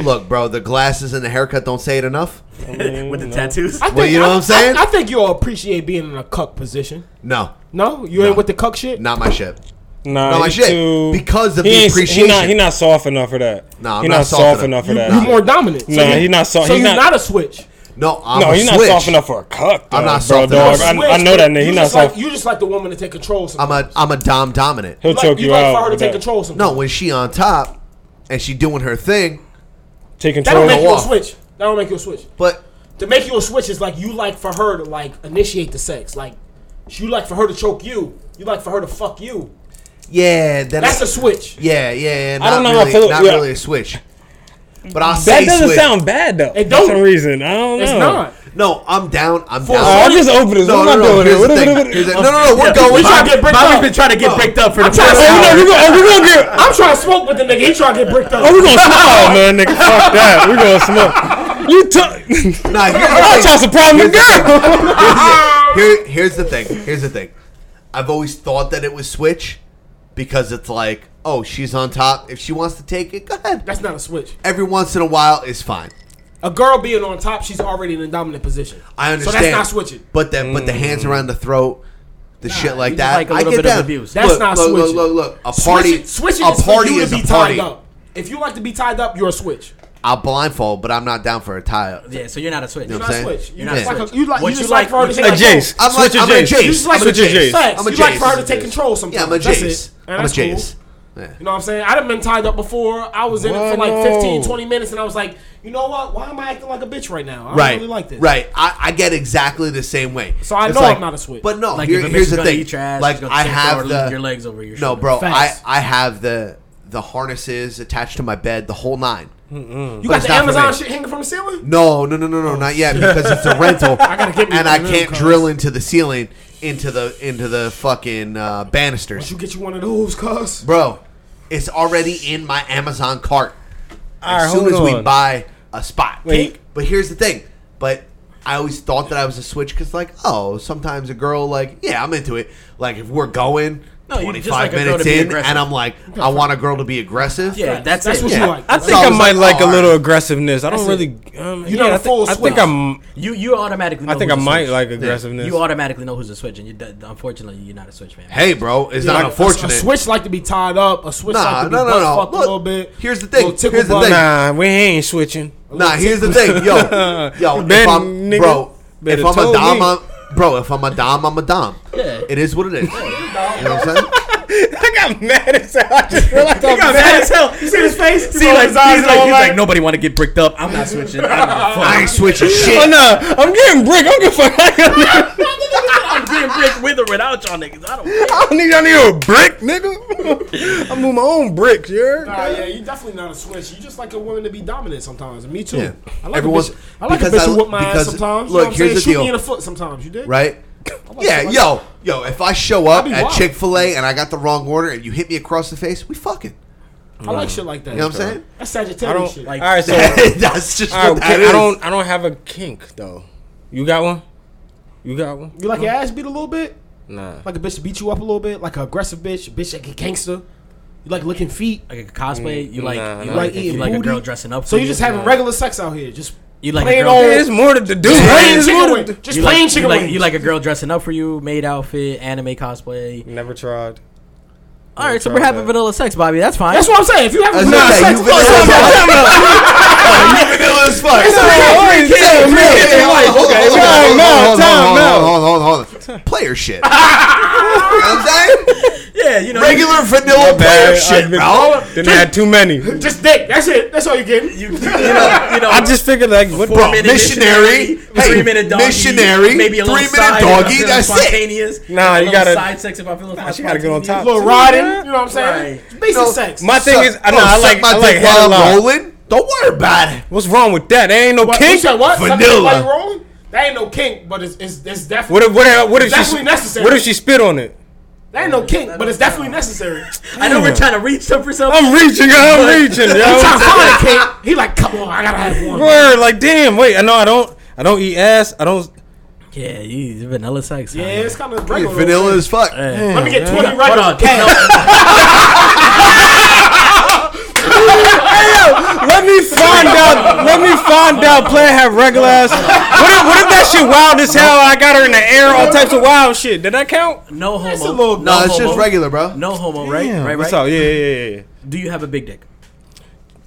Speaker 1: Look, bro, the glasses and the haircut don't say it enough.
Speaker 8: with the tattoos.
Speaker 9: I think-
Speaker 1: well, you know
Speaker 9: I-
Speaker 1: what I'm saying?
Speaker 9: I, I think you'll appreciate being in a cuck position.
Speaker 1: no,
Speaker 9: No, you ain't with the cuck shit.
Speaker 1: not my shit.
Speaker 5: Nah,
Speaker 1: not my
Speaker 5: he
Speaker 1: shit.
Speaker 5: too-
Speaker 1: because of
Speaker 5: he
Speaker 1: the
Speaker 5: ain't-
Speaker 1: appreciation.
Speaker 5: He not, he not soft enough for that.
Speaker 1: Nah, I'm
Speaker 5: he
Speaker 1: not soft enough.
Speaker 5: for
Speaker 1: You-
Speaker 5: that.
Speaker 9: You more dominant.
Speaker 5: Nah, he not soft.
Speaker 9: So
Speaker 5: He
Speaker 9: you
Speaker 5: not-
Speaker 9: not a switch.
Speaker 1: No, I'm
Speaker 5: no,
Speaker 1: a
Speaker 5: he not
Speaker 1: switch.
Speaker 5: soft enough for a cuck. Though,
Speaker 1: I'm not
Speaker 5: bro,
Speaker 1: soft enough.
Speaker 5: Dog.
Speaker 9: Switch,
Speaker 5: I, I know that
Speaker 9: but
Speaker 5: nigga. He
Speaker 9: you
Speaker 5: not
Speaker 9: just like-
Speaker 5: soft.
Speaker 9: You just like the woman to take control. Sometimes.
Speaker 1: I'm a I'm a dom dominant.
Speaker 5: He'll
Speaker 9: like-
Speaker 5: choke
Speaker 9: you
Speaker 5: you
Speaker 9: like
Speaker 5: out.
Speaker 9: for her to
Speaker 5: with
Speaker 9: take
Speaker 5: that.
Speaker 9: control sometimes.
Speaker 1: No, when she on top and she doing her thing,
Speaker 5: Take
Speaker 9: That
Speaker 5: control.
Speaker 9: don't make
Speaker 1: the
Speaker 9: you a
Speaker 1: wall.
Speaker 9: switch. That don't make you a switch.
Speaker 1: but
Speaker 9: To make you a switch is like you like for her to like initiate the sex. Like you like for her to choke you. You like for her to fuck you.
Speaker 1: yeah, then
Speaker 9: That's
Speaker 1: I-
Speaker 9: a switch.
Speaker 1: yeah, yeah, yeah. Not
Speaker 5: I don't know how I
Speaker 1: really,
Speaker 5: feel-
Speaker 1: not
Speaker 5: yeah.
Speaker 1: really a switch. But I'll
Speaker 5: That
Speaker 1: say
Speaker 5: doesn't
Speaker 1: switch.
Speaker 5: sound bad though.
Speaker 9: It
Speaker 5: For
Speaker 9: don't.
Speaker 5: some reason, I don't
Speaker 9: It's
Speaker 5: know.
Speaker 9: not.
Speaker 1: No, I'm down. I'm
Speaker 5: For
Speaker 1: down.
Speaker 5: Oh, I'm just open this.
Speaker 1: No,
Speaker 5: I'm
Speaker 1: no,
Speaker 5: not
Speaker 1: no.
Speaker 5: doing
Speaker 1: Here's
Speaker 5: it.
Speaker 1: the thing. Here's the- No, no, no. We're going.
Speaker 9: We trying to get bricked
Speaker 8: Bobby's
Speaker 9: up.
Speaker 8: been trying to get bricked up for
Speaker 9: I'm
Speaker 8: the
Speaker 9: trying to
Speaker 8: past
Speaker 5: Oh,
Speaker 9: smoke.
Speaker 8: hour.
Speaker 9: I'm trying to smoke with the nigga. He trying to get bricked up.
Speaker 5: Oh, we gonna smoke, man, nigga. Fuck that. We gonna smoke. You took.
Speaker 1: Nah, here's the
Speaker 5: I'm
Speaker 1: thing.
Speaker 5: trying to surprise the girl.
Speaker 1: Here, here's the thing. Here's the thing. I've always thought that it was Switch because it's like, oh, she's on top. If she wants to take it, go ahead.
Speaker 9: That's not a switch.
Speaker 1: Every once in a while is fine.
Speaker 9: A girl being on top, she's already in a dominant position.
Speaker 1: I understand.
Speaker 9: So that's not switching.
Speaker 1: But the but the hands around the throat, the shit like
Speaker 9: you just
Speaker 1: that.
Speaker 9: like a
Speaker 1: I
Speaker 9: little
Speaker 1: get
Speaker 9: bit of
Speaker 1: that.
Speaker 9: abuse. That's
Speaker 1: look,
Speaker 9: not
Speaker 1: look,
Speaker 9: switching.
Speaker 1: Look, look, look. A party.
Speaker 9: switching, switching
Speaker 1: a
Speaker 9: is
Speaker 1: party
Speaker 9: for you
Speaker 1: is
Speaker 9: to be
Speaker 1: a party.
Speaker 9: tied up. If you like to be tied up, you're a switch.
Speaker 1: I'll blindfold, but but I'm not down for a tie up.
Speaker 8: Yeah, so you're not a switch.
Speaker 1: You know
Speaker 8: You're
Speaker 1: what
Speaker 8: not
Speaker 1: I'm
Speaker 8: switch.
Speaker 1: saying?
Speaker 8: You're not
Speaker 1: Yeah.
Speaker 8: switch.
Speaker 9: You like
Speaker 8: What
Speaker 9: you
Speaker 8: you
Speaker 9: just like,
Speaker 8: like-
Speaker 9: for her to
Speaker 8: what
Speaker 9: take
Speaker 8: you-
Speaker 9: control.
Speaker 5: Jace.
Speaker 1: I'm like,
Speaker 5: Switch a
Speaker 1: I'm a
Speaker 5: Jace.
Speaker 1: Jace.
Speaker 9: You just like
Speaker 1: I'm a
Speaker 9: switching.
Speaker 1: Jace.
Speaker 9: Facts.
Speaker 1: I'm a
Speaker 9: You like for her
Speaker 1: Jace.
Speaker 9: to take control sometimes.
Speaker 1: Yeah, I'm a
Speaker 9: That's
Speaker 1: Jace.
Speaker 9: it. And
Speaker 1: I'm a
Speaker 9: that's cool.
Speaker 1: Jace. Yeah.
Speaker 9: You know what I'm saying? I'd have been tied up before. I was in it for
Speaker 5: Well,
Speaker 9: like
Speaker 5: no.
Speaker 9: 15, 20 minutes, and I was like, you know what? Why am I acting like a bitch right now? I don't
Speaker 1: right,
Speaker 9: really like this.
Speaker 1: right. I, I get exactly the same way.
Speaker 9: So I
Speaker 1: It's
Speaker 9: know
Speaker 1: like-
Speaker 9: I'm not a switch.
Speaker 1: But no,
Speaker 8: Like,
Speaker 1: here-
Speaker 8: if a bitch
Speaker 1: here's
Speaker 8: is
Speaker 1: the
Speaker 8: gonna
Speaker 1: thing.
Speaker 8: eat your ass,
Speaker 1: like
Speaker 8: she's gonna
Speaker 1: I
Speaker 8: take
Speaker 1: have
Speaker 8: her or
Speaker 1: the
Speaker 8: leave your legs over your
Speaker 1: no,
Speaker 8: shoulder.
Speaker 1: bro.
Speaker 8: Facts.
Speaker 1: I I have the the harnesses attached to my bed, the whole 9
Speaker 9: You
Speaker 1: But
Speaker 9: got
Speaker 1: it's
Speaker 9: the
Speaker 1: not for
Speaker 9: Amazon
Speaker 1: me.
Speaker 9: shit hanging from the ceiling?
Speaker 1: No, no, no, no, no, not yet because it's a rental,
Speaker 9: Oh, I gotta get me
Speaker 1: and
Speaker 9: one
Speaker 1: I
Speaker 9: of them
Speaker 1: can't
Speaker 9: cars.
Speaker 1: drill into the ceiling, into the into the fucking uh, banisters,
Speaker 9: You get you one of those, cuz.
Speaker 1: bro. It's already in my Amazon cart.
Speaker 5: All right,
Speaker 1: as soon
Speaker 5: hold
Speaker 1: as we
Speaker 5: on.
Speaker 1: buy a spot,
Speaker 5: Wait.
Speaker 1: but here's the thing. But I always thought that I was a switch because, like, oh, sometimes a girl, like, yeah, I'm into it. Like, if we're going
Speaker 8: No, you just
Speaker 1: 25
Speaker 8: like a girl to
Speaker 1: minutes
Speaker 8: be
Speaker 1: in,
Speaker 8: aggressive.
Speaker 1: and I'm like, I want a girl to be aggressive.
Speaker 8: Yeah, that's That's it. what
Speaker 5: you
Speaker 1: Yeah.
Speaker 5: like. I
Speaker 1: So
Speaker 5: think I
Speaker 1: was
Speaker 5: might like a
Speaker 1: alright.
Speaker 5: little aggressiveness. I don't
Speaker 8: That's
Speaker 5: really.
Speaker 8: it.
Speaker 5: um,
Speaker 8: You're
Speaker 5: yeah,
Speaker 8: not a
Speaker 5: I
Speaker 8: full
Speaker 5: think- I think
Speaker 8: switch.
Speaker 5: I'm.
Speaker 8: You you automatically.
Speaker 5: I
Speaker 8: Know
Speaker 5: think
Speaker 8: who's
Speaker 5: I
Speaker 8: a
Speaker 5: might
Speaker 8: switch.
Speaker 5: like aggressiveness.
Speaker 8: You automatically know who's a switch, and you d- unfortunately you're not a switch man.
Speaker 1: Hey, bro, it's
Speaker 9: Yeah,
Speaker 1: not
Speaker 9: like,
Speaker 1: unfortunate.
Speaker 9: A, a switch like to be tied up. A switch
Speaker 1: Nah,
Speaker 9: like to be
Speaker 1: no, no,
Speaker 9: butt
Speaker 1: no.
Speaker 9: fucked
Speaker 1: Look,
Speaker 9: a little bit.
Speaker 1: here's the thing,
Speaker 9: Little tickle
Speaker 1: here's the
Speaker 9: bug.
Speaker 1: thing.
Speaker 5: Nah, we ain't switching.
Speaker 1: Nah, here's the thing, yo, yo,
Speaker 5: Ben,
Speaker 1: if I'm,
Speaker 5: nigga,
Speaker 1: bro, if
Speaker 5: better
Speaker 1: I'm a
Speaker 5: told
Speaker 1: dom,
Speaker 5: me.
Speaker 1: I'm, bro, if I'm a dom, I'm a dom.
Speaker 8: Yeah.
Speaker 1: It is what it is. you know what I'm saying?
Speaker 5: I got mad as hell. I just realized I
Speaker 8: He
Speaker 5: got
Speaker 8: got
Speaker 5: mad
Speaker 8: mad
Speaker 5: as
Speaker 8: as
Speaker 5: hell.
Speaker 8: You see his face? See,
Speaker 5: all
Speaker 8: like,
Speaker 5: his
Speaker 8: he's
Speaker 5: eyes
Speaker 8: like, he's
Speaker 5: all
Speaker 8: like,
Speaker 5: like-
Speaker 8: nobody want to get bricked up. I'm not switching.
Speaker 1: I
Speaker 8: I'm
Speaker 1: ain't switching shit.
Speaker 5: Oh no, I'm getting brick. I'm getting fuck. I
Speaker 8: getting bricked with or without y'all niggas. I don't.
Speaker 5: don't need y'all need a brick, nigga. I move my own bricks, yeah.
Speaker 9: Nah, yeah, you definitely not a switch. You just like a woman to be dominant sometimes. And me too.
Speaker 1: Yeah.
Speaker 9: I like
Speaker 1: Everyone's-
Speaker 9: a bitch. I like a
Speaker 1: because
Speaker 9: bitch
Speaker 1: I-
Speaker 9: who whip my ass
Speaker 1: because-
Speaker 9: sometimes.
Speaker 1: look,
Speaker 9: you know what I'm saying?
Speaker 1: here's the
Speaker 9: Shoot
Speaker 1: deal.
Speaker 9: me in the foot sometimes. You dig?
Speaker 1: right?
Speaker 9: like
Speaker 1: Yeah,
Speaker 9: something
Speaker 1: yo, yo. If I show up
Speaker 9: That'd be
Speaker 1: at
Speaker 9: wild.
Speaker 1: Chick Fil A and I got the wrong order and you hit me across the face, we fucking.
Speaker 9: I like shit like that.
Speaker 1: You know what I'm saying?
Speaker 9: That's
Speaker 5: I
Speaker 9: Sagittarius
Speaker 5: don't.
Speaker 9: shit.
Speaker 5: All right, so
Speaker 1: That's just
Speaker 5: all
Speaker 1: what
Speaker 5: right,
Speaker 1: that
Speaker 5: okay,
Speaker 1: is.
Speaker 5: I don't. I don't have a kink though. You got one? You got one?
Speaker 9: you like your ass beat a little bit?
Speaker 5: Nah.
Speaker 9: Like a bitch to beat you up a little bit? Like an aggressive bitch? Bitch like a gangster? You like licking feet?
Speaker 8: Like a cosplay, you like
Speaker 5: Nah,
Speaker 8: you
Speaker 5: nah,
Speaker 8: like
Speaker 9: eating
Speaker 8: you like a
Speaker 9: booty?
Speaker 8: girl dressing up.
Speaker 9: So
Speaker 8: for uh,
Speaker 9: you just having regular sex out here? Just
Speaker 8: You like a
Speaker 9: playing
Speaker 8: girl-
Speaker 9: on-
Speaker 5: There's more to do.
Speaker 9: Just
Speaker 5: right?
Speaker 9: playing
Speaker 5: There's
Speaker 9: chicken
Speaker 5: more to
Speaker 9: wings.
Speaker 5: do.
Speaker 9: Just
Speaker 8: you
Speaker 9: playing
Speaker 8: like, you
Speaker 9: chicken
Speaker 8: like
Speaker 9: wings.
Speaker 8: you like a girl dressing up for you, maid outfit, anime cosplay.
Speaker 5: Never tried.
Speaker 8: All right, so
Speaker 5: try
Speaker 8: we're having
Speaker 5: that.
Speaker 8: vanilla sex, Bobby. That's fine.
Speaker 9: That's what I'm saying. If you have
Speaker 1: That's
Speaker 9: a
Speaker 1: what I'm saying.
Speaker 9: sex,
Speaker 1: You
Speaker 9: fuck
Speaker 1: vanilla as
Speaker 9: somebody.
Speaker 1: fuck.
Speaker 5: Time out, time out.
Speaker 1: Player shit. You know what I'm saying?
Speaker 8: yeah, you know,
Speaker 1: Regular vanilla player shit, bro.
Speaker 5: Didn't have too many.
Speaker 9: Just dick. That's it. That's all you getting.
Speaker 8: you, you know, you know.
Speaker 5: I just figured like what
Speaker 8: four
Speaker 1: Bro,
Speaker 8: minute
Speaker 1: missionary, hey,
Speaker 8: three minute doggy,
Speaker 1: missionary,
Speaker 8: maybe a little
Speaker 1: three-minute
Speaker 8: side if I'm
Speaker 1: doggy,
Speaker 8: feeling
Speaker 1: that's it.
Speaker 8: spontaneous,
Speaker 5: Nah,
Speaker 8: a
Speaker 5: you
Speaker 8: little
Speaker 5: gotta-
Speaker 8: side sex if I feel
Speaker 5: Nah, she gotta get on top.
Speaker 9: little riding. You know what I'm saying?
Speaker 8: Right.
Speaker 9: Basic
Speaker 1: No,
Speaker 9: sex.
Speaker 5: My thing is, I know I like
Speaker 1: my
Speaker 5: I like
Speaker 1: dick
Speaker 5: head a
Speaker 1: while I'm
Speaker 5: lot.
Speaker 1: rolling. Don't worry about it.
Speaker 5: What's wrong with that? There ain't no
Speaker 9: What, you
Speaker 5: kink.
Speaker 9: said what? Suck
Speaker 1: Vanilla.
Speaker 9: it while you rolling? That ain't no kink, but it's it's, it's definitely
Speaker 5: What if what if, what if
Speaker 9: It's
Speaker 5: she
Speaker 9: definitely necessary.
Speaker 5: what if she spit on it?
Speaker 9: that ain't no kink, but it's definitely necessary.
Speaker 8: I know we're trying to reach up for something.
Speaker 5: I'm reaching, I'm reaching,
Speaker 9: I'm trying to
Speaker 5: yo.
Speaker 9: find a kink. He like, come on, I gotta have one.
Speaker 5: Word, like damn. Wait, I know I don't. I don't eat ass. I don't.
Speaker 8: Yeah, you, vanilla sex.
Speaker 9: Yeah, it's kind of regular.
Speaker 1: Vanilla as fuck.
Speaker 9: Let me get twenty
Speaker 8: Hold
Speaker 9: regular.
Speaker 8: on.
Speaker 5: Let me find out. Let me find out. Player have regular ass. What if, what if that shit wild as hell? I got her in the air, all types of wild shit. Did that count?
Speaker 8: No homo.
Speaker 9: a little-
Speaker 1: No, it's
Speaker 8: homo.
Speaker 1: just regular, bro.
Speaker 8: No homo, right?
Speaker 5: Damn,
Speaker 8: right,
Speaker 5: what's
Speaker 8: right.
Speaker 5: up? Yeah, yeah, yeah, yeah.
Speaker 8: Do you have a big dick?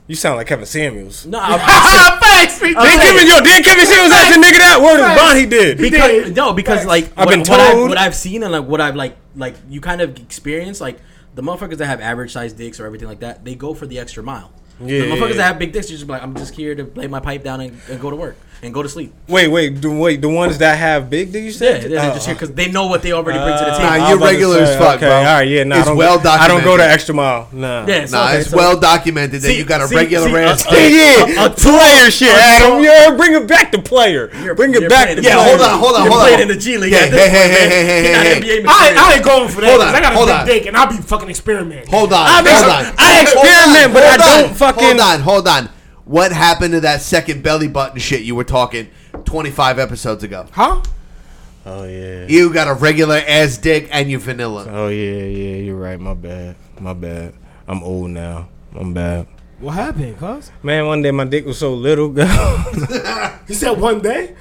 Speaker 5: You sound like Kevin Samuels.
Speaker 8: No, I'm
Speaker 5: Did Kevin, yo, did Kevin Samuels ask the nigga that? Word is bond, he did.
Speaker 8: because no, because like
Speaker 5: I've
Speaker 8: what,
Speaker 5: been
Speaker 8: what I've,
Speaker 5: told.
Speaker 8: what I've seen and like what I've like like you kind of experience like the motherfuckers that have average sized dicks or everything like that, they go for the extra mile.
Speaker 5: Yeah.
Speaker 8: the motherfuckers that have big dicks, you just be like, I'm just here to lay my pipe down and, and go to work. and go to sleep.
Speaker 5: Wait, wait, the, wait. The ones that have big, did you
Speaker 8: Yeah,
Speaker 5: say?
Speaker 8: yeah, they're just here because they know what they already bring to the
Speaker 5: Uh,
Speaker 8: table.
Speaker 5: I was about to say, okay, All right, yeah, nah, I
Speaker 1: It's
Speaker 5: don't
Speaker 1: well
Speaker 5: go, I don't go the
Speaker 1: documented.
Speaker 5: extra mile. Nah,
Speaker 1: Yeah, it's Nah, okay, it's so- well documented that you got a regular ass
Speaker 5: Yeah,
Speaker 1: kid.
Speaker 5: yeah,
Speaker 1: a- a
Speaker 5: player
Speaker 1: a
Speaker 5: shit, Adam. Yeah, bring it back to player. bring it
Speaker 1: you're
Speaker 5: back.
Speaker 1: playing in the
Speaker 5: to player.
Speaker 1: G League. You're playing in the G League
Speaker 5: Yeah,
Speaker 1: at this point, man. You're not NBA material.
Speaker 9: I, I ain't going for that.
Speaker 1: Hold
Speaker 9: 'cause
Speaker 1: on,
Speaker 9: I got a
Speaker 1: hold
Speaker 9: big
Speaker 1: on.
Speaker 9: dick and I'll be fucking experimenting.
Speaker 1: Hold on.
Speaker 9: I'll be-
Speaker 1: hold on.
Speaker 9: I experiment, but I don't fucking.
Speaker 1: Hold on, hold on. What happened to that second belly button shit you were talking 25 episodes ago?
Speaker 9: Huh?
Speaker 5: Oh yeah.
Speaker 1: You got a regular ass dick and you vanilla.
Speaker 5: Oh yeah, yeah. You're right. My bad. My bad. I'm old now. I'm bad.
Speaker 9: What happened, cuz?
Speaker 5: Man, one day my dick was so little.
Speaker 9: You said one day?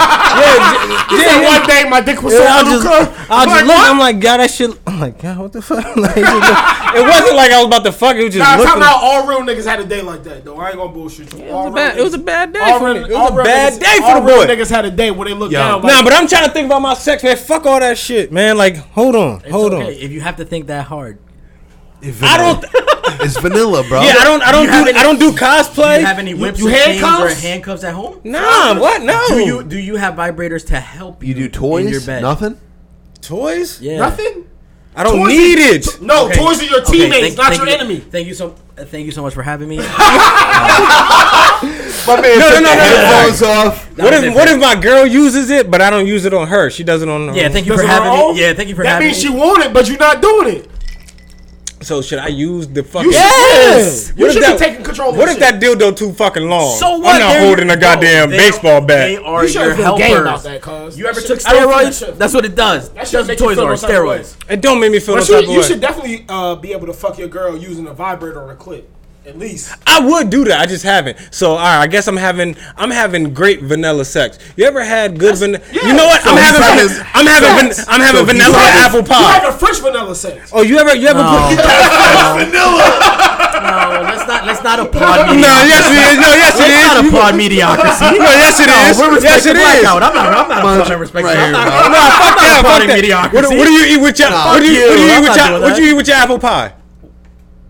Speaker 5: yeah,
Speaker 9: You said one day my dick was so
Speaker 5: I'll
Speaker 9: little,
Speaker 5: just,
Speaker 9: cuz.
Speaker 5: I'll just
Speaker 9: Like,
Speaker 5: look.
Speaker 9: what?
Speaker 5: I'm like, God, that shit. I'm like, God, what the fuck? Like, it just- it wasn't like I was about to fuck. It was just
Speaker 9: Nah, I'm
Speaker 5: looking.
Speaker 9: talking about all real niggas had a day like that, though. I ain't gonna bullshit you. It was,
Speaker 5: a bad- it was a bad day for me. It was a
Speaker 9: niggas,
Speaker 5: bad day for
Speaker 9: all
Speaker 5: the
Speaker 9: real
Speaker 5: boy.
Speaker 9: niggas had a day where they looked
Speaker 5: Yo.
Speaker 9: down.
Speaker 5: nah, but I'm trying to think about my sex, man. Fuck all that shit, man. Like, hold on, hold on.
Speaker 8: If you have to think that hard,
Speaker 5: I don't.
Speaker 1: It's vanilla, bro.
Speaker 5: Yeah, I don't. I don't do. I don't do cosplay.
Speaker 8: you have any whips
Speaker 5: You,
Speaker 8: or chains or
Speaker 5: handcuffs?
Speaker 8: handcuffs at home?
Speaker 5: Nah, what? No.
Speaker 8: Do you do you have vibrators to help
Speaker 1: You
Speaker 8: you?
Speaker 1: do
Speaker 8: in your
Speaker 1: toys?
Speaker 8: bed?
Speaker 1: Nothing?
Speaker 5: Toys?
Speaker 8: Yeah.
Speaker 9: Nothing?
Speaker 5: I don't
Speaker 8: Toys
Speaker 5: need
Speaker 8: are-
Speaker 5: it.
Speaker 8: t-
Speaker 9: No, toys are your teammates, not your
Speaker 8: you,
Speaker 9: enemy.
Speaker 8: Thank you so. uh, Thank you so much for having me.
Speaker 1: My man
Speaker 5: No,
Speaker 1: took
Speaker 5: no, no,
Speaker 1: the
Speaker 5: no, no, no.
Speaker 1: headphones off.
Speaker 8: That
Speaker 5: what
Speaker 8: was
Speaker 5: if
Speaker 8: it,
Speaker 5: what
Speaker 8: babe.
Speaker 5: if my girl uses it, but I don't use it on her? She does it on her.
Speaker 8: Yeah,
Speaker 5: own.
Speaker 8: thank you for
Speaker 9: Does it on
Speaker 8: having
Speaker 9: her own?
Speaker 8: me. Yeah, thank you for
Speaker 9: that
Speaker 8: having me.
Speaker 9: means she want it, but you're not doing it.
Speaker 5: So should I use the
Speaker 9: You
Speaker 5: fucking?
Speaker 9: should- Yes! You
Speaker 5: What if
Speaker 9: should be
Speaker 5: that-
Speaker 9: taking control of
Speaker 5: What
Speaker 9: this
Speaker 5: if that dildo too fucking long?
Speaker 8: So what?
Speaker 5: I'm not
Speaker 8: They're-
Speaker 5: holding a
Speaker 8: no,
Speaker 5: goddamn
Speaker 8: they-
Speaker 5: baseball bat.
Speaker 8: They are
Speaker 9: should've
Speaker 8: your
Speaker 9: been
Speaker 8: helpers.
Speaker 9: gay about that, cuz.
Speaker 8: You ever took
Speaker 9: I don't feel that
Speaker 8: steroids?
Speaker 9: shit.
Speaker 8: That's what it does.
Speaker 9: That
Speaker 8: That's
Speaker 9: shit
Speaker 8: what
Speaker 9: make you
Speaker 8: toys
Speaker 9: feel
Speaker 8: are
Speaker 9: no type of
Speaker 8: steroids.
Speaker 5: It don't make me feel
Speaker 9: But
Speaker 5: no
Speaker 9: you,
Speaker 5: type of
Speaker 9: you
Speaker 5: way.
Speaker 9: should definitely uh, be able to fuck your girl using a vibrator or a clip, at least.
Speaker 5: I would do that. I just haven't. So all right, I guess I'm having I'm having great vanilla sex. You ever had good vanilla? You know what?
Speaker 9: So
Speaker 5: I'm
Speaker 9: he's
Speaker 5: having
Speaker 9: having-
Speaker 5: van- I'm having van- I'm having
Speaker 9: So he's
Speaker 5: vanilla
Speaker 9: having-
Speaker 5: apple
Speaker 9: You
Speaker 5: pie.
Speaker 9: have a French vanilla sex.
Speaker 5: Oh, you ever you ever put
Speaker 8: No, let's not. Let's not applaud.
Speaker 5: No, yes it is. No, yes it
Speaker 8: Let's
Speaker 5: is.
Speaker 8: not
Speaker 5: You-
Speaker 8: applaud mediocrity.
Speaker 5: No, yes it
Speaker 8: No,
Speaker 5: is.
Speaker 8: we're
Speaker 5: Yes it
Speaker 8: respecting
Speaker 5: is.
Speaker 8: blackout. I'm not. I'm not applauding respect. I'm not- I'm
Speaker 5: No,
Speaker 8: not-
Speaker 5: fuck
Speaker 8: I'm
Speaker 5: that.
Speaker 8: not
Speaker 5: Fuck
Speaker 8: applauding
Speaker 5: that. What,
Speaker 8: mediocrity.
Speaker 5: what do you eat with your
Speaker 8: Nah,
Speaker 5: what do you,
Speaker 8: fuck
Speaker 5: what do
Speaker 8: you.
Speaker 5: you
Speaker 8: I'm
Speaker 5: eat with
Speaker 8: not
Speaker 5: your
Speaker 8: doing
Speaker 5: what do you
Speaker 8: that.
Speaker 5: eat with your apple pie?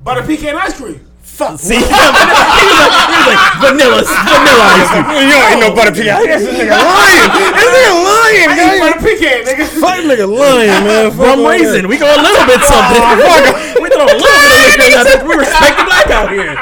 Speaker 9: Butter pecan ice cream.
Speaker 8: Fuck. See, he was like, he was like vanilla, vanilla ice cream.
Speaker 5: You don't eat no butter pecan. This nigga lying. This nigga lying.
Speaker 9: I
Speaker 5: guy.
Speaker 9: eat butter pecan, nigga.
Speaker 5: Fuck nigga lying, man. Fuck
Speaker 8: Rum
Speaker 5: all that.
Speaker 8: raisin. We go a little bit something. we throw a little bit of this out there. We respect the blackout here.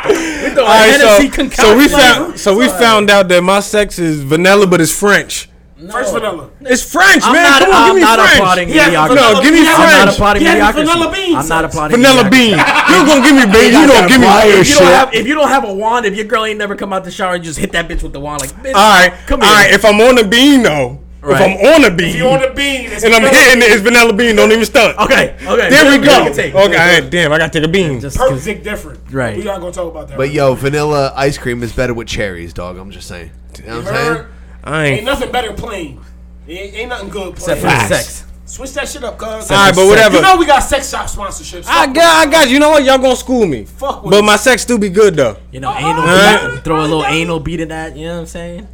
Speaker 8: We throw
Speaker 5: All right,
Speaker 8: an
Speaker 5: so,
Speaker 8: NFC concoction.
Speaker 5: so we found so we found out that my sex is vanilla, but it's French.
Speaker 9: French vanilla.
Speaker 5: It's French,
Speaker 8: I'm
Speaker 5: man.
Speaker 8: not,
Speaker 5: Come on,
Speaker 8: I'm
Speaker 5: give me
Speaker 8: not
Speaker 5: French.
Speaker 8: applauding
Speaker 9: Yeah,
Speaker 8: mediocrity.
Speaker 5: no, give me
Speaker 9: I'm
Speaker 8: I'm not
Speaker 5: French.
Speaker 8: applauding
Speaker 9: He had
Speaker 8: mediocrity.
Speaker 9: vanilla beans.
Speaker 8: I'm not applauding
Speaker 5: Vanilla
Speaker 8: mediocrity.
Speaker 5: bean. You're gonna give me bean. You don't give me
Speaker 8: If you,
Speaker 5: shit.
Speaker 8: don't have, if you don't have a wand, if your girl ain't never come out the shower and just hit that bitch with the wand, like,
Speaker 5: all
Speaker 8: bitch,
Speaker 5: right,
Speaker 8: come
Speaker 5: all
Speaker 8: here.
Speaker 5: right. If I'm on the bean though, if
Speaker 8: Right.
Speaker 5: I'm on the bean,
Speaker 9: You on the bean. it's
Speaker 5: and I'm
Speaker 9: vanilla.
Speaker 5: hitting it, it's vanilla bean. Don't even stunt.
Speaker 8: okay, okay.
Speaker 5: There we go.
Speaker 8: can take.
Speaker 5: Okay, all right, damn, I gotta take a bean.
Speaker 8: Just
Speaker 9: Perfect dick different.
Speaker 8: Right.
Speaker 9: We not gonna talk about that.
Speaker 1: But
Speaker 9: right
Speaker 1: yo, vanilla ice cream is better with cherries, dog. I'm just saying. You know what
Speaker 9: now.
Speaker 1: I'm saying?
Speaker 9: Bird,
Speaker 5: I
Speaker 9: Ain't
Speaker 5: ain't.
Speaker 9: nothing better plain. Ain't, ain't nothing good
Speaker 8: Except
Speaker 9: plain.
Speaker 8: for the sex.
Speaker 9: Switch that shit up, cuz.
Speaker 5: All right, but whatever.
Speaker 9: You know we got sex shop sponsorships.
Speaker 5: I got, I got. You know what? Y'all gonna school me,
Speaker 9: Fuck with
Speaker 5: but
Speaker 9: it.
Speaker 5: my sex still be good though.
Speaker 8: You know, anal
Speaker 5: Huh?
Speaker 8: beat, throw a little anal beat in that. You know what I'm saying?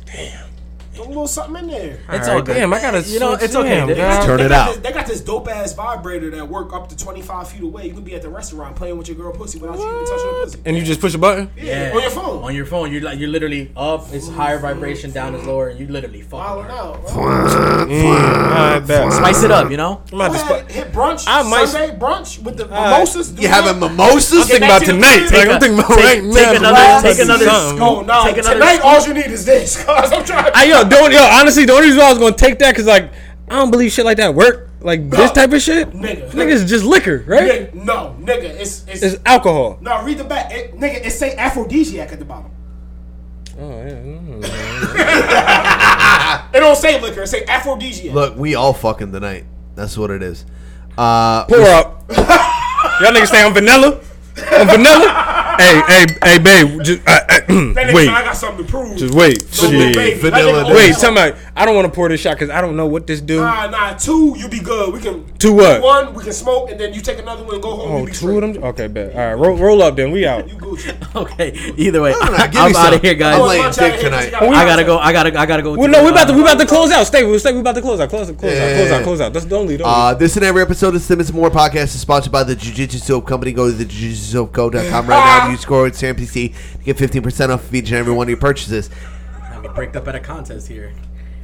Speaker 9: Throw a little something in there.
Speaker 8: It's
Speaker 5: All
Speaker 8: all
Speaker 5: right,
Speaker 8: good.
Speaker 5: damn, I gotta.
Speaker 8: You know,
Speaker 5: switch-
Speaker 8: it's okay.
Speaker 5: damn,
Speaker 8: They-
Speaker 5: God.
Speaker 1: Turn
Speaker 9: They
Speaker 1: it
Speaker 9: got
Speaker 1: out.
Speaker 9: This, they got this dope ass vibrator that work up to 25 feet away. You can be at the restaurant playing with your girl pussy without you even touching her pussy.
Speaker 5: And you just push a button.
Speaker 9: Yeah. On your phone.
Speaker 8: On your phone, you're like you're literally up. It's higher vibration, down is lower, and you literally
Speaker 9: I don't
Speaker 8: fuck.
Speaker 9: know.
Speaker 5: All right, bet.
Speaker 8: Spice it up, you know.
Speaker 5: I'm about to
Speaker 9: Go
Speaker 5: spi-
Speaker 9: ahead, hit brunch.
Speaker 5: I might-
Speaker 9: Sunday brunch with the mimosas. do
Speaker 1: You
Speaker 9: that.
Speaker 1: having mimosas?
Speaker 5: thinking about tonight. Like, I'm thinking about
Speaker 8: take-
Speaker 5: right now.
Speaker 8: take another-
Speaker 5: Glasses
Speaker 8: take another
Speaker 5: or something.
Speaker 9: Oh no!
Speaker 8: Take another-
Speaker 9: Tonight, all you need is this. Cause I'm trying.
Speaker 5: I yo don't yo honestly the only reason why I was gonna take that because like I don't believe shit like that work like this type of shit.
Speaker 9: Nigga.
Speaker 5: Niggas just liquor, right?
Speaker 9: Nigga, no, nigga, it's it's,
Speaker 5: It's alcohol.
Speaker 9: no. Read the back, it, nigga. It say aphrodisiac at the bottom. it don't say liquor. It say aphrodisiac.
Speaker 1: Look, we all fucking tonight. That's what it is. Uh,
Speaker 5: Pour up. Y'all niggas say I'm vanilla. I'm vanilla. hey, hey, hey, babe. Just uh, uh,
Speaker 9: that nigga,
Speaker 5: wait.
Speaker 9: I got something to prove.
Speaker 5: Just wait.
Speaker 9: No,
Speaker 5: Shit.
Speaker 9: baby, that
Speaker 1: Vanilla
Speaker 9: nigga
Speaker 1: dick.
Speaker 5: Wait,
Speaker 9: old.
Speaker 5: somebody. I don't want to pour this shot because I don't know what this do.
Speaker 9: Nah, nah. Two, you be good. We can
Speaker 5: Two what?
Speaker 9: One, we can smoke, and then you take another one and go home.
Speaker 5: Oh,
Speaker 9: you be
Speaker 5: two of them. Okay, bet. All right, roll, roll up then. We out.
Speaker 9: You Gucci.
Speaker 8: Okay. Either way,
Speaker 1: no, no,
Speaker 8: I,
Speaker 1: give me
Speaker 8: am out
Speaker 1: some.
Speaker 8: of here, guys.
Speaker 1: I'm
Speaker 8: i
Speaker 1: laying
Speaker 9: Lunch
Speaker 1: dick
Speaker 9: outta here, 'cause
Speaker 1: tonight.
Speaker 9: you gotta-
Speaker 8: gotta go. I gotta. I gotta go.
Speaker 5: Well,
Speaker 8: to,
Speaker 5: no, we about to
Speaker 8: uh,
Speaker 5: we about to close out. Stay, we stay. We about to close out. Close out. Close out. Close out. Close out. That's don't leave. Don't leave.
Speaker 1: Uh, this and every episode of Simmons More Podcast is sponsored by the Jiu Jitsu Soap Company. Go to the jujitsusoapco.com right now. Use code SAMPC to get 15% off of each and every one of your purchases.
Speaker 8: be bricked uh, up at a contest here.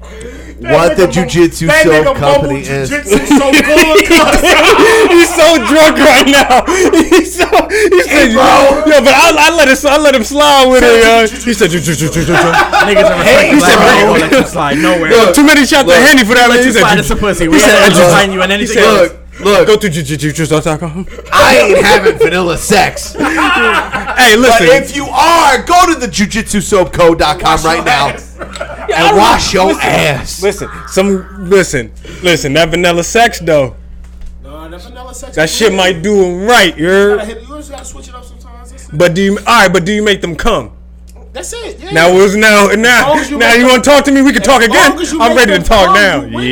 Speaker 1: What the jujitsu soap company is?
Speaker 5: he's so drunk right now. He's so he said, bro. Yo, but I, I let it. I let him slide with it. Yo. He said, "Ju- ju- ju- ju- ju- ju."
Speaker 8: Hey,
Speaker 5: he said,
Speaker 8: bro,
Speaker 5: bro.
Speaker 8: let you slide nowhere.
Speaker 5: Yo, too many shots
Speaker 8: Look,
Speaker 5: to Henny for that. man.
Speaker 8: let you
Speaker 5: He said,
Speaker 8: slide
Speaker 5: ju-
Speaker 8: is a pussy.
Speaker 5: he
Speaker 8: We
Speaker 5: said,
Speaker 8: ain't gonna
Speaker 5: ju-
Speaker 8: sign you in
Speaker 5: he
Speaker 8: anything
Speaker 5: said,
Speaker 8: else.
Speaker 5: Look, go to jujujujus.com.
Speaker 1: I ain't having vanilla sex. hey,
Speaker 5: listen.
Speaker 1: But if you are, go to the jujitsusoapco.com right now and wash your
Speaker 5: Listen,
Speaker 1: ass.
Speaker 5: Listen, some listen, listen. That vanilla sex though,
Speaker 4: Nah, that vanilla sex.
Speaker 5: that
Speaker 4: is
Speaker 5: shit
Speaker 4: good.
Speaker 5: might do him right.
Speaker 4: You
Speaker 5: You're,
Speaker 4: gotta, hit, you just gotta switch it up sometimes. That's it.
Speaker 5: but do you? All right, but do you make them come?
Speaker 4: That's it. Yeah.
Speaker 5: Now was now now
Speaker 4: long as you
Speaker 5: now
Speaker 4: make
Speaker 5: you want to talk to me? We can
Speaker 4: as
Speaker 5: talk
Speaker 4: long
Speaker 5: again.
Speaker 4: as you
Speaker 5: I'm
Speaker 4: make
Speaker 5: ready to
Speaker 4: them
Speaker 5: talk
Speaker 4: come,
Speaker 5: now.
Speaker 4: you win.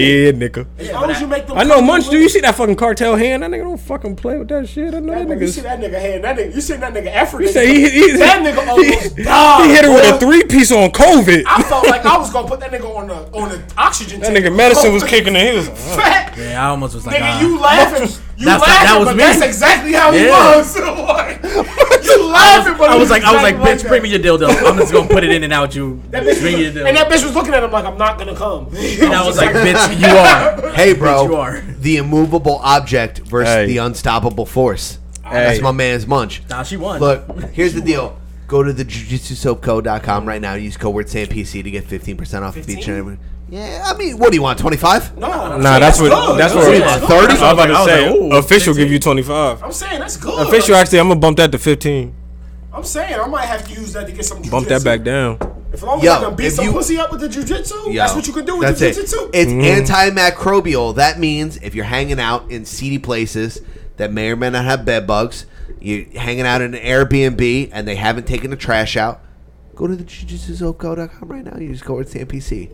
Speaker 5: Yeah, nigga.
Speaker 4: As long as you make them.
Speaker 5: I know
Speaker 4: come, you
Speaker 5: Munch.
Speaker 4: win.
Speaker 5: Do you see that fucking cartel hand? That nigga don't fucking play with that shit. I know that
Speaker 4: That nigga, you see
Speaker 5: nigga.
Speaker 4: that nigga hand? That nigga, you seen that nigga effort?
Speaker 5: He said he, he,
Speaker 4: that nigga almost
Speaker 5: he,
Speaker 4: died.
Speaker 5: he hit her with
Speaker 4: boy. Ah.
Speaker 5: a three piece on COVID.
Speaker 4: I felt like I was gonna put that nigga on the on the oxygen.
Speaker 5: That
Speaker 4: tank.
Speaker 5: nigga medicine was kicking and he was.
Speaker 4: Fat
Speaker 8: Yeah, I almost was like,
Speaker 4: nigga,
Speaker 8: ah.
Speaker 4: you laughing? You
Speaker 8: That's-
Speaker 4: laughing?
Speaker 8: that was
Speaker 4: but
Speaker 8: me.
Speaker 4: that's exactly how he
Speaker 8: Yeah.
Speaker 4: was. Like, you laughing? but
Speaker 8: I
Speaker 4: it
Speaker 8: was like, I was like,
Speaker 4: exactly
Speaker 8: bitch, bring me your dildo. I'm just gonna put it in and out. You
Speaker 4: That bitch
Speaker 8: bring me your
Speaker 4: was,
Speaker 8: dildo.
Speaker 4: and that bitch was looking at him like, I'm not gonna come.
Speaker 8: And I was like, bitch, you are.
Speaker 1: Hey, bro.
Speaker 8: Bitch, you are.
Speaker 1: The immovable object versus
Speaker 5: Hey.
Speaker 1: the unstoppable force. That's
Speaker 5: Hey.
Speaker 1: my man's munch.
Speaker 8: Nah, she won.
Speaker 1: Look, here's the deal. Go to the jujitsusoapco.com right now. Use code word SAMPC to get 15% off of each and every. Yeah, I mean, what do you want? 25?
Speaker 4: No,
Speaker 5: Nah, that's what. That's what.
Speaker 1: What do you want? 30?
Speaker 5: I was about
Speaker 8: I
Speaker 5: to
Speaker 8: was
Speaker 5: say.
Speaker 8: like, ooh,
Speaker 5: official give you twenty five.
Speaker 4: I'm saying that's good.
Speaker 5: Official actually, I'm gonna bump that to fifteen.
Speaker 4: I'm saying I might have to use that to get some.
Speaker 5: Bump
Speaker 4: jujitsu.
Speaker 5: that back down.
Speaker 4: If long as
Speaker 1: Yo,
Speaker 4: I can beat
Speaker 1: if
Speaker 4: some
Speaker 1: you-
Speaker 4: pussy up with the jujitsu, that's
Speaker 1: Yo,
Speaker 4: what you can do with
Speaker 1: that's
Speaker 4: the
Speaker 1: it.
Speaker 4: jujitsu.
Speaker 1: It's
Speaker 5: Mhm.
Speaker 1: antimicrobial. That means if you're hanging out in seedy places that may or may not have bed bugs, you're hanging out in an Airbnb and they haven't taken the trash out, go to the jujitsusoapco.com right now. You just go word SAMPC.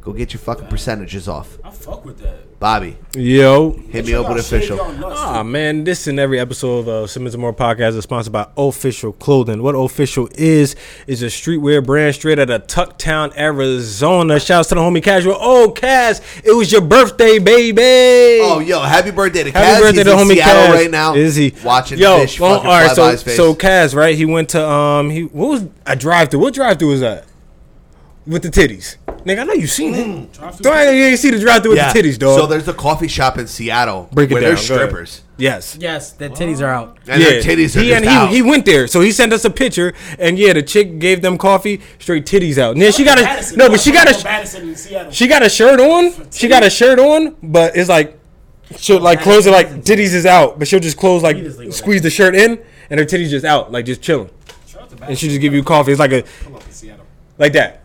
Speaker 1: Go get your fucking percentages off.
Speaker 4: I fuck with that.
Speaker 1: Bobby,
Speaker 5: Yo.
Speaker 1: hit me up with official.
Speaker 5: Ah man, this and every episode of uh, Simmons and More podcast is sponsored by Official Clothing. What Official is is a streetwear brand straight out of Tucktown, Arizona. Shouts to the homie Casual. Oh, Cas, it was your birthday, baby.
Speaker 1: Oh, yo, happy birthday to Kaz.
Speaker 5: Happy birthday
Speaker 1: He's
Speaker 5: to
Speaker 1: in
Speaker 5: homie
Speaker 1: Seattle
Speaker 5: Kaz.
Speaker 1: right now.
Speaker 5: Is he
Speaker 1: watching
Speaker 5: Yo,
Speaker 1: fish
Speaker 5: well,
Speaker 1: fucking
Speaker 5: all right,
Speaker 1: fly
Speaker 5: so
Speaker 1: by his face?
Speaker 5: so Kaz, right? He went to um he what was a drive through? What drive through was that? With the titties, nigga. I know you seen
Speaker 4: Mm,
Speaker 5: it. Don't I- you ain't see the drive through
Speaker 1: Yeah.
Speaker 5: with the titties, dog?
Speaker 1: So there's a coffee shop in Seattle
Speaker 5: Break it
Speaker 1: where
Speaker 5: down.
Speaker 1: there's
Speaker 5: Go ahead.
Speaker 1: strippers.
Speaker 5: yes.
Speaker 8: Yes, the titties are out.
Speaker 1: And their titties are
Speaker 5: he,
Speaker 1: just
Speaker 5: and
Speaker 1: out.
Speaker 5: he, he went there, so he sent us a picture, and yeah, the chick gave them coffee, straight titties out. And then she got a
Speaker 4: Madison.
Speaker 5: no, but she got
Speaker 4: Fuck
Speaker 5: a
Speaker 4: Madison in Seattle.
Speaker 5: she got a shirt on, she got a shirt on, but it's like she'll like close it like titties is out, but she'll just close like squeeze the shirt in, and her titties just out, like just chilling, and she just give you coffee. It's like a
Speaker 4: Pull up in Seattle.
Speaker 5: like that,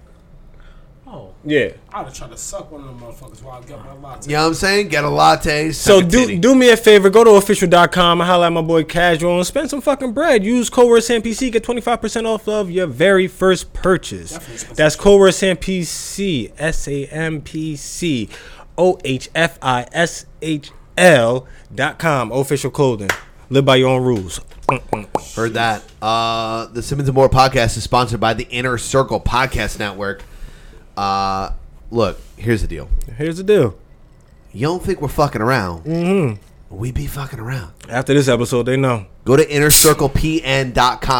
Speaker 4: Oh.
Speaker 5: yeah.
Speaker 4: I'd have tried to suck one of them motherfuckers while I got my latte.
Speaker 1: You know what I'm saying? Get a latte.
Speaker 5: So
Speaker 1: suck a
Speaker 5: do
Speaker 1: titty.
Speaker 5: do me a favor, go to official.com and holla at my boy Casual and spend some fucking bread. Use Coword PC, get 25% off of your very first purchase. That's Coword PC, S A M P C O H F I S H L dot com. Official clothing. Live by your own rules.
Speaker 1: Heard that. Uh, the Simmons and More podcast is sponsored by the Inner Circle Podcast Network. Uh, look, here's the deal.
Speaker 5: Here's the deal.
Speaker 1: You don't think we're fucking around? Mm-hmm. We be fucking around.
Speaker 5: After this episode, they know.
Speaker 1: Go to innercirclepn.com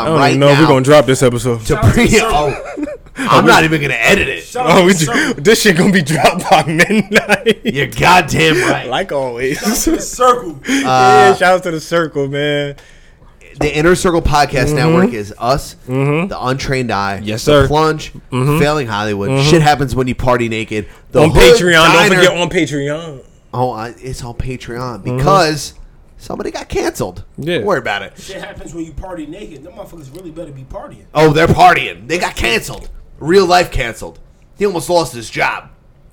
Speaker 5: I don't
Speaker 1: right
Speaker 5: even know if
Speaker 1: now.
Speaker 5: we're gonna drop this episode.
Speaker 1: to pre- oh, I'm not even gonna edit it.
Speaker 4: Shout out
Speaker 5: Oh,
Speaker 4: to
Speaker 5: we,
Speaker 4: the circle.
Speaker 5: this shit gonna be dropped by midnight.
Speaker 1: You're goddamn right.
Speaker 5: Like always.
Speaker 4: The circle.
Speaker 5: yeah,
Speaker 1: Uh,
Speaker 5: shout out to the circle, man.
Speaker 1: The Inner Circle Podcast Network is us, the Untrained Eye,
Speaker 5: Mm-hmm. Yes,
Speaker 1: the
Speaker 5: sir. Mm-hmm.
Speaker 1: Plunge, Failing Hollywood. Shit happens when you party naked. The
Speaker 5: on
Speaker 1: Hood
Speaker 5: Patreon.
Speaker 1: Diner-
Speaker 5: Don't forget on Patreon.
Speaker 1: Oh, I, it's on Patreon because somebody got canceled.
Speaker 5: Yeah.
Speaker 1: Don't worry about it.
Speaker 4: Shit happens when you party naked. Them motherfuckers really better be partying.
Speaker 1: Oh, they're partying. They got canceled. Real life canceled. He almost lost his job,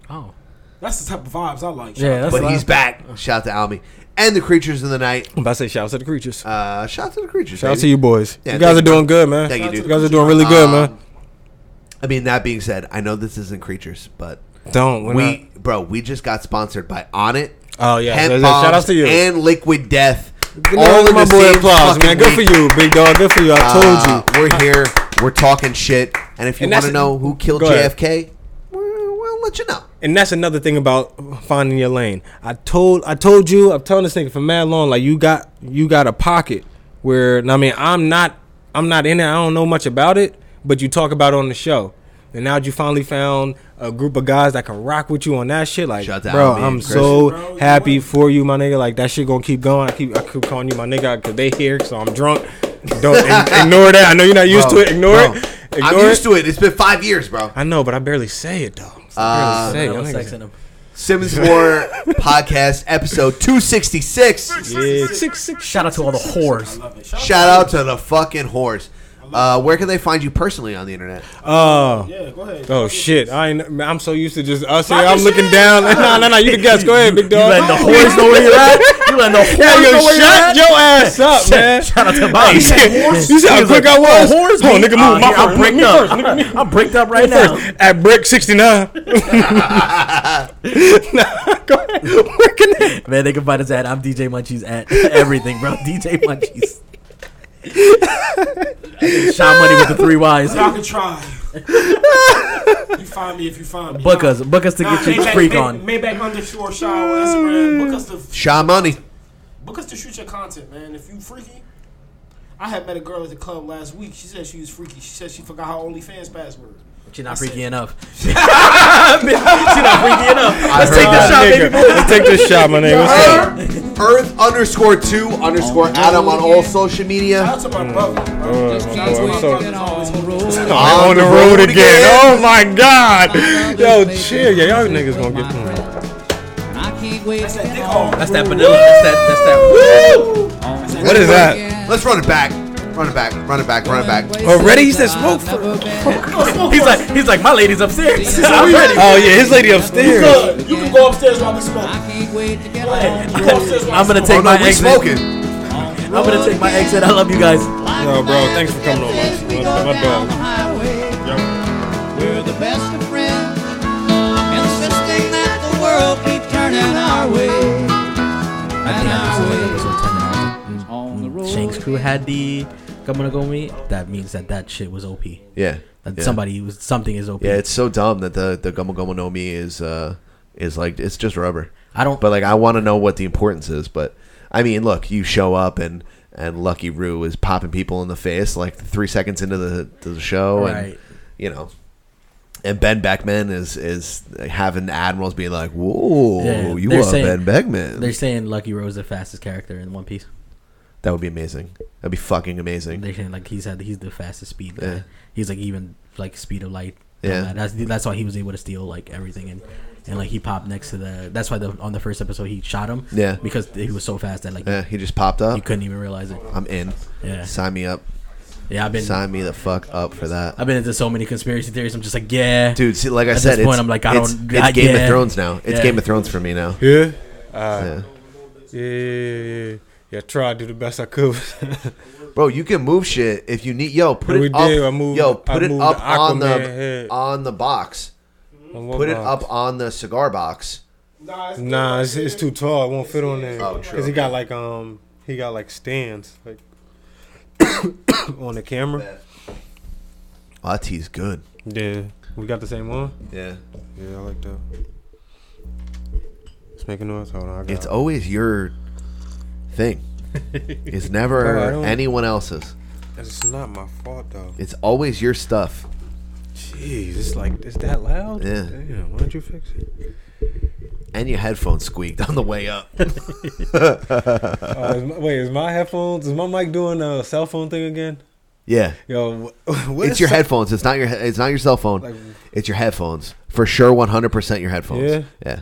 Speaker 8: Oh,
Speaker 4: That's the type of vibes I like.
Speaker 8: yeah, that's
Speaker 1: but
Speaker 8: what
Speaker 1: he's
Speaker 8: I-
Speaker 1: back. Shout out to Almy and the Creatures of the Night.
Speaker 5: I'm about to say shout out to the creatures.
Speaker 1: Uh, shout out to the Creatures.
Speaker 5: shout out
Speaker 1: baby.
Speaker 5: to you boys.
Speaker 1: Yeah,
Speaker 5: you guys
Speaker 1: thank
Speaker 5: are
Speaker 1: you,
Speaker 5: doing good, man.
Speaker 1: Thank you, dude. Um,
Speaker 5: You guys are doing really good, man.
Speaker 1: I mean, that being said, I know this isn't Creatures, but
Speaker 5: Don't we're
Speaker 1: we,
Speaker 5: not-
Speaker 1: bro, we just got sponsored by On It.
Speaker 5: Oh, yeah.
Speaker 1: Hemp
Speaker 5: So, yeah, shout
Speaker 1: Bombs,
Speaker 5: outs to you.
Speaker 1: and Liquid Death.
Speaker 5: Good
Speaker 1: all
Speaker 5: night,
Speaker 1: in
Speaker 5: my
Speaker 1: the
Speaker 5: boy
Speaker 1: same
Speaker 5: applause,
Speaker 1: fucking
Speaker 5: man. Good for
Speaker 1: week.
Speaker 5: you, big dog. Good for you. I
Speaker 1: Uh,
Speaker 5: told you.
Speaker 1: We're here. We're talking shit. And if you
Speaker 5: And
Speaker 1: want
Speaker 5: that's-
Speaker 1: to know who killed
Speaker 5: Go ahead.
Speaker 1: JFK, we'll, we'll let you know.
Speaker 5: And that's another thing about finding your lane. I told I told you, I'm telling this nigga for mad long, like you got you got a pocket where and I mean I'm not I'm not in it, I don't know much about it, but you talk about it on the show. And now that you finally found a group of guys that can rock with you on that shit, like,
Speaker 1: Shout out to
Speaker 5: bro,
Speaker 1: Albie
Speaker 5: I'm
Speaker 1: and Christian.
Speaker 5: so
Speaker 1: Bro, you
Speaker 5: happy for you, my nigga. Like that shit gonna keep going. I keep, I keep calling you my nigga because they here, so I'm drunk. Don't ign- ignore that. I know you're not used
Speaker 1: Bro,
Speaker 5: to it. Ignore
Speaker 1: Oh, bro.
Speaker 5: it. Ignore
Speaker 1: I'm used to it. It's been five years, bro.
Speaker 5: I know, but I barely say it though.
Speaker 1: Uh,
Speaker 5: I barely say it.
Speaker 1: Vanilla
Speaker 5: Y'all
Speaker 1: sex
Speaker 5: niggas-
Speaker 1: in 'em. Simmons War Podcast, episode 266. Yeah.
Speaker 8: Shout out to all the whores.
Speaker 1: Shout out to the fucking horse. Uh, where can they find you personally on the internet?
Speaker 5: Oh. Oh shit! I ain't, man, I'm so used to just us here. I'm looking down. No, no, no. You can guess. Go ahead, big dog.
Speaker 1: letting the horse know where you're at? You letting the
Speaker 5: yeah,
Speaker 1: horse
Speaker 5: yo,
Speaker 1: know where you're
Speaker 5: shut
Speaker 1: at?
Speaker 5: your ass up, man.
Speaker 8: Shout out to
Speaker 5: Hey,
Speaker 8: Bobby.
Speaker 5: You said- you see how quick I was?
Speaker 8: Whores,
Speaker 5: Hold on, nigga, move my
Speaker 8: I'm bricked up. I'm bricked up right now.
Speaker 5: First, at brick 69.
Speaker 8: Man, they can find us at I'm DJ Munchies at everything, bro. DJ Munchies. Sean Money with the three Y's.
Speaker 4: Y'all can try. you find me if you find me.
Speaker 8: Book us. Book us to get your
Speaker 4: Maybach-
Speaker 8: freak
Speaker 4: May-
Speaker 8: on.
Speaker 4: Maybach underscore Shaw on Instagram. Book us to
Speaker 1: Shaw Money.
Speaker 4: book us to shoot your content, man. If you freaky, I had met a girl at the club last week. She said she was freaky. She said she forgot her OnlyFans password.
Speaker 8: She's not freaky enough. She's not freaky enough. Let's
Speaker 1: heard
Speaker 8: take this
Speaker 1: that.
Speaker 8: shot, baby. boy.
Speaker 5: Let's take this shot, my nigga. What's up?
Speaker 1: Earth, Earth underscore two underscore Adam on all social media.
Speaker 4: Shout out to
Speaker 8: Mm.
Speaker 4: my brother.
Speaker 5: Oh, boy, what's up?
Speaker 1: On
Speaker 5: I'm on the
Speaker 1: the
Speaker 5: road
Speaker 1: road
Speaker 5: again.
Speaker 1: again.
Speaker 5: Oh my god. Yo, chill. Yeah, y'all niggas gonna get.
Speaker 4: That's that dick hole.
Speaker 8: That's that vanilla. That's that. That's that.
Speaker 1: What is that? Let's run it back. Run it back. Run it back. Run it back. Oh,
Speaker 5: Already? He said smoke. For-
Speaker 8: He's like, he's like, my lady's upstairs. I'm ready.
Speaker 5: oh yeah, his lady
Speaker 4: You
Speaker 5: upstairs.
Speaker 4: good. You can go upstairs while we smoke. I can't wait to get home. You go upstairs while
Speaker 8: I'm gonna take
Speaker 1: Oh, no,
Speaker 8: my
Speaker 1: we
Speaker 8: exit.
Speaker 1: smoking.
Speaker 8: I'm gonna take my exit. I love you guys.
Speaker 5: Yo, bro, thanks for coming over. My, my dog.
Speaker 7: We're the best of friends, insisting that the world keep turning our way.
Speaker 8: I think I missed like episode 10 now. Shanks crew had the Gamma Go Me. That means that that shit was OP.
Speaker 1: Yeah.
Speaker 8: That
Speaker 1: yeah.
Speaker 8: somebody was something is OP.
Speaker 1: Yeah, it's so dumb that the the gummo gummo no mi is uh is like it's just rubber.
Speaker 8: I don't-
Speaker 1: But like I want to know what the importance is. But I mean, look, you show up and and Lucky Roo is popping people in the face like three seconds into the to the show, and
Speaker 8: Right.
Speaker 1: you know. And Ben Beckman is is having admirals be like, "Whoa,
Speaker 8: Yeah,
Speaker 1: you
Speaker 8: they're
Speaker 1: are
Speaker 8: saying-
Speaker 1: Ben Beckman."
Speaker 8: They're saying Lucky Rose the fastest character in One Piece.
Speaker 1: That would be amazing. That'd be fucking amazing.
Speaker 8: They're saying like he's had he's the fastest speed guy.
Speaker 1: Yeah.
Speaker 8: He's like even like speed of light.
Speaker 1: Yeah.
Speaker 8: that's that's why he was able to steal like everything and and like he popped next to the. That's why the on the first episode he shot him.
Speaker 1: Yeah.
Speaker 8: because he was so fast that like
Speaker 1: Yeah, he just popped up.
Speaker 8: you couldn't even realize it.
Speaker 1: I'm in.
Speaker 8: Yeah.
Speaker 1: Sign me up.
Speaker 8: Yeah, I've been
Speaker 1: Sign me the fuck up for that.
Speaker 8: I've been into so many conspiracy theories. I'm just like yeah,
Speaker 1: dude. See, like I
Speaker 8: At
Speaker 1: said,
Speaker 8: this point
Speaker 1: it's,
Speaker 8: I'm like I
Speaker 1: it's-
Speaker 8: don't.
Speaker 1: It's
Speaker 8: I-
Speaker 1: Game
Speaker 8: yeah.
Speaker 1: of Thrones now. It's
Speaker 8: Yeah.
Speaker 1: Game of Thrones for me now.
Speaker 5: Yeah. Uh,
Speaker 1: Yeah.
Speaker 5: yeah, yeah, yeah. Yeah, try to do the best I could.
Speaker 1: Bro, you can move shit if you need. Yo, put
Speaker 5: We
Speaker 1: it up.
Speaker 5: did, I moved-
Speaker 1: yo,
Speaker 5: I
Speaker 1: put it
Speaker 5: moved
Speaker 1: up
Speaker 5: the
Speaker 1: on the
Speaker 5: Aquaman head.
Speaker 1: on the box. Put it up on the cigar box.
Speaker 5: Nah, it's, it's too tall. It won't fit on there.
Speaker 1: Oh, true,
Speaker 5: Cause he got like um, he got like stands like on the camera.
Speaker 1: Oh, that tea's good.
Speaker 5: Yeah, we got the same one.
Speaker 1: Yeah.
Speaker 5: Yeah, I like that. It's making noise. Hold on, I got
Speaker 1: It's
Speaker 5: it.
Speaker 1: always your thing. It's never
Speaker 5: Bro, I don't-
Speaker 1: anyone else's.
Speaker 5: It's not my fault though.
Speaker 1: It's always your stuff.
Speaker 5: Jeez, it's like it's that loud.
Speaker 1: Yeah.
Speaker 5: Damn, why don't you fix it?
Speaker 1: And your headphones squeaked on the way up.
Speaker 5: Uh, is my, wait, is my headphones? Is my mic doing a cell phone thing again?
Speaker 1: yeah.
Speaker 5: Yo, wh- what
Speaker 1: It's
Speaker 5: is
Speaker 1: your
Speaker 5: cell-
Speaker 1: headphones. It's not your. he- It's not your cell phone.
Speaker 5: Like-
Speaker 1: it's your headphones for sure. One hundred percent your headphones.
Speaker 5: Yeah?
Speaker 1: Yeah.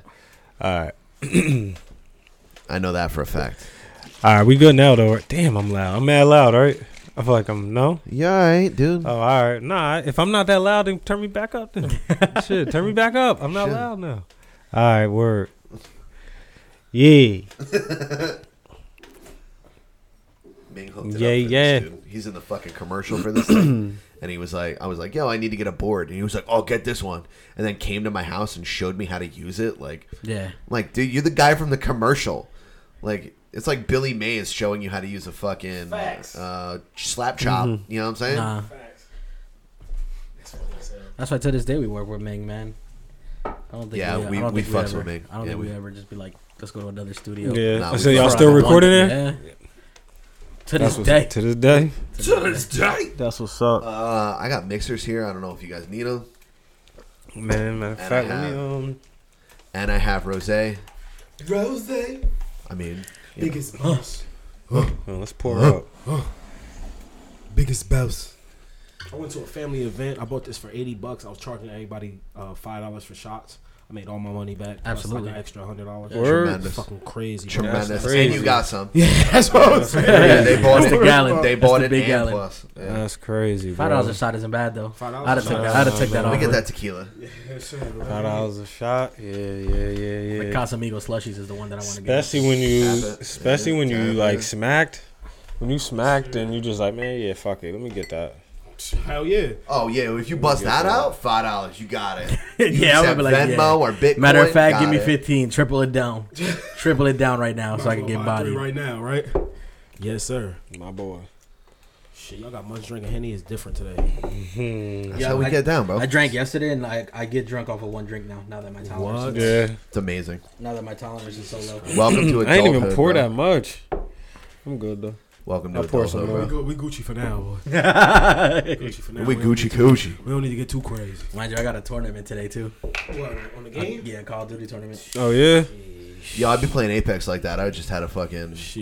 Speaker 5: All right.
Speaker 1: I know that for a fact.
Speaker 5: All right, we good now though. right? Damn, I'm loud. I'm mad loud. All right. I feel like I'm no.
Speaker 1: Yeah, all right, dude.
Speaker 8: Uh,
Speaker 5: Oh, all right. Nah, if I'm not that loud, then turn me back up. Then shit, turn me back up. I'm not
Speaker 1: Shit.
Speaker 5: loud now. All right, word. Yeah.
Speaker 1: Being hooked it
Speaker 5: Yeah,
Speaker 1: up for
Speaker 5: yeah.
Speaker 1: This, dude. He's in the fucking commercial for this thing, and he was like, I was like, yo, I need to get a board, and he was like, oh, get this one, and then came to my house and showed me how to use it. Like,
Speaker 8: Yeah.
Speaker 1: I'm like, dude, you're the guy from the commercial. Like, it's like Billy Mays showing you how to use a fucking
Speaker 4: Facts.
Speaker 1: uh, slap chop. You know what I'm saying?
Speaker 8: Mm-hmm. Nah. That's why to this day we work with Ming, man. I don't think
Speaker 1: Yeah, we-
Speaker 8: I don't
Speaker 1: we
Speaker 8: think
Speaker 1: fucks
Speaker 8: ever,
Speaker 1: with Ming.
Speaker 8: I don't
Speaker 1: Yeah,
Speaker 8: think we,
Speaker 1: we-
Speaker 8: ever just be like, let's go to another studio.
Speaker 5: Yeah.
Speaker 1: Nah,
Speaker 5: so
Speaker 1: we
Speaker 5: y'all
Speaker 1: fuck
Speaker 5: still
Speaker 1: with one,
Speaker 5: recording it?
Speaker 8: Yeah. To this day.
Speaker 5: To this day.
Speaker 1: To this day.
Speaker 5: That's what's up.
Speaker 1: Uh, I got mixers here. I don't know if you guys need them.
Speaker 5: Man, matter of
Speaker 1: And
Speaker 5: fact,
Speaker 1: I
Speaker 5: let me,
Speaker 1: have-
Speaker 5: um,
Speaker 1: and I have rosé.
Speaker 4: Rose.
Speaker 1: I mean, you
Speaker 4: Biggest
Speaker 1: know.
Speaker 4: boss.
Speaker 5: well, let's pour
Speaker 1: Huh?
Speaker 5: up.
Speaker 9: Biggest bouse. I went to a family event. I bought this for eighty bucks. I was charging everybody uh, five dollars for shots. I made all my money back. Plus, like,
Speaker 8: Absolutely.
Speaker 9: an extra hundred dollars.
Speaker 8: Word.
Speaker 9: Tremendous. Fucking crazy. bro.
Speaker 1: Tremendous.
Speaker 9: That's
Speaker 1: And
Speaker 9: crazy.
Speaker 1: you got some.
Speaker 9: Yeah, that's what I was saying.
Speaker 1: Yeah, they bought
Speaker 8: That's
Speaker 1: it.
Speaker 8: the gallon.
Speaker 1: They
Speaker 8: That's
Speaker 1: bought
Speaker 8: the
Speaker 1: it
Speaker 8: big
Speaker 1: and
Speaker 8: gallon.
Speaker 1: plus. Yeah.
Speaker 5: That's crazy, bro.
Speaker 8: Five dollars a shot isn't bad though.
Speaker 9: $5
Speaker 8: I'd have
Speaker 9: a
Speaker 8: took
Speaker 9: shot.
Speaker 8: that. I'd have took that
Speaker 1: Let
Speaker 8: off.
Speaker 1: me get that tequila.
Speaker 9: Yeah, sure.
Speaker 5: Five dollars a shot. Yeah, yeah, yeah,
Speaker 8: The
Speaker 5: yeah.
Speaker 8: Casamigos slushies is the one that I want to get.
Speaker 5: Especially when you,
Speaker 1: Tap it.
Speaker 5: especially
Speaker 1: Yeah,
Speaker 5: when you
Speaker 1: tap
Speaker 5: like
Speaker 1: it.
Speaker 5: smacked, when you smacked and you just like, man, yeah, fuck it, let me get that.
Speaker 9: Hell yeah.
Speaker 1: Oh yeah, if you bust that out, five dollars, you got it. You
Speaker 8: yeah, I would
Speaker 1: accept
Speaker 8: be like
Speaker 1: Venmo
Speaker 8: yeah.
Speaker 1: or Bitcoin.
Speaker 8: Matter of fact,
Speaker 1: got
Speaker 8: give me
Speaker 1: it.
Speaker 8: fifteen. Triple it down. triple it down right now so I can get body.
Speaker 9: right now, right? Yes, sir.
Speaker 5: My boy.
Speaker 9: Shit, y'all got much drinking henny is different today.
Speaker 1: That's how we get down, bro.
Speaker 8: I drank yesterday and I, I get drunk off of one drink now. Now that my tolerance.
Speaker 9: What?
Speaker 8: Is,
Speaker 5: Yeah.
Speaker 1: It's amazing.
Speaker 8: Now that my tolerance is so low.
Speaker 1: Welcome to
Speaker 5: I ain't even
Speaker 1: adulthood,
Speaker 5: pour
Speaker 1: bro.
Speaker 5: that much. I'm good though.
Speaker 1: Welcome to
Speaker 5: I'll pour some
Speaker 1: adulthood,
Speaker 5: more.
Speaker 1: bro.
Speaker 9: Go- we Gucci for now. boy. We Gucci for now.
Speaker 1: We
Speaker 9: don't need
Speaker 1: Gucci
Speaker 9: to-
Speaker 1: Gucci.
Speaker 9: We don't need to get too crazy.
Speaker 8: Mind you, I got a tournament today too. Uh,
Speaker 9: What on the game?
Speaker 8: Yeah, Call of Duty tournament.
Speaker 5: Oh yeah.
Speaker 1: Yo, I'd be playing Apex like that. I just had a fucking. I just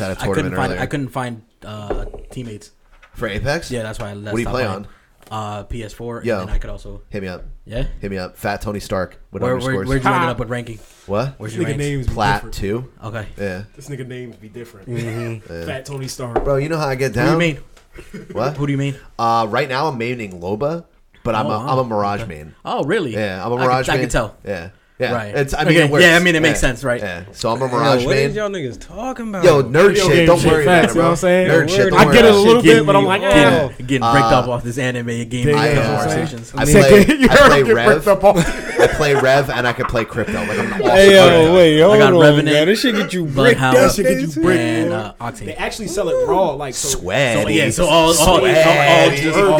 Speaker 1: had a tournament
Speaker 8: couldn't find,
Speaker 1: earlier
Speaker 8: I couldn't find uh, teammates.
Speaker 1: for Apex.
Speaker 8: Yeah, that's why. I left
Speaker 1: What do you play on?
Speaker 8: Uh, PS4.
Speaker 1: Yo,
Speaker 8: and then I could also.
Speaker 1: hit me up.
Speaker 8: Yeah?
Speaker 1: hit me up. Fat Tony Stark with
Speaker 8: Where, where,
Speaker 1: underscores.
Speaker 8: where'd you end up with ranking?
Speaker 1: What?
Speaker 8: Where's
Speaker 9: This
Speaker 8: your
Speaker 9: nigga
Speaker 8: rank?
Speaker 9: names be
Speaker 1: Plat
Speaker 9: different.
Speaker 1: two.
Speaker 8: Okay.
Speaker 1: Yeah.
Speaker 9: This nigga names be different.
Speaker 8: Mm-hmm.
Speaker 1: Yeah.
Speaker 9: Fat Tony Stark.
Speaker 1: Bro, you know how I get down.
Speaker 8: Who do you mean?
Speaker 1: What?
Speaker 8: Who do you mean?
Speaker 1: Uh, right now I'm maining Loba, but I'm
Speaker 8: Oh,
Speaker 1: a
Speaker 8: wow.
Speaker 1: I'm a Mirage
Speaker 8: Okay.
Speaker 1: main.
Speaker 8: Oh, really?
Speaker 1: Yeah, I'm a
Speaker 8: I could-
Speaker 1: Mirage
Speaker 8: I
Speaker 1: main.
Speaker 8: could tell.
Speaker 1: Yeah. Yeah.
Speaker 8: Right.
Speaker 1: It's I mean
Speaker 8: Okay,
Speaker 1: it works.
Speaker 8: yeah, I mean, it makes
Speaker 1: Yeah.
Speaker 8: sense, right.
Speaker 1: Yeah. So I'm a Mirage
Speaker 5: Yo, what
Speaker 1: main.
Speaker 5: is y'all niggas talking about?
Speaker 1: Yo, nerd
Speaker 5: Video
Speaker 1: shit.
Speaker 5: game
Speaker 1: Don't worry about
Speaker 5: facts,
Speaker 1: it,
Speaker 5: you know
Speaker 1: bro.
Speaker 5: what I'm saying?
Speaker 1: Nerd shit. Don't
Speaker 5: I
Speaker 1: worry
Speaker 5: get it a
Speaker 1: about
Speaker 5: little
Speaker 8: Shit getting
Speaker 5: bit, but I'm
Speaker 8: you-
Speaker 5: like,
Speaker 8: getting,
Speaker 5: oh.
Speaker 8: getting bricked
Speaker 1: Uh,
Speaker 8: up off this anime game
Speaker 1: I,
Speaker 8: uh,
Speaker 1: uh,
Speaker 8: conversations.
Speaker 1: I play, I play Rev. I play Rev and I can play crypto. Like I'm an awesome
Speaker 5: Hey
Speaker 1: crypto.
Speaker 5: yo, wait, hold
Speaker 8: I got
Speaker 5: on,
Speaker 8: Revenant,
Speaker 5: man. This shit get you bricked up.
Speaker 8: Bloodhound,
Speaker 5: nigga.
Speaker 8: and uh,
Speaker 9: They
Speaker 8: Octane.
Speaker 9: actually sell it raw, like so.
Speaker 1: Sweaty.
Speaker 8: So, yeah, so all, all, all, all, just, all,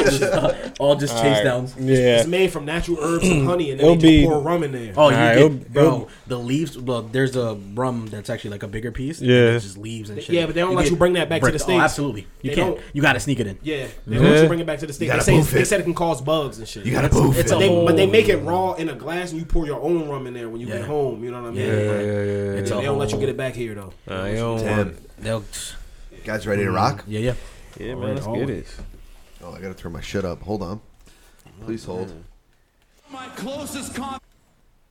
Speaker 8: just, all just chase
Speaker 5: Alright,
Speaker 8: downs.
Speaker 5: Yeah.
Speaker 9: It's made from natural herbs and honey, and
Speaker 5: Mm. It'll
Speaker 9: then they
Speaker 5: be-
Speaker 9: just pour rum in there.
Speaker 8: Oh, you
Speaker 5: Alright,
Speaker 8: get,
Speaker 5: it'll-
Speaker 8: bro.
Speaker 5: it'll-
Speaker 8: the leaves. Well, there's a rum that's actually like a bigger piece. and
Speaker 5: Yeah.
Speaker 8: it's just leaves and shit.
Speaker 9: Yeah, but they don't let
Speaker 8: get
Speaker 9: you bring that back to
Speaker 8: bricked.
Speaker 9: the States.
Speaker 8: Oh, absolutely, you
Speaker 9: They
Speaker 8: can't.
Speaker 9: don't.
Speaker 8: You got to sneak it in.
Speaker 9: Yeah, they want you
Speaker 5: Yeah.
Speaker 9: to bring it back to the state. They
Speaker 1: gotta
Speaker 9: say
Speaker 1: move
Speaker 9: they
Speaker 1: it.
Speaker 9: said it can cause bugs and shit.
Speaker 1: You gotta move
Speaker 8: it's
Speaker 1: it.
Speaker 8: a
Speaker 9: They-
Speaker 8: whole-
Speaker 9: but they make it raw in a glass, and you pour your own rum in there when you
Speaker 8: Yeah.
Speaker 9: get home. You know what I mean?
Speaker 8: Yeah,
Speaker 5: Yeah, yeah, yeah,
Speaker 8: It's
Speaker 9: They
Speaker 8: a
Speaker 9: don't let you
Speaker 8: whole-
Speaker 9: get it back here though.
Speaker 5: yeah. I don't want.
Speaker 1: Damn.
Speaker 8: They'll.
Speaker 1: Guys ready to rock?
Speaker 8: Yeah, yeah.
Speaker 5: Mm, Yeah, man, let's get it.
Speaker 1: Oh, I gotta turn my shit up. Hold on. Please hold.
Speaker 2: My closest con-